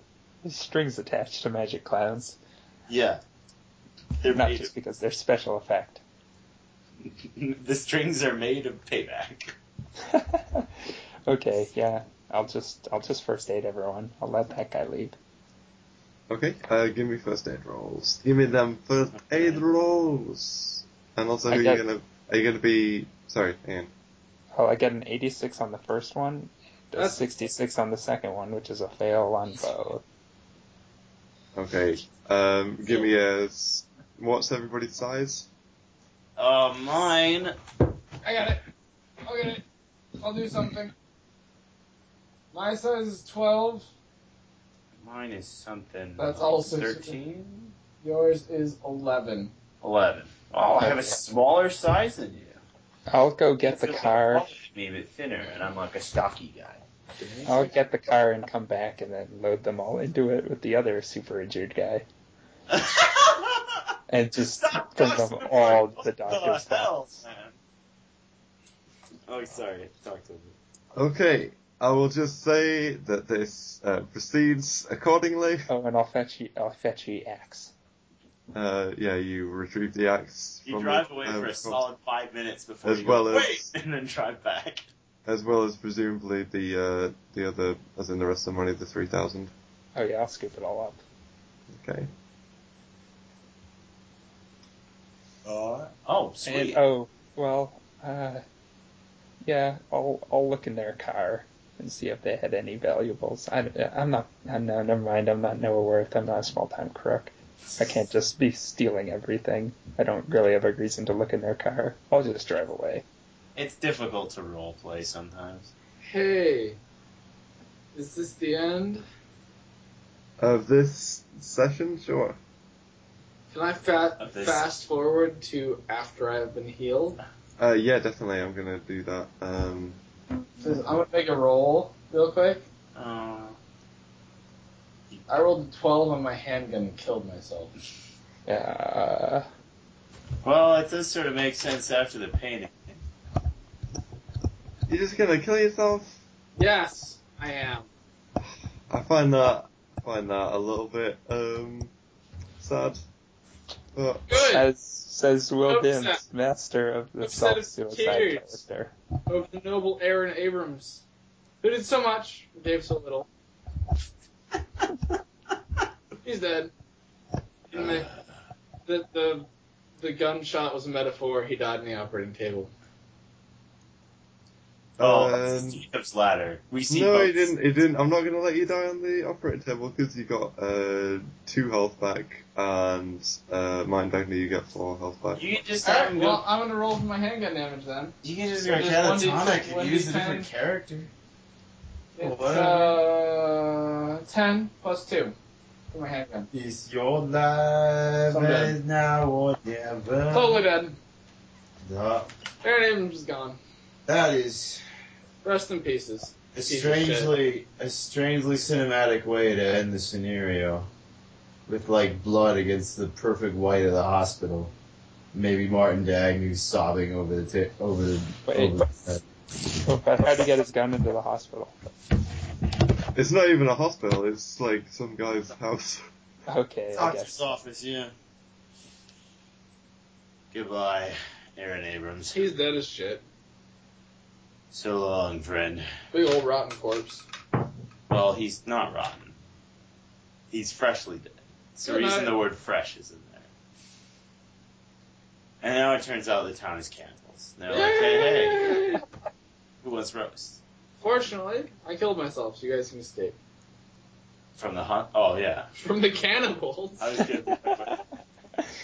Speaker 4: strings attached to magic clowns,
Speaker 2: Yeah, they're
Speaker 4: not
Speaker 2: made
Speaker 4: just because they're special effect.
Speaker 2: of, the strings are made of payback.
Speaker 4: okay, yeah. I'll just I'll just first aid everyone. I'll let that guy leave.
Speaker 1: Okay, uh, give me first aid rolls. Give me them first aid rolls. And also,
Speaker 4: I
Speaker 1: who are you
Speaker 4: got-
Speaker 1: gonna? Are you gonna be? Sorry, Ian.
Speaker 4: Oh, I get an 86 on the first one, a
Speaker 3: That's-
Speaker 4: 66 on the second one, which is a fail on both.
Speaker 1: Okay. Um, give me a. s- What's everybody's size?
Speaker 2: Uh, mine.
Speaker 6: I got it. I'll get it. I'll do something. My size is 12.
Speaker 2: Mine is something.
Speaker 6: That's also
Speaker 2: thirteen.
Speaker 6: Yours is 11.
Speaker 2: Eleven. Oh, I have a smaller size than you.
Speaker 4: I'll go get the
Speaker 2: Feels like
Speaker 4: car.
Speaker 2: you're Me, but thinner, and I'm like a stocky guy.
Speaker 4: I'll get the car and come back and then load them all into it with the other super injured guy and just
Speaker 2: Stop
Speaker 4: bring
Speaker 2: talking
Speaker 4: them
Speaker 2: about
Speaker 4: all
Speaker 2: what
Speaker 4: to the doctor's
Speaker 2: hell,
Speaker 4: house.
Speaker 2: man. Oh, sorry. Talk to me.
Speaker 1: Okay, I will just say that this uh, proceeds accordingly.
Speaker 4: Oh, and I'll fetch you. I'll fetch you axe.
Speaker 1: Uh, yeah, you retrieve the axe.
Speaker 2: You
Speaker 1: from
Speaker 2: drive
Speaker 1: the-
Speaker 2: away
Speaker 1: um,
Speaker 2: for a
Speaker 1: from-
Speaker 2: solid five minutes before
Speaker 1: As
Speaker 2: you
Speaker 1: well
Speaker 2: go,
Speaker 1: as-
Speaker 2: wait, and then drive back.
Speaker 1: as well as presumably the uh, the other, as in the rest of the money, the three thousand.
Speaker 4: Oh yeah, I'll scoop it all up.
Speaker 1: Okay. Uh,
Speaker 2: Oh, sweet.
Speaker 4: And oh well, uh, yeah, I'll I'll look in their car and see if they had any valuables. I, I'm not. I know. Never mind. I'm not Noah Worth. I'm not a small time crook. I can't just be stealing everything. I don't really have a reason to look in their car. I'll just drive away.
Speaker 2: It's difficult to role play sometimes.
Speaker 3: Hey, is this the end?
Speaker 1: Of this session, sure.
Speaker 3: Can I fa-
Speaker 2: Of this-
Speaker 3: fast forward to after I've been healed?
Speaker 1: Uh, yeah, definitely, I'm gonna do that. Um,
Speaker 3: 'Cause I'm gonna make a roll real quick.
Speaker 2: Oh.
Speaker 3: I rolled a 12 on my handgun and killed myself.
Speaker 4: Uh,
Speaker 2: Well, it does sort of make sense after the painting.
Speaker 1: you're just gonna kill yourself?
Speaker 3: Yes, I am.
Speaker 1: I find that I find that a little bit um sad. But
Speaker 3: Good.
Speaker 4: as says Will
Speaker 3: Upset.
Speaker 4: Dims, master of the
Speaker 3: Upset
Speaker 4: self
Speaker 3: of
Speaker 4: suicide
Speaker 3: tears.
Speaker 4: character.
Speaker 3: over the noble Aaron Abrams, who did so much, but gave so little. He's dead. And the, the, the, the gunshot was a metaphor. He died on the operating table.
Speaker 2: Oh, that's
Speaker 1: um,
Speaker 2: Jacob's ladder. We see
Speaker 1: no,
Speaker 2: both.
Speaker 1: he didn't. He didn't. I'm not gonna let you die on the operating table because you got uh two health back and uh mine Dagner you get four health back.
Speaker 2: You can just
Speaker 3: All
Speaker 2: have
Speaker 3: right,
Speaker 2: him
Speaker 3: Uh, well, I'm going to roll for my handgun damage then.
Speaker 2: go. You can just
Speaker 3: go
Speaker 2: go
Speaker 3: There's catatonic one
Speaker 5: Tonic
Speaker 3: D6,
Speaker 5: could
Speaker 3: one
Speaker 5: use a
Speaker 3: D10.
Speaker 5: different character.
Speaker 3: It's
Speaker 5: Whatever.
Speaker 3: uh, 10 plus 2 for my handgun.
Speaker 5: It's your life
Speaker 3: Someday.
Speaker 5: is now or never.
Speaker 3: Totally dead.
Speaker 5: No,
Speaker 3: Aaron Abrams is gone.
Speaker 5: that is
Speaker 3: Rest in pieces.
Speaker 5: a
Speaker 3: Piece of
Speaker 5: strangely a strangely cinematic way to end the scenario, with like blood against the perfect white of the hospital. Maybe Martin Dagny sobbing over the ta- over the
Speaker 4: Wait.
Speaker 5: over the
Speaker 4: But how to get his gun into the hospital?
Speaker 1: It's not even a hospital. It's like some guy's house.
Speaker 4: Okay, I guess.
Speaker 2: doctor's office, yeah. Goodbye.
Speaker 5: Aaron Abrams.
Speaker 3: He's dead as shit.
Speaker 5: So long, friend.
Speaker 3: Big old rotten corpse.
Speaker 5: Well, he's not rotten. He's freshly dead. It's the
Speaker 3: Yeah,
Speaker 5: reason
Speaker 3: no.
Speaker 5: the word fresh is in there. And now it turns out the town is cannibals. And they're like, hey, hey,
Speaker 3: Yay!
Speaker 5: who wants roast?
Speaker 3: Fortunately, I killed myself, so you guys can escape.
Speaker 5: From the hunt? Oh, yeah.
Speaker 3: From the cannibals.
Speaker 5: I was gonna-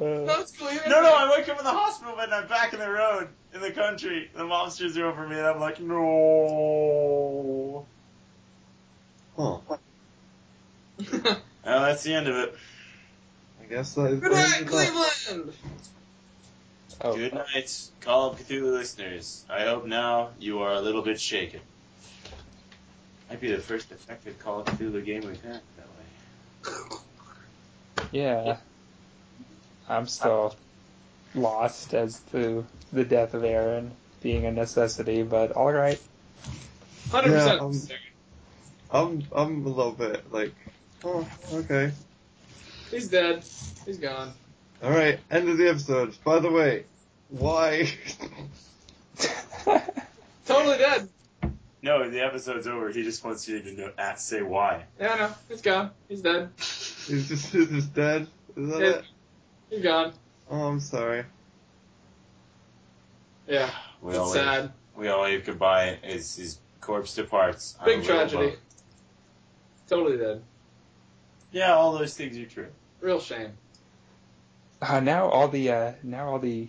Speaker 4: Uh,
Speaker 3: That's clear.
Speaker 5: no, no, I wake up in the hospital bed and I'm back in the road, in the country. The monsters are over me and I'm like, no.
Speaker 1: Huh.
Speaker 5: Oh, that's the end of it.
Speaker 1: I guess that is.
Speaker 3: Good night, Cleveland!
Speaker 4: oh,
Speaker 5: Good night, Call of Cthulhu listeners. I hope now you are a little bit shaken. Might be the first effective Call of Cthulhu game we've had that way.
Speaker 4: Yeah. I'm still lost as to the death of Aaron being a necessity, but alright.
Speaker 3: 100%
Speaker 1: Yeah, um,
Speaker 3: necessary.
Speaker 1: I'm, I'm a little bit like, oh, okay.
Speaker 3: He's dead. He's gone.
Speaker 1: Alright, end of the episode. By the way, why?
Speaker 3: Totally dead.
Speaker 5: No, the episode's over. He just wants you to know, at, say why.
Speaker 3: Yeah, no. He's gone. He's dead.
Speaker 1: is this, is this dead? Is that
Speaker 3: Yeah.
Speaker 1: it?
Speaker 3: He's gone.
Speaker 1: Oh, I'm sorry.
Speaker 3: Yeah.
Speaker 5: We
Speaker 3: it's uh,
Speaker 5: all wave,
Speaker 3: sad.
Speaker 5: we all wave goodbye as his corpse departs. on a
Speaker 3: Big
Speaker 5: little
Speaker 3: tragedy.
Speaker 5: boat.
Speaker 3: Totally dead.
Speaker 5: Yeah, all those things are true.
Speaker 3: Real shame.
Speaker 4: Uh, now all the uh, now all the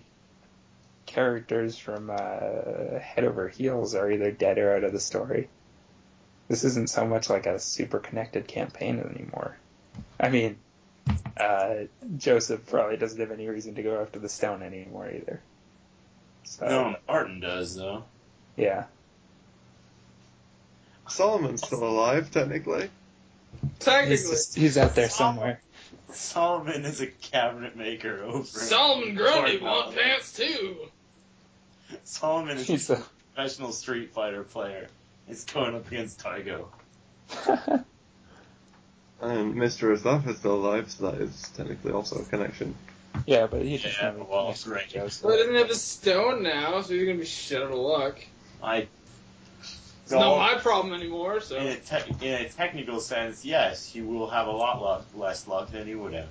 Speaker 4: characters from uh, Head Over Heels are either dead or out of the story. This isn't so much like a super connected campaign anymore. I mean, uh, Joseph probably doesn't have any reason to go after the stone anymore either. So
Speaker 5: No, Martin does though.
Speaker 4: yeah,
Speaker 1: Solomon's still alive, technically.
Speaker 3: Technically.
Speaker 4: he's just, he's out there somewhere.
Speaker 5: Solomon is a cabinet maker over.
Speaker 3: Solomon Grundy won pants too.
Speaker 5: Solomon is
Speaker 4: He's
Speaker 5: just a
Speaker 4: a,
Speaker 5: professional Street Fighter player. He's going up against Tygo.
Speaker 1: And Mr. Azaf is still Um, alive, so that is technically also a connection.
Speaker 4: yeah, but he doesn't have
Speaker 5: Yeah,
Speaker 4: any
Speaker 5: well,
Speaker 4: connection
Speaker 5: great.
Speaker 4: to Joseph.
Speaker 3: Well, he doesn't have his stone now, so he's gonna be shit out of luck.
Speaker 5: I.
Speaker 3: It's not my problem anymore, so.
Speaker 5: in, a te- in a technical sense, yes, he will have a lot luck, less luck than he would have.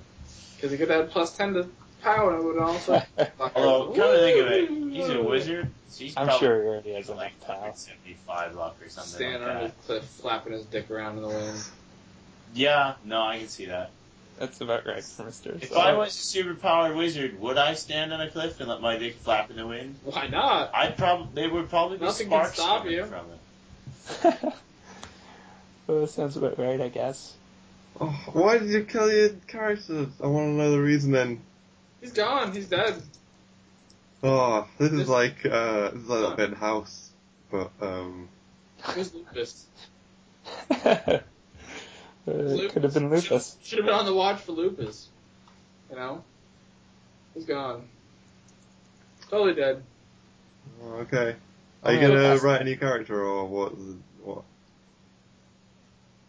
Speaker 3: Because he could add plus 10 to power, and it would also.
Speaker 5: Although, come to think of it, he's a wizard. So he's
Speaker 4: I'm
Speaker 5: probably
Speaker 4: sure he already has enough
Speaker 5: like
Speaker 4: pals.
Speaker 5: 75 luck or something
Speaker 3: Standing
Speaker 5: like
Speaker 3: on
Speaker 5: that.
Speaker 3: his cliff, flapping his dick around in the wind.
Speaker 5: Yeah, no, I can see that.
Speaker 4: That's about right for Mr.
Speaker 5: If
Speaker 4: So-
Speaker 5: I was a superpowered wizard, would I stand on a cliff and let my dick flap in the wind?
Speaker 3: Why not?
Speaker 5: I'd probably they would probably be
Speaker 3: Nothing can
Speaker 5: sparks
Speaker 3: stop
Speaker 5: coming
Speaker 3: you.
Speaker 5: from it.
Speaker 4: well, that sounds about right, I guess.
Speaker 1: Oh, why did you kill your characters? I want to know the reason then.
Speaker 3: He's gone. He's dead.
Speaker 1: Oh, this is
Speaker 3: This-
Speaker 1: like, uh, this is like that in house, but, um,
Speaker 3: Who's Lupus?
Speaker 4: Uh, it could have been lupus.
Speaker 3: Should have been on the watch for Lupus. You know? He's gone. Totally dead.
Speaker 1: oh, okay. Are you
Speaker 4: Yeah,
Speaker 1: gonna
Speaker 4: that's-
Speaker 1: write a new character or what? What?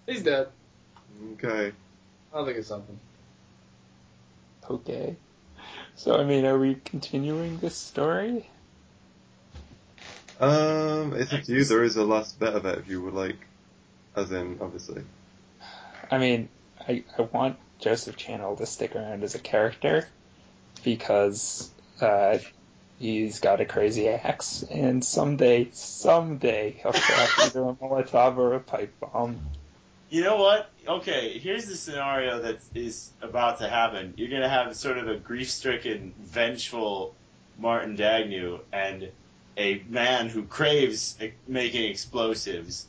Speaker 3: He's dead.
Speaker 1: Okay.
Speaker 3: I'll think of something.
Speaker 4: Okay. So, I mean, are we continuing this story?
Speaker 1: Um, it's up to you. There is a last bit of it if you would like, as in, obviously.
Speaker 4: I mean, I, I want Joseph Channel to stick around as a character because uh, he's got a crazy axe, and someday, someday, he'll crack either a Molotov or a pipe bomb.
Speaker 5: You know what? Okay, here's the scenario that is about to happen. You're gonna have sort of a grief-stricken, vengeful Martin Dagnew and a man who craves e- making explosives,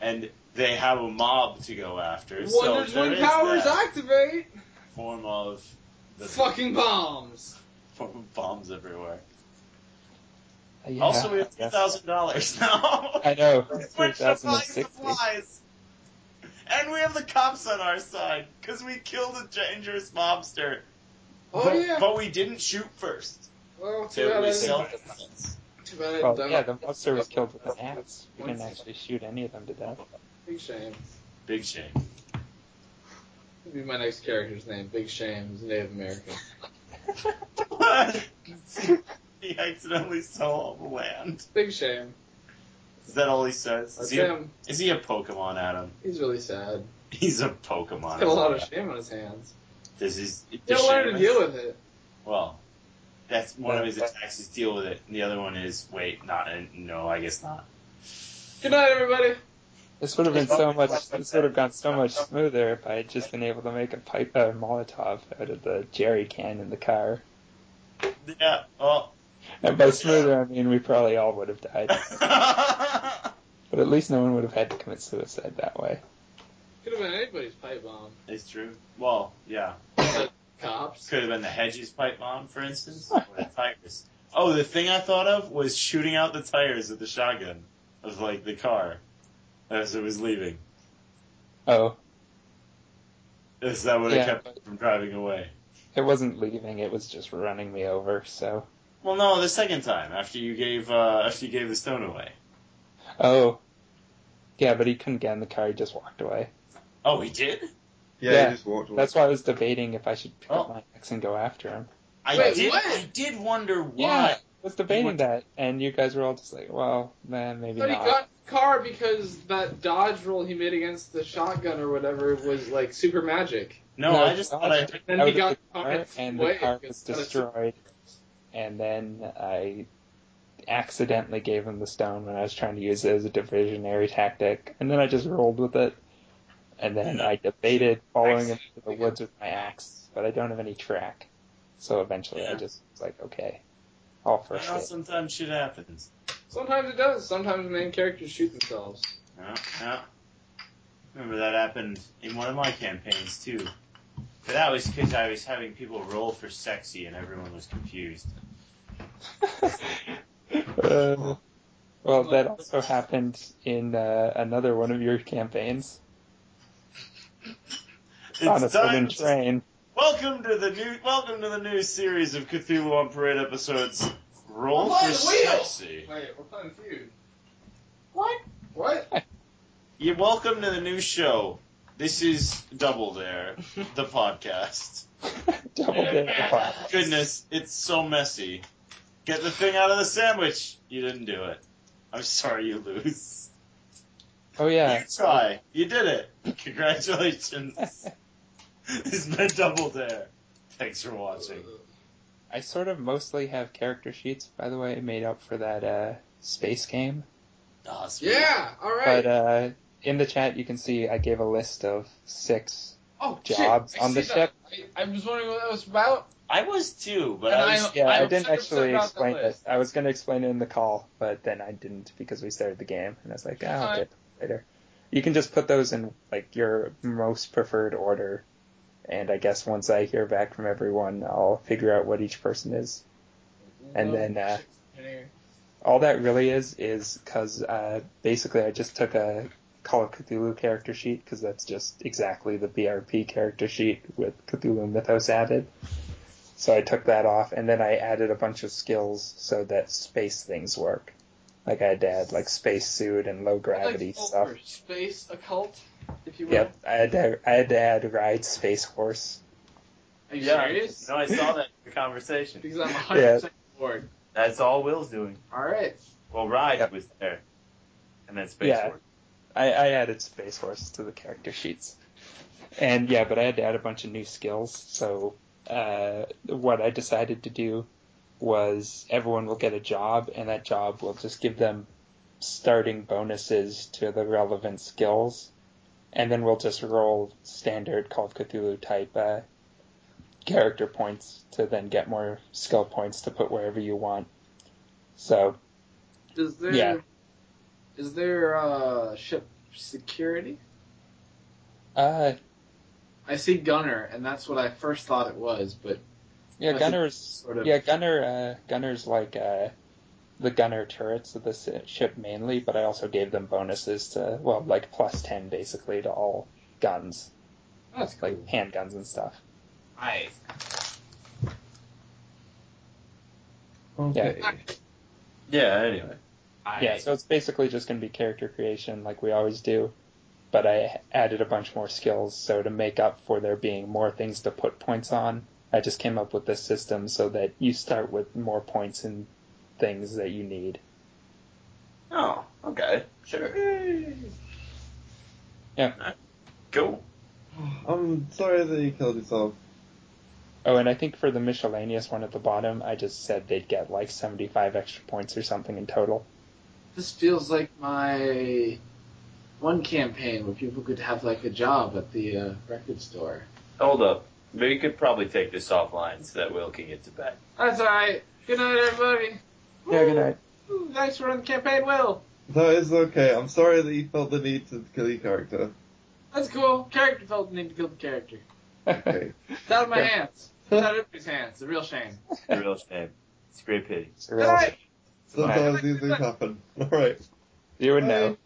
Speaker 5: and they have a mob to go after. so
Speaker 3: Wonders
Speaker 5: there
Speaker 3: when
Speaker 5: is
Speaker 3: powers
Speaker 5: that
Speaker 3: activate!
Speaker 5: form of the
Speaker 3: Fucking bombs!
Speaker 5: form of bombs everywhere.
Speaker 4: Yeah,
Speaker 5: also, we have
Speaker 4: I
Speaker 5: two
Speaker 4: guess.
Speaker 5: thousand dollars now.
Speaker 4: I know.
Speaker 5: Switch the flying
Speaker 4: 2060.
Speaker 5: supplies. And we have the cops on our side because we killed a dangerous mobster.
Speaker 3: Oh
Speaker 5: but,
Speaker 3: yeah!
Speaker 5: but we didn't shoot first.
Speaker 3: Well, too
Speaker 5: So it
Speaker 3: bad, I
Speaker 5: was
Speaker 3: didn't-
Speaker 5: self-defense.
Speaker 3: too bad I
Speaker 4: Well,
Speaker 3: didn't-
Speaker 4: yeah, the monster was killed with an axe. We didn't actually shoot any of them to death.
Speaker 3: Big shame.
Speaker 5: Big shame.
Speaker 3: That'd be my next character's name. Big shame. He's Native American.
Speaker 2: god! he accidentally stole all the land.
Speaker 3: Big shame.
Speaker 2: Is that all he says?
Speaker 3: That's
Speaker 2: Is he, a,
Speaker 3: him.
Speaker 2: is he a Pokemon, Adam?
Speaker 3: He's really sad.
Speaker 2: He's a Pokemon.
Speaker 3: He's got a lot of shame on his hands.
Speaker 2: Does his,
Speaker 3: He
Speaker 2: does
Speaker 3: don't learn to
Speaker 2: Seamus-
Speaker 3: deal with it.
Speaker 2: Well, that's one of his
Speaker 4: That's-
Speaker 2: attacks is deal with it, and the other one is wait, not uh, no, I guess not.
Speaker 3: Good night, everybody.
Speaker 4: This would have been so much. This would have gone so much smoother if I had just been able to make a pipe a Molotov out of the jerry can in the car.
Speaker 2: Yeah. Well.
Speaker 4: And by smoother, I mean we probably all would have died. But at least no one would have had to commit suicide that way.
Speaker 3: Could have been anybody's pipe bomb.
Speaker 2: it's true. Well, yeah.
Speaker 3: Cops.
Speaker 2: Could have been the hedges pipe bomb, for instance, or the tires. Oh, the thing I thought of was shooting out the tires of the shotgun of like the car as it was leaving.
Speaker 4: Oh,
Speaker 2: Is that what
Speaker 4: Yeah.
Speaker 2: it kept it from driving away?
Speaker 4: it wasn't leaving. It was just running me over. So,
Speaker 2: Well, no, the second time after you gave uh, after you gave the stone away.
Speaker 4: oh, yeah, but he couldn't get in the car. He just walked away.
Speaker 2: Oh, he did.
Speaker 1: Yeah,
Speaker 4: Yeah,
Speaker 1: he just walked away.
Speaker 4: That's why I was debating if I should pick up
Speaker 2: Oh.
Speaker 4: my axe and go after him.
Speaker 2: I
Speaker 3: Wait,
Speaker 2: did.
Speaker 3: what?
Speaker 2: I did wonder
Speaker 4: Yeah,
Speaker 2: why.
Speaker 4: I was debating
Speaker 2: What-
Speaker 4: that, and you guys were all just like, "Well, man, maybe
Speaker 3: But he
Speaker 4: not."
Speaker 3: got the car because that dodge roll he made against the shotgun or whatever was like super magic.
Speaker 2: No,
Speaker 4: No,
Speaker 2: I just thought I
Speaker 4: it's
Speaker 2: heard
Speaker 3: Then
Speaker 4: out
Speaker 3: he
Speaker 4: of
Speaker 3: got
Speaker 4: the car,
Speaker 3: caught
Speaker 4: and
Speaker 3: away
Speaker 4: the car was
Speaker 3: because that was-
Speaker 4: destroyed. And then I accidentally gave him the stone when I was trying to use it as a divisionary tactic. And then I just rolled with it. And then I debated following him to the woods with my axe, but I don't have any track. So eventually I
Speaker 2: Yeah.
Speaker 4: just was like, okay, all for
Speaker 2: Well,
Speaker 4: it.
Speaker 2: sometimes shit happens.
Speaker 3: Sometimes it does. Sometimes main characters shoot themselves.
Speaker 2: Yeah, yeah. Remember that happened in one of my campaigns too. But that was because I was having people roll for sexy and everyone was confused.
Speaker 4: Uh, well, that also happened in uh, another one of your campaigns on a
Speaker 2: It's time.
Speaker 4: certain train.
Speaker 2: Welcome to the new. Welcome to the new series of Cthulhu on Parade episodes. Roll
Speaker 3: I'm on
Speaker 2: for
Speaker 3: the wheel!
Speaker 2: sexy.
Speaker 3: Wait, we're playing feud. What?
Speaker 2: You welcome to the new show. This is Double Dare, the podcast.
Speaker 4: Double dip.
Speaker 2: Goodness, it's so messy. Get the thing out of the sandwich. You didn't do it. I'm sorry you lose.
Speaker 4: Oh yeah.
Speaker 2: You try. You did it. Congratulations. it's been Double Dare. Thanks for watching.
Speaker 4: I sort of mostly have character sheets, by the way, made up for that uh, space game.
Speaker 2: Ah, sweet.
Speaker 3: Yeah. All right.
Speaker 4: But uh, in the chat, you can see I gave a list of six.
Speaker 3: oh,
Speaker 4: jobs
Speaker 3: shit,
Speaker 4: on
Speaker 3: I
Speaker 4: the
Speaker 3: see that. I, I was wondering what that was about.
Speaker 2: I was too, but
Speaker 3: And
Speaker 2: I
Speaker 3: I-
Speaker 2: was.
Speaker 4: Yeah,
Speaker 3: I
Speaker 4: I,
Speaker 3: was
Speaker 4: didn't
Speaker 3: sort of
Speaker 4: actually
Speaker 3: set out that
Speaker 4: explain it.
Speaker 3: list.
Speaker 4: I was going to explain it in the call, but then I didn't because we started the game, and I was like, oh, I'll
Speaker 3: Fine.
Speaker 4: get to it later. You can just put those in like your most preferred order, and I guess once I hear back from everyone, I'll figure out what each person is. And then, uh, all that really is is because uh, basically I just took a Call of Cthulhu character sheet because that's just exactly the BRP character sheet with Cthulhu Mythos added. So I took that off and then I added a bunch of skills so that space things work. Like I had to add like space suit and low gravity
Speaker 3: like,
Speaker 4: stuff.
Speaker 3: for Space occult, if you will.
Speaker 4: Yep, I had to I had to add ride space horse.
Speaker 3: Are you
Speaker 2: Yeah.
Speaker 3: serious?
Speaker 2: No, I saw that in the conversation.
Speaker 3: Because I'm 100% bored.
Speaker 2: That's all Will's doing.
Speaker 3: All right.
Speaker 2: Well, Ride
Speaker 4: Yep.
Speaker 2: was there, and then Space
Speaker 4: Yeah.
Speaker 2: Force.
Speaker 4: I, I added Space Horse to the character sheets. And yeah, but I had to add a bunch of new skills. So uh, what I decided to do was everyone will get a job, and that job will just give them starting bonuses to the relevant skills. And then we'll just roll standard Call of Cthulhu type uh, character points to then get more skill points to put wherever you want. So
Speaker 3: Does there is
Speaker 4: Yeah.
Speaker 3: there uh, ship security?
Speaker 4: uh,
Speaker 3: I see gunner, and that's what I first thought it was, but
Speaker 4: Yeah,
Speaker 3: I think
Speaker 4: Gunner's
Speaker 3: sort of-
Speaker 4: yeah Gunner. Uh, Gunner's like uh, the Gunner turrets of the si- ship mainly, but I also gave them bonuses to well, like plus ten basically to all guns,
Speaker 3: Oh, that's
Speaker 4: like handguns and stuff.
Speaker 3: Nice.
Speaker 1: Okay.
Speaker 2: Yeah. Anyway.
Speaker 4: Yeah, so it's basically just going to be character creation like we always do, but I added a bunch more skills so to make up for there being more things to put points on. I just came up with this system so that you start with more points and things that you need.
Speaker 5: Oh, okay. Sure.
Speaker 4: Yeah.
Speaker 5: Uh, Cool.
Speaker 1: I'm sorry that you killed yourself.
Speaker 4: Oh, and I think for the miscellaneous one at the bottom, I just said they'd get like 75 extra points or something in total.
Speaker 3: This feels like my one campaign where people could have like a job at the uh, record store.
Speaker 5: Hold up. We could probably take this offline so that Will can get to bed.
Speaker 3: That's alright. Good night, everybody.
Speaker 4: Yeah, good night.
Speaker 3: Ooh, Thanks for running the campaign, Will.
Speaker 1: That is okay. I'm sorry that you felt the need to kill your character.
Speaker 3: That's cool. Character felt need to kill the character.
Speaker 1: Okay.
Speaker 3: It's out of my
Speaker 4: Yeah.
Speaker 3: hands. It's out of everybody's hands. It's a real shame.
Speaker 5: It's a real shame. It's a great pity.
Speaker 4: It's a real-
Speaker 1: Sometimes these things happen. Alright.
Speaker 4: You would
Speaker 1: Bye.
Speaker 4: know.